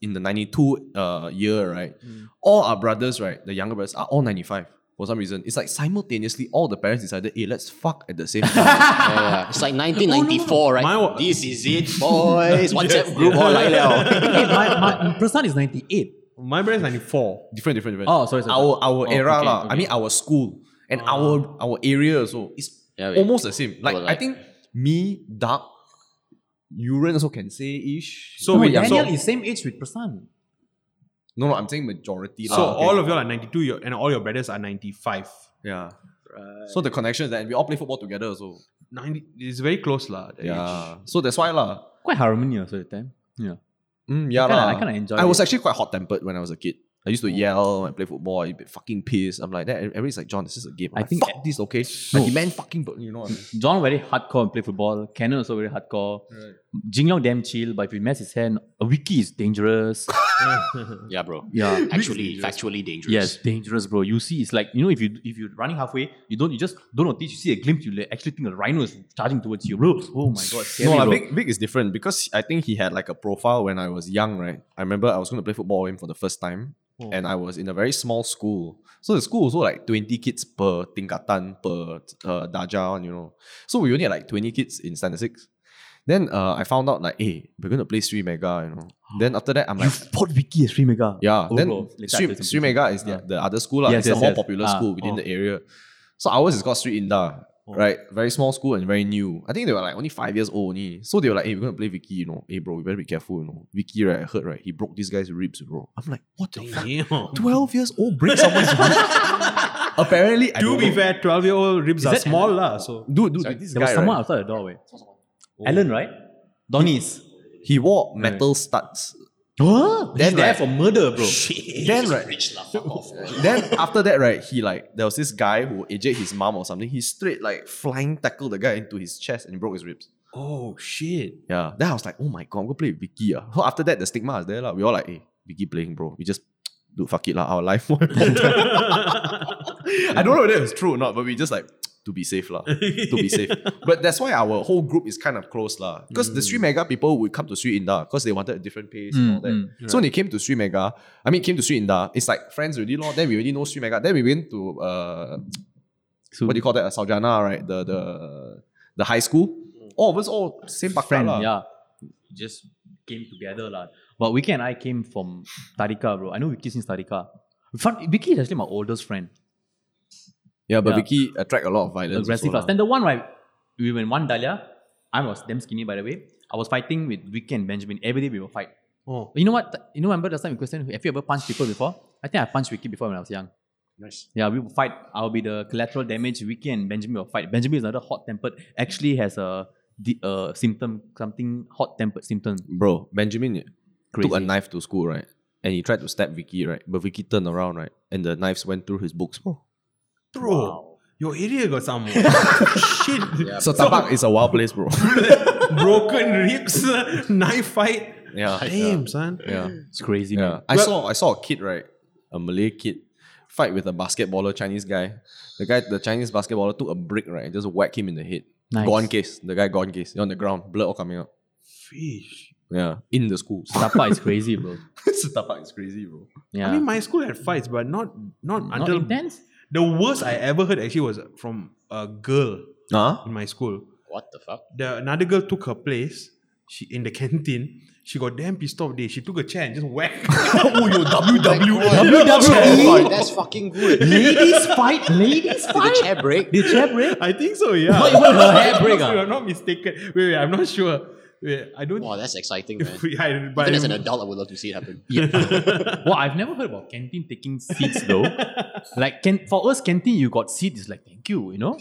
[SPEAKER 1] in the 92 uh, year, right? All our brothers, right? The younger brothers are all 95 for some reason. It's like simultaneously, all the parents decided, hey, let's fuck at the same time.
[SPEAKER 4] Yeah, yeah. It's like 1994, right?
[SPEAKER 2] Mine wa-
[SPEAKER 4] this is it, boys. WhatsApp group all like that.
[SPEAKER 3] Hey, my my Prasan is 98.
[SPEAKER 2] my brother's ninety four.
[SPEAKER 1] different, different, different.
[SPEAKER 3] Oh, sorry, sorry.
[SPEAKER 1] Our, our
[SPEAKER 3] Oh,
[SPEAKER 1] era,
[SPEAKER 3] okay,
[SPEAKER 1] lah. I
[SPEAKER 3] okay.
[SPEAKER 1] mean, our school and our our area. So it's
[SPEAKER 4] Yeah, wait.
[SPEAKER 1] almost the same. Like,
[SPEAKER 4] Well,
[SPEAKER 1] I
[SPEAKER 4] like-
[SPEAKER 1] think me, Dark, Urine also can say ish.
[SPEAKER 2] So
[SPEAKER 3] No,
[SPEAKER 2] wait,
[SPEAKER 1] yeah,
[SPEAKER 3] Daniel
[SPEAKER 1] so-
[SPEAKER 3] is same age with Prasan.
[SPEAKER 1] No, no, I'm saying majority.
[SPEAKER 4] Oh,
[SPEAKER 2] So
[SPEAKER 1] lah, okay?
[SPEAKER 2] all of y'all are ninety two, and all your brothers are ninety five.
[SPEAKER 1] Yeah. So the connection is that and we all play football together. So
[SPEAKER 2] Ninety is very close, lah. the
[SPEAKER 1] yeah. So that's why lah.
[SPEAKER 3] Quite harmonious at the time. Yeah.
[SPEAKER 1] Mm, yeah
[SPEAKER 3] I kinda-
[SPEAKER 1] lah.
[SPEAKER 3] I kinda enjoy
[SPEAKER 1] I was
[SPEAKER 3] it. Oh.
[SPEAKER 1] actually quite hot tempered when I was a kid. I used to yell when I play football. I'd be fucking pissed. I'm like that. Everybody's like, John, this is a game.
[SPEAKER 3] I
[SPEAKER 1] I like,
[SPEAKER 3] think-
[SPEAKER 1] fuck this, okay? I demand fucking, but you know. What I mean?
[SPEAKER 3] John very hardcore and play football. Cannon also very hardcore. Jing Yong damn chill, but if you mess his hand, a wiki is dangerous.
[SPEAKER 4] Yeah, bro.
[SPEAKER 3] yeah.
[SPEAKER 4] Actually, factually dangerous.
[SPEAKER 3] Yes, dangerous, bro. You see, it's like you know, if you if you're running halfway, you don't you just don't notice. You see a glimpse, you like, actually think a rhino is charging towards you, bro. Oh my god, scary,
[SPEAKER 1] no,
[SPEAKER 3] bro.
[SPEAKER 1] like, Vic, Vic is different because I think he had like a profile when I was young, right? I remember I was going to play football with him for the first time, and I was in a very small school. So the school was also like 20 kids per tingkatan, per uh, dajah, you know. So we only had like 20 kids in standard six. Then uh, I found out like, hey, we're going to play Sri Mega, you know. Then after that, I'm like,
[SPEAKER 3] You've fought Vicky at Sri Mega.
[SPEAKER 1] yeah,
[SPEAKER 3] Oh,
[SPEAKER 1] then
[SPEAKER 3] bro. Later I
[SPEAKER 1] Sri,
[SPEAKER 3] play some
[SPEAKER 1] Sri
[SPEAKER 3] Vicky.
[SPEAKER 1] Mega is the, the other school. lah.
[SPEAKER 3] Yes,
[SPEAKER 1] it's
[SPEAKER 3] yes,
[SPEAKER 1] a more
[SPEAKER 3] yes.
[SPEAKER 1] popular
[SPEAKER 3] Ah,
[SPEAKER 1] school within
[SPEAKER 3] oh.
[SPEAKER 1] the area. So ours is called Sri Indah, right? Very small school and very new. I think they were like only five years old only. So they were like, hey, we're going to play Vicky, you know. Hey, bro, we better be careful, you know. Vicky, right, I heard, right, he broke this guy's ribs, bro. I'm like, what the fuck?
[SPEAKER 2] age.
[SPEAKER 1] 12 years old, break someone's ribs? Apparently, I
[SPEAKER 2] To
[SPEAKER 1] don't
[SPEAKER 2] be
[SPEAKER 1] know.
[SPEAKER 2] fair, twelve year old ribs are small, lah. So
[SPEAKER 1] Dude, dude, this
[SPEAKER 3] There was
[SPEAKER 1] guy, right,
[SPEAKER 3] someone
[SPEAKER 1] Oh.
[SPEAKER 3] outside the doorway. Alan, right? Donnie's.
[SPEAKER 1] he wore metal studs.
[SPEAKER 3] Huh? He's
[SPEAKER 1] Then
[SPEAKER 3] there
[SPEAKER 1] like-
[SPEAKER 3] for murder, bro.
[SPEAKER 1] Then, right, then after that, right, he like there was this guy who ejected his mom or something. He straight like flying tackled the guy into his chest and he broke his ribs.
[SPEAKER 2] oh shit.
[SPEAKER 1] Yeah. Then I was like, oh my god, I'm gonna play with Vicky. Ah. So after that, the stigma is there. lah. We all like, hey, Vicky playing, bro. We just do fuck it lah. Our life more important. I don't know whether it's true or not, but we just like to be safe lah. to be safe. But that's why our whole group is kind of close lah. Because the Sri Mega people would come to Sri Indah because they wanted a different pace
[SPEAKER 3] Mm,
[SPEAKER 1] and all that. So when they came to Sri Mega, I mean came to Sri Indah, it's like friends already lor. Then we already know Sri Mega. Then we went to uh
[SPEAKER 3] So,
[SPEAKER 1] what do you call that? Uh, Saujana, right? The the the high school. All of us all same background.
[SPEAKER 3] Mm. friend,
[SPEAKER 1] lah.
[SPEAKER 3] yeah. Just came together, lah. But Vicky and I came from Tarika, bro. I know Vicky since Tarika. In fact, Vicky is actually my oldest friend.
[SPEAKER 1] Yeah, but
[SPEAKER 3] Yeah.
[SPEAKER 1] Vicky attract a lot of violence.
[SPEAKER 3] aggressive
[SPEAKER 1] also
[SPEAKER 3] last time. The one right, we were in one Dahlia. I was damn skinny by the way. I was fighting with Vicky and Benjamin. Every day we will fight.
[SPEAKER 2] Oh.
[SPEAKER 3] You know what? You know, remember last time we questioned, have you ever punched people before? I think I punched Vicky before when I was young.
[SPEAKER 4] Nice.
[SPEAKER 3] Yeah, we will fight. I'll be the collateral damage. Vicky and Benjamin will fight. Benjamin is another hot tempered. Actually has a, di- a symptom, something hot tempered symptom.
[SPEAKER 1] Bro, Benjamin
[SPEAKER 3] Crazy.
[SPEAKER 1] took a knife to school, right? and he tried to stab Vicky, right? But Vicky turned around, right? And the knives went through his books.
[SPEAKER 2] Bro, your area got some shit.
[SPEAKER 1] So Tabak is a wild place, bro.
[SPEAKER 2] Broken ribs, knife fight.
[SPEAKER 1] yeah.
[SPEAKER 2] Damn, son.
[SPEAKER 1] Yeah.
[SPEAKER 3] It's crazy, man.
[SPEAKER 1] Yeah. I saw I saw a kid, right? A Malay kid fight with a basketballer Chinese guy. The guy, the Chinese basketballer took a brick, right? And just whacked him in the head.
[SPEAKER 3] Nice.
[SPEAKER 1] Gone case. The guy gone case. He on the ground, blood all coming out.
[SPEAKER 2] Fish.
[SPEAKER 1] Yeah. In the school.
[SPEAKER 3] Tapa is crazy, bro.
[SPEAKER 1] Tapak is crazy, bro.
[SPEAKER 3] Yeah.
[SPEAKER 2] I mean, my school had fights, but not not
[SPEAKER 3] Not
[SPEAKER 2] until
[SPEAKER 3] intense.
[SPEAKER 2] the worst I ever heard actually was from a girl
[SPEAKER 1] Huh?
[SPEAKER 2] in my school.
[SPEAKER 4] What the fuck?
[SPEAKER 2] The another girl took her place. She in the canteen. She got damn pissed off. There, she took a chair and just whacked.
[SPEAKER 1] oh, yo, WWE.
[SPEAKER 4] WWE. That's fucking good.
[SPEAKER 3] ladies fight. Ladies
[SPEAKER 4] Did the
[SPEAKER 3] fight.
[SPEAKER 4] chair break?
[SPEAKER 3] The chair break.
[SPEAKER 2] I think so. Yeah.
[SPEAKER 3] What, even her hair break,
[SPEAKER 2] If
[SPEAKER 3] ah?
[SPEAKER 2] I'm not mistaken. Wait, wait, I'm not sure. Wait, I don't.
[SPEAKER 4] Wow, that's exciting, man.
[SPEAKER 2] I, but
[SPEAKER 4] Even as an
[SPEAKER 2] I-
[SPEAKER 4] adult, I would love to see it happen.
[SPEAKER 3] Well, I've never heard about canteen taking seats though. like, can for us canteen, you got seat. It's like thank you, you know.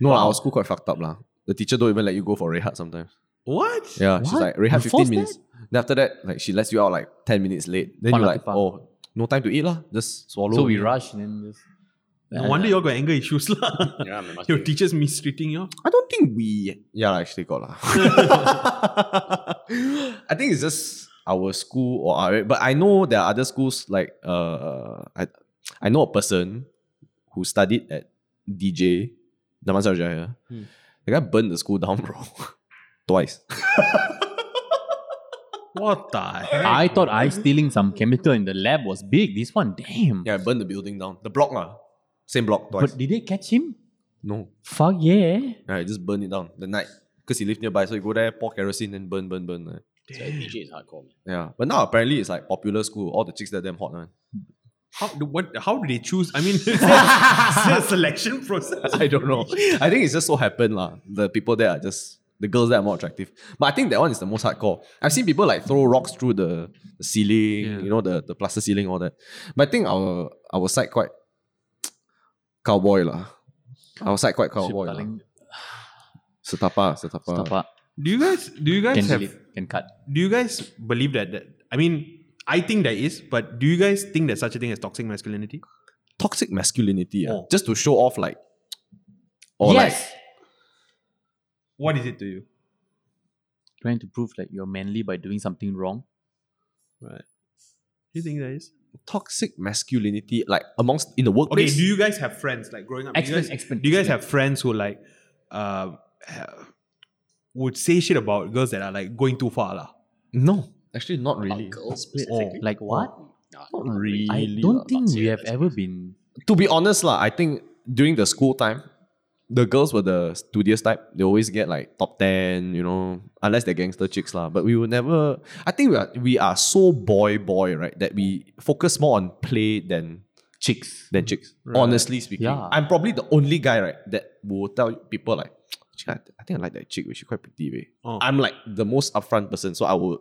[SPEAKER 1] No, our school quite fucked up, lah. The teacher don't even let you go for rehat sometimes.
[SPEAKER 2] What?
[SPEAKER 1] Yeah, she's
[SPEAKER 3] What?
[SPEAKER 1] like rehat
[SPEAKER 3] You
[SPEAKER 1] fifteen
[SPEAKER 3] forced
[SPEAKER 1] minutes. Then after that, like she lets you out like ten minutes late. Then
[SPEAKER 3] Fun
[SPEAKER 1] you're
[SPEAKER 3] lah,
[SPEAKER 1] like,
[SPEAKER 3] fun.
[SPEAKER 1] oh, no time to eat lah. Just swallow.
[SPEAKER 3] so we rush and then just.
[SPEAKER 2] No wonder y'all got anger issues, lah.
[SPEAKER 4] Yeah, man, must
[SPEAKER 2] Your
[SPEAKER 4] be.
[SPEAKER 2] teachers mistreating you.
[SPEAKER 1] I don't think we. Yeah, lah, actually got lah. I think it's just our school or our. But I know there are other schools like uh, I, I know a person who studied at DJ, Damansara Jaya. The guy burned the school down, bro, twice.
[SPEAKER 2] What the hell?
[SPEAKER 3] I thought I stealing some chemical in the lab was big. This one, damn.
[SPEAKER 1] Yeah, I burned the building down. The block lah. Same block twice.
[SPEAKER 3] But did they catch him?
[SPEAKER 1] no.
[SPEAKER 3] Fuck yeah.
[SPEAKER 1] Yeah, I just burn it down the night. Because he lived nearby, so you go there, pour kerosene, and burn, burn, burn. eh.
[SPEAKER 4] So DJ is hardcore. Man.
[SPEAKER 1] Yeah. But now apparently it's like popular school. All the chicks there damn hot, man.
[SPEAKER 2] How, do- what, how do they choose? I mean, it's a selection process.
[SPEAKER 1] I don't know. I think it's just so happened, lah. The people there are just the girls there are more attractive. But I think that one is the most hardcore. I've seen people like throw rocks through the, the ceiling, you know, the, the plaster ceiling, all that. But I think our our side quite cowboy, lah. Our side quite
[SPEAKER 3] Oh,
[SPEAKER 1] cowboy. lah.
[SPEAKER 3] Paling-
[SPEAKER 1] Setapa, setapa.
[SPEAKER 3] Tapak.
[SPEAKER 2] Do you guys? Do you guys
[SPEAKER 3] Can
[SPEAKER 2] have?
[SPEAKER 3] delete, can cut.
[SPEAKER 2] Do you guys believe that, that? I mean, I think there is, but do you guys think there's such a thing as toxic masculinity?
[SPEAKER 1] Toxic masculinity, ah.
[SPEAKER 2] Oh.
[SPEAKER 1] just to show off, like. Or like
[SPEAKER 3] yes.
[SPEAKER 2] What is it to you?
[SPEAKER 3] Trying to prove like you're manly by doing something wrong.
[SPEAKER 2] Do you think there is?
[SPEAKER 1] toxic masculinity, like amongst in the
[SPEAKER 2] Okay,
[SPEAKER 1] workplace.
[SPEAKER 2] do you guys have friends like growing up? do, you
[SPEAKER 3] Explain,
[SPEAKER 2] guys,
[SPEAKER 3] explain,
[SPEAKER 2] do you guys have friends who like uh, would say shit about girls that are like going too far, lah?
[SPEAKER 1] no, actually, not really.
[SPEAKER 4] Girls specifically.
[SPEAKER 3] Like what?
[SPEAKER 4] Nah,
[SPEAKER 1] Not
[SPEAKER 4] not
[SPEAKER 1] really.
[SPEAKER 3] I
[SPEAKER 1] lah,
[SPEAKER 3] don't think
[SPEAKER 4] not
[SPEAKER 3] we have
[SPEAKER 4] serious.
[SPEAKER 3] ever been.
[SPEAKER 1] To be honest, lah, I think during the school time, the girls were the studious type. They always get like top ten, you know, unless they're gangster chicks, lah. But we were never. I think we are we are so boy boy right that we focus more on play than chicks than chicks. Honestly speaking,
[SPEAKER 3] Yeah.
[SPEAKER 1] I'm probably the only guy right that will tell people like, "Actually, I I think I like that chick. She's quite pretty, way.
[SPEAKER 2] Oh.
[SPEAKER 1] I'm like the most upfront person, so I would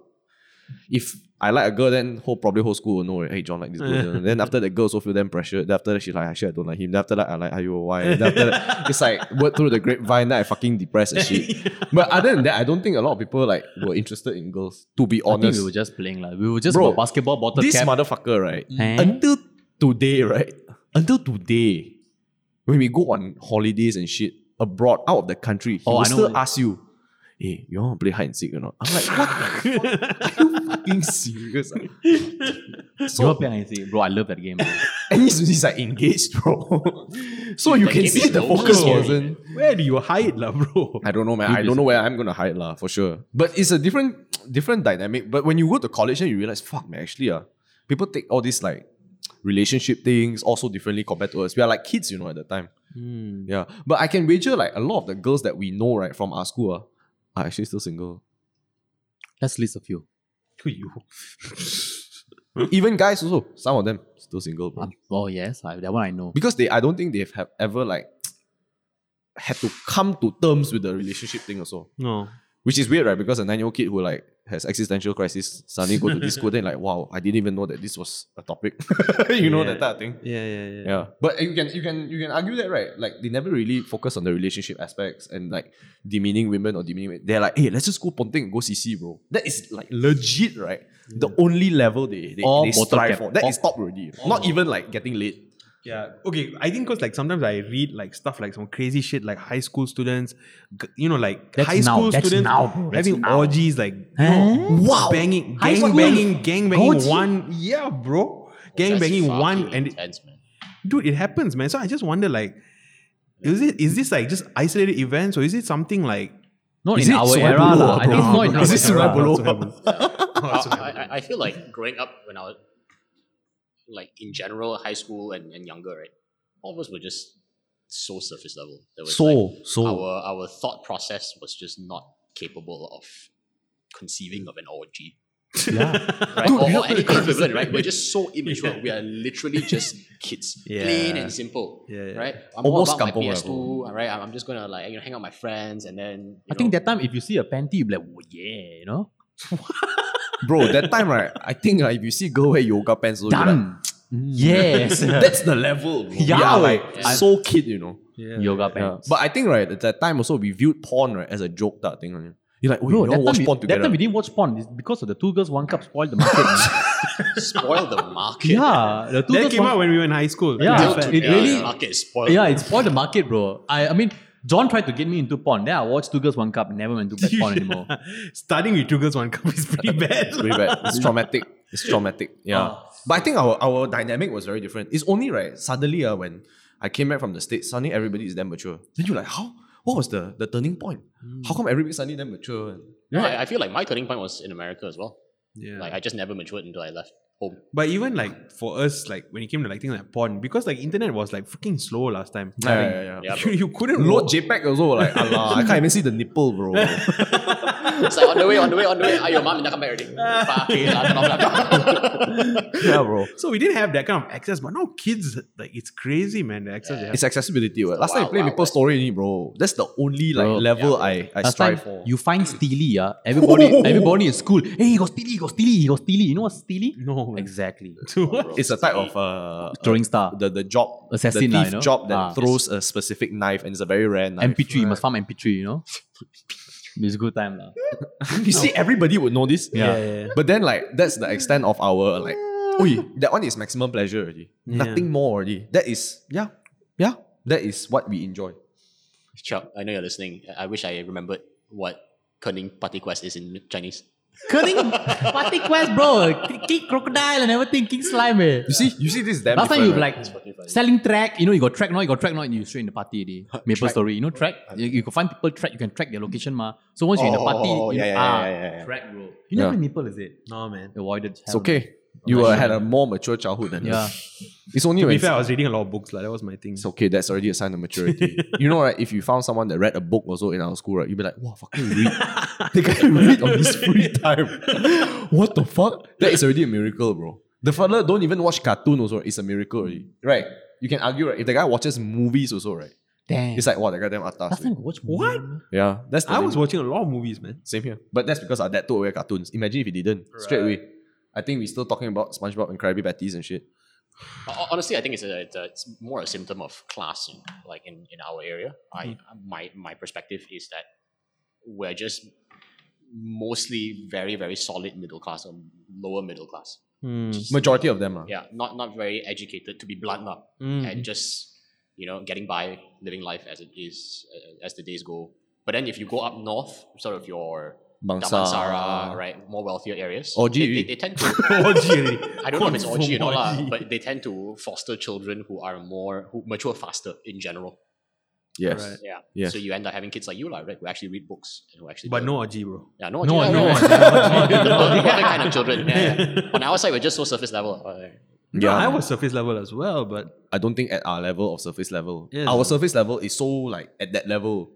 [SPEAKER 1] if I like a girl, then whole probably whole school will know. Hey, John like this girl. then after that, girls will feel them pressured. Then after that, she's like, actually, I don't like him. Then after that, I like, you why? Then after that, it's like word through the grapevine that I fucking depressed and shit. But other than that, I don't think a lot of people like were interested in girls. To be
[SPEAKER 3] I think
[SPEAKER 1] honest,
[SPEAKER 3] we were just playing like we were just
[SPEAKER 1] Bro,
[SPEAKER 3] about basketball bottle
[SPEAKER 1] this
[SPEAKER 3] cap.
[SPEAKER 1] motherfucker, right?
[SPEAKER 3] Eh?
[SPEAKER 1] Until today, right? Until today, when we go on holidays and shit abroad, out of the country, he
[SPEAKER 3] Oh,
[SPEAKER 1] will
[SPEAKER 3] I know
[SPEAKER 1] still
[SPEAKER 3] what-
[SPEAKER 1] ask you, "Hey, you want to play hide and seek or not?" I'm like, "What the fuck? Are you fucking serious?" ah?"
[SPEAKER 3] you
[SPEAKER 1] so,
[SPEAKER 3] all play IC. Bro, I love that game. bro.
[SPEAKER 1] and he's, he's like engaged, bro. so you
[SPEAKER 4] That
[SPEAKER 1] can
[SPEAKER 4] game
[SPEAKER 1] see
[SPEAKER 4] is
[SPEAKER 1] the
[SPEAKER 4] so
[SPEAKER 1] focus
[SPEAKER 4] scary.
[SPEAKER 1] wasn't.
[SPEAKER 2] Where do you hide, lah, bro?
[SPEAKER 1] I don't know, man. I don't know where I'm gonna hide lah for sure. But it's a different different dynamic. But when you go to college, then you realize, fuck man, actually, uh, people take all these like relationship things also differently compared to us. We are like kids, you know, at the time. Yeah. But I can wager like a lot of the girls that we know right from our school uh, are actually still single.
[SPEAKER 3] Let's list a few.
[SPEAKER 2] To you.
[SPEAKER 1] Even guys also, some of them still single. bro.
[SPEAKER 3] Um, oh yes, I, that one I know.
[SPEAKER 1] Because they I don't think they have ever like had to come to terms with the relationship thing also.
[SPEAKER 2] No.
[SPEAKER 1] Which is weird, right? Because a nine-year-old kid who like has existential crisis suddenly go to this school, then like, wow, I didn't even know that this was a topic. you know that type of thing.
[SPEAKER 2] Yeah, yeah, yeah.
[SPEAKER 1] Yeah, but you can you can you can argue that right. Like they never really focus on the relationship aspects and like demeaning women or demeaning. men. They're like, hey, let's just go ponting and go CC, bro. That is like legit, right? The only level they they,
[SPEAKER 3] Or
[SPEAKER 1] they
[SPEAKER 3] bottle
[SPEAKER 1] strive
[SPEAKER 3] cap.
[SPEAKER 1] for. That
[SPEAKER 3] Or-
[SPEAKER 1] is top already. Not even like getting late.
[SPEAKER 2] Yeah. Okay. I think because like sometimes I read like stuff like some crazy shit like high school students, g- you know, like
[SPEAKER 3] That's
[SPEAKER 2] high
[SPEAKER 3] now,
[SPEAKER 2] school
[SPEAKER 3] that's
[SPEAKER 2] students
[SPEAKER 3] now, bro, that's
[SPEAKER 2] having
[SPEAKER 3] now.
[SPEAKER 2] orgies like
[SPEAKER 3] Huh?
[SPEAKER 2] wow, banging,
[SPEAKER 3] High
[SPEAKER 2] gang
[SPEAKER 3] school?
[SPEAKER 2] banging, gang banging
[SPEAKER 3] Orgy?
[SPEAKER 2] one. Yeah, bro, gang
[SPEAKER 4] That's
[SPEAKER 2] banging
[SPEAKER 4] fucking
[SPEAKER 2] one, and it-
[SPEAKER 4] intense, man.
[SPEAKER 2] dude, it happens, man. So I just wonder like, is it is this like just isolated events or is it something like?
[SPEAKER 3] Not
[SPEAKER 1] Is
[SPEAKER 3] in
[SPEAKER 1] it
[SPEAKER 3] our
[SPEAKER 1] Surabaya,
[SPEAKER 3] era, lah. I
[SPEAKER 1] bro?
[SPEAKER 3] think it's not in our
[SPEAKER 1] Is it
[SPEAKER 3] era.
[SPEAKER 1] Surabaya?
[SPEAKER 4] I, I- I feel like growing up when I was like in general high school and, and younger, right? All of us were just so surface level. There was like,
[SPEAKER 8] so.
[SPEAKER 4] our our thought process was just not capable of conceiving of an orgy. right? or, or anything equivalent, right? We're just so immature. We are literally just kids,
[SPEAKER 2] Yeah.
[SPEAKER 4] plain and simple,
[SPEAKER 2] Yeah, yeah.
[SPEAKER 4] right? I'm
[SPEAKER 1] Almost
[SPEAKER 4] all about my
[SPEAKER 1] kampung
[SPEAKER 4] PS2, right? I'm, I'm just gonna like you know hang out with my friends and then you
[SPEAKER 3] I think
[SPEAKER 4] know,
[SPEAKER 3] that time if you see a panty, you'll be like, oh, yeah, you know?
[SPEAKER 1] Bro, that time right, I think like, if you see girl wear yoga pants, also, you're like,
[SPEAKER 3] Done. "Mm, Yes.
[SPEAKER 1] that's the level. Bro. We
[SPEAKER 3] Yeah.
[SPEAKER 1] are like
[SPEAKER 4] Yeah.
[SPEAKER 1] so kid, you know.
[SPEAKER 3] Yoga
[SPEAKER 1] Yeah.
[SPEAKER 3] pants.
[SPEAKER 1] But I think right at that time also we viewed porn right as a joke that thing. right? You're like, oh,
[SPEAKER 3] Bro,
[SPEAKER 1] you don't
[SPEAKER 3] that,
[SPEAKER 1] watch
[SPEAKER 3] time
[SPEAKER 1] porn
[SPEAKER 3] we, that
[SPEAKER 1] together.
[SPEAKER 3] time we didn't watch porn. It's because of the two girls, one cup spoiled the market. man.
[SPEAKER 4] spoil the market.
[SPEAKER 3] yeah. The two
[SPEAKER 2] That
[SPEAKER 3] girls,
[SPEAKER 2] came
[SPEAKER 3] one-
[SPEAKER 2] out when we were in high school.
[SPEAKER 3] Yeah.
[SPEAKER 4] Till
[SPEAKER 3] It
[SPEAKER 4] today,
[SPEAKER 3] really-
[SPEAKER 4] the market is spoiled.
[SPEAKER 3] Yeah, it spoiled the market, bro. I, I mean, John tried to get me into porn. Then I watched Two Girls One Cup. Never went to bed porn anymore.
[SPEAKER 2] Starting with two girls, one cup is pretty bad.
[SPEAKER 1] It's really bad. It's traumatic. It's traumatic. Yeah.
[SPEAKER 3] Ah.
[SPEAKER 1] But I think our, our dynamic was very different. It's only right suddenly uh, when I came back from the States, suddenly everybody is damn mature. Then you're like, how? What was the, the turning point?
[SPEAKER 3] Hmm.
[SPEAKER 1] How come everybody suddenly damn mature?
[SPEAKER 4] No, I, I feel like my turning point was in America as well.
[SPEAKER 2] Yeah.
[SPEAKER 4] Like I just never matured until I left home.
[SPEAKER 2] But even like for us, like when it came to like things like porn, because like internet was like freaking slow last time.
[SPEAKER 1] Yeah, yeah, yeah.
[SPEAKER 4] Yeah,
[SPEAKER 2] You,
[SPEAKER 4] bro.
[SPEAKER 2] you couldn't
[SPEAKER 1] Load
[SPEAKER 2] watch-
[SPEAKER 1] JPEG also like Allah, I can't even see the nipple, bro.
[SPEAKER 4] it's like on the way, on the way, on the way. Ah, your mom did not come back already. Fuck it, lah, turn off lah.
[SPEAKER 1] yeah, bro.
[SPEAKER 2] So we didn't have that kind of access, but now kids like it's crazy, man. The access. they have.
[SPEAKER 1] It's accessibility. Right? Last time I
[SPEAKER 4] Wow,
[SPEAKER 1] played
[SPEAKER 4] wow,
[SPEAKER 1] Maple Story, only, bro. That's the only like
[SPEAKER 3] Bro.
[SPEAKER 1] level I, I
[SPEAKER 3] Last time,
[SPEAKER 1] strive for.
[SPEAKER 3] you find Steely, ah, everybody, everybody in school. Hey, he got Steely, he got Steely, he got Steely. You know what's Steely?
[SPEAKER 2] No,
[SPEAKER 3] Exactly.
[SPEAKER 1] It's a type of uh,
[SPEAKER 3] Throwing star.
[SPEAKER 1] the, the job
[SPEAKER 3] Assassin
[SPEAKER 1] the
[SPEAKER 3] lah,
[SPEAKER 1] thief
[SPEAKER 3] you know?
[SPEAKER 1] job that
[SPEAKER 3] Ah.
[SPEAKER 1] throws a specific knife and it's a very rare knife.
[SPEAKER 3] MP3, you must farm MP3, you know? it's good time, lah.
[SPEAKER 1] you see, everybody would know this.
[SPEAKER 3] Yeah.
[SPEAKER 1] But then like that's the extent of our like Oi, that one is maximum pleasure already. Nothing more already. That is yeah. Yeah. That is what we enjoy.
[SPEAKER 4] Chuck, I know you're listening. I I wish I remembered what Kerning Party Quest is in Chinese.
[SPEAKER 3] Cutting party quest, bro. Kick crocodile and everything, kick slime, eh.
[SPEAKER 1] You see, you see this is damn
[SPEAKER 3] Last time
[SPEAKER 1] different,
[SPEAKER 3] you
[SPEAKER 1] right?
[SPEAKER 3] like selling track, you know, you got track now, you got track now, and you straight in the party already. Maple story, you know, track. You, you can find people track, you can track their location, ma. So once you're in the party,
[SPEAKER 4] Oh,
[SPEAKER 3] you
[SPEAKER 4] yeah,
[SPEAKER 3] know,
[SPEAKER 4] yeah,
[SPEAKER 3] ah,
[SPEAKER 4] yeah, yeah, yeah.
[SPEAKER 3] track, bro. You know
[SPEAKER 1] Yeah.
[SPEAKER 3] how many Maple is it?
[SPEAKER 2] no, man.
[SPEAKER 3] Avoided.
[SPEAKER 1] it's okay. You uh, had a more mature childhood than
[SPEAKER 3] Yeah.
[SPEAKER 1] us. It's only
[SPEAKER 2] To be
[SPEAKER 1] when
[SPEAKER 2] fair, I was reading a lot of books. Like that was my thing.
[SPEAKER 1] it's okay, that's already a sign of maturity. you know, right? If you found someone that read a book also in our school, right? You'd be like, wow, fucking read. they can read on his free time. what the fuck? That is already a miracle, bro. The father don't even watch cartoon also. It's a miracle already. Right. You can argue, right? If the guy watches movies also, right?
[SPEAKER 3] Damn.
[SPEAKER 1] It's like, wow, that guy damn atas.
[SPEAKER 3] Last
[SPEAKER 1] already.
[SPEAKER 3] time we watched what?
[SPEAKER 1] Yeah. That's the
[SPEAKER 2] I was
[SPEAKER 1] limit.
[SPEAKER 2] watching a lot of movies, man.
[SPEAKER 1] Same here. But that's because our dad took away cartoons. Imagine if he didn't. Straight away. I think we're still talking about SpongeBob and Krabby Patties and shit.
[SPEAKER 4] Ho- Honestly, I think it's, a, it's, a, it's more a symptom of class, you know, like in, in our area. I
[SPEAKER 1] Mm-hmm.
[SPEAKER 4] my my perspective is that we're just mostly very very solid middle class or lower middle class.
[SPEAKER 2] Hmm,
[SPEAKER 1] Mm. Majority of them are.
[SPEAKER 4] Yeah, not not very educated to be blunt up.
[SPEAKER 2] hmm.
[SPEAKER 4] and just you know getting by living life as it is uh, as the days go but then if you go up north sort of your Damansara, right more wealthier areas
[SPEAKER 1] Or
[SPEAKER 4] they, they,
[SPEAKER 1] GE.
[SPEAKER 4] they tend to
[SPEAKER 2] orgy.
[SPEAKER 4] I don't know if it's orgy or not lah, but they tend to foster children who are more who mature faster in general
[SPEAKER 1] Yes.
[SPEAKER 2] Right.
[SPEAKER 4] yeah
[SPEAKER 1] Yes.
[SPEAKER 4] so you end up having kids like you lah, right who actually read books and who actually
[SPEAKER 2] But
[SPEAKER 4] do-
[SPEAKER 2] no orgy, bro.
[SPEAKER 4] yeah, no,
[SPEAKER 3] No,
[SPEAKER 4] no,
[SPEAKER 3] no,
[SPEAKER 4] no,
[SPEAKER 3] no,
[SPEAKER 4] the perfect kind of children. Yeah, yeah. On our side, we're just so surface level. Uh,
[SPEAKER 2] No, I was surface level as well, but
[SPEAKER 1] I don't think at our level of surface level.
[SPEAKER 2] Yes.
[SPEAKER 1] Our surface level is so like at that level.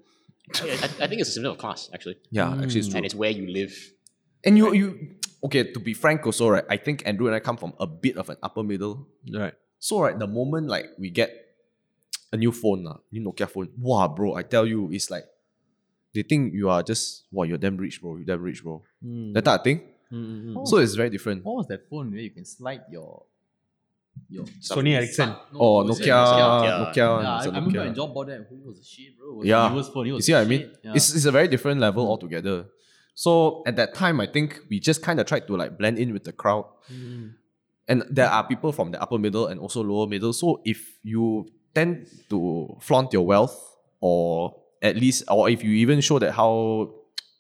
[SPEAKER 4] I, I think it's a symptom of class, actually,
[SPEAKER 1] Yeah, actually it's true.
[SPEAKER 4] and it's where you live.
[SPEAKER 1] And you you okay, to be frank also, right? I think Andrew and I come from a bit of an upper middle.
[SPEAKER 2] right.
[SPEAKER 1] So right, the moment like we get a new phone, lah, new Nokia phone, wow bro, I tell you, it's like they think you are just wow, you're damn rich, bro. You're damn rich, bro.
[SPEAKER 2] hmm.
[SPEAKER 1] that type of thing. So it's very different.
[SPEAKER 3] What was that phone where you can slide your your
[SPEAKER 2] Sony Ericsson.
[SPEAKER 1] Or
[SPEAKER 3] Oh,
[SPEAKER 4] it was
[SPEAKER 1] Oh, Nokia, Nokia,
[SPEAKER 4] Nokia.
[SPEAKER 3] Yeah, I,
[SPEAKER 1] it's a
[SPEAKER 3] I remember
[SPEAKER 1] Nokia.
[SPEAKER 3] when John bought that. It was a shit, bro. It was
[SPEAKER 1] Yeah.
[SPEAKER 3] the newest phone. It
[SPEAKER 1] You
[SPEAKER 3] was
[SPEAKER 1] see what I
[SPEAKER 3] shit.
[SPEAKER 1] mean?
[SPEAKER 3] Yeah.
[SPEAKER 1] It's, it's a very different level altogether. So at that time, I think we just kind of tried to like blend in with the crowd.
[SPEAKER 3] Mm-hmm.
[SPEAKER 1] And there are people from the upper middle and also lower middle. So if you tend to flaunt your wealth, or at least, or if you even show that how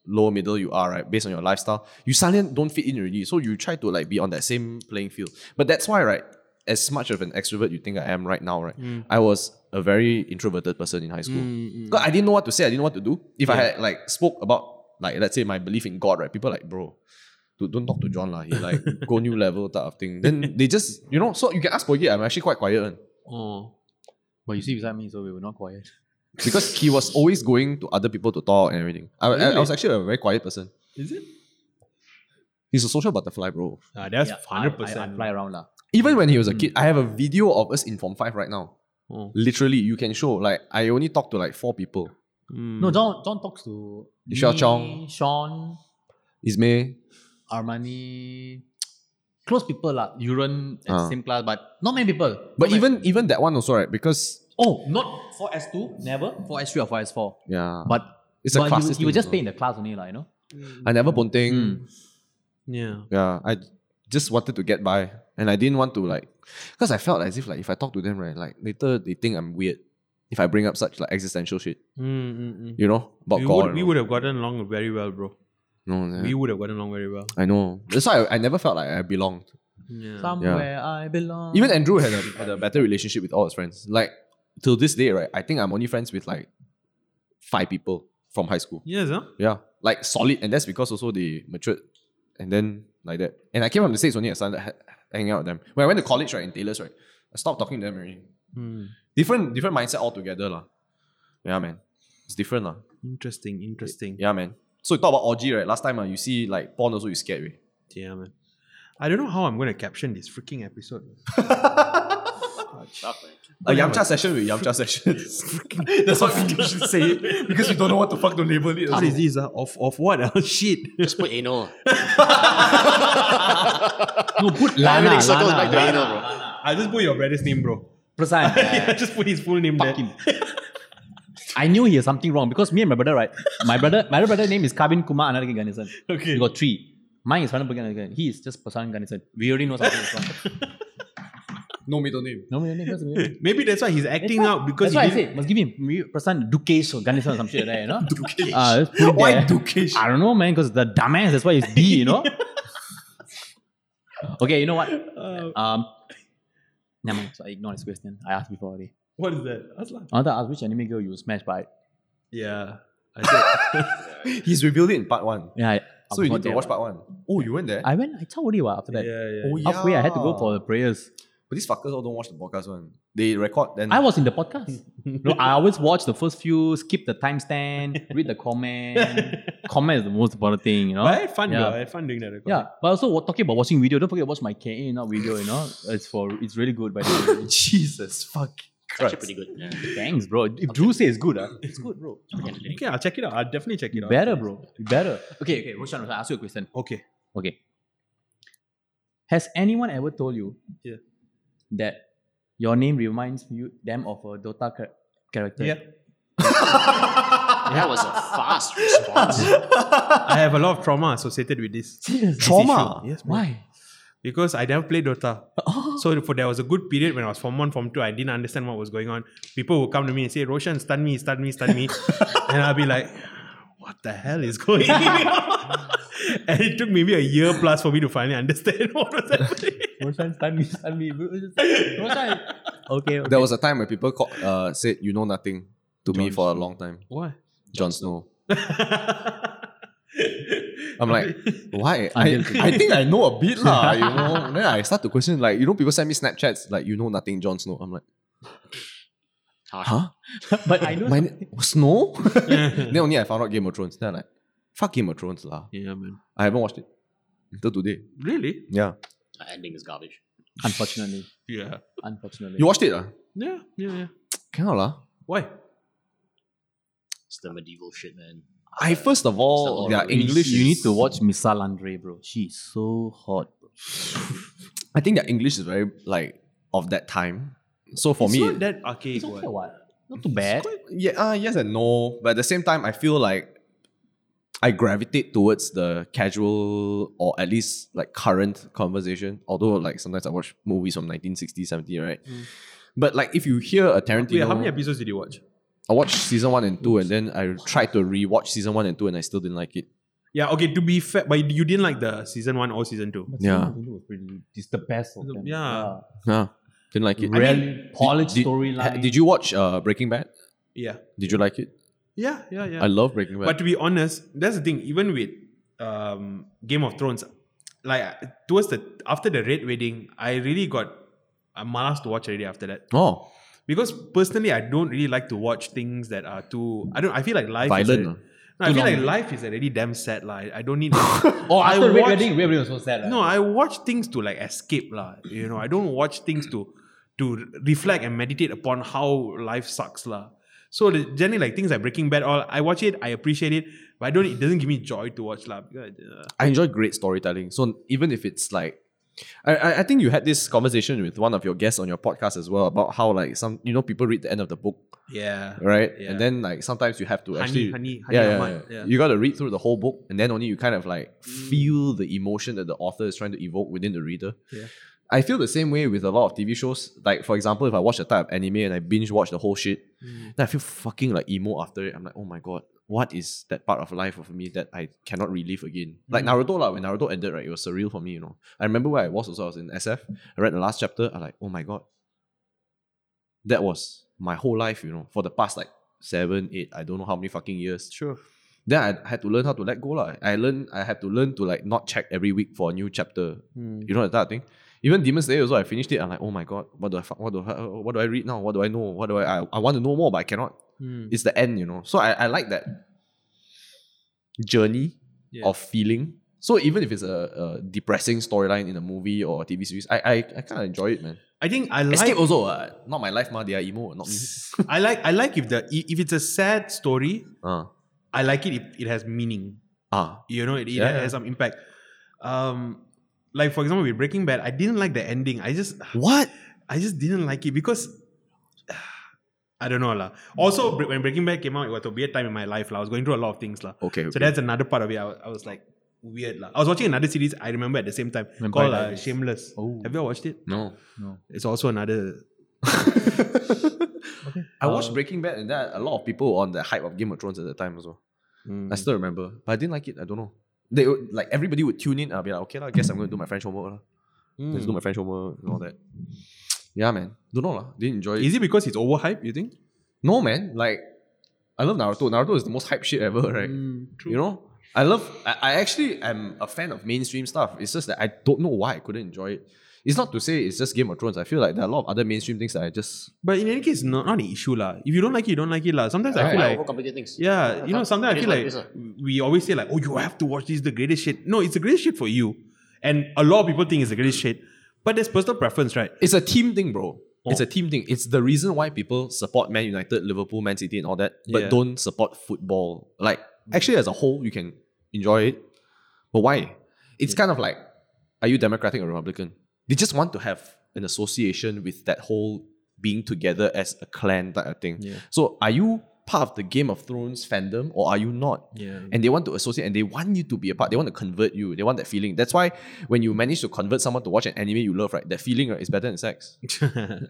[SPEAKER 1] lower middle you are, right, based on your lifestyle, you suddenly don't fit in already. So you try to like be on that same playing field. But that's why, right, as much of an extrovert you think I am right now, right, I was a very introverted person in high school. Because I didn't know what to say, I didn't know what to do. If I had like spoke about like let's say my belief in God, right, people like, bro, dude, don't talk to John lah. He like go new level type of thing. Then they just you know, so you can ask Pogi, I'm actually quite quiet. one.
[SPEAKER 3] Oh. But you see beside me, so we were not quiet.
[SPEAKER 1] Because he was always going to other people to talk and everything. I, I- I was actually a very quiet person.
[SPEAKER 3] Is it?
[SPEAKER 1] He's a social butterfly, bro.
[SPEAKER 2] Ah, that's
[SPEAKER 3] Yeah, I- I-
[SPEAKER 2] hundred
[SPEAKER 3] I,
[SPEAKER 2] percent.
[SPEAKER 3] fly around lah.
[SPEAKER 1] Even when he was a kid, I have a video of us in Form 5 right now.
[SPEAKER 3] Oh.
[SPEAKER 1] Literally, you can show. Like, I only talk to like four people.
[SPEAKER 2] hmm.
[SPEAKER 3] No, John. John talks to
[SPEAKER 1] Michelle
[SPEAKER 3] me,
[SPEAKER 1] Mm. Chong.
[SPEAKER 3] Sean,
[SPEAKER 1] Ismay,
[SPEAKER 3] Armani, close people lah. Urine at
[SPEAKER 1] Ah.
[SPEAKER 3] the same class, but not many people.
[SPEAKER 1] But
[SPEAKER 3] Not many-
[SPEAKER 1] even even that one also, right? Because
[SPEAKER 3] oh, not for S two, never for S three or for S four.
[SPEAKER 1] yeah,
[SPEAKER 3] But
[SPEAKER 1] Ah. it's a
[SPEAKER 3] but
[SPEAKER 1] class.
[SPEAKER 3] he, he would just Mm. stay in the class only lah. You know.
[SPEAKER 1] I never ponting.
[SPEAKER 2] Yeah.
[SPEAKER 1] Yeah, I just wanted to get by, and I didn't want to like, because I felt as if like if I talk to them, right, like later they think I'm weird if I bring up such like existential shit,
[SPEAKER 2] Mm-mm-mm.
[SPEAKER 1] you know, about
[SPEAKER 2] Hmm, We
[SPEAKER 1] God.
[SPEAKER 2] would,
[SPEAKER 1] and
[SPEAKER 2] we
[SPEAKER 1] all.
[SPEAKER 2] would have gotten along very well, bro.
[SPEAKER 1] No, yeah,
[SPEAKER 2] We would have gotten along very well.
[SPEAKER 1] I know. That's why I, I never felt like I belonged.
[SPEAKER 2] Yeah.
[SPEAKER 3] Somewhere I belong.
[SPEAKER 1] Even Andrew had a, had a better relationship with all his friends. Like till this day, right? I think I'm only friends with like five people from high school.
[SPEAKER 2] yes, huh?
[SPEAKER 1] Yeah, like solid, and that's because also they matured, and then like that. And I came from the states only. I started ha- hanging out with them. When I went to college, right, in Taylor's, right, I stopped talking to them already.
[SPEAKER 2] Hmm,
[SPEAKER 1] Different, different mindset altogether, lah. Yeah, man, it's different, lah.
[SPEAKER 2] Interesting, interesting.
[SPEAKER 1] Yeah, man. So you talk about orgy, right? Last time, uh, you see like porn also you scared, right?
[SPEAKER 2] Yeah, man. I don't know how I'm going to caption this freaking episode.
[SPEAKER 4] Stuff, man.
[SPEAKER 1] A yamcha session with yamcha session. that's what we should say it because we don't know what the fuck to label it.
[SPEAKER 2] What
[SPEAKER 1] also.
[SPEAKER 2] is this? Uh? Of, of what? Oh, shit.
[SPEAKER 4] Just put anal.
[SPEAKER 3] no, put Lana.
[SPEAKER 4] Everything circles
[SPEAKER 3] Lana,
[SPEAKER 4] back to
[SPEAKER 3] Lana.
[SPEAKER 4] anal, bro.
[SPEAKER 2] I'll just put your brother's name, bro.
[SPEAKER 3] Prasan.
[SPEAKER 2] yeah, just put his full name
[SPEAKER 3] Fuck
[SPEAKER 2] there.
[SPEAKER 3] him. I knew he was something wrong because me and my brother, right? My brother, my other brother name is Kabin Kumar Anarki Ganesan.
[SPEAKER 2] Okay.
[SPEAKER 3] We got three. Mine is Vanapurgi Ganesan. He is just Prasan Ganesan. We already know something is wrong.
[SPEAKER 1] No middle name.
[SPEAKER 3] No, no, no, no, no.
[SPEAKER 2] Maybe that's why he's acting out because
[SPEAKER 3] That's why I
[SPEAKER 2] he didn't-
[SPEAKER 3] said must give him maybe Prasan Dukesh or Ganesan or some shit like that, you know? Dukesh.
[SPEAKER 2] Ah,
[SPEAKER 3] Uh, just put it
[SPEAKER 1] Why
[SPEAKER 3] there.
[SPEAKER 1] Dukesh?
[SPEAKER 3] I don't know, man, because the dumbass, that's why it's D, you know? okay, you know what?
[SPEAKER 2] Uh,
[SPEAKER 3] Um, never mind. So I ignore this question. I asked before already.
[SPEAKER 2] What is that? Aslan.
[SPEAKER 3] I wanted to ask which anime girl you would smash by.
[SPEAKER 2] Yeah. I
[SPEAKER 1] He's revealed it in part one.
[SPEAKER 3] Yeah, I,
[SPEAKER 1] So you need to watch part one. Oh, you went there?
[SPEAKER 3] I went, I told you what after
[SPEAKER 2] said,
[SPEAKER 3] that.
[SPEAKER 2] yeah, yeah.
[SPEAKER 1] oh,
[SPEAKER 3] Halfway, I had to go for the prayers.
[SPEAKER 1] But these fuckers all don't watch the podcast one. They record then.
[SPEAKER 3] I was in the podcast. no, I always watch the first few, skip the timestamp, read the comment. comment is the most important thing, you know.
[SPEAKER 2] But I had fun,
[SPEAKER 3] Yeah.
[SPEAKER 2] though. I had fun doing that. recording.
[SPEAKER 3] Yeah, but also wa- talking about watching video. Don't forget to watch my KA, not video. You know, it's for it's really good. By the way,
[SPEAKER 1] Jesus fuck.
[SPEAKER 4] It's actually pretty good. Yeah.
[SPEAKER 3] thanks, bro. If Drew says it's good, ah, it's good, bro.
[SPEAKER 2] Okay, I'll check it out. I'll definitely check it out.
[SPEAKER 3] Better, bro. Better. Okay, okay. Roshan, Roshan, I ask you a question.
[SPEAKER 2] Okay.
[SPEAKER 3] Okay. Has anyone ever told you
[SPEAKER 2] Yeah.
[SPEAKER 3] that your name reminds you them of a Dota char- character?
[SPEAKER 2] Yeah.
[SPEAKER 4] That was a fast response.
[SPEAKER 2] I have a lot of trauma associated with this.
[SPEAKER 3] Serious?
[SPEAKER 1] Trauma?
[SPEAKER 2] Yes, bro.
[SPEAKER 3] Why?
[SPEAKER 2] Because I never played Dota. So for there was a good period when I was form one, form two, I didn't understand what was going on. People would come to me and say, Roshan, stun me, stun me, stun me. and I'll be like, what the hell is going on? and it took maybe a year plus for me to finally understand what was happening.
[SPEAKER 3] Roshan, stun me, stun me. Roshan. Okay, okay.
[SPEAKER 1] There was a time where people called, uh, said you know nothing to me for a long time.
[SPEAKER 2] Why?
[SPEAKER 1] Jon Snow. I'm like, why? I,
[SPEAKER 3] Until-
[SPEAKER 1] I think I know a bit lah, you know. Then I start to question like, you know, people send me Snapchats like you know nothing, Jon Snow. I'm like,
[SPEAKER 4] Harsh.
[SPEAKER 1] huh?
[SPEAKER 3] But I know.
[SPEAKER 1] My na- Snow? then only I found out Game of Thrones. Then I'm like, fuck Game of Thrones lah.
[SPEAKER 2] yeah, man.
[SPEAKER 1] I haven't watched it until today.
[SPEAKER 2] Really?
[SPEAKER 1] Yeah.
[SPEAKER 4] The ending is garbage.
[SPEAKER 3] unfortunately,
[SPEAKER 2] Yeah.
[SPEAKER 3] unfortunately.
[SPEAKER 1] You watched it lah?
[SPEAKER 2] Yeah, yeah, yeah.
[SPEAKER 1] Cannot lah.
[SPEAKER 2] Why?
[SPEAKER 4] It's the medieval shit, man.
[SPEAKER 1] I first of all, their English.
[SPEAKER 3] You need
[SPEAKER 1] is-
[SPEAKER 3] to watch Missa Landre, bro. She's so hot. Bro.
[SPEAKER 1] I think their English is very like of that time. So for
[SPEAKER 2] It's
[SPEAKER 1] me,
[SPEAKER 2] not that archaic.
[SPEAKER 3] It's okay,
[SPEAKER 2] what?
[SPEAKER 3] what? Not too bad.
[SPEAKER 1] yeah, uh, yes and no. But at the same time, I feel like I gravitate towards the casual or at least like current conversation. Although like sometimes I watch movies from 1960, 70, right? But like if you hear a Tarantino,
[SPEAKER 2] Mm. Wait, how many episodes did you watch?
[SPEAKER 1] I watched season one and two, and then I tried to rewatch season one and two, and I still didn't like it.
[SPEAKER 2] Yeah, okay, to be fair, but you didn't like the season one or season two.
[SPEAKER 1] Yeah.
[SPEAKER 3] It's the best of them.
[SPEAKER 2] Yeah.
[SPEAKER 1] Nah, didn't like it.
[SPEAKER 3] Really polished
[SPEAKER 1] did- Ha-
[SPEAKER 3] storyline.
[SPEAKER 1] Did you watch uh, Breaking Bad?
[SPEAKER 2] Yeah.
[SPEAKER 1] Did you like it?
[SPEAKER 2] Yeah, yeah, yeah.
[SPEAKER 1] I love Breaking Bad.
[SPEAKER 2] But to be honest, that's the thing. Even with um, Game of Thrones, like towards the after the red wedding, I really got a malas to watch already after that.
[SPEAKER 1] oh,
[SPEAKER 2] Because personally, I don't really like to watch things that are too. I don't. I feel like life
[SPEAKER 1] Violent,
[SPEAKER 2] Is
[SPEAKER 1] huh?
[SPEAKER 2] already, no, I feel like life is already damn sad. Like I don't need.
[SPEAKER 3] Oh,
[SPEAKER 2] I
[SPEAKER 3] after Red
[SPEAKER 2] watched-
[SPEAKER 3] Wedding, Red Wedding was so sad. right?
[SPEAKER 2] no, I watch things to like escape, lah. You know, I don't watch things to to reflect and meditate upon how life sucks, lah. So the, generally, like things like Breaking Bad, all I watch it, I appreciate it, but I don't. It doesn't give me joy to watch, lah. Because, uh,
[SPEAKER 1] I enjoy great storytelling. So even if it's like, I- I, I think you had this conversation with one of your guests on your podcast as well about how like some you know people read the end of the book
[SPEAKER 2] Yeah.
[SPEAKER 1] right
[SPEAKER 2] Yeah.
[SPEAKER 1] and then like sometimes you have to actually
[SPEAKER 2] honey, honey
[SPEAKER 1] yeah, yeah,
[SPEAKER 2] Ahmad,
[SPEAKER 1] yeah.
[SPEAKER 2] yeah. Mm.
[SPEAKER 1] you got to read through the whole book and then only you kind of like feel the emotion that the author is trying to evoke within the reader.
[SPEAKER 2] Yeah.
[SPEAKER 1] I feel the same way with a lot of TV shows. Like for example, if I watch a type of anime and I binge watch the whole shit,
[SPEAKER 2] Mm.
[SPEAKER 1] then I feel fucking like emo after it. I'm like, oh my god, what is that part of life of me that I cannot relive again? Like Naruto lah, when Naruto ended, right, it was surreal for me. You know, I remember where I was also. I was in SF. I read the last chapter. I'm like, oh my god, that was my whole life. You know, for the past like seven, eight, I don't know how many fucking years. Sure. Then I had to learn how to let go. lah. I learned I had to learn to like not check every week for a new chapter. You know that type of thing. Even Demon Slayer also, I finished it. I'm like, oh my god, what do I fuck- what do I, what do I read now? What do I know? What do I I, I want to know more, but I cannot. It's the end, you know. So I, I like that journey
[SPEAKER 2] Yeah.
[SPEAKER 1] of feeling. So even if it's a, a depressing storyline in a movie or a TV series, I I, I kind of enjoy it, man.
[SPEAKER 2] I think I like.
[SPEAKER 1] Escape also, uh, not my life, ma. They are emo, not me.
[SPEAKER 2] I like. I like if the if it's a sad story,
[SPEAKER 1] Ah
[SPEAKER 2] I like it. If it has meaning.
[SPEAKER 1] ah
[SPEAKER 2] You know, it, it
[SPEAKER 1] Yeah, yeah.
[SPEAKER 2] has some impact. Um, like for example, with Breaking Bad, I didn't like the ending. I just
[SPEAKER 1] what?
[SPEAKER 2] I just didn't like it because I don't know lah. Also, Bre- when Breaking Bad came out, it was a weird time in my life lah. I was going through a lot of things lah.
[SPEAKER 1] Okay,
[SPEAKER 2] So
[SPEAKER 1] okay.
[SPEAKER 2] that's another part of it. I was, I was like weird lah. I was watching another series. I remember at the same time
[SPEAKER 3] Vampire
[SPEAKER 2] called uh,
[SPEAKER 3] Diaries.
[SPEAKER 2] Shameless.
[SPEAKER 3] Oh.
[SPEAKER 2] Have you all watched it?
[SPEAKER 1] No.
[SPEAKER 2] It's also another.
[SPEAKER 1] I watched Breaking Bad and that a lot of people on the hype of Game of Thrones at the time as well. I still remember, but I didn't like it. I don't know. They would- like everybody would tune in. I'll be like, okay, lah, I guess I'm going to do my French homework. lah. Let's do my French homework and all that. Yeah, man. Don't know lah. Didn't enjoy it.
[SPEAKER 2] Is it because it's overhyped? You think?
[SPEAKER 1] No, man. Like, I love Naruto. Naruto is the most hype shit ever, right? You know, I love. I, I actually am a fan of mainstream stuff. It's just that I don't know why I couldn't enjoy it. It's not to say it's just Game of Thrones. I feel like there are a lot of other mainstream things that I just
[SPEAKER 2] But in any case, not, not an issue lah. If you don't like it, you don't like it lah. Sometimes I
[SPEAKER 4] Why
[SPEAKER 2] feel like
[SPEAKER 4] overcomplicate things?
[SPEAKER 2] Yeah, you know,
[SPEAKER 4] Huh?
[SPEAKER 2] sometimes I
[SPEAKER 4] It is
[SPEAKER 2] feel
[SPEAKER 4] what
[SPEAKER 2] like
[SPEAKER 4] it is, ah.
[SPEAKER 2] we always say like, "Oh, you have to watch this, the greatest shit." No, it's the greatest shit for you, and a lot of people think it's the greatest shit. But there's personal preference, right?
[SPEAKER 1] It's a team thing, bro. It's a team thing. It's the reason why people support Man United, Liverpool, Man City, and all that, but
[SPEAKER 2] Yeah.
[SPEAKER 1] don't support football. Like, actually, as a whole, you can enjoy it. But why? It's kind of like, are you Democratic or Republican? They just want to have an association with that whole being together as a clan type of thing. So, are you part of the Game of Thrones fandom or are you not?
[SPEAKER 2] Yeah.
[SPEAKER 1] and they want to associate and they want you to be a part. They want to convert you. They want that feeling. That's why when you manage to convert someone to watch an anime you love, right? That feeling right, is better than sex.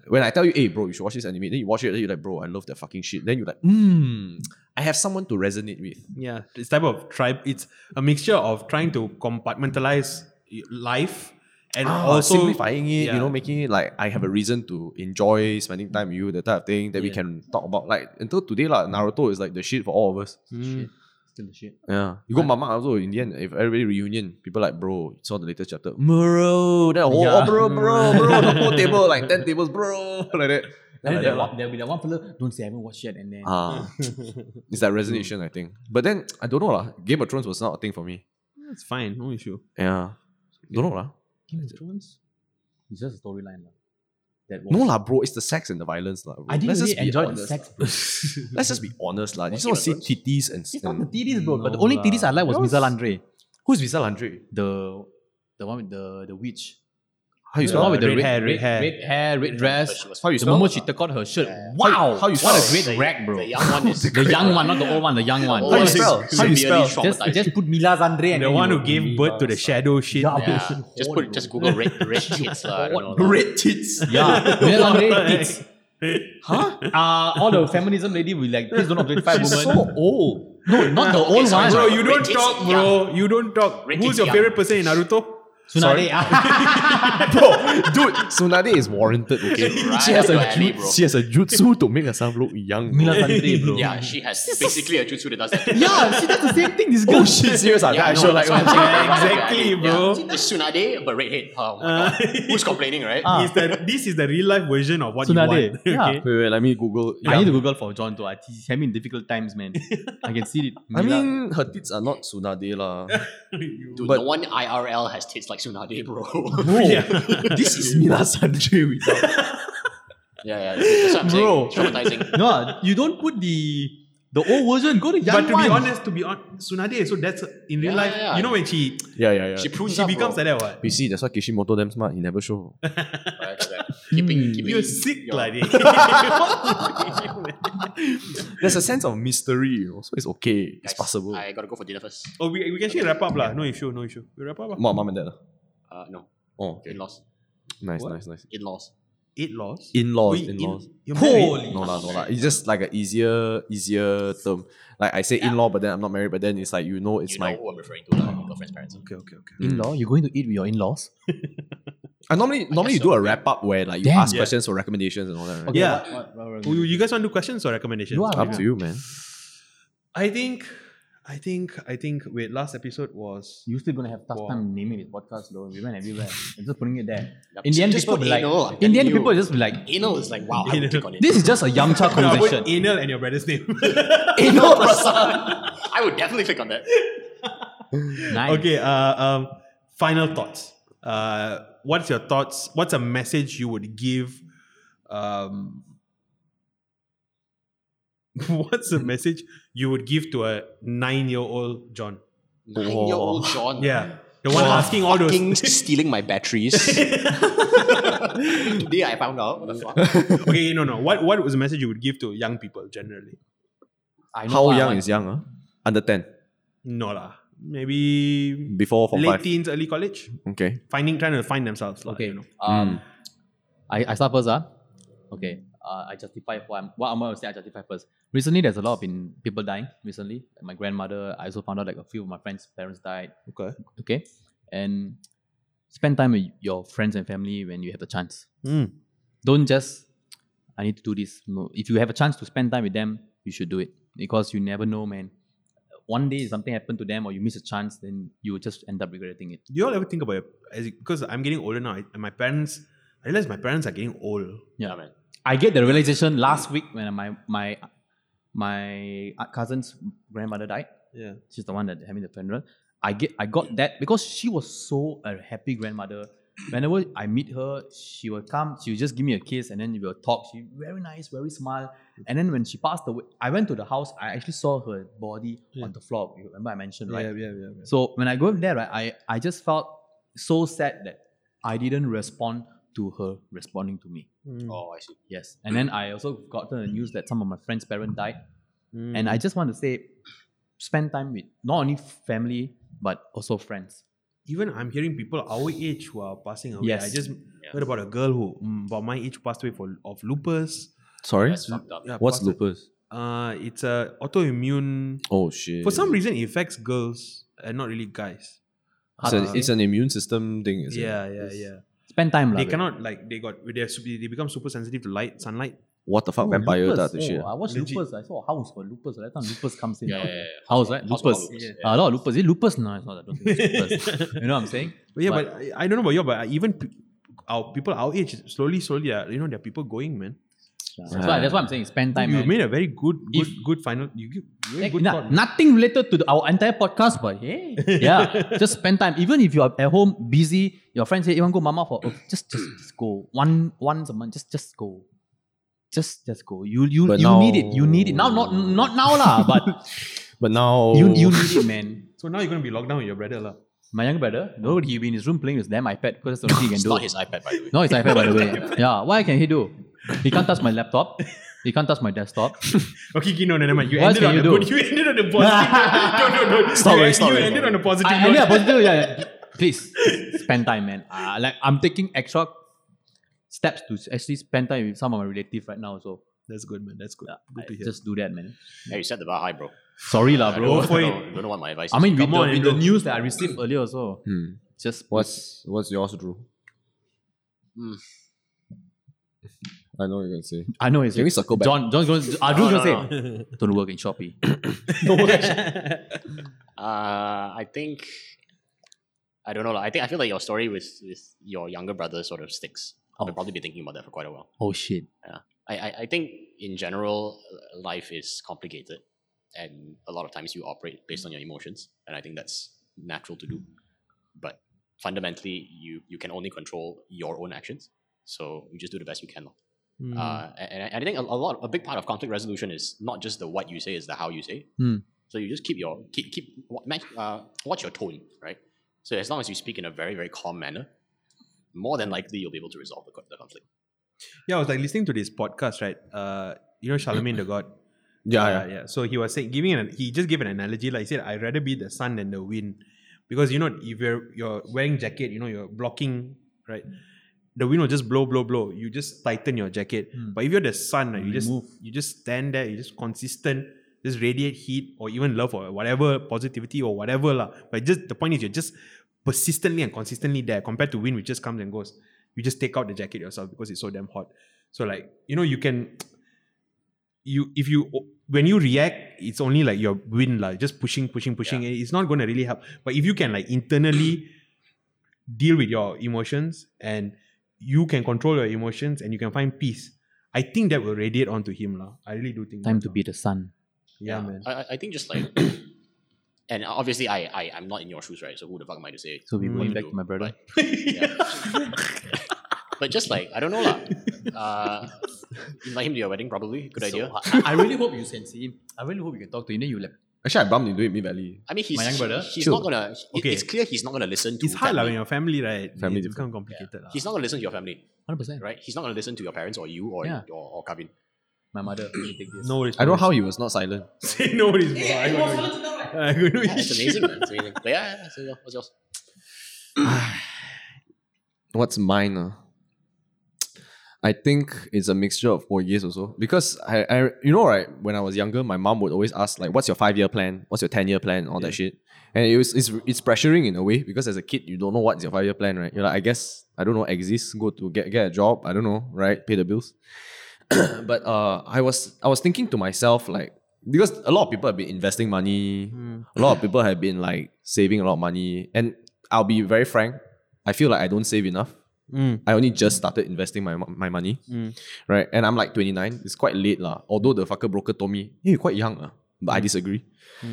[SPEAKER 1] when I tell you, hey, bro, you should watch this anime, then you watch it, then you're like, bro, I love that fucking shit. Then you're like, mmm, I have someone to resonate with.
[SPEAKER 2] Yeah, it's type of tribe. It's a mixture of trying to compartmentalize y- life and
[SPEAKER 3] Oh,
[SPEAKER 2] also
[SPEAKER 1] Ah, simplifying it,
[SPEAKER 2] yeah.
[SPEAKER 1] you know, making it like I have a reason to enjoy spending time with you, the type of thing that we can talk about. Like until today, like Naruto is like the shit for all of us.
[SPEAKER 3] Still the shit.
[SPEAKER 1] Yeah. You go Mama also in the end, if everybody reunion, people like, bro, saw the latest chapter. Bro, that whole
[SPEAKER 3] Yeah.
[SPEAKER 1] oh, bro, bro, bro, the whole table, like 10 tables, bro, like that.
[SPEAKER 3] Then
[SPEAKER 1] Like
[SPEAKER 3] there
[SPEAKER 1] that lah.
[SPEAKER 3] will there'll be that one fella, don't say I haven't watched yet, and then
[SPEAKER 1] Ah. it's that resonation, I think. But then I don't know lah. Game of Thrones was not a thing for me.
[SPEAKER 2] It's fine, no issue.
[SPEAKER 1] Yeah. Don't know lah.
[SPEAKER 3] Game of Thrones. It's just a storyline. lah. that was.
[SPEAKER 1] No lah, bro. It's the sex and the violence lah. bro.
[SPEAKER 3] I didn't
[SPEAKER 1] Let's
[SPEAKER 3] really
[SPEAKER 1] just be
[SPEAKER 3] enjoy the
[SPEAKER 1] honest
[SPEAKER 3] sex. bro.
[SPEAKER 1] lah. Let's just be honest lah. You just
[SPEAKER 4] What
[SPEAKER 1] want to see
[SPEAKER 4] violence?
[SPEAKER 1] titties and
[SPEAKER 3] It's not
[SPEAKER 1] and-
[SPEAKER 3] the titties, bro. but the
[SPEAKER 2] No
[SPEAKER 3] only
[SPEAKER 2] lah.
[SPEAKER 3] titties I liked was Miss Andre,
[SPEAKER 1] Who's Visa Landry?
[SPEAKER 3] the the one with the the witch.
[SPEAKER 1] How you
[SPEAKER 3] the one
[SPEAKER 1] spell it?
[SPEAKER 3] with the
[SPEAKER 2] red hair, red hair.
[SPEAKER 3] red hair, red
[SPEAKER 4] But
[SPEAKER 3] dress.
[SPEAKER 4] she was
[SPEAKER 1] How you
[SPEAKER 3] The
[SPEAKER 1] spell
[SPEAKER 3] moment
[SPEAKER 1] it?
[SPEAKER 3] she took out her shirt,
[SPEAKER 4] Yeah.
[SPEAKER 3] wow!
[SPEAKER 1] How you- how you
[SPEAKER 3] what a
[SPEAKER 1] spell
[SPEAKER 3] great
[SPEAKER 1] it?
[SPEAKER 3] rag, bro.
[SPEAKER 4] The young one is
[SPEAKER 3] The young one, not the old one. The young one.
[SPEAKER 4] old
[SPEAKER 1] How you
[SPEAKER 4] one is
[SPEAKER 1] spell? How you
[SPEAKER 4] severely
[SPEAKER 1] spell?
[SPEAKER 3] Just,
[SPEAKER 4] traumatized.
[SPEAKER 3] just put Mila Andre and
[SPEAKER 2] The
[SPEAKER 3] then
[SPEAKER 2] one
[SPEAKER 3] you-
[SPEAKER 2] who gave birth to the shadow shit.
[SPEAKER 3] Yeah.
[SPEAKER 4] yeah. just put just Google red red tits lah. uh, I don't know.
[SPEAKER 1] Red tits.
[SPEAKER 3] Yeah, Mila Andre tits. Huh? Uh, all the feminism lady will like, please don't objectify women.
[SPEAKER 1] She's so old.
[SPEAKER 3] no, not the old one.
[SPEAKER 4] sorry, sorry.
[SPEAKER 2] Bro, you
[SPEAKER 4] Red
[SPEAKER 2] don't
[SPEAKER 4] tits
[SPEAKER 2] talk,
[SPEAKER 4] is
[SPEAKER 2] bro. You don't talk.
[SPEAKER 4] Red tits
[SPEAKER 2] Who's your
[SPEAKER 4] young.
[SPEAKER 2] favorite person in Naruto?
[SPEAKER 3] Tsunade.
[SPEAKER 1] Bro, dude, Tsunade is warranted, okay?
[SPEAKER 4] Right
[SPEAKER 1] she, has
[SPEAKER 4] up
[SPEAKER 1] a
[SPEAKER 4] your alley,
[SPEAKER 1] ju-
[SPEAKER 4] bro.
[SPEAKER 1] she has a jutsu to make herself look young.
[SPEAKER 3] Mila Andre, bro.
[SPEAKER 4] Yeah, she has basically a jutsu that does that.
[SPEAKER 3] yeah, see, that's the same thing. This girl.
[SPEAKER 1] Oh shit, serious? ah? I
[SPEAKER 4] Yeah, no,
[SPEAKER 1] sure like
[SPEAKER 4] that's what I'm saying.
[SPEAKER 2] Exactly,
[SPEAKER 4] Yeah.
[SPEAKER 2] bro.
[SPEAKER 4] See, The Tsunade, but redhead. Oh my god. Who's complaining, right?
[SPEAKER 3] Ah.
[SPEAKER 2] Is that this is the real life version of what you
[SPEAKER 3] Tsunade.
[SPEAKER 2] want?
[SPEAKER 3] Yeah.
[SPEAKER 2] okay?
[SPEAKER 1] Wait, wait, let me Google.
[SPEAKER 3] I need to Google for John too. I he's having difficult times, man. I can see it.
[SPEAKER 1] I
[SPEAKER 3] Mila.
[SPEAKER 1] mean, her tits are not Tsunade lah.
[SPEAKER 4] Dude,
[SPEAKER 1] But-
[SPEAKER 4] no one IRL has tits like Tsunade, bro.
[SPEAKER 1] this is Mila Sanjay without.
[SPEAKER 4] yeah, yeah. That's what I'm saying.
[SPEAKER 3] Bro.
[SPEAKER 4] It's traumatizing.
[SPEAKER 3] no, you don't put the the old version. Go to young
[SPEAKER 2] But to
[SPEAKER 3] one.
[SPEAKER 2] be honest, to be honest, Tsunade, so that's in real
[SPEAKER 4] Yeah,
[SPEAKER 2] life.
[SPEAKER 4] yeah, yeah.
[SPEAKER 2] You know when she
[SPEAKER 1] Yeah, yeah, yeah.
[SPEAKER 4] She prunes
[SPEAKER 2] she
[SPEAKER 4] up,
[SPEAKER 2] becomes
[SPEAKER 4] bro.
[SPEAKER 2] like that what?
[SPEAKER 1] you see, that's why Kishimoto damn smart. He never show.
[SPEAKER 4] Right, right. Keeping, keeping
[SPEAKER 2] Hmm. You're sick,
[SPEAKER 4] your-
[SPEAKER 2] bloody.
[SPEAKER 1] There's a sense of mystery, you know, so it's okay. It's
[SPEAKER 4] Guys,
[SPEAKER 1] possible.
[SPEAKER 4] I gotta go for dinner first.
[SPEAKER 2] oh, we, we can actually wrap up lah. No issue, no issue. We wrap up lah.
[SPEAKER 1] Mom, mom and dad. lah.
[SPEAKER 4] Uh, no,
[SPEAKER 1] Oh, okay.
[SPEAKER 4] in-laws,
[SPEAKER 1] Nice, nice, nice.
[SPEAKER 4] in-laws.
[SPEAKER 2] Eight laws.
[SPEAKER 1] In-laws,
[SPEAKER 2] Wait, in-
[SPEAKER 1] in-laws.
[SPEAKER 2] you're married?
[SPEAKER 1] No lah, no lah. It's just like an easier, easier term. Like I say in-law, but then I'm not married. But then it's like you know, it's
[SPEAKER 4] you
[SPEAKER 1] my.
[SPEAKER 4] know who I'm referring to, lah. my girlfriend's parents.
[SPEAKER 2] Okay, okay, okay.
[SPEAKER 3] in-law, you're going to eat with your in-laws.
[SPEAKER 1] I normally normally you
[SPEAKER 4] guess
[SPEAKER 1] do a
[SPEAKER 4] so.
[SPEAKER 1] wrap up where like you
[SPEAKER 3] Damn.
[SPEAKER 1] ask
[SPEAKER 2] Yeah.
[SPEAKER 1] questions for recommendations and all that. Right?
[SPEAKER 2] Okay, Yeah.
[SPEAKER 3] what-
[SPEAKER 2] Oh, you- you guys want to do questions or recommendations?
[SPEAKER 3] You are.
[SPEAKER 1] Up to you, man.
[SPEAKER 2] I think, I think, I think. Wait, last episode was
[SPEAKER 3] You're still gonna have tough
[SPEAKER 2] Wow.
[SPEAKER 3] time naming this podcast though. We went everywhere. I'm just putting it there.
[SPEAKER 4] Yup.
[SPEAKER 3] In the end,
[SPEAKER 4] Just
[SPEAKER 3] people
[SPEAKER 4] put
[SPEAKER 3] be like,
[SPEAKER 4] anal,
[SPEAKER 3] in
[SPEAKER 4] I'm
[SPEAKER 3] the end,
[SPEAKER 4] telling you.
[SPEAKER 3] people just be like,
[SPEAKER 4] Anal is like, wow, I would click on it.
[SPEAKER 3] this is just a
[SPEAKER 2] No, I
[SPEAKER 3] yamcha
[SPEAKER 2] put
[SPEAKER 3] conversation.
[SPEAKER 2] anal and your brother's name.
[SPEAKER 4] anal prasa. I would definitely click on that.
[SPEAKER 3] Nice.
[SPEAKER 2] okay. Uh, um, final thoughts. Uh, what's your thoughts? What's a message you would give? Um, what's a message you would give to a nine-year-old John?
[SPEAKER 4] Nine-year-old John.
[SPEAKER 2] Yeah, the one asking all those.
[SPEAKER 4] Fucking stealing my batteries. Today I found out. What the fuck?
[SPEAKER 2] okay, no, no. What what was a message you would give to young people generally?
[SPEAKER 3] I know
[SPEAKER 1] How
[SPEAKER 3] what I
[SPEAKER 1] young
[SPEAKER 3] want.
[SPEAKER 1] is young? Huh? Under ten,
[SPEAKER 2] No lah. Maybe
[SPEAKER 1] before form
[SPEAKER 2] late
[SPEAKER 1] five.
[SPEAKER 2] teens, early college.
[SPEAKER 1] Okay.
[SPEAKER 2] Finding trying to find themselves. lah,
[SPEAKER 3] Okay.
[SPEAKER 2] you know.
[SPEAKER 3] Um, I, I start first, huh? Okay. Uh, I justify what I'm, what I'm going to say. I justify first. Recently, there's a lot of in, people dying. Recently, Like my grandmother. I also found out like a few of my friends' parents died.
[SPEAKER 1] Okay.
[SPEAKER 3] Okay, and spend time with your friends and family when you have the chance.
[SPEAKER 2] Mm.
[SPEAKER 3] Don't just I need to do this. No, if you have a chance to spend time with them, you should do it because you never know, man. One day something happened to them, or you miss a chance, then you will just end up regretting it.
[SPEAKER 2] Do you all ever think about it? Because I'm getting older now, and my parents, I realize my parents are getting old.
[SPEAKER 4] Yeah, man.
[SPEAKER 3] I get the realization last week when my my my cousin's grandmother died.
[SPEAKER 2] Yeah.
[SPEAKER 3] she's the one that having the funeral. I get I got that because she was so a happy grandmother. Whenever I meet her, she will come. She will just give me a kiss and then we will talk. She very nice, very smile. And then when she passed away, I went to the house. I actually saw her body on the floor. You remember I mentioned right?
[SPEAKER 2] yeah, yeah.
[SPEAKER 3] So when I go there, right, I, I just felt so sad that I didn't respond to her responding to me.
[SPEAKER 2] mm,
[SPEAKER 4] Oh, I see.
[SPEAKER 3] Yes. And then I also gotten the news that some of my friends' parents died.
[SPEAKER 2] Hmm. mm.
[SPEAKER 3] And I just want to say, spend time with not only family, but also friends.
[SPEAKER 2] Even I'm hearing people our age who are passing away.
[SPEAKER 3] Yes.
[SPEAKER 2] I just heard about a girl who, mm, about my age, passed away for of lupus.
[SPEAKER 1] Sorry.
[SPEAKER 4] That's fucked up.
[SPEAKER 2] Yeah,
[SPEAKER 1] What's
[SPEAKER 2] passed away-
[SPEAKER 1] lupus?
[SPEAKER 2] Uh, it's a autoimmune.
[SPEAKER 1] Oh shit.
[SPEAKER 2] For some reason, it affects girls and not really guys.
[SPEAKER 1] it's,
[SPEAKER 3] Hard
[SPEAKER 1] an,
[SPEAKER 3] to
[SPEAKER 1] it's an immune system thing. Is it?
[SPEAKER 2] Yeah, yeah, yeah.
[SPEAKER 3] Spend time. lah,
[SPEAKER 2] They
[SPEAKER 3] babe.
[SPEAKER 2] cannot like they got they are sup- they become super sensitive to light, sunlight.
[SPEAKER 1] What the fuck,
[SPEAKER 3] Oh,
[SPEAKER 1] vampire
[SPEAKER 3] lupus.
[SPEAKER 1] type of
[SPEAKER 3] Oh,
[SPEAKER 1] shit.
[SPEAKER 3] I watched
[SPEAKER 2] Legit.
[SPEAKER 3] lupus. I saw a house for lupus. That time lupus comes in.
[SPEAKER 4] Yeah, yeah, yeah. yeah.
[SPEAKER 3] House, right?
[SPEAKER 4] House
[SPEAKER 3] Lupus.
[SPEAKER 4] about lupus,
[SPEAKER 3] Uh, a lot of lupus. Is it lupus? No, it's not. I don't think it's lupus. you know what I'm saying?
[SPEAKER 2] But yeah, but, I, uh, I don't know about you, but I- even pe- our people our age slowly, slowly, are, you know, there are people going, man.
[SPEAKER 3] So that's what I'm saying. Spend time.
[SPEAKER 2] you
[SPEAKER 3] man.
[SPEAKER 2] made a very good, good, good final. You, give very
[SPEAKER 3] Like,
[SPEAKER 2] good
[SPEAKER 3] na-
[SPEAKER 2] thought.
[SPEAKER 3] nothing related to the, our entire podcast, but hey, yeah, just spend time. Even if you are at home busy, your friends say, "You want to go, mama?" For oh, just, just, just go one once a month. Just, just go. Just, just go. You, you,
[SPEAKER 1] But
[SPEAKER 3] you
[SPEAKER 1] now-
[SPEAKER 3] need it. You need it now. Not, not now lah. But
[SPEAKER 1] But now
[SPEAKER 4] Oh.
[SPEAKER 3] you, you need it, man.
[SPEAKER 2] So now you're gonna be locked down with your brother, lah.
[SPEAKER 3] My younger brother, no, he'll be in his room playing with them iPad because that's the only thing he can
[SPEAKER 4] It's
[SPEAKER 3] do.
[SPEAKER 4] not his iPad, by the way.
[SPEAKER 3] No, it's iPad, by the way. Yeah, what can he do? He can't touch my laptop. He can't touch my desktop.
[SPEAKER 2] Okay, okay, no, no, never mind. You
[SPEAKER 3] What
[SPEAKER 2] ended
[SPEAKER 3] can
[SPEAKER 2] on
[SPEAKER 3] you
[SPEAKER 2] a
[SPEAKER 3] do?
[SPEAKER 2] good. You ended on a positive. no, no, no.
[SPEAKER 1] Stop
[SPEAKER 2] you,
[SPEAKER 1] it, stop
[SPEAKER 2] you
[SPEAKER 1] it.
[SPEAKER 2] ended on a positive.
[SPEAKER 3] I, I
[SPEAKER 2] note.
[SPEAKER 3] need a positive. Yeah, yeah. Please spend time, man. Uh, like I'm taking extra steps to actually spend time with some of my relatives right now. So
[SPEAKER 2] That's good, man. That's good. Good to hear.
[SPEAKER 3] just do that, man.
[SPEAKER 4] Hey, you set the bar high, bro.
[SPEAKER 3] Sorry, lah,
[SPEAKER 4] I don't, know,
[SPEAKER 3] bro.
[SPEAKER 4] I don't, know- don't know what my advice
[SPEAKER 3] I
[SPEAKER 4] is.
[SPEAKER 3] mean, with,
[SPEAKER 2] Come
[SPEAKER 3] the,
[SPEAKER 2] on,
[SPEAKER 3] with the
[SPEAKER 2] Andrew.
[SPEAKER 3] news that I received earlier, also
[SPEAKER 1] Hmm.
[SPEAKER 3] just
[SPEAKER 1] What's what's yours, Drew?
[SPEAKER 4] Mm.
[SPEAKER 1] Hmm. I know what you're gonna say.
[SPEAKER 3] I know it's
[SPEAKER 1] Can we circle back?
[SPEAKER 3] John, John's going. Andrew's
[SPEAKER 4] No,
[SPEAKER 3] gonna
[SPEAKER 4] no,
[SPEAKER 3] say, "Don't work in Shopee."
[SPEAKER 4] Uh, I think I don't know. lah. I think I feel like your story with, with your younger brother sort of sticks.
[SPEAKER 3] Oh.
[SPEAKER 4] I've probably been thinking about that for quite a while.
[SPEAKER 3] oh shit!
[SPEAKER 4] I, I, I think in general, uh, life is complicated, and a lot of times you operate based on your emotions, and I think that's natural to do. But fundamentally, you you can only control your own actions, so you just do the best you can. lor.
[SPEAKER 2] Hmm. Mm.
[SPEAKER 4] Uh, and, and I- and I think a, a lot, a big part of conflict resolution is not just the what you say, is the how you say.
[SPEAKER 3] Hmm.
[SPEAKER 4] So you just keep your keep keep wa- match, uh, watch your tone, right? So as long as you speak in a very very calm manner, more than likely you'll be able to resolve the, co- the conflict.
[SPEAKER 2] Yeah, I was like listening to this podcast, right? Uh, you know, Charlemagne the God.
[SPEAKER 1] Yeah,
[SPEAKER 2] yeah, yeah. So he was saying, giving an, he just gave an analogy. Like he said, I'd rather be the sun than the wind, because you know, if you're you're wearing jacket, you know, you're blocking, right? The wind will just blow, blow, blow. You just tighten your jacket.
[SPEAKER 3] Mm.
[SPEAKER 2] But if you're the sun, right, you just
[SPEAKER 3] Remove.
[SPEAKER 2] you just stand there, you just consistent, just radiate heat or even love or whatever positivity or whatever lah. But just the point is, you're just persistently and consistently there compared to wind, which just comes and goes. You just take out the jacket yourself because it's so damn hot. So like you know, you can you if you when you react, it's only like your wind like just pushing, pushing, pushing. and It's not going to really help. But if you can like internally deal with your emotions and you can control your emotions and you can find peace, I think that will radiate onto him lah. I really do think.
[SPEAKER 3] Time
[SPEAKER 2] that,
[SPEAKER 3] to
[SPEAKER 2] lah.
[SPEAKER 3] be the sun.
[SPEAKER 2] Yeah, man.
[SPEAKER 4] I, I- I think just like, and obviously I, I I'm not in your shoes, right? So who the fuck am I to say?
[SPEAKER 3] So we
[SPEAKER 4] what
[SPEAKER 3] going
[SPEAKER 4] to
[SPEAKER 3] back
[SPEAKER 4] do?
[SPEAKER 3] to my brother.
[SPEAKER 4] Yeah. but just like I don't know lah. Uh, invite him to your wedding, probably good idea.
[SPEAKER 3] I, I really hope you can see him. I really hope you can talk to him. Then you like,
[SPEAKER 1] Actually, I bumped into it mid valley.
[SPEAKER 4] I mean, he's
[SPEAKER 3] My young brother?
[SPEAKER 4] he's
[SPEAKER 1] Sure.
[SPEAKER 4] not gonna. it-
[SPEAKER 2] Okay.
[SPEAKER 4] It's clear he's not gonna listen to.
[SPEAKER 2] It's hard lah
[SPEAKER 4] family.
[SPEAKER 2] when your family right.
[SPEAKER 1] Family
[SPEAKER 2] it's
[SPEAKER 1] different.
[SPEAKER 2] become complicated lah.
[SPEAKER 4] He's not gonna listen to your family,
[SPEAKER 3] hundred percent.
[SPEAKER 4] right? He's not gonna listen to your parents or you or
[SPEAKER 3] Yeah.
[SPEAKER 4] or, or Kevin.
[SPEAKER 3] My mother, you take this.
[SPEAKER 2] No worries.
[SPEAKER 1] I don't know
[SPEAKER 2] no
[SPEAKER 1] how he was not silent.
[SPEAKER 2] worries. Say no worries. bro. I got no worries. I got no
[SPEAKER 4] Yeah, it's
[SPEAKER 2] issue.
[SPEAKER 4] amazing, man. It's amazing. But yeah, yeah, so yeah, what's yours?
[SPEAKER 1] What's mine? ah? I think it's a mixture of four years or so. Because I, I you know right, when I was younger, my mom would always ask like what's your five year plan? What's your ten year plan? All that shit. And it was it's it's pressuring in a way because as a kid you don't know what's your five year plan, right? You're like, I guess I don't know, exist, go to get get a job, I don't know, right? Pay the bills. but uh I was I was thinking to myself like because a lot of people have been investing money, a lot of people have been like saving a lot of money. And I'll be very frank, I feel like I don't save enough.
[SPEAKER 3] Mm.
[SPEAKER 1] I only just started investing my, mo- my money, right? And I'm like 29. It's quite late lah. Although the fucker broker told me, hey, you're quite young lah. But I disagree.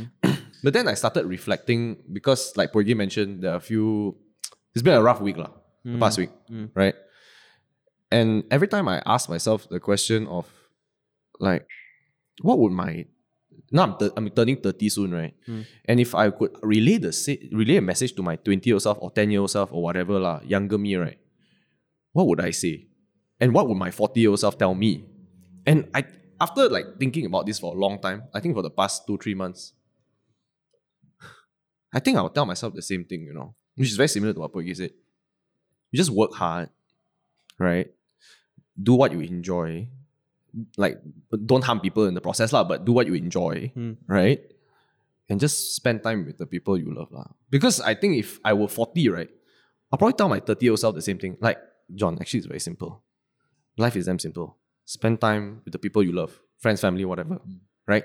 [SPEAKER 1] but then I started reflecting because like Porgy mentioned, there are a few... It's been a rough week lah, the past week, right? And every time I ask myself the question of like, what would my... Now I'm, th- I'm turning 30 soon, right? And if I could relay the sa- relay a message to my 20 year old self or 10 year old self or whatever lah, younger me, right? what would I say? And what would my 40 year old self tell me? And I after like thinking about this for a long time, I think for the past two, three months, I think I'll tell myself the same thing, you know, which is very similar to what Poiki said. You just work hard, right? Do what you enjoy. Like don't harm people in the process, lah, but do what you enjoy,
[SPEAKER 2] Mm.
[SPEAKER 1] right? And just spend time with the people you love. Lah. Because I think if I were 40, right, I'll probably tell my 30 year old self the same thing. Like, John, actually, it's very simple. Life is damn simple. Spend time with the people you love, friends, family, whatever, right?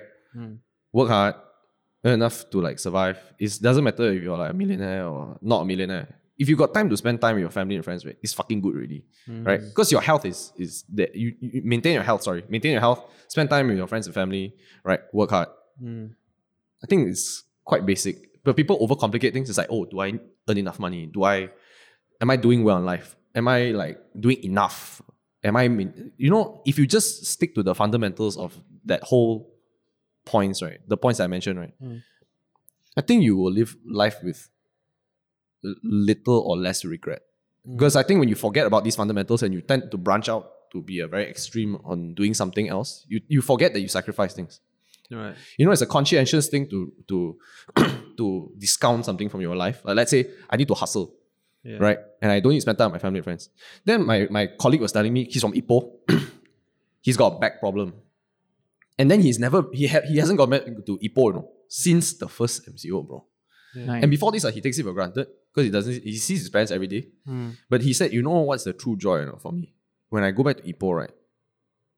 [SPEAKER 1] Work hard, earn enough to like survive. It doesn't matter if you're like a millionaire or not a millionaire. if you got time to spend time with your family and friends, right, it's fucking good really, right? Because your health is is that you, you maintain your health. Sorry, maintain your health. Spend time with your friends and family, right? Work hard. I think it's quite basic, but people overcomplicate things. It's like, oh, do I earn enough money? Do I am I doing well in life? Am I like doing enough? Am I mean, you know, if you just stick to the fundamentals of that whole points, right? The points I mentioned, right? I think you will live life with l- little or less regret. Because I think when you forget about these fundamentals and you tend to branch out to be a very extreme on doing something else, you, you forget that you sacrifice things.
[SPEAKER 2] Right.
[SPEAKER 1] You know, it's a conscientious thing to to to discount something from your life. Like let's say I need to hustle, right? And I don't need to spend time with my family and friends. Then my, my colleague was telling me he's from Ipoh. he's got a back problem. And then he's never he ha- he hasn't gone back to Ipoh, you know, since the first MCO, bro.
[SPEAKER 3] Nice.
[SPEAKER 1] And before this, like, he takes it for granted because he doesn't. He sees his parents every day. But he said, "You know what's the true joy you know, for me? When I go back to Ipoh, right?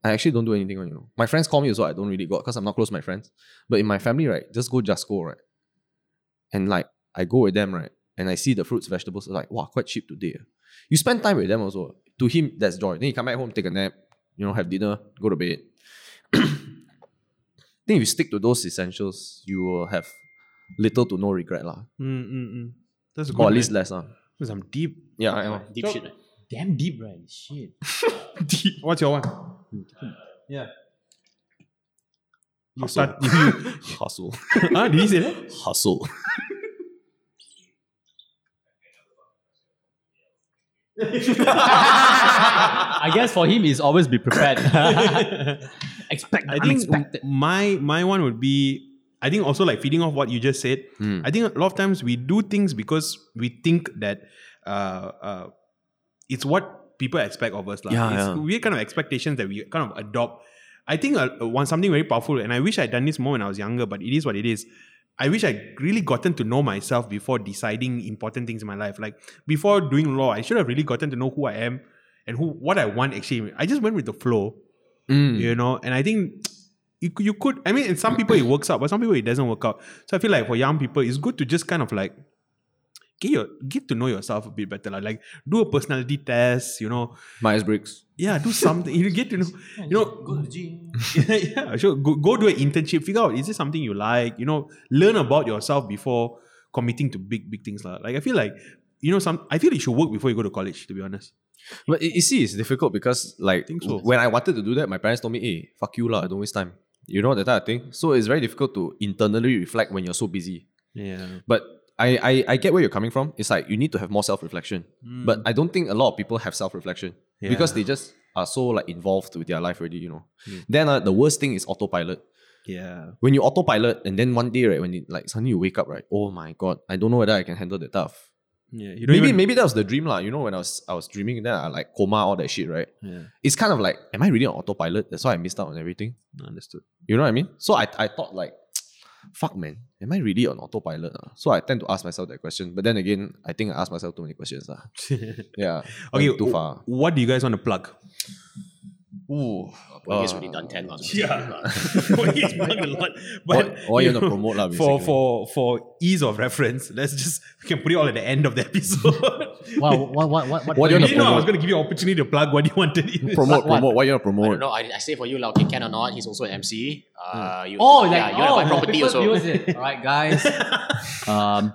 [SPEAKER 1] I actually don't do anything. You know, my friends call me also. I don't really go because I'm not close to my friends. But in my family, right, just go, just go, right? And like I go with them, right? And I see the fruits, vegetables. Like wow, quite cheap today. eh." You spend time with them also. To him, that's joy. Then you come back home, take a nap. You know, have dinner, go to bed. then if you stick to those essentials, you will have little to no regret, lah.
[SPEAKER 2] Mm, mm, mm. That's good.
[SPEAKER 1] Or at least
[SPEAKER 2] man.
[SPEAKER 1] less. Uh.
[SPEAKER 2] some deep.
[SPEAKER 1] Yeah, I know.
[SPEAKER 4] Deep shit.
[SPEAKER 3] Damn deep, right? Shit.
[SPEAKER 2] What's your one?
[SPEAKER 3] Yeah.
[SPEAKER 2] You start.
[SPEAKER 1] Hustle.
[SPEAKER 2] huh? Did he say that?
[SPEAKER 1] Hustle.
[SPEAKER 3] I guess for him, it's always be prepared. Expect the
[SPEAKER 2] I think
[SPEAKER 3] unexpected.
[SPEAKER 2] my my one would be. I think also like feeding off what you just said.
[SPEAKER 1] Hmm.
[SPEAKER 2] I think a lot of times we do things because we think that uh, uh, it's what people expect of us. lah.
[SPEAKER 1] Yeah,
[SPEAKER 2] it's
[SPEAKER 1] yeah.
[SPEAKER 2] weird kind of expectations that we kind of adopt. I think uh, one something very powerful, and I wish I'd done this more when I was younger, but it is what it is. I wish I really gotten to know myself before deciding important things in my life. Like before doing law, I should have really gotten to know who I am and who what I want actually. I just went with the flow
[SPEAKER 1] Mm.
[SPEAKER 2] you know and i think you, c- you could i mean in some people it works out but some people it doesn't work out so i feel like for young people it's good to just kind of like get your get to know yourself a bit better lah. like do a personality test you know
[SPEAKER 1] Myers Briggs.
[SPEAKER 2] yeah do something you get to know you know go to the gym yeah sure go, go do an internship figure out is this something you like you know learn about yourself before committing to big big things lah. like i feel like you know some i feel you should work before you go to college to be honest
[SPEAKER 1] But you you see, it's difficult because like
[SPEAKER 2] Think so.
[SPEAKER 1] when I wanted to do that, my parents told me, "Hey, fuck you lah, don't waste time." You know that type of thing. So it's very difficult to internally reflect when you're so busy.
[SPEAKER 2] yeah
[SPEAKER 1] But I I, I get where you're coming from. It's like you need to have more self reflection. But I don't think a lot of people have self reflection because they just are so like involved with their life already. You know. Then uh, the worst thing is autopilot.
[SPEAKER 2] yeah
[SPEAKER 1] when you autopilot and then one day right when it, like suddenly you wake up right oh my god i don't know whether i can handle the stuff
[SPEAKER 2] yeah you don't
[SPEAKER 1] maybe
[SPEAKER 2] even-
[SPEAKER 1] maybe that was the dream lah you know when i was i was dreaming then i like coma all that shit right
[SPEAKER 2] Yeah.
[SPEAKER 1] it's kind of like am i really on autopilot that's why i missed out on everything
[SPEAKER 2] understood
[SPEAKER 1] you know what i mean so i, I thought like fuck man am i really on autopilot ah? so i tend to ask myself that question but then again i think i ask myself too many questions lah. yeah
[SPEAKER 2] okay
[SPEAKER 1] went too far
[SPEAKER 2] what do you guys want to plug
[SPEAKER 1] Ooh. Uh,
[SPEAKER 4] Well, he's already done 10 months.
[SPEAKER 2] Yeah. He's learned a lot. But
[SPEAKER 1] Or- or you
[SPEAKER 2] know,
[SPEAKER 1] wanna promote lah,
[SPEAKER 2] for
[SPEAKER 1] basically.
[SPEAKER 2] for for ease of reference, let's just we can put it all at the end of the episode.
[SPEAKER 3] Wow, what, what, what,
[SPEAKER 1] What do
[SPEAKER 2] you
[SPEAKER 1] you
[SPEAKER 2] know,
[SPEAKER 1] wanna
[SPEAKER 2] I
[SPEAKER 1] promote?
[SPEAKER 2] was going to give you an opportunity to plug what you wanted.
[SPEAKER 1] promote
[SPEAKER 3] What-
[SPEAKER 1] promote what you want to
[SPEAKER 4] I
[SPEAKER 1] promote
[SPEAKER 4] don't know. I, I say for you, like, okay, can or not? He's also an MC. Uh, you,
[SPEAKER 3] Oh,
[SPEAKER 4] yeah,
[SPEAKER 3] like
[SPEAKER 4] you wanna
[SPEAKER 3] oh,
[SPEAKER 4] buy property also.
[SPEAKER 3] All right, guys. um,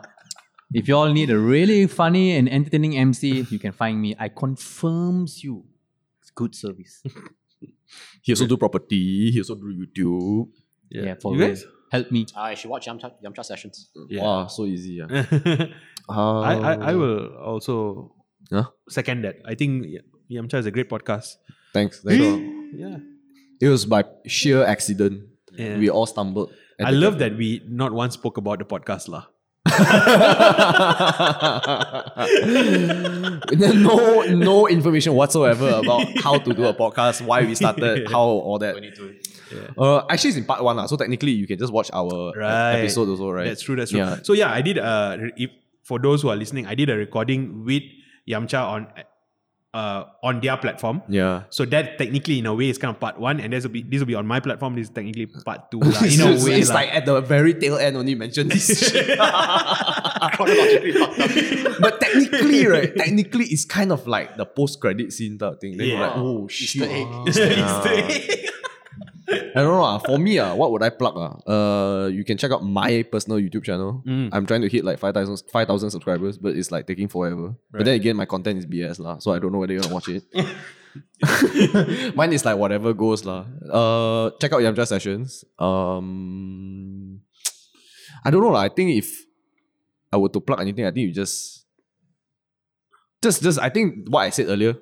[SPEAKER 3] if you all need a really funny and entertaining MC, you can find me. I confirms you, it's good service.
[SPEAKER 1] he also do property he also do youtube
[SPEAKER 3] Yeah, for
[SPEAKER 2] You
[SPEAKER 3] real.
[SPEAKER 2] guys?
[SPEAKER 3] Help me.
[SPEAKER 4] Uh, you should watch Yamcha, Yamcha Sessions.
[SPEAKER 1] yeah. so easy ah. yeah.
[SPEAKER 2] I, I I will also
[SPEAKER 1] Huh?
[SPEAKER 2] second that. I think Y- Yamcha is a great podcast.
[SPEAKER 1] Thanks. thanks a lot.
[SPEAKER 2] Yeah.
[SPEAKER 1] It was by sheer accident.
[SPEAKER 2] Yeah.
[SPEAKER 1] We all stumbled.
[SPEAKER 2] I love that we not once spoke about the podcast lah.
[SPEAKER 1] There's no no information whatsoever about how to do a podcast, why we started, how all that. Uh, actually, it's in part one, lah, so technically you can just watch our e-
[SPEAKER 2] Right.
[SPEAKER 1] episode also, right?
[SPEAKER 2] That's true. That's true.
[SPEAKER 1] Yeah.
[SPEAKER 2] So yeah, I did. Uh, re- if for those who are listening, I did a recording with Yamcha on uh, on their platform.
[SPEAKER 8] Yeah.
[SPEAKER 2] So that technically, in a way, is kind of part one, and this will be this will be on my platform. This is technically part two, lah, Ah, in a way.
[SPEAKER 1] it's
[SPEAKER 2] lah.
[SPEAKER 1] like at the very tail end only mentioned this shit. Chronologically fucked up. But technically, right? Technically, it's kind of like the post credit scene type of thing. Then you're
[SPEAKER 2] Yeah.
[SPEAKER 1] like, oh shit.
[SPEAKER 2] It's
[SPEAKER 1] I don't know. ah. for me, uh, what would I plug? Uh? Uh, you can check out my personal YouTube channel. I'm trying to hit like 5,000 5,000 subscribers, but it's like taking forever. But then again, my content is BS, lah, so I don't know whether you're going to watch it. Mine is like whatever goes. lah. Uh, check out Yamcha Sessions. Um, I don't know. lah. I think if I were to plug anything, I think you just. Just, just I think what I said earlier.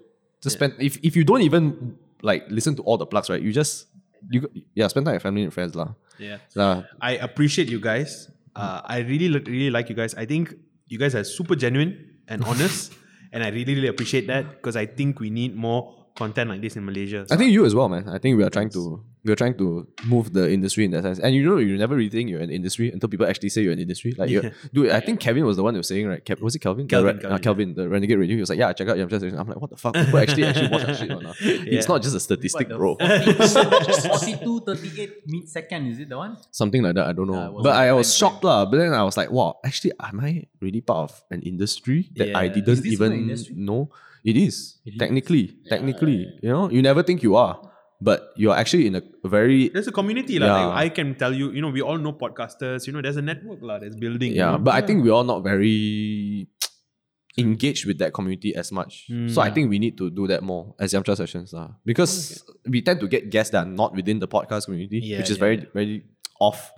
[SPEAKER 1] Just spend if, if you don't even like listen to all the plugs, right? You just you yeah, spend time with family and friends lah.
[SPEAKER 2] yeah.
[SPEAKER 1] Lah,
[SPEAKER 2] I appreciate you guys. Uh, I really, li- really like you guys. I think you guys are super genuine and honest, and I really, really appreciate that because I think we need more content like this in Malaysia.
[SPEAKER 1] I think you as well, man. I think we are trying to we are trying to move the industry in that sense. And you know, you never really think you're an industry until people actually say you're an industry. Like, you're, dude, I think Kevin was the one who was saying, right? Kev, was it Kelvin? the,
[SPEAKER 2] Kelvin,
[SPEAKER 1] Re-
[SPEAKER 2] Kelvin,
[SPEAKER 1] uh, Kelvin, the Renegade Radio. He was like, yeah, check out Yamcha Station. I'm like, what the fuck? People actually actually watch that shit. Or not? It's not just a statistic, bro.
[SPEAKER 3] 42, 38 mid second, is it the one?
[SPEAKER 1] Something like that. I don't know.
[SPEAKER 3] Yeah, it was
[SPEAKER 1] but
[SPEAKER 3] like
[SPEAKER 1] I
[SPEAKER 3] time
[SPEAKER 1] was shocked, lah. But then I was like, wow, actually, am I really part of an industry that I
[SPEAKER 2] Yeah.
[SPEAKER 1] didn't
[SPEAKER 3] Is this even an
[SPEAKER 1] even
[SPEAKER 3] industry?
[SPEAKER 1] know? It is
[SPEAKER 3] It is.
[SPEAKER 1] technically, technically. You know, you never think you are, but you are actually in a very
[SPEAKER 2] there's a community lah.
[SPEAKER 1] Yeah.
[SPEAKER 2] Like, I can tell you, you know, we all know podcasters. You know, there's a network lah. There's building.
[SPEAKER 1] yeah.
[SPEAKER 2] you know?
[SPEAKER 1] But I think we're all not very engaged with that community as much. so I think we need to do that more as Yamcha sessions lah. Because we tend to get guests that are not within the podcast community,
[SPEAKER 2] Yeah,
[SPEAKER 1] which is
[SPEAKER 2] yeah,
[SPEAKER 1] very very off.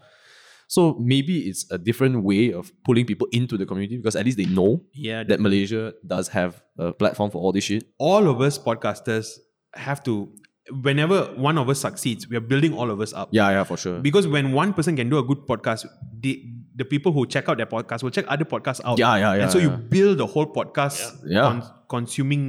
[SPEAKER 1] So maybe it's a different way of pulling people into the community because at least they know
[SPEAKER 2] yeah,
[SPEAKER 1] that Malaysia does have a platform for all this shit.
[SPEAKER 2] all of us podcasters have to. Whenever one of us succeeds, we are building all of us up.
[SPEAKER 1] Yeah, yeah, for sure.
[SPEAKER 2] Because when one person can do a good podcast, the the people who check out their podcast will check other podcasts out.
[SPEAKER 1] Yeah, yeah, yeah,
[SPEAKER 2] And so you
[SPEAKER 1] yeah.
[SPEAKER 2] build the whole podcast
[SPEAKER 1] Yeah. Yeah.
[SPEAKER 2] consuming.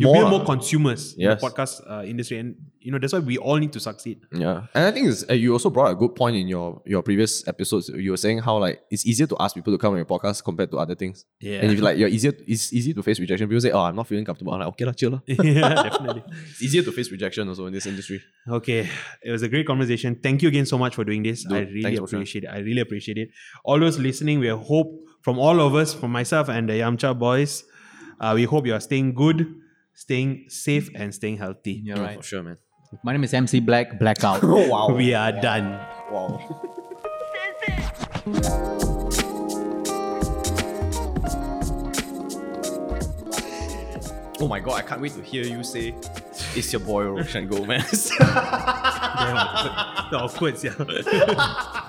[SPEAKER 2] You
[SPEAKER 1] More.
[SPEAKER 2] build more consumers
[SPEAKER 1] Yes.
[SPEAKER 2] in the podcast uh, industry, and you know that's why we all need to succeed.
[SPEAKER 1] Yeah, and I think it's, uh, you also brought a good point in your your previous episodes. You were saying how like it's easier to ask people to come on your podcast compared to other things.
[SPEAKER 2] Yeah.
[SPEAKER 1] and if like you're easier, it's easy to face rejection. People say, "Oh, I'm not feeling comfortable." I'm like, "Okay, lah, chill lah."
[SPEAKER 2] yeah, definitely.
[SPEAKER 1] It's easier to face rejection also in this industry.
[SPEAKER 2] Okay, it was a great conversation. Thank you again so much for doing this. I really
[SPEAKER 1] thanks for sharing.
[SPEAKER 2] appreciate it. I really appreciate it. All those listening, we hope from all of us, from myself and the Yamcha boys, uh, we hope you are staying good, staying safe, and staying healthy.
[SPEAKER 3] You're right.
[SPEAKER 1] sure, man.
[SPEAKER 3] My name is MC Black, Blackout.
[SPEAKER 1] wow,
[SPEAKER 2] We are done.
[SPEAKER 1] wow. Oh my god, I can't wait to hear you say, "It's your boy Roshan Gomez."
[SPEAKER 2] the awkward, yeah.